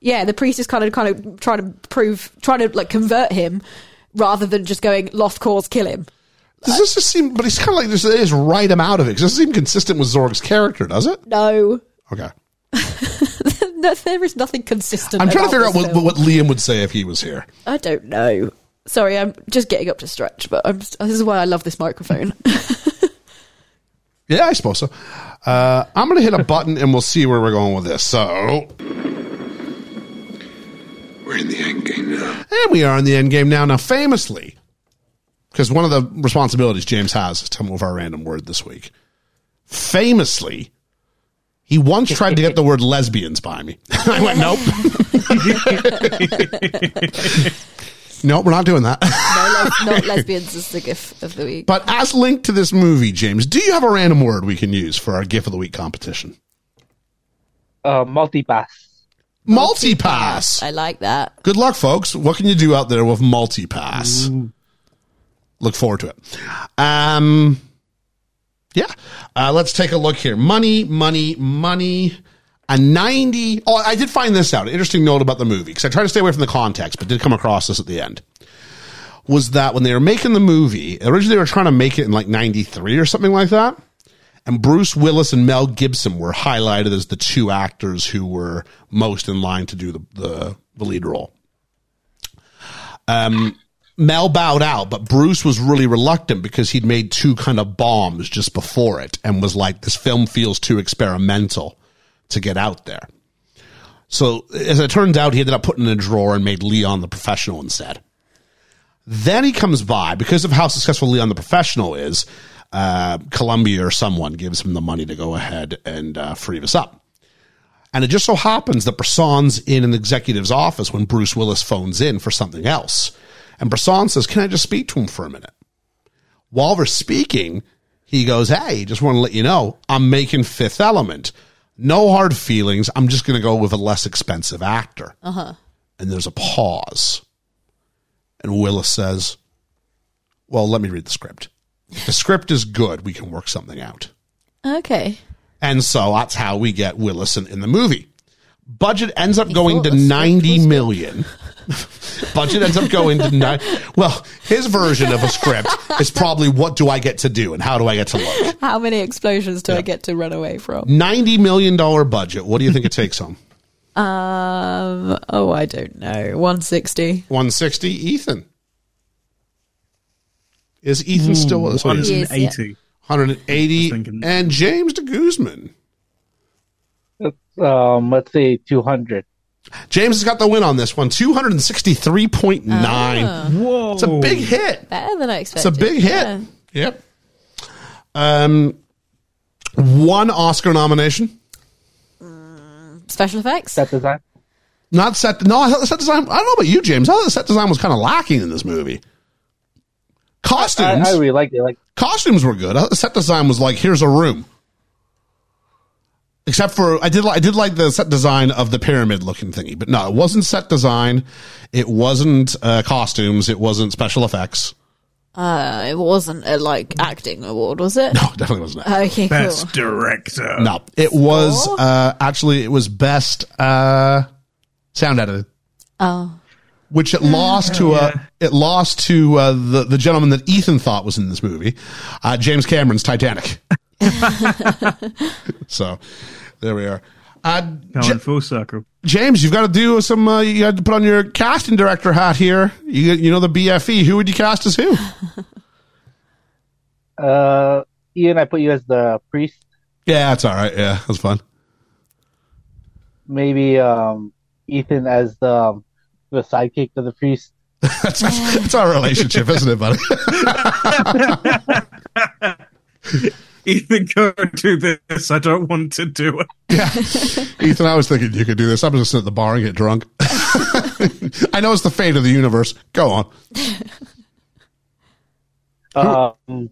yeah, the priest is kind of kind of trying to prove, trying to like convert him, rather than just going lost cause, kill him.
Does this just seem? But it's kind of like this. They just write him out of it. 'Cause It doesn't seem consistent with Zorg's character, does it?
No, <laughs>
Okay.
no there is nothing consistent.
I'm trying to figure
about
out
this
what,
film.
what Liam would say if he was here.
I don't know. Sorry, I'm just getting up to stretch, but I'm this is why I love this microphone. <laughs>
Yeah, I suppose so. Uh, I'm going to hit a button and we'll see where we're going with this. So,
We're in the end game now.
and we are in the end game now. Now, famously, because one of the responsibilities James has is to come up with our random word this week. Famously, he once tried to get the word lesbians by me. <laughs> I went, nope. nope, we're not doing that.
no, les- not lesbians is the gif of the week.
But as linked to this movie, James, do you have a random word we can use for our GIF of the Week competition?
Uh, multipass.
Multipass.
I like that.
Good luck, folks. What can you do out there with multipass? Look forward to it. Um, yeah. Uh, let's take a look here. Money, money, money. A 90. Oh, I did find this out. Interesting note about the movie, because I tried to stay away from the context, but did come across this at the end. Was that when they were making the movie, originally they were trying to make it in like 93 or something like that. And Bruce Willis and Mel Gibson were highlighted as the two actors who were most in line to do the, the, the lead role. Mel bowed out, but Bruce was really reluctant because he'd made two kind of bombs just before it and was like, this film feels too experimental to get out there. So, as it turns out, he ended up putting in a drawer and made Leon the Professional instead. Then he comes by because of how successful Leon the Professional is. Uh, Columbia or someone gives him the money to go ahead and uh, free us up. And it just so happens that Bresson's in an executive's office when Bruce Willis phones in for something else. And Brisson says, Can I just speak to him for a minute? While we're speaking, he goes, Hey, just want to let you know, I'm making Fifth Element. No hard feelings. I'm just going to go with a less expensive actor. Uh-huh. And there's a pause. And Willis says, Well, let me read the script. If the script is good, we can work something out.
Okay.
And so that's how we get Willis in, in the movie. Budget ends up going
thought
to
the script
90 million. <laughs> Budget ends up going to nine. Well, his version of a script is probably what do I get to do and how do I get to look?
How many explosions do I get to run away from?
$90 million budget. What do you think it takes home?
Um. Oh, I don't know. One sixty.
160? Ethan. Is
Hmm.
Ethan still with us? What is it?
Yes, yeah.
180. I was
180.
thinking-
And James de Guzman.
That's, um, let's say two hundred.
James has got the win on this one 263.9.
Ah. Whoa.
It's a big hit.
Better than I
It's
expected.
a big hit.
Yeah.
Yep. Um, one Oscar nomination.
Special effects.
Set design.
Not set. No, I thought the set design. I don't know about you, James. I thought the set design was kind of lacking in this movie. Costumes,
I, I really liked it. Like
costumes were good. I thought the set design was like, here's a room. Except for I did like I did like the set design of the pyramid looking thingy, but no, it wasn't set design. It wasn't uh, costumes. It wasn't special effects. <laughs>
Uh, it wasn't a like acting award, was it?
No, Oh, it definitely wasn't. that.
<laughs> Okay,
Best
cool.
director.
no, it was uh, actually it was best uh, sound edited.
Oh,
which it lost to uh, it lost to uh, the the gentleman that Ethan thought was in this movie, uh, James Cameron's Titanic. so there we are. Uh,
Going
J-
full circle.
James, you've got to do some. Uh, you got to put on your casting director hat here. You you know the BFE. Who would you cast as who?
uh, Ian, I put you as the priest.
Yeah, that's all right. Yeah, that's fun.
Maybe um, Ethan as the um, the sidekick of the priest.
That's, that's our relationship, isn't it, buddy?
Ethan, go do this. I don't want to do it.
Yeah. Ethan, I was thinking you could do this. I'm just sit at the bar and get drunk. <laughs> I know it's the fate of the universe. Go on.
Um,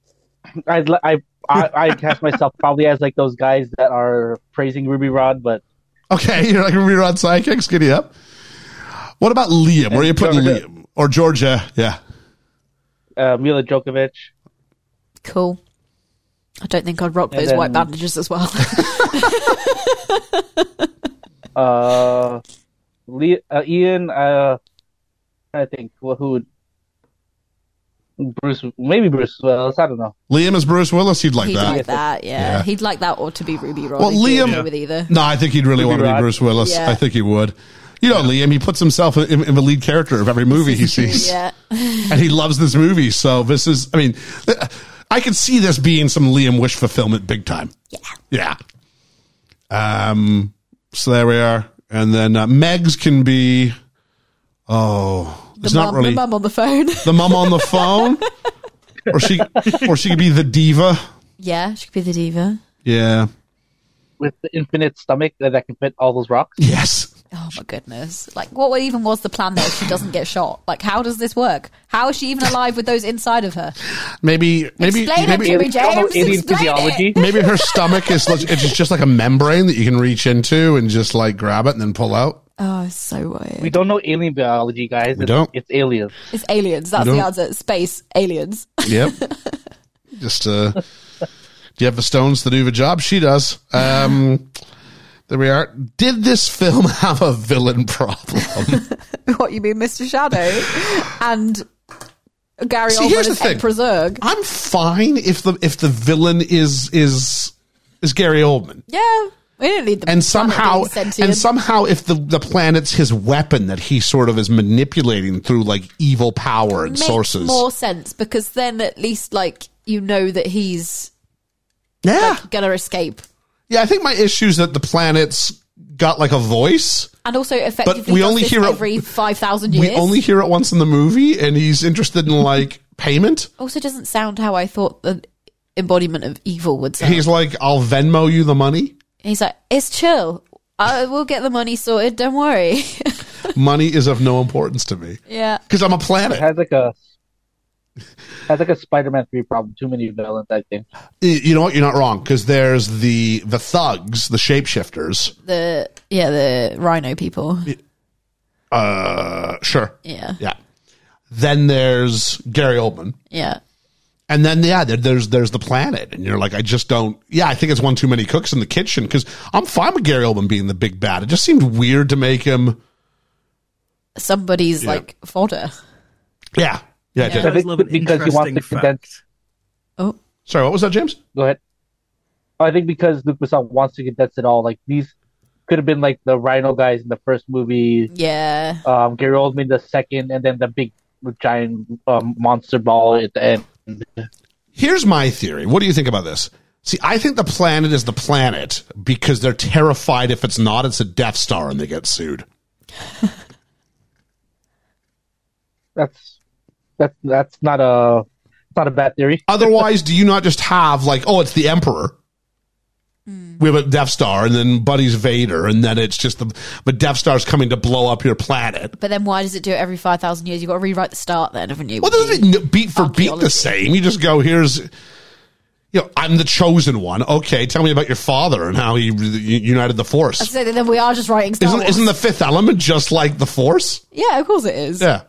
<clears throat> I'd li- I I I cast myself probably as like those guys that are praising Ruby Rod, but
Okay, <laughs> you're like rerun sidekicks. Giddy up. What about Liam? Where are you putting
Georgia.
Liam or Georgia? Yeah,
uh, Mila Djokovic.
cool. I don't think I'd rock
And
those white
then-
bandages as well. <laughs>
Uh, Le- uh Ian. Uh, I think well, who would Bruce? Maybe Bruce Willis. I don't know.
Liam is Bruce Willis. He'd like
He'd
that.
like that, yeah.
Yeah.
He'd like that or to be Ruby Rod.
Well,
He'd be
Liam-
okay with either.
no, I think he'd really want to be
Rod.
Bruce Willis.
Yeah.
I think he would. You know, Liam. He puts himself in, in the lead character of every movie he sees,
Yeah.
and he loves this movie. So this is. I mean, th- I could see this being some Liam wish fulfillment, big time. Yeah. Yeah. Um. So there we are, and then uh, Megs can be. Oh,
The
it's
mum,
not really
the mum on the phone. <laughs>
the mum on the phone, or she, or she could be the diva.
yeah, she could be the diva.
Yeah.
With the infinite stomach that, that can fit all those rocks.
Yes.
Oh my goodness. Like what even was the plan there if she doesn't get shot? Like how does this work? How is she even alive with those inside of her?
Maybe. Maybe.
Explain it to
maybe.
me, James.
Alien
Explain
physiology.
it.
Maybe her stomach is like- it's just like a membrane that you can reach into and just like grab it and then pull out.
Oh, it's so weird.
We don't know alien biology, guys.
We
It's-
don't.
It's aliens.
It's aliens. That's
don't-
the answer. Space aliens. <laughs>
Yep. just uh do you have the stones to do the job? She does. Um there we are. Did this film <laughs> have a villain problem?
what you mean, Mr. Shadow and Gary
See,
Oldman
here's
as
the thing.
Emperor Zurg.
I'm fine if the if the villain is is is Gary Oldman.
Yeah, we didn't need the
and
planet
somehow
being sentient.
and somehow if the the planet's his weapon that he sort of is manipulating through like evil power and
Makes
sources
more sense because then at least like you know that he's
yeah
gonna escape.
yeah i think my issue is that the planet's got like a voice
And also, effectively,
we
does
only
this
hear it-
every five thousand years.
we only hear it once in the movie and he's interested in like payment
also doesn't sound how I thought the embodiment of evil would sound.
he's like i'll venmo you the money
He's like, it's chill. I will get the money sorted. Don't worry.
money is of no importance to me
<laughs> yeah.
because i'm a planet
It has like a has like a Spider-Man three problem. Too many villains, I think.
Y- you know what you're not wrong because there's the the thugs the shapeshifters
The yeah the rhino people.
uh sure
Yeah.
yeah then there's gary oldman
Yeah.
And then yeah, there, there's there's the planet, and you're like, I just don't. Yeah, I think it's one too many cooks in the kitchen because I'm fine with Gary Oldman being the big bad. It just seemed weird to make him.
Somebody's
Yeah.
like fodder.
Yeah, yeah. it
I
did.
always love an
Because he wants
interesting
to
fact.
condense-
Oh,
Sorry, what was that, James?
Go ahead. Oh, I think because Luke Besson wants to condense it all. Like these could have been like the Rhino guys in the first movie,
yeah.
um, Gary Oldman the second, and then the big giant um, monster ball at the end.
Here's my theory. What do you think about this? See, I think the planet is the planet because they're terrified if it's not, it's a Death Star and they get sued.
That's that's that's not a not a bad theory.
Otherwise, do you not just have like, oh, it's the Emperor? we have a Death Star, and then Buddy's Vader, and then it's just the but Death Star's coming to blow up your planet.
But then why does it do it every 5,000 years? You've got to rewrite the start then, haven't you?
Well, this is beat for beat the same. You just go here's, you know, I'm the chosen one. Okay, tell me about your father and how he re- united the
I'd
Force.
say that then we are just writing Star
Isn't
Wars.
isn't the Fifth Element just like the Force?
yeah, of course it is.
Yeah.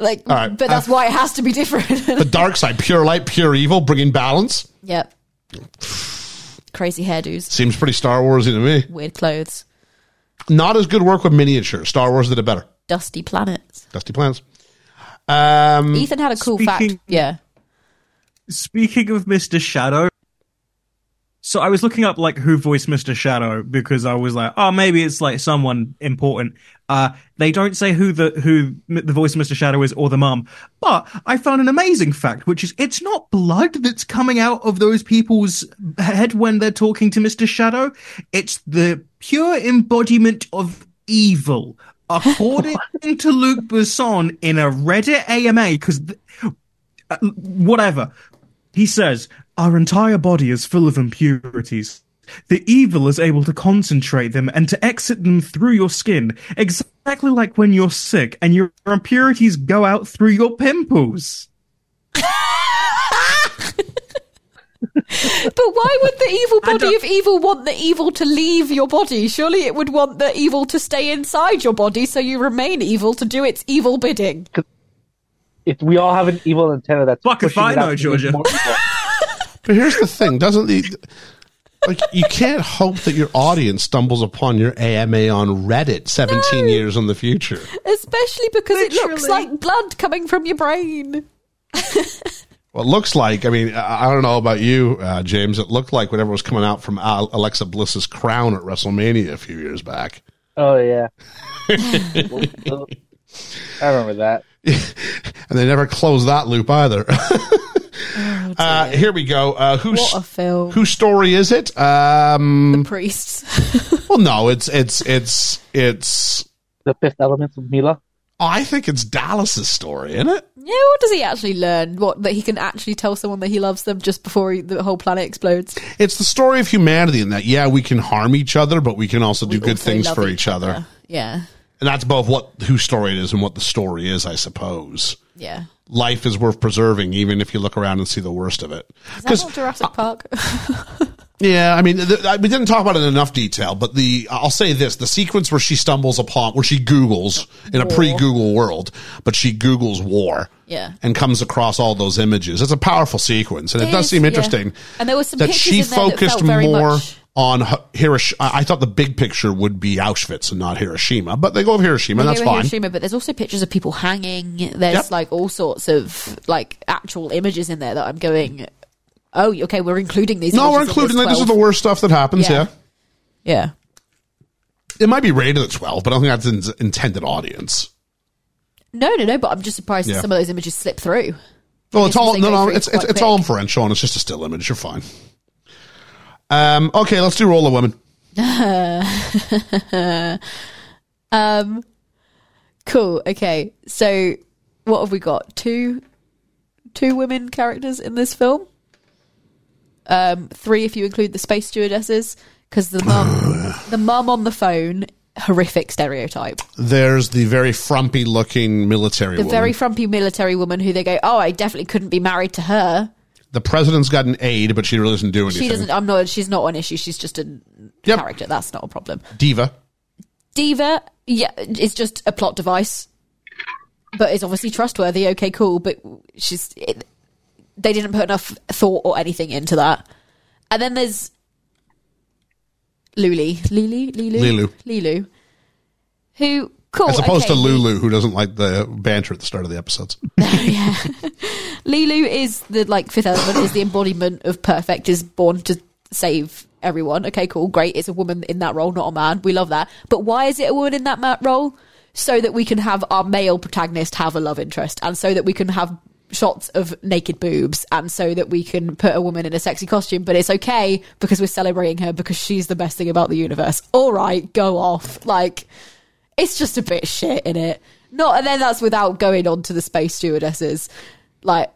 Like,
All right.
but that's
Uh,
why it has to be different.
The
<laughs>
dark side, pure light, pure evil, bringing balance.
yep. Crazy hairdos,
Seems pretty Star Warsy to me.
weird clothes,
Not as good work with miniatures. Star Wars did it better.
dusty planets.
Dusty plans. Um,
Ethan had a cool fact.
Speaking-
Yeah.
Speaking of Mr. Shadow, so I was looking up like who voiced Mr. Shadow because I was like, oh, maybe it's like someone important. Uh, they don't say who the who m- the voice of Mr. Shadow is or the mum, but I found an amazing fact, which is it's not blood that's coming out of those people's head when they're talking to Mr. Shadow. It's the pure embodiment of evil. According to Luke Besson in a Reddit AMA, because whatever. He says, Our entire body is full of impurities. The evil is able to concentrate them and to exit them through your skin, exactly like when you're sick and your impurities go out through your pimples.
<laughs> But why would the evil
I
body
don't-
of evil want the evil to leave your body? Surely it would want the evil to stay inside your body so you remain evil to do its evil bidding.
If we all have an evil antenna that's
Fuck if
pushing
I
it out
know,
to be
Georgia.
more evil.
But here's the thing, doesn't the like you can't hope that your audience stumbles upon your AMA on Reddit 17 years in the future.
Especially because it looks
Literally.
like blood coming from your brain.
Well, it looks like, I mean, I I don't know about you, uh, James, it looked like whatever was coming out from Al- Alexa Bliss's crown at WrestleMania a few years back.
Oh yeah. I remember that.
And they never closed that loop either. <laughs> uh, here we go. Uh, who's,
What a film.
whose story is it? Um,
Priests. <laughs>
well, no, it's, it's, it's, it's,
The fifth element of Mila.
I think it's Dallas's story, isn't it?
Yeah, what does he actually learn? What that he can actually tell someone that he loves them just before he, the whole planet explodes?
it's the story of humanity in that yeah we can harm each other but we can also do
We
good
also
things
love
for each other.
Yeah,
and that's both what whose story it is and what the story is i suppose
yeah.
life is worth preserving even if you look around and see the worst of it
Is that
'Cause-
not Jurassic Park?
yeah, I mean, th- th- we didn't talk about it in enough detail, but the I'll say this: the sequence where she stumbles upon, where she Google's in a pre-Google world, but she Google's war,
Yeah.
and comes across all those images. It's a powerful sequence, and it,
It
does
is,
seem
yeah.
interesting.
And there were some
that
pictures
she
in there that
focused
felt very
more
much-
on Hi- Hirosh I I thought the big picture would be Auschwitz and not Hiroshima, but they go with Hiroshima, and
They
that's
go
fine.
Hiroshima, but there's also pictures of people hanging. There's
Yep.
like all sorts of like actual images in there that I'm going. Oh, okay, we're including these.
No, we're
images in
including that. This is the
12."
worst stuff that happens.
Yeah.
Yeah.
Yeah,
it might be rated at twelve, but I don't think that's its intended audience.
no, no, no. But I'm just surprised
Yeah.
that some of those images slip through.
Well,
It
it's
seems
all
they
no,
go
no.
through
It's it's,
quite
it's all
quick.
inferential, and it's just a still image. You're fine. Um. Okay, let's do roll of women.
Um, cool. Okay, so what have we got? Two, two women characters in this film. Um, three if you include the space stewardesses, because
<sighs>
the mum, the mum on the phone, horrific stereotype.
There's the very frumpy looking military
The
woman.
very frumpy military woman who they go, oh, I definitely couldn't be married to her.
the president's got an aide, but she really doesn't do anything.
She doesn't. I'm not. She's not an issue. She's just a
Yep.
character. That's not a problem.
Diva.
Diva, yeah, is just a plot device, but is obviously trustworthy. Okay, cool, but she's it, they didn't put enough thought or anything into that. And then there's Luli, Lulu, Lulu,
Lilu.
Lilu, who cool
As opposed
Oh, okay,
to Lulu, who doesn't like the banter at the start of the episodes.
Lilu is the like fifth element is the embodiment of perfect is born to save everyone. Okay, cool, great. It's a woman in that role, not a man. We love that. But why is it a woman in that ma- role? So that we can have our male protagonist have a love interest, and so that we can have shots of naked boobs, and so that we can put a woman in a sexy costume. But it's okay because we're celebrating her because she's the best thing about the universe. All right, go off. Like it's just a bit shit in it. Not and then that's without going on to the space stewardesses, like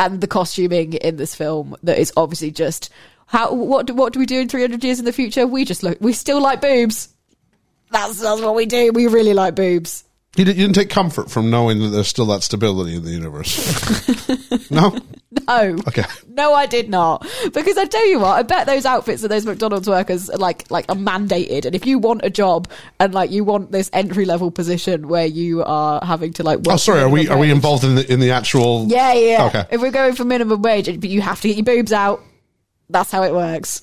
and the costuming in this film that is obviously just How what do, what do we do in 300 years in the future? We just look we still like boobs. That's that's what we do. We really like boobs. <laughs>
You didn't, you didn't take comfort from knowing that there's still that stability in the universe.
<laughs>
no?
No.
Okay.
No, I did not. Because I tell you what, I bet those outfits that those McDonald's workers like like are mandated. And if you want a job and like you want this entry level position where you are having to like work
Oh, sorry. Are
for
we
minimum
are we
wage-
involved in the in the actual?
Yeah, yeah.
Okay.
If we're going for minimum wage, but you have to get your boobs out. That's how it works.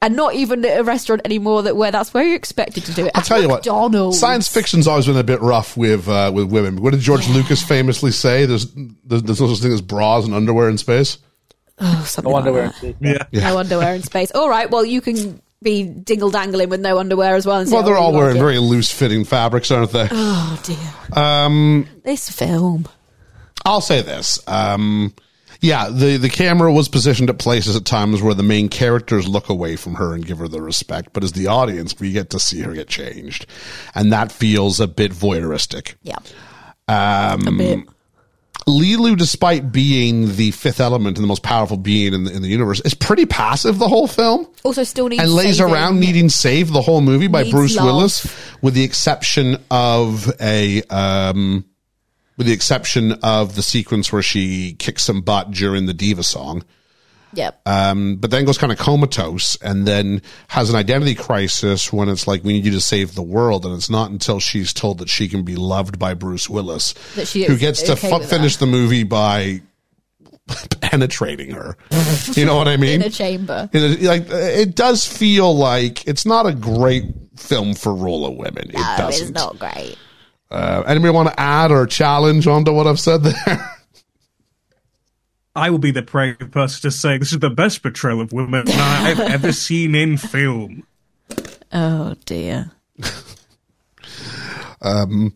And not even at a restaurant anymore that where that's where you're expected to do it.
I'll tell you what.
McDonald's.
Science fiction's always been a bit rough with uh, with women. What did George Lucas famously say? There's there's, there's no such thing as bras and underwear in space.
Oh, something like
underwear.
that.
Yeah.
No underwear in space. All right, well you can be dingle dangling with no underwear as well. And say,
Well, they're
oh,
all
you
wearing
like it.
very loose fitting fabrics, aren't they?
Oh dear,
Um,
this film.
I'll say this. Um, yeah, the, the camera was positioned at places at times where the main characters look away from her and give her the respect, but as the audience, we get to see her get changed. And that feels a bit voyeuristic.
Yeah,
Um,
a bit.
Lilu, despite being the fifth element and the most powerful being in the, in the universe, is pretty passive the whole film
Also, still needs
and lays
saving.
around needing save the whole movie by
Needs
Bruce
love.
Willis, with the exception of a um, with the exception of the sequence where she kicks some butt during the diva song.
Yep.
Um, but then goes kind of comatose and then has an identity crisis when it's like, we need you to save the world. And it's not until she's told that she can be loved by Bruce Willis
That she
who
is
gets to
okay
fu-
with
finish the movie by <laughs> penetrating her. you know what I mean?
in a chamber.
And it- like it does feel like it's not a great film for roller women. It
No,
doesn't.
it's not great.
Uh, anybody want to add or challenge onto what I've said there? <laughs>
I will be the prey person to say this is the best portrayal of women I've ever seen in film.
Oh dear.
Um,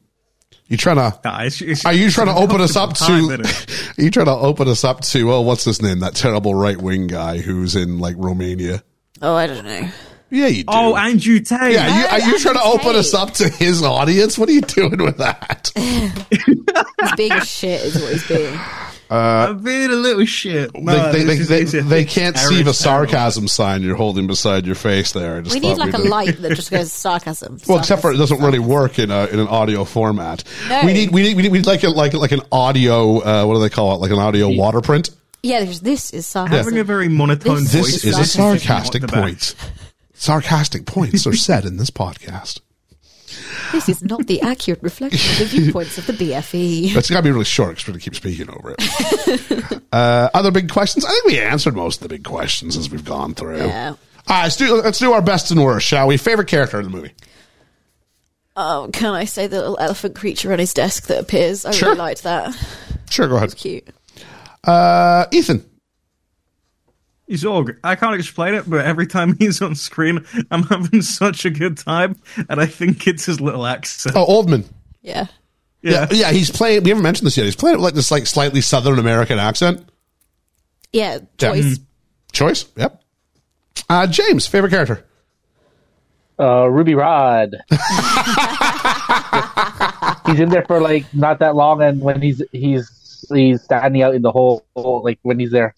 you trying to?
Nah, it's- it's-
Are you trying to
it's
open us up
time,
to?
isn't
<laughs>
it?
Are you trying to open us up to? Oh, what's his name? That terrible right wing guy who's in like Romania.
Oh, I don't know.
Yeah, you do.
Oh, Andrew Tate.
yeah, you, are you trying to open
Tate.
us up to his audience? What are you doing with that?
He's being a shit, is what he's being.
I've been a little shit. No,
they, they,
this is-
they,
this
they,
is-
they can't
Aaron
see the
Taylor.
sarcasm sign you're holding beside your face there. I just
We need
thought
like a
we'd-
light
<laughs>
that just goes sarcasm.
Well, except for it
sarcasm.
doesn't really work in a, in an audio format.
No.
We need we need we need, we need like a, like like an audio uh, what do they call it? Like an audio water print.
yeah. There's, this is sarcasm.
Having a very monotone
This
voice.
This is a
not
sarcastic
the best.
point. Sarcastic points are said in this podcast.
This is not the accurate reflection
<laughs>
of the viewpoints of the E. BFE.
That's got to be really short because we're going to keep speaking over it.
<laughs>
uh, other big questions? I think we answered most of the big questions as we've gone through.
Yeah.
All right, let's do, let's do our best and worst, shall we? Favorite character in the movie?
Oh, can I say the little elephant creature on his desk that appears? I
Sure.
really liked that.
Sure, go ahead.
Cute.
Uh, Ethan.
He's Org. I can't explain it, but every time <laughs> he's on screen, I'm having such a good time, and I think it's his little accent.
Oh, Oldman.
Yeah.
Yeah, yeah, he's playing. We haven't mentioned this yet. He's playing it with like this, like slightly Southern American accent.
Yeah.
Yeah. mm.
Choice.
Choice. Yep. Uh, James, favorite character.
Uh, Ruby Rod. he's in there for like not that long, and when he's he's he's standing out in the whole like when he's there.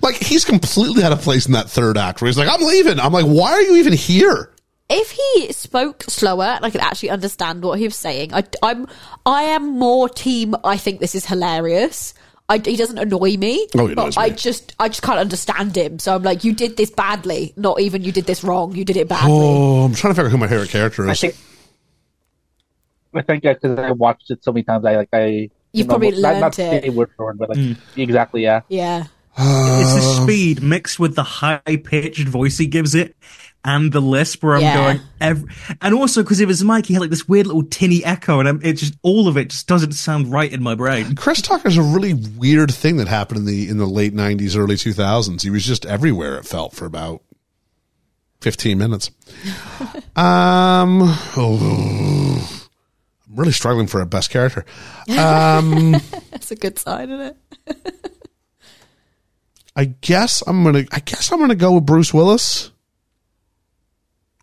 Like he's completely out of place in that third act where he's like, "I'm leaving." I'm like, "Why are you even here?"
If he spoke slower and I could actually understand what he was saying, I, I'm I am more team. I think this is hilarious. I, he doesn't annoy me,
Oh, he annoys
but I
me.
just I just can't understand him. So I'm like, you did this badly. Not even you did this wrong. You did it badly.
Oh, I'm trying to figure out who my favorite character
I
is.
think I think because I watched it so many times, I like I
You've
know,
probably
not, not
learned it.
say word for word, but like exactly yeah.
Yeah,
It's the speed mixed with the high pitched voice he gives it and the lisp where I'm
Yeah.
going. Every- and also because it was Mike, he had like this weird little tinny echo, and I'm, it just all of it just doesn't sound right in my brain.
Chris Tucker's a really weird thing that happened in the in the late '90s, early 2000s. He was just everywhere. It felt for about 15
<laughs>
minutes. um, oh, I'm really struggling for a best character.
that's a good sign, isn't it?
I guess I'm gonna. I guess I'm gonna go with Bruce Willis.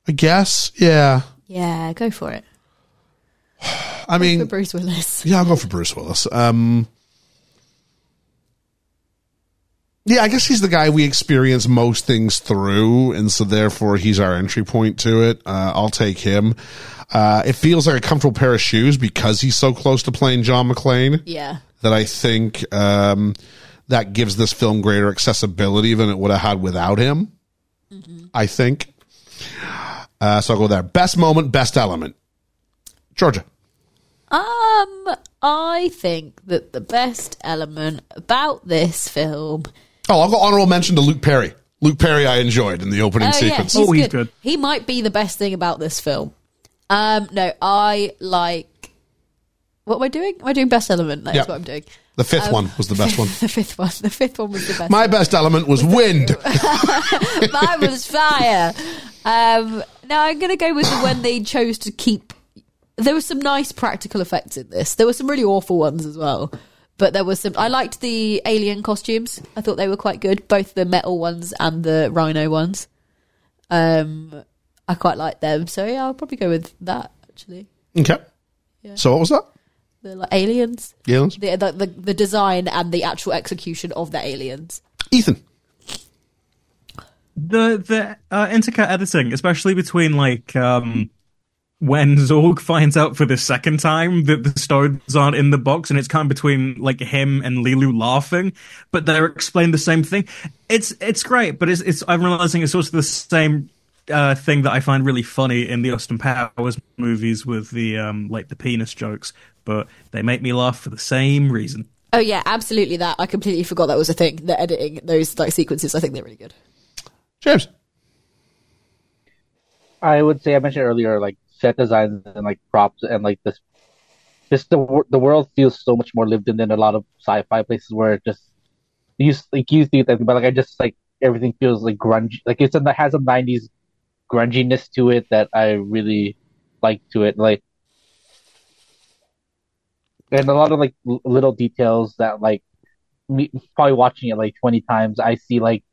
I guess, yeah.
Yeah, go for it.
I
For
mean,
Bruce Willis. <laughs>
yeah, I'll go for Bruce Willis. Um, yeah, I guess he's the guy we experience most things through, and so therefore he's our entry point to it. Uh, I'll take him. Uh, it feels like a comfortable pair of shoes because he's so close to playing John McClane.
Yeah.
that I think um, that gives this film greater accessibility than it would have had without him.
Mm-hmm.
I think. Uh, so I'll go there. Best moment, best element. Georgia.
Um, I think that the best element about this film.
Oh, I'll go honorable mention to Luke Perry. Luke Perry, I enjoyed in the opening sequence.
Oh, he's good. He might be the best thing about this film. Um, no, I like. What am I doing? Am I doing best element? That's
Yeah.
what I'm doing.
The fifth
Um, <laughs>
one was the best one.
the fifth one. The fifth one was the best.
My best element was wind.
Mine was fire. Um, now I'm going to go with the one they chose to keep. There were some nice practical effects in this. There were some really awful ones as well, but there was some. I liked the alien costumes. I thought they were quite good, both the metal ones and the rhino ones. Um, I quite liked them, so yeah, I'll probably go with that. Actually,
Okay. So what was that?
the like, aliens,
Aliens?
the, the the the design and the actual execution of the aliens.
Ethan.
the the uh, intercut editing, especially between like um, when Zorg finds out for the second time that the stones aren't in the box, and it's kind of between like him and Lilu laughing, but they're explaining the same thing. It's it's great, but it's it's I'm realizing it's also the same. Uh, thing that I find really funny in the Austin Powers movies with the um, like the penis jokes, but they make me laugh for the same reason.
Oh yeah, absolutely that. I completely forgot that was a thing. The editing those like sequences, I think they're really good.
James.
I would say I mentioned earlier, like set designs and like props and like this, just the wor- the world feels so much more lived in than a lot of sci-fi places where it just you s- like you think that, but like I just like everything feels like grunge, like it's it has a '90s grunginess to it that I really like to it, like and a lot of like l- little details that like me probably watching it like 20 times i see like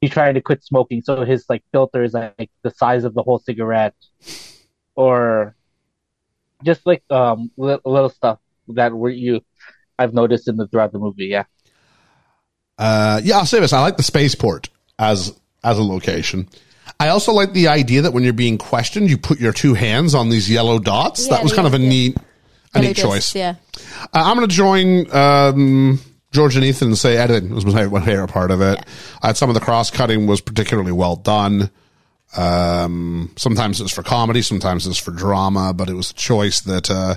he's trying to quit smoking so his like filter is like the size of the whole cigarette or just like um li- little stuff that were you i've noticed in the throughout the movie yeah
Uh, yeah, I'll say this. I like the spaceport as as a location. I also like the idea that when you're being questioned, you put your two hands on these yellow dots.
Yeah,
that was
they-
kind of a neat, a
Really
neat
good,
choice.
Yeah.
Uh, I'm going to join um, George and Ethan and say editing was my favorite, my favorite part of it. Uh, some of the cross cutting was particularly well done. Um, sometimes it's for comedy, sometimes it's for drama, but it was a choice that uh,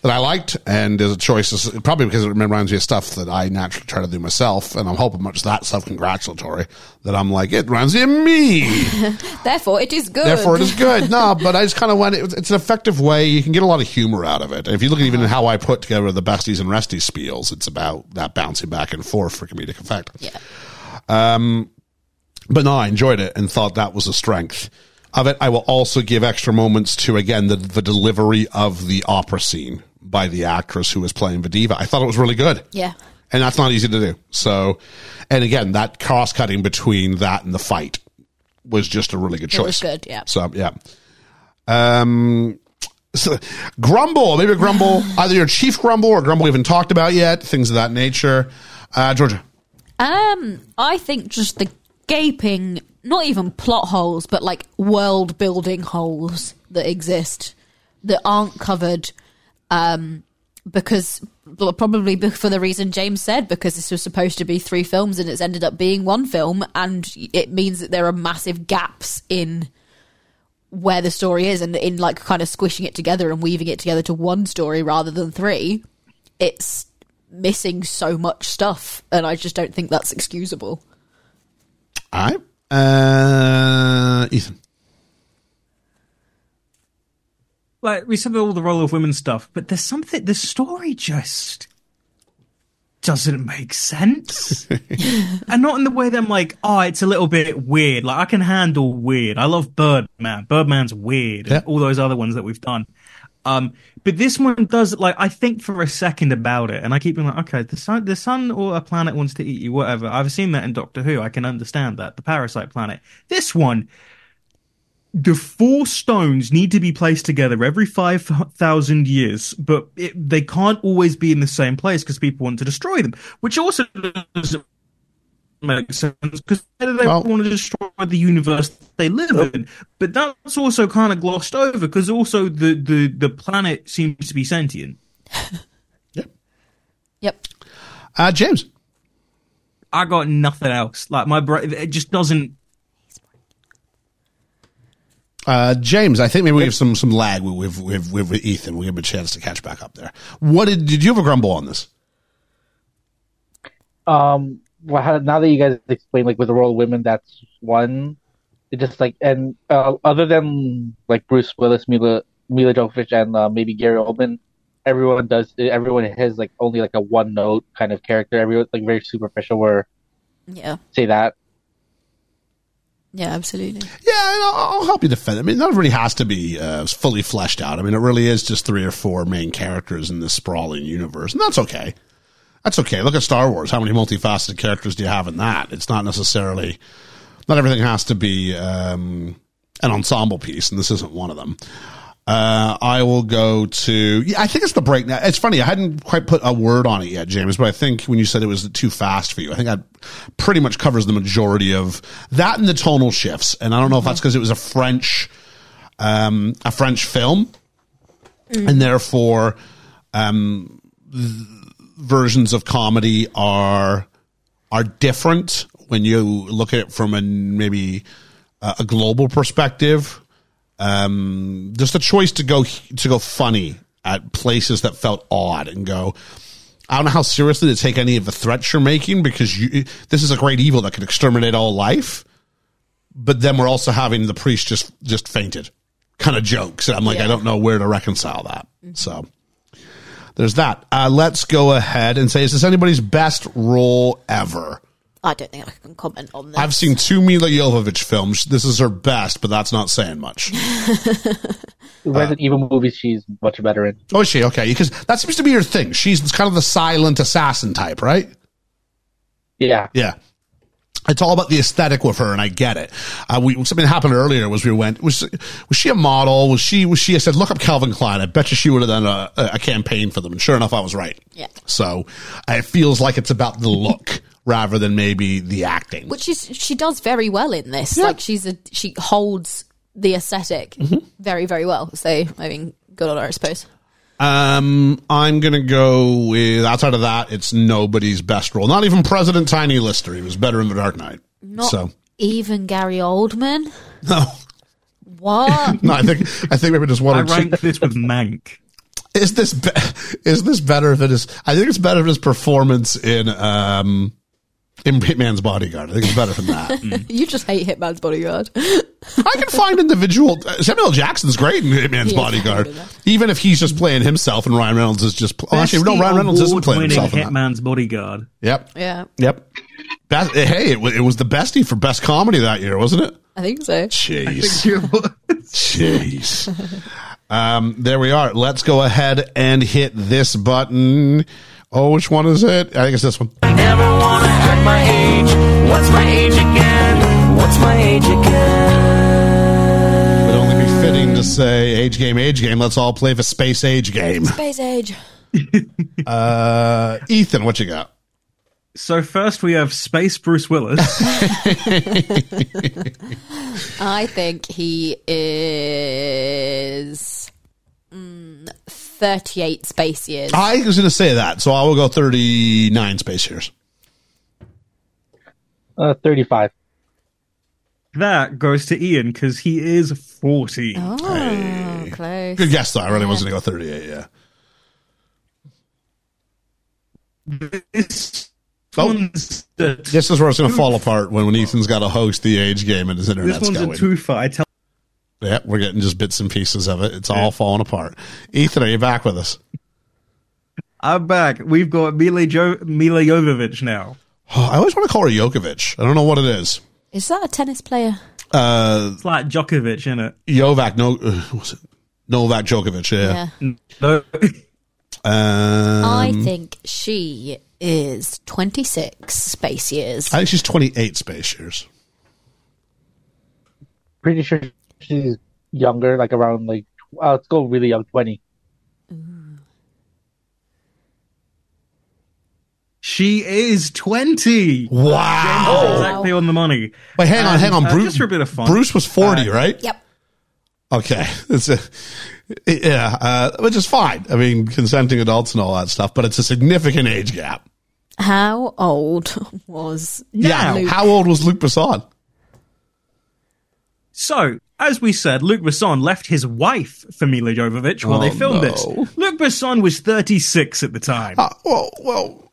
that I liked and is a choice is- probably because it reminds me of stuff that I naturally try to do myself, and I'm hoping much of that self congratulatory that I'm like it reminds me of me.
Therefore, it is good.
Therefore, it is good. No, but I just kind of went. It, it's an effective way. You can get a lot of humor out of it. If you look at even how I put together the besties and resties spiels, it's about that bouncing back and forth for comedic effect. Yeah. Um, but no, I enjoyed it and thought that was a strength of it. I will also give extra moments to again the the delivery of the opera scene by the actress who was playing the diva. I thought it was really good
Yeah.
and that's not easy to do. So, and again, that cross cutting between that and the fight was just a really good
It was
choice.
good, yeah.
So yeah. Um. So, grumble, maybe
<sighs>
grumble, either your chief grumble or grumble we haven't talked about yet, things of that nature. Uh, Georgia,
Um, I think just the gaping, not even plot holes, but like world building holes that exist that aren't covered. Um, because well, probably be- for the reason James said, because this was supposed to be three films and it's ended up being one film, and it means that there are massive gaps in where the story is and in like kind of squishing it together and weaving it together to one story rather than three. It's missing so much stuff, and I just don't think that's excusable.
all right. Uh, Ethan,
like we said all the role of women stuff, but there's something the story just doesn't make sense. and not in the way that I'm like, oh, it's a little bit weird. Like I can handle weird. I love Birdman. Birdman's weird.
Yeah.
And all those other ones that we've done. Um, but this one does like I think for a second about it, and I keep being like, okay, the sun, the sun or a planet wants to eat you, whatever. I've seen that in Doctor Who. I can understand that the parasite planet. This one, the four stones need to be placed together every 5,000 years, but it, they can't always be in the same place because people want to destroy them, which also doesn't make sense because they want to destroy the universe they live in. But that's also kind of glossed over because also the, the, the planet seems to be sentient.
Yep.
Uh, James.
I got nothing else. Like my brain, it just doesn't.
Uh, James, I think maybe we have some some lag with with with, with Ethan. We have a chance to catch back up there. What did did you have a grumble on this?
Um, well, how, now that you guys explained, like with the Royal Women, that's one. It just like and uh, other than like Bruce Willis, Mila Mila Jovovich, and uh, maybe Gary Oldman, everyone does. Everyone has like only like a one note kind of character. Everyone like very superficial. Where
Yeah.
say that
Yeah, absolutely.
Yeah, and I'll, I'll help you defend. it. I mean, that really has to be uh, fully fleshed out. I mean, it really is just three or four main characters in this sprawling universe, and that's okay. That's okay. Look at Star Wars. How many multifaceted characters do you have in that? It's not necessarily. Not everything has to be um, an ensemble piece, and this isn't one of them. Uh, I will go to. Yeah, I think it's the break now. It's funny. I hadn't quite put a word on it yet, James, but I think when you said it was too fast for you, I think that pretty much covers the majority of that and the tonal shifts. And I don't know if that's because it was a French, um, a French film, and therefore, um, th- versions of comedy are are different when you look at it from a maybe uh, a global perspective um, just a choice to go to go funny at places that felt odd and go. I don't know how seriously to take any of the threats you're making because you, this is a great evil that could exterminate all life. But then we're also having the priest just just fainted, kind of jokes, and I'm like, I don't know where to reconcile that. So there's that. Uh, let's go ahead and say, is this anybody's best role ever?
I don't think I can comment on that.
I've seen two Mila Jovovich films. This is her best, but that's not saying much.
Uh,
Resident Evil movies she's much better in.
Oh, is she? Okay. Because that seems to be her thing. She's kind of the silent assassin type, right?
Yeah.
Yeah. It's all about the aesthetic with her, and I get it. Uh, we something happened earlier was we went was was she a model? Was she was she? I said look up Calvin Klein. I bet you she would have done a, a campaign for them, and sure enough, I was right.
Yeah.
So uh, it feels like it's about the look <laughs> rather than maybe the acting.
Which is she does very well in this. Like she's a she holds the aesthetic
Mm-hmm.
very very well. So I mean, good on her, I suppose.
Um, I'm gonna go with outside of that, it's nobody's best role. Not even President Tiny Lister. He was better in The Dark Knight.
Not
so <laughs>
even Gary Oldman.
no. <laughs>
What? <laughs>
No, I think I think maybe just one
I
or two.
ranked this with
<laughs>
Mank.
Is this be- is this better than his? I think it's better than his performance in um in Hitman's Bodyguard. I think it's better than
<laughs>
that.
you just hate Hitman's
<laughs>
bodyguard.
I can find individual uh, Samuel L. Jackson's great in Hitman's
He is
Bodyguard,
good at that.
even if he's just playing himself and Ryan Reynolds is just oh, actually no
Best
Ryan Reynolds isn't playing
award-winning
himself. In that.
Hitman's Bodyguard.
Yep,
yeah,
yep. Best, hey, it, wa- it was the bestie for best comedy that year, wasn't it?
I think so.
Jeez. Jeez. um, there we are. Let's go ahead and hit this button. Oh, which one is it? I think it's this one.
Never wanna act my age. What's my age again? What's my age again?
Would only be fitting to say age game, age game. Let's all play the space age game.
Space age.
Uh, Ethan, what you got?
So first we have Space Bruce Willis.
I think he is mm, thirty-eight space years.
I was going to say that, so I will go 39 space years.
Uh, Thirty-five.
that goes to Ian because he is forty.
oh, close.
Good guess, though. I really was going to go 38, yeah.
This
Oh.
one's a,
This is where it's going to fall apart when, when Ethan's got to host the age game and his
this
internet's
one's a
going.
twofer. I tell
Yeah, we're getting just bits and pieces of it. It's all falling apart. Ethan, are you back with us? <sighs>
I'm back. We've got Mila, jo- Mila Jovovich now.
Oh, I always want to call her Jokovic. I don't know what it is.
Is that a tennis player?
Uh,
It's like Djokovic, isn't it?
Jovac, no, uh, what was it? Novak Djokovic, yeah.
No.
Um,
I
I,
think she is twenty-six space years.
think she's 28 space years.
Pretty sure she's younger, like around like uh, let's go really young, twenty.
<laughs> She is 20.
Wow.
James is exactly on the money.
Wait, hang on,
And,
hang on.
Oh. uh,
Bruce,
just for a bit of fun.
Bruce was 40,
Uh,
right?
Yep.
Okay. <laughs> It's a, yeah, uh, which is fine. I mean, consenting adults and all that stuff, but it's a significant age gap.
How old was
Yeah.
Luke?
How old was Luke Besson?
So, as we said, Luke Besson left his wife for Mila Jovovich while
Oh,
they filmed this.
no.
Luke Besson was 36 at the time.
Uh, well, well,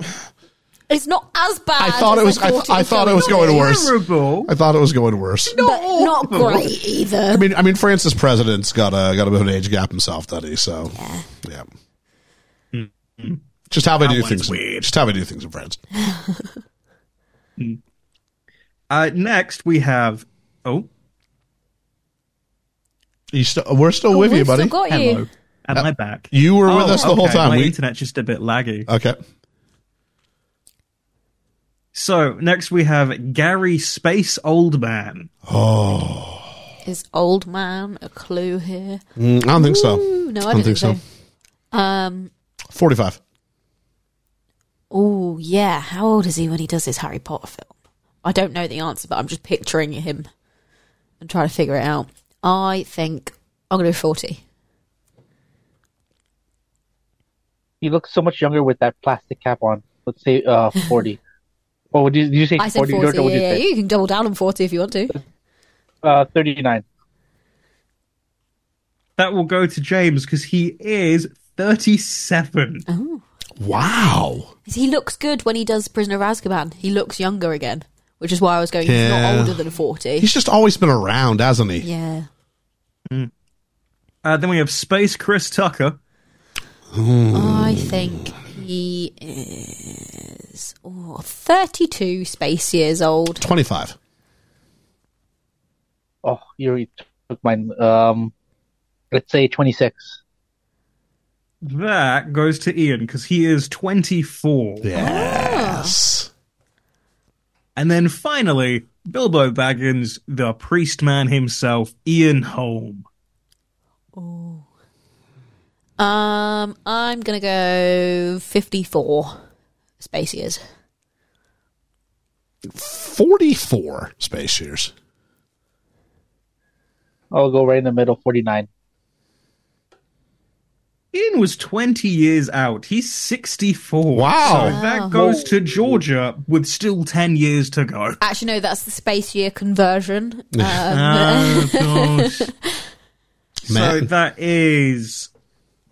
It's not as bad.
I thought
as
it was,
I
I,
thought,
I thought it was going worse.
Terrible.
I thought it was going worse.
but not great either.
I mean, I mean, France's president's got a got a bit of an age gap himself, doesn't he? So, yeah. Just how they
That
do
one's
things.
weird.
Just how they do things in France.
Uh, next, we have. Oh,
You st- we're still with
we've
you, buddy.
Oh, still got you.
hello. Am I back?
Uh, You were with
Oh,
us the whole
okay,
time.
My
We,
internet's just a bit laggy.
okay.
So, next we have Gary Space Old Man.
Is old man a clue here?
Mm, I don't think so.
Ooh, no, I
don't
don't
think
think
so.
Um.
Forty-five.
Oh yeah. How old is he when he does his Harry Potter film? I don't know the answer, but I'm just picturing him and trying to figure it out. I think I'm gonna do forty.
He looks so much younger with that plastic cap on. Let's
<laughs>
say uh forty. oh, would you, did you say
I said
forty?
40.
Georgia,
Yeah,
what'd you
yeah,
say?
you can double down on 40 if you want to. <laughs>
Uh, thirty-nine.
That will go to James because he is 37.
Wow.
He looks good when he does Prisoner of Azkaban. He looks younger again, which is why I was going, he's
Yeah.
not older than 40.
He's just always been around, hasn't he?
yeah.
Uh, then we have Space Chris Tucker.
I think he is oh, 32 space years old.
Twenty-five.
Oh, you already took mine. Um, let's say twenty-six.
That goes to Ian because he is 24.
Yes.
And then finally, Bilbo Baggins, the priest man himself, Ian Holm.
Um, I'm going to go 54 space years.
Forty-four space years.
I'll go right in the middle. Forty-nine.
Ian was 20 years out. He's 64.
Wow.
So that goes to Georgia with still 10 years to go.
Actually, no, that's the space year conversion. Um,
Oh, gosh. So
Man.
that is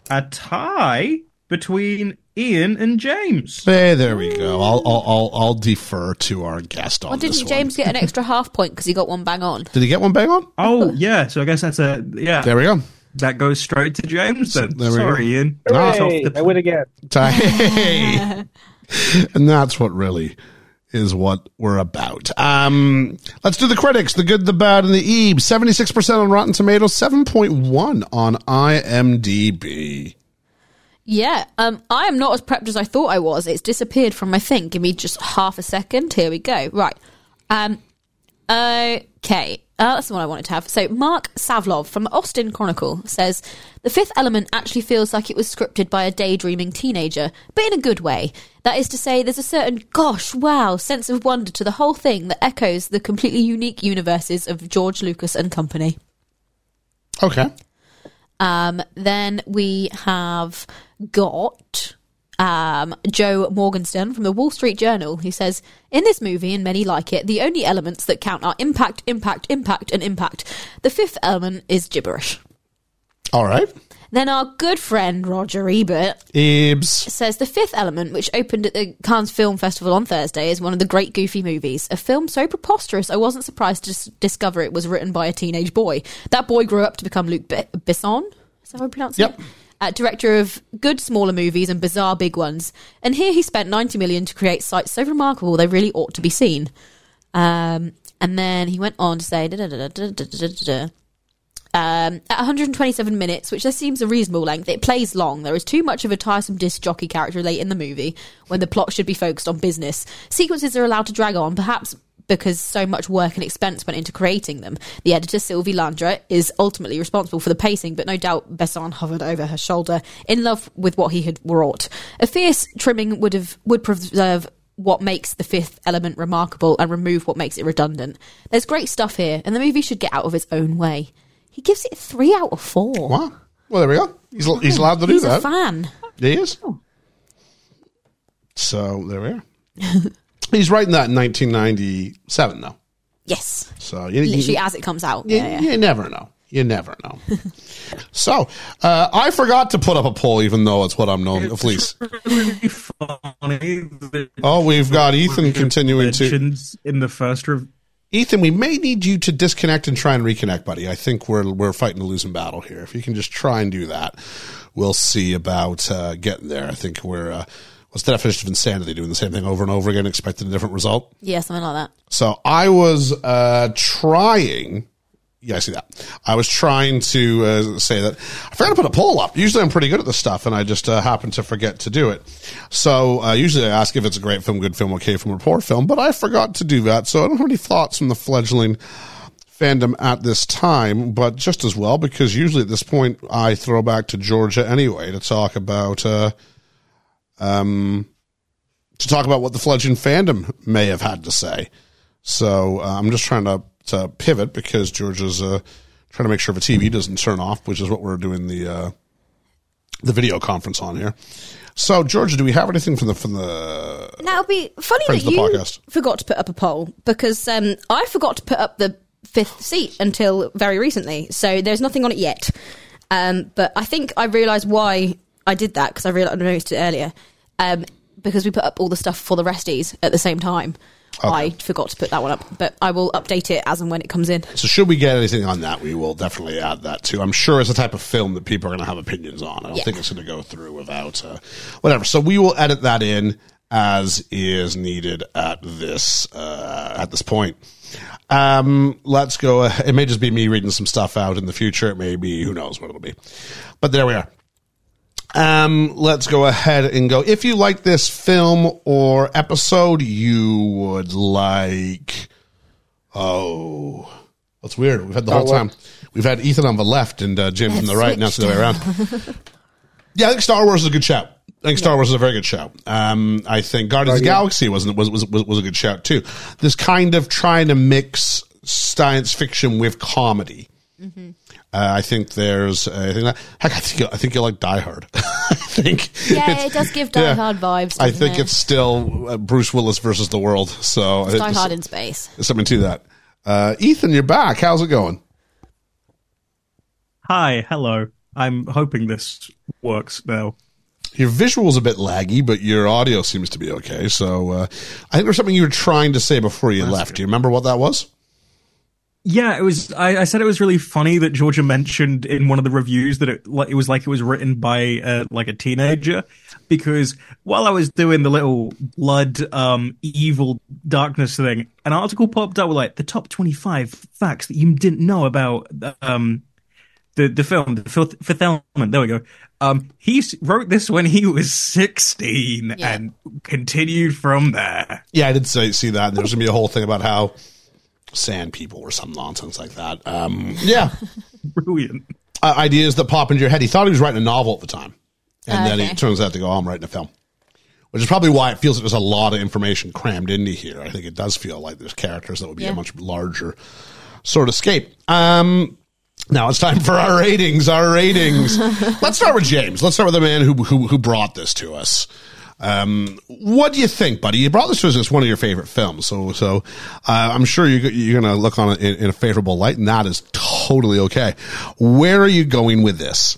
a tie between Ian and James.
Hey, there we go. I'll, I'll, I'll, I'll defer to our guest on
Well,
this
Oh, didn't James get an extra half point because he got one bang on?
one. Did he get one bang on?
Oh, yeah. So I guess that's a yeah.
There
<laughs>
we go.
that goes straight to James then.
There we go.
Sorry, Ian.
No.
It's off
Hey,
the-
I win again.
Ty- Hey. and that's what really is what we're about. Um, let's do the critics, the good, the bad, and the eeb. 76% on Rotten Tomatoes, 7.1 on IMDb.
Yeah, um, I am not as prepped as I thought I was. It's disappeared from my thing. Give me just half a second. Here we go. Right. Um, okay. Uh, that's the one I wanted to have. So, Mark Savlov from the Austin Chronicle says The fifth element actually feels like it was scripted by a daydreaming teenager, but in a good way. That is to say, there's a certain gosh, wow sense of wonder to the whole thing that echoes the completely unique universes of George Lucas and company.
Okay.
Um, then we have got um, Joe Morgenstern from the Wall Street Journal, who says, In this movie, and many like it, the only elements that count are impact, impact, impact, and impact. The fifth element is gibberish.
All right.
Then our good friend Roger Ebert
Ibs.
says The Fifth Element, which opened at the Cannes Film Festival on Thursday, is one of the great goofy movies. A film so preposterous, I wasn't surprised to s- discover it was written by a teenage boy. That boy grew up to become Luke B- Besson. Is that how I pronounce
Yep.
it? Uh, director of good smaller movies and bizarre big ones. And here he spent 90 million to create sights so remarkable they really ought to be seen. Um, and then he went on to say, da, da, da, da, da, da, da, da. Um, at 127 minutes, which there seems a reasonable length, it plays long. There is too much of a tiresome disc jockey character late in the movie when the plot should be focused on business. Sequences are allowed to drag on, perhaps because so much work and expense went into creating them. The editor, Sylvie Landra, is ultimately responsible for the pacing, but no doubt Besson hovered over her shoulder, in love with what he had wrought. A fierce trimming would have would preserve what makes the fifth element remarkable and remove what makes it redundant. There's great stuff here, and the movie should get out of its own way. He gives it three out of four.
Wow. Well, there we go. He's, he's allowed to do
He's
that.
a Oh. fan.
He is. So there we are. <laughs> He's writing that in 1997, though.
Yes.
So you,
Literally
you,
as it comes out.
you,
Yeah, yeah.
you never know. You never know. <laughs> so uh, I forgot to put up a poll, even though it's what I'm known for. Please. Oh, we've got Ethan continuing to.
Mentions in the first rev-
Ethan, we may need you to disconnect and try and reconnect, buddy. I think we're we're fighting a losing battle here. If you can just try and do that, we'll see about uh, getting there. I think we're. Uh, what's the definition of insanity? Doing the same thing over and over again, expecting a different result.
Yeah, something like that.
So I was uh, trying. Yeah, I see that. I was trying to uh, say that I forgot to put a poll up. Usually I'm pretty good at this stuff, and I just uh, happen to forget to do it. So uh, usually I ask if it's a great film, good film, okay film, or poor film, but I forgot to do that. So I don't have any thoughts from the fledgling fandom at this time, but just as well, because usually at this point I throw back to Georgia anyway to talk about. Uh, um, to talk about what the fledgling fandom may have had to say. So uh, I'm just trying to, to pivot because George is uh, trying to make sure the TV doesn't turn off, which is what we're doing the uh, the video conference on here. So Georgia, do we have anything from the from the?
Now it'd be funny
Friends
that
of
you
the podcast.
forgot to put up a poll because um, I forgot to put up the fifth seat until very recently. So there's nothing on it yet. Um, but I think I realised why I did that because I realised I noticed it earlier. Um, because we put up all the stuff for the resties at the same time. I forgot to put that one up, but I will update it as and when it comes in.
So should we get anything on that? We will definitely add that too. I'm sure it's the type of film that people are going to have opinions on. I don't
Yeah.
think it's going to go through without uh, whatever. So we will edit that in as is needed at this uh, at this point. Um, let's go. Uh, it may just be me reading some stuff out in the future. It may be who knows what it'll be. But there we are. Um, let's go ahead and go. If you like this film or episode, you would like. Oh, that's weird. We've had the
That
whole time.
worked.
We've had Ethan on the left and uh, Jim from
I've
the right. Now it's the other way around. Yeah, I think Star Wars is a good shout. I think Star Wars is a very good shout. Um, I think Guardians of the Galaxy wasn't was, was was was a good shout too. This kind of trying to mix science fiction with comedy. Uh, I think there's. Uh, I think that, heck, I think you'll- I think you like Die Hard. <laughs> I think
Yeah, it does give
<laughs>
Die
yeah.
Hard vibes.
I
doesn't
think
it?
it's still uh, Bruce Willis versus the world. So
It's Die
it's-
Hard in space.
there's something to that. Uh, Ethan, you're back. How's it going?
Hi, hello. I'm hoping this works now.
Your visual's a bit laggy, but your audio seems to be okay. So uh, I think there's something you were trying to say before you left. Do you remember what that was?
Yeah, it was. I, I said it was really funny that Georgia mentioned in one of the reviews that it like it was like it was written by uh, like a teenager, because while I was doing the little blood, um, evil darkness thing, an article popped up with like the top twenty five facts that you didn't know about um the the film the fifth, fifth element. There we go. Um, he s- wrote this when he was sixteen and continued from there.
Yeah, I did say see that. And there was gonna be a whole thing about how sand people or some nonsense like that. Um, yeah,
brilliant
uh, ideas that pop into your head. He thought he was writing a novel at the time, and then
Okay.
it turns out to go, oh, "I'm writing a film," which is probably why it feels like there's a lot of information crammed into here. I think it does feel like there's characters that would be
Yeah.
a much larger sort of scape. Um, now it's time for our ratings. Our ratings. Let's start with James. Let's start with the man who who, who brought this to us. Um, what do you think, buddy? You brought this to us as one of your favorite films, so so uh, I'm sure you're, go- you're going to look on it in, in a favorable light, and that is totally okay. Where are you going with this?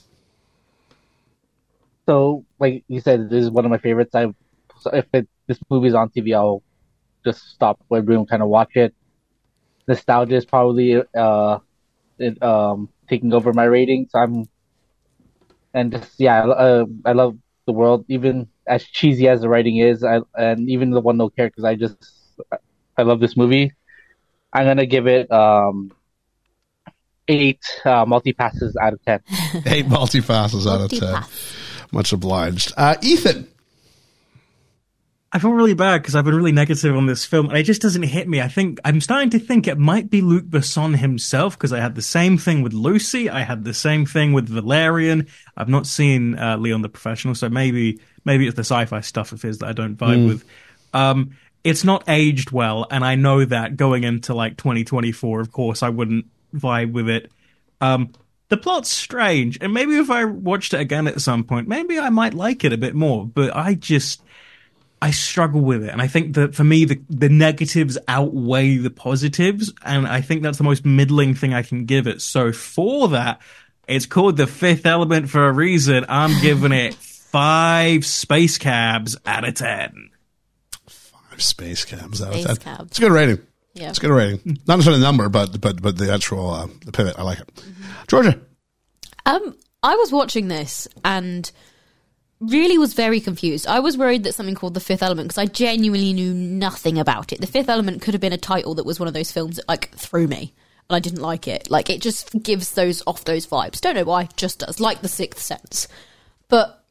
So, like you said, this is one of my favorites. I, so if it, this movie's on TV, I'll just stop my room, kind of watch it. Nostalgia is probably uh, it, um, taking over my rating. So I'm, and just yeah, I, lo- uh, I love the world, even as cheesy as the writing is, I, and even the one no characters. I just, I love this movie. I'm gonna give it um, eight uh, multi passes out of ten.
<laughs> Eight multifasces out of ten. Much obliged, uh, Ethan.
I feel really bad because I've been really negative on this film, and it just doesn't hit me. I think I'm starting to think it might be Luc Besson himself because I had the same thing with Lucy. I had the same thing with Valerian. I've not seen uh, Leon the Professional, so maybe maybe it's the sci-fi stuff of his that I don't vibe
Mm.
with. Um, it's not aged well, and I know that going into like 2024, of course, I wouldn't vibe with it. Um, the plot's strange, and maybe if I watched it again at some point, maybe I might like it a bit more. But I just I struggle with it, and I think that for me, the the negatives outweigh the positives, and I think that's the most middling thing I can give it. So for that, it's called the Fifth Element for a reason. I'm giving it five space cabs out of ten. <laughs>
Five space cabs out
Space
of ten.
cabs.
It's a good rating.
Yeah.
it's a good rating. Not necessarily the number, but but but the actual uh, the pivot. I like it.
Mm-hmm.
Georgia,
Um, I was watching this and really was very confused. I was worried that something called The Fifth Element because I genuinely knew nothing about it. The Fifth Element could have been a title that was one of those films that like threw me and I didn't like it. Like it just gives those off those vibes. Don't know why, just does. Like The Sixth Sense. But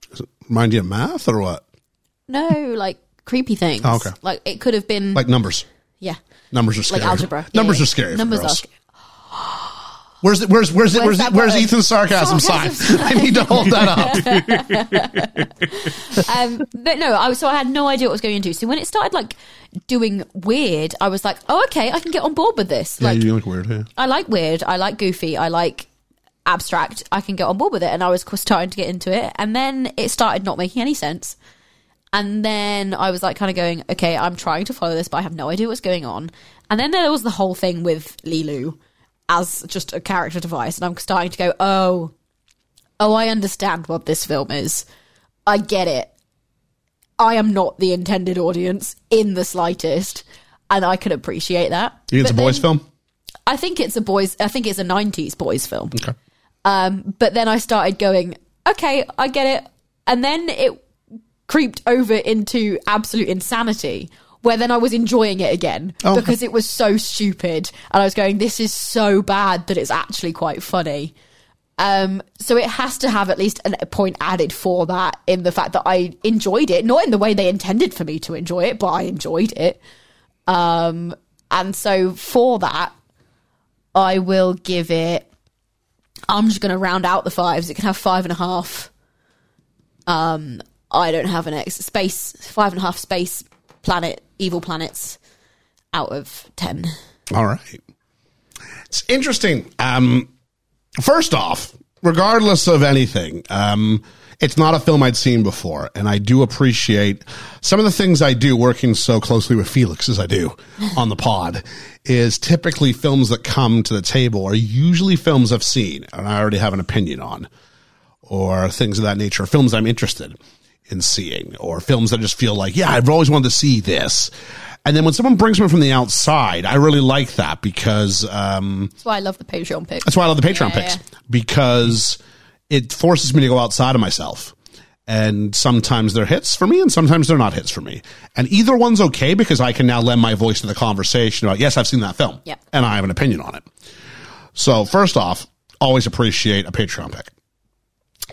remind you of math or what?
no, like creepy things.
Oh, okay.
Like it could have been
Like numbers.
yeah.
Numbers are scary.
Like algebra. Yeah,
Numbers
yeah.
are scary.
Numbers
for
are
girls. Where's the, where's where's
Where's
where's
that
where's, where's
word?
Ethan's sarcasm,
Sarcasm
sign? <laughs> I need to hold that
<laughs>
up.
um, but no, I was, so I had no idea what I was going into. So when it started like doing weird, I was like, oh, okay, I can get on board with this.
yeah,
Like,
you look weird. Yeah.
I like weird, I like goofy, I like abstract. I can get on board with it, and I was c- starting to get into it. And then it started not making any sense. And then I was like, kind of going, okay, I'm trying to follow this, but I have no idea what's going on. And then there was the whole thing with Lilu as just a character device, and I'm starting to go, oh, oh, I understand what this film is. I get it. I am not the intended audience in the slightest, and I can appreciate that.
You think it's a
But
boys'
then-
film?
I think it's a boys. I think it's a '90s boys film.
Okay.
Um, but then I started going, okay, I get it, and then it creeped over into absolute insanity, where then I was enjoying it again
Oh.
because it was so stupid, and I was going, this is so bad that it's actually quite funny. Um, so it has to have at least an, a point added for that in the fact that I enjoyed it, not in the way they intended for me to enjoy it, but I enjoyed it. Um, and so for that, I will give it. I'm just going to round out the fives. It can have five and a half. Um, I don't have an X space five and a half space planet evil planets out of ten.
All right. It's interesting. Um, first off, regardless of anything, um, it's not a film I'd seen before, and I do appreciate some of the things I do working so closely with Felix as I do on the pod. Is typically films that come to the table are usually films I've seen and I already have an opinion on, or things of that nature, films I'm interested in seeing, or films that just feel like, yeah, I've always wanted to see this. And then when someone brings one from the outside, I really like that because um,
That's why I love the Patreon pick.
that's why I love the Patreon
Yeah,
picks
yeah.
because it forces me to go outside of myself. And sometimes they're hits for me and sometimes they're not hits for me. And either one's okay because I can now lend my voice to the conversation about, yes, I've seen that film
Yeah.
and I have an opinion on it. So first off, always appreciate a Patreon pick.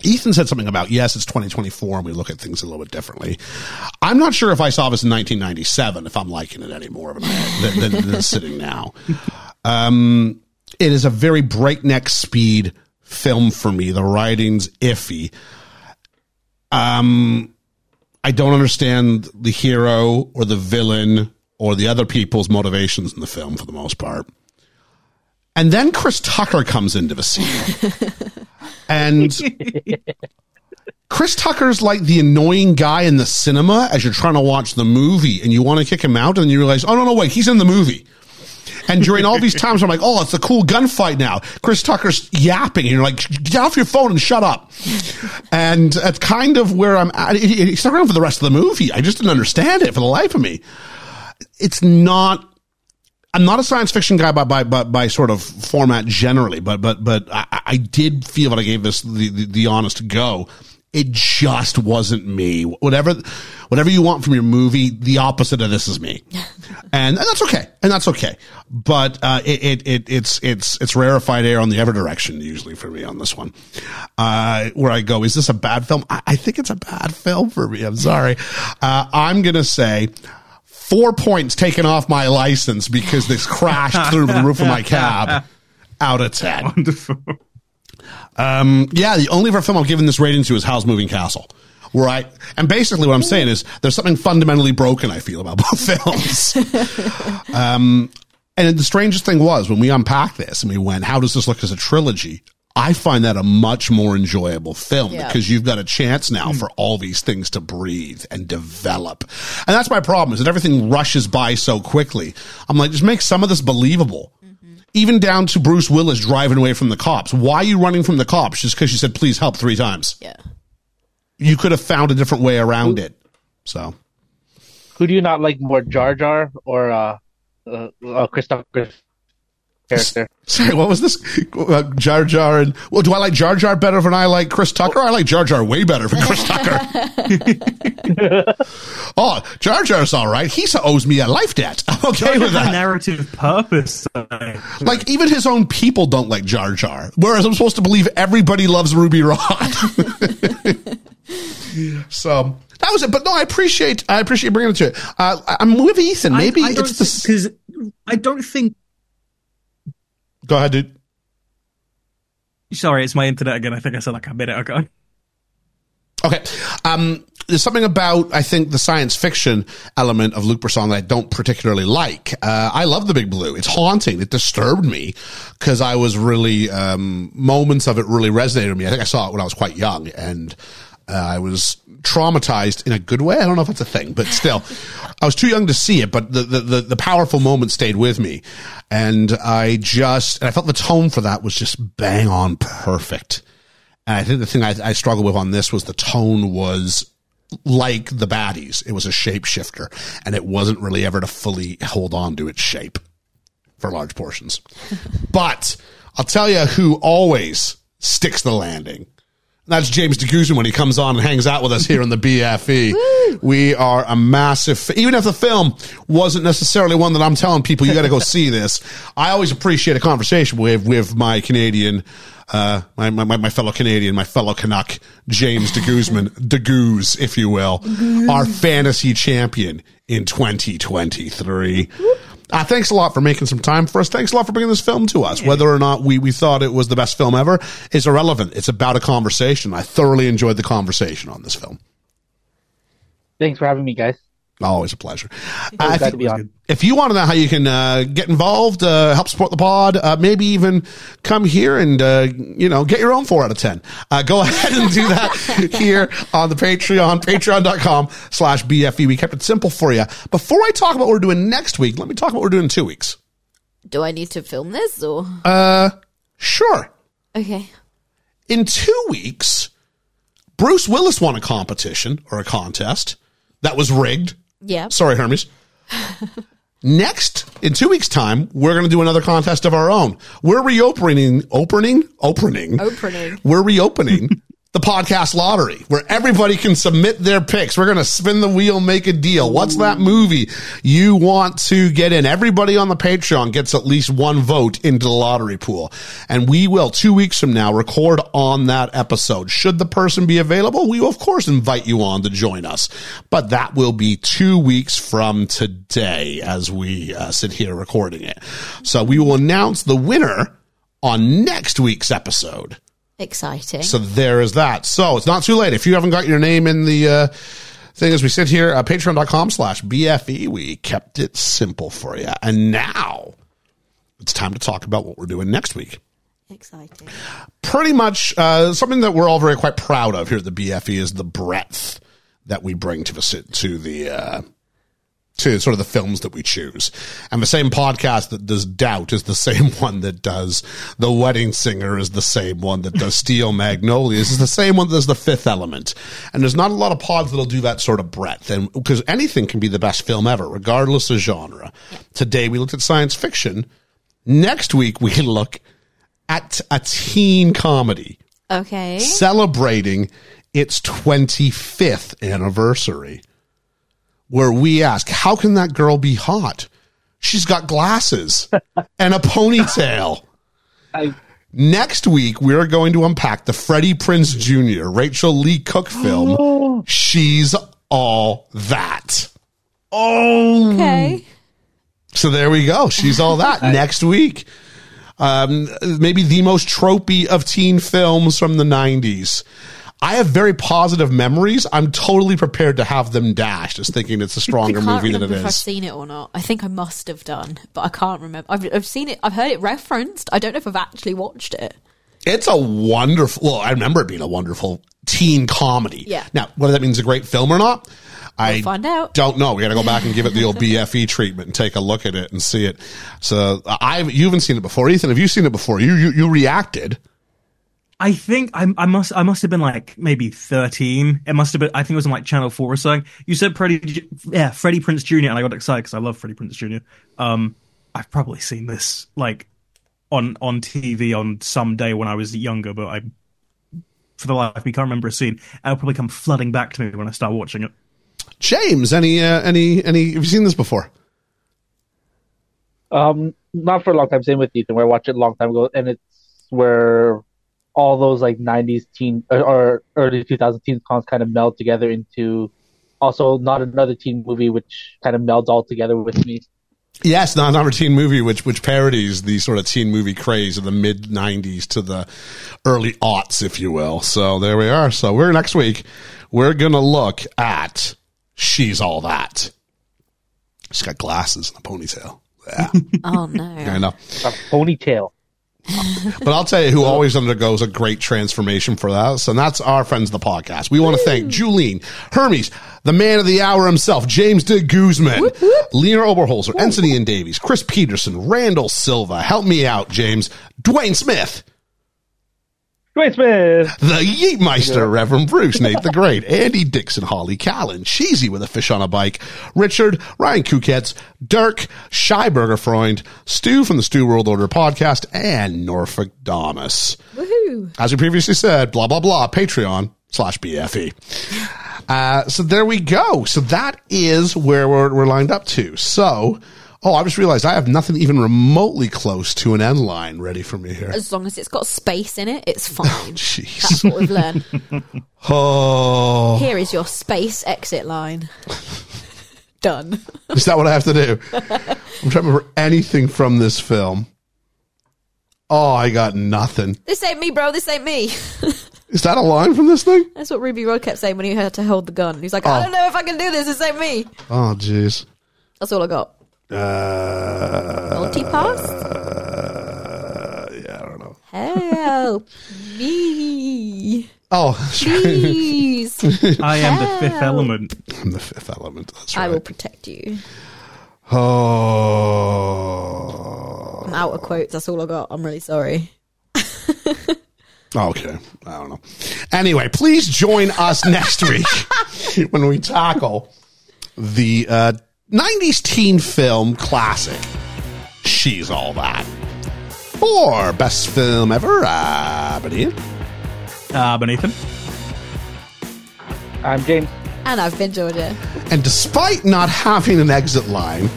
Ethan said something about, yes, it's 2024 and we look at things a little bit differently. I'm not sure if I saw this in 1997, if I'm liking it any more than, I- than, than it's sitting now. Um, it is a very breakneck speed film for me. The writing's iffy. Um, I don't understand the hero or the villain or the other people's motivations in the film for the most part. And then Chris Tucker comes into the scene. and Chris Tucker's like the annoying guy in the cinema as you're trying to watch the movie and you want to kick him out and you realize, oh, no, no, wait, he's in the movie. And during all these times, I'm like, oh, it's a cool gunfight now. Chris Tucker's yapping. And you're like, get off your phone and shut up. And that's kind of where I'm at. He- He he stuck around for the rest of the movie. I just didn't understand it for the life of me. It's not. I'm not a science fiction guy by by by, by sort of format generally, but but but I, I did feel that I gave this the, the, the honest go, It just wasn't me. Whatever, whatever you want from your movie, the opposite of this is me, and, and that's okay, and that's okay. But uh, it, it, it it's it's it's rarefied air on the ever direction usually for me on this one, uh, where I go, is this a bad film? I, I think it's a bad film for me. I'm sorry. Uh, I'm gonna say four points taken off my license because this crashed through the roof of my cab out of 10. Wonderful. Um, yeah, the only other film I've given this rating to is Howl's Moving Castle. Where I, and basically what I'm saying is there's something fundamentally broken I feel about <laughs> both films. um, and the strangest thing was when we unpacked this and we went, how does this look as a trilogy? I find that a much more enjoyable film
Yeah.
because you've got a chance now for all these things to breathe and develop. And that's my problem is that everything rushes by so quickly. I'm like, just make some of this believable. Even down to Bruce Willis driving away from the cops. Why are you running from the cops? Just because you said, please help three times.
Yeah.
You could have found a different way around it. So. <laughs>
Who do you not like more, Jar Jar or uh, uh, uh Christopher character?
Sorry, what was this? Uh, Jar Jar and well, do I like Jar Jar better than I like Chris Tucker? I like Jar Jar way better than Chris Tucker. <laughs> oh, Jar Jar's all right. He owes me a life debt. I'm okay with that.
narrative purpose. though.
Like even his own people don't like Jar Jar, whereas I'm supposed to believe everybody loves Ruby Rod. <laughs> so that was it. But no, I appreciate I appreciate bringing it to it. Uh, I- I'm with Ethan. Maybe
I, I
it's the
because I don't think.
Go ahead, dude.
Sorry, it's my internet again. I think I said like a minute ago.
Okay. Um, there's something about, I think, the science fiction element of Luc Besson that I don't particularly like. Uh, I love The Big Blue. It's haunting. It disturbed me because I was really, um, moments of it really resonated with me. I think I saw it when I was quite young and uh, I was traumatized in a good way. I don't know if that's a thing, but still, I was too young to see it, but the, the, the, the powerful moment stayed with me. And I just, and I felt the tone for that was just bang on perfect. And I think the thing I, I struggled with on this was the tone was like the baddies. It was a shapeshifter and it wasn't really ever to fully hold on to its shape for large portions. but I'll tell you who always sticks the landing. And That's James DeGuzman when he comes on and hangs out with us here on the BFE. we are a massive, fa- even if the film wasn't necessarily one that I'm telling people, you got to go see this. I always appreciate a conversation with, with my Canadian, uh, my, my, my- my fellow Canadian, my fellow Canuck, James DeGuzman, DeGooz, if you will, our fantasy champion in 2023. Uh, thanks a lot for making some time for us. Thanks a lot for bringing this film to us. Whether or not we, we thought it was the best film ever is irrelevant. It's about a conversation. I thoroughly enjoyed the conversation on this film.
Thanks for having me, guys.
Always a pleasure.
Always
Uh,
glad
if,
to be on.
if you want to know how you can uh, get involved, uh, help support the pod, uh, maybe even come here and uh, you know get your own four out of ten. Uh, go <laughs> ahead and do that here on the Patreon, Patreon.com/slash BFE. E. We kept it simple for you. Before I talk about what we're doing next week, let me talk about what we're doing in two weeks.
Do I need to film this or?
Uh, sure.
Okay.
in two weeks, Bruce Willis won a competition or a contest that was rigged.
Yeah.
Sorry, Hermes. Next, in two weeks' time, we're going to do another contest of our own. We're reopening, opening, opening,
Opening.
We're reopening the podcast lottery where everybody can submit their picks. We're going to spin the wheel, make a deal. What's that movie you want to get in? Everybody on the Patreon gets at least one vote into the lottery pool. And we will, two weeks from now, record on that episode. Should the person be available, we will, of course, invite you on to join us. But that will be two weeks from today as we uh, sit here recording it. So we will announce the winner on next week's episode.
Exciting.
So there is that. So it's not too late. If you haven't got your name in the uh, thing as we sit here, uh, patreon.com slash BFE, we kept it simple for you. And now it's time to talk about what we're doing next week.
Exciting.
Pretty much uh, something that we're all very quite proud of here at the BFE is the breadth that we bring to the, si- to the, uh, to sort of the films that we choose. And the same podcast that does Doubt is the <laughs> same one that does The Wedding Singer is the same one that does Steel Magnolias is the same one that does The Fifth Element. And there's not a lot of pods that'll do that sort of breadth. And because anything can be the best film ever, regardless of genre. Today we looked at science fiction. Next week we <laughs> look at a teen comedy
Okay.
celebrating its 25th anniversary, where we ask, How can that girl be hot? She's got glasses and a ponytail. Next week, we're going to unpack the Freddie Prince Jr., Rachel Lee Cook film, She's All That.
Oh.
Okay.
So there we go. She's
<laughs>
all that next week. Um, maybe the most tropey of teen films from the 90s. I have very positive memories. I'm totally prepared to have them dashed, just thinking it's a
I
stronger
can't
movie than
remember
it
if I've
is.
seen it or not. I think I must have done, but I can't remember. I've, I've seen it. I've heard it referenced. I don't know if I've actually watched it.
It's a wonderful, well, I remember it being a wonderful teen comedy.
Yeah.
Now, whether that means a great film or not, I
find out.
don't know. We got to go back and give
<laughs>
it the old BFE treatment and take a look at it and see it. So I, you haven't seen it before. Ethan, have you seen it before? You, you, you reacted.
I think I, I must I must have been like maybe thirteen. It must have been I think it was on like Channel Four or something. You said Freddie, J- yeah, Freddie Prince Jr. and I got excited because I love Freddie Prince Jr. Um, I've probably seen this like on on TV on some day when I was younger, but I for the life of me can't remember a scene. It'll probably come flooding back to me when I start watching it.
James, any, uh, any, any, have you seen this before?
Um, not for a long time. Same with Ethan. Where I watched it a long time ago, and it's where all those like '90s teen or, or early 2000 teen songs kind of meld together into also not another teen movie, which kind of melds all together with me.
Yes, not another teen movie, which which parodies the sort of teen movie craze of the mid '90s to the early aughts, if you will. So there we are. So we're next week. We're gonna look at she's all that. She's got glasses and a ponytail.
Oh
<laughs>
no.
I know,
A ponytail.
but I'll tell you who always undergoes a great transformation for that. And that's our friends of the podcast. We want to thank Julene, Hermes, the man of the hour himself, James de Guzman, Lena Oberholzer, Anthony and Davies, Chris Peterson, Randall Silva. Help me out, James. Dwayne Smith.
Grace Smith.
The Yeetmeister, Reverend Bruce, Nate the Great, Andy Dixon, Holly Callan, Cheesy with a fish on a bike, Richard, Ryan Kuketz, Dirk, Scheiberger Freund, Stu from the Stu World Order podcast, and Norfolk Domus.
Woohoo!
As we previously said, blah, blah, blah, Patreon slash BFE. Uh, so there we go. So that is where we're, we're lined up to. So, oh, I just realized I have nothing even remotely close to an end line ready for me here.
As long as it's got space in it, it's
Oh,
fine.
Jeez.
That's what we've learned.
<laughs> Oh.
Here is your space exit
<laughs>
line. Done.
Is that what I have to do? I'm trying to remember anything from this film. Oh, I got nothing.
This ain't me, bro. This ain't me.
Is that a line from this thing?
That's what Ruby Rod kept saying when he had to hold the gun. He's like, I
Oh.
don't know if I can do this. This ain't me.
Oh, jeez.
That's all I got.
Uh,
Multi pass.
uh, yeah, I don't know.
Help
<laughs>
me,
Oh,
please.
I am the Fifth Element.
I'm the fifth element. That's
I
right.
will protect you.
Oh.
I'm out of quotes. That's all I got. I'm really sorry.
Oh, Okay. I don't know. Anyway, please join us <laughs> next week when we tackle the uh, 90s teen film classic, She's All That. For best film ever, uh, but Ian,
Ah, but Nathan.
I'm James.
And I've been Georgia.
And despite not having an exit line,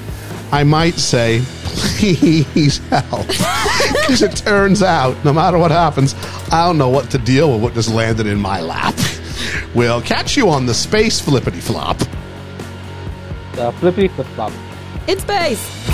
I might say, please help. <laughs> Because it turns out, no matter what happens, I don't know what to deal with what just landed in my lap. <laughs> We'll catch you on the space flippity flop.
The uh, flippity flip flop.
In space.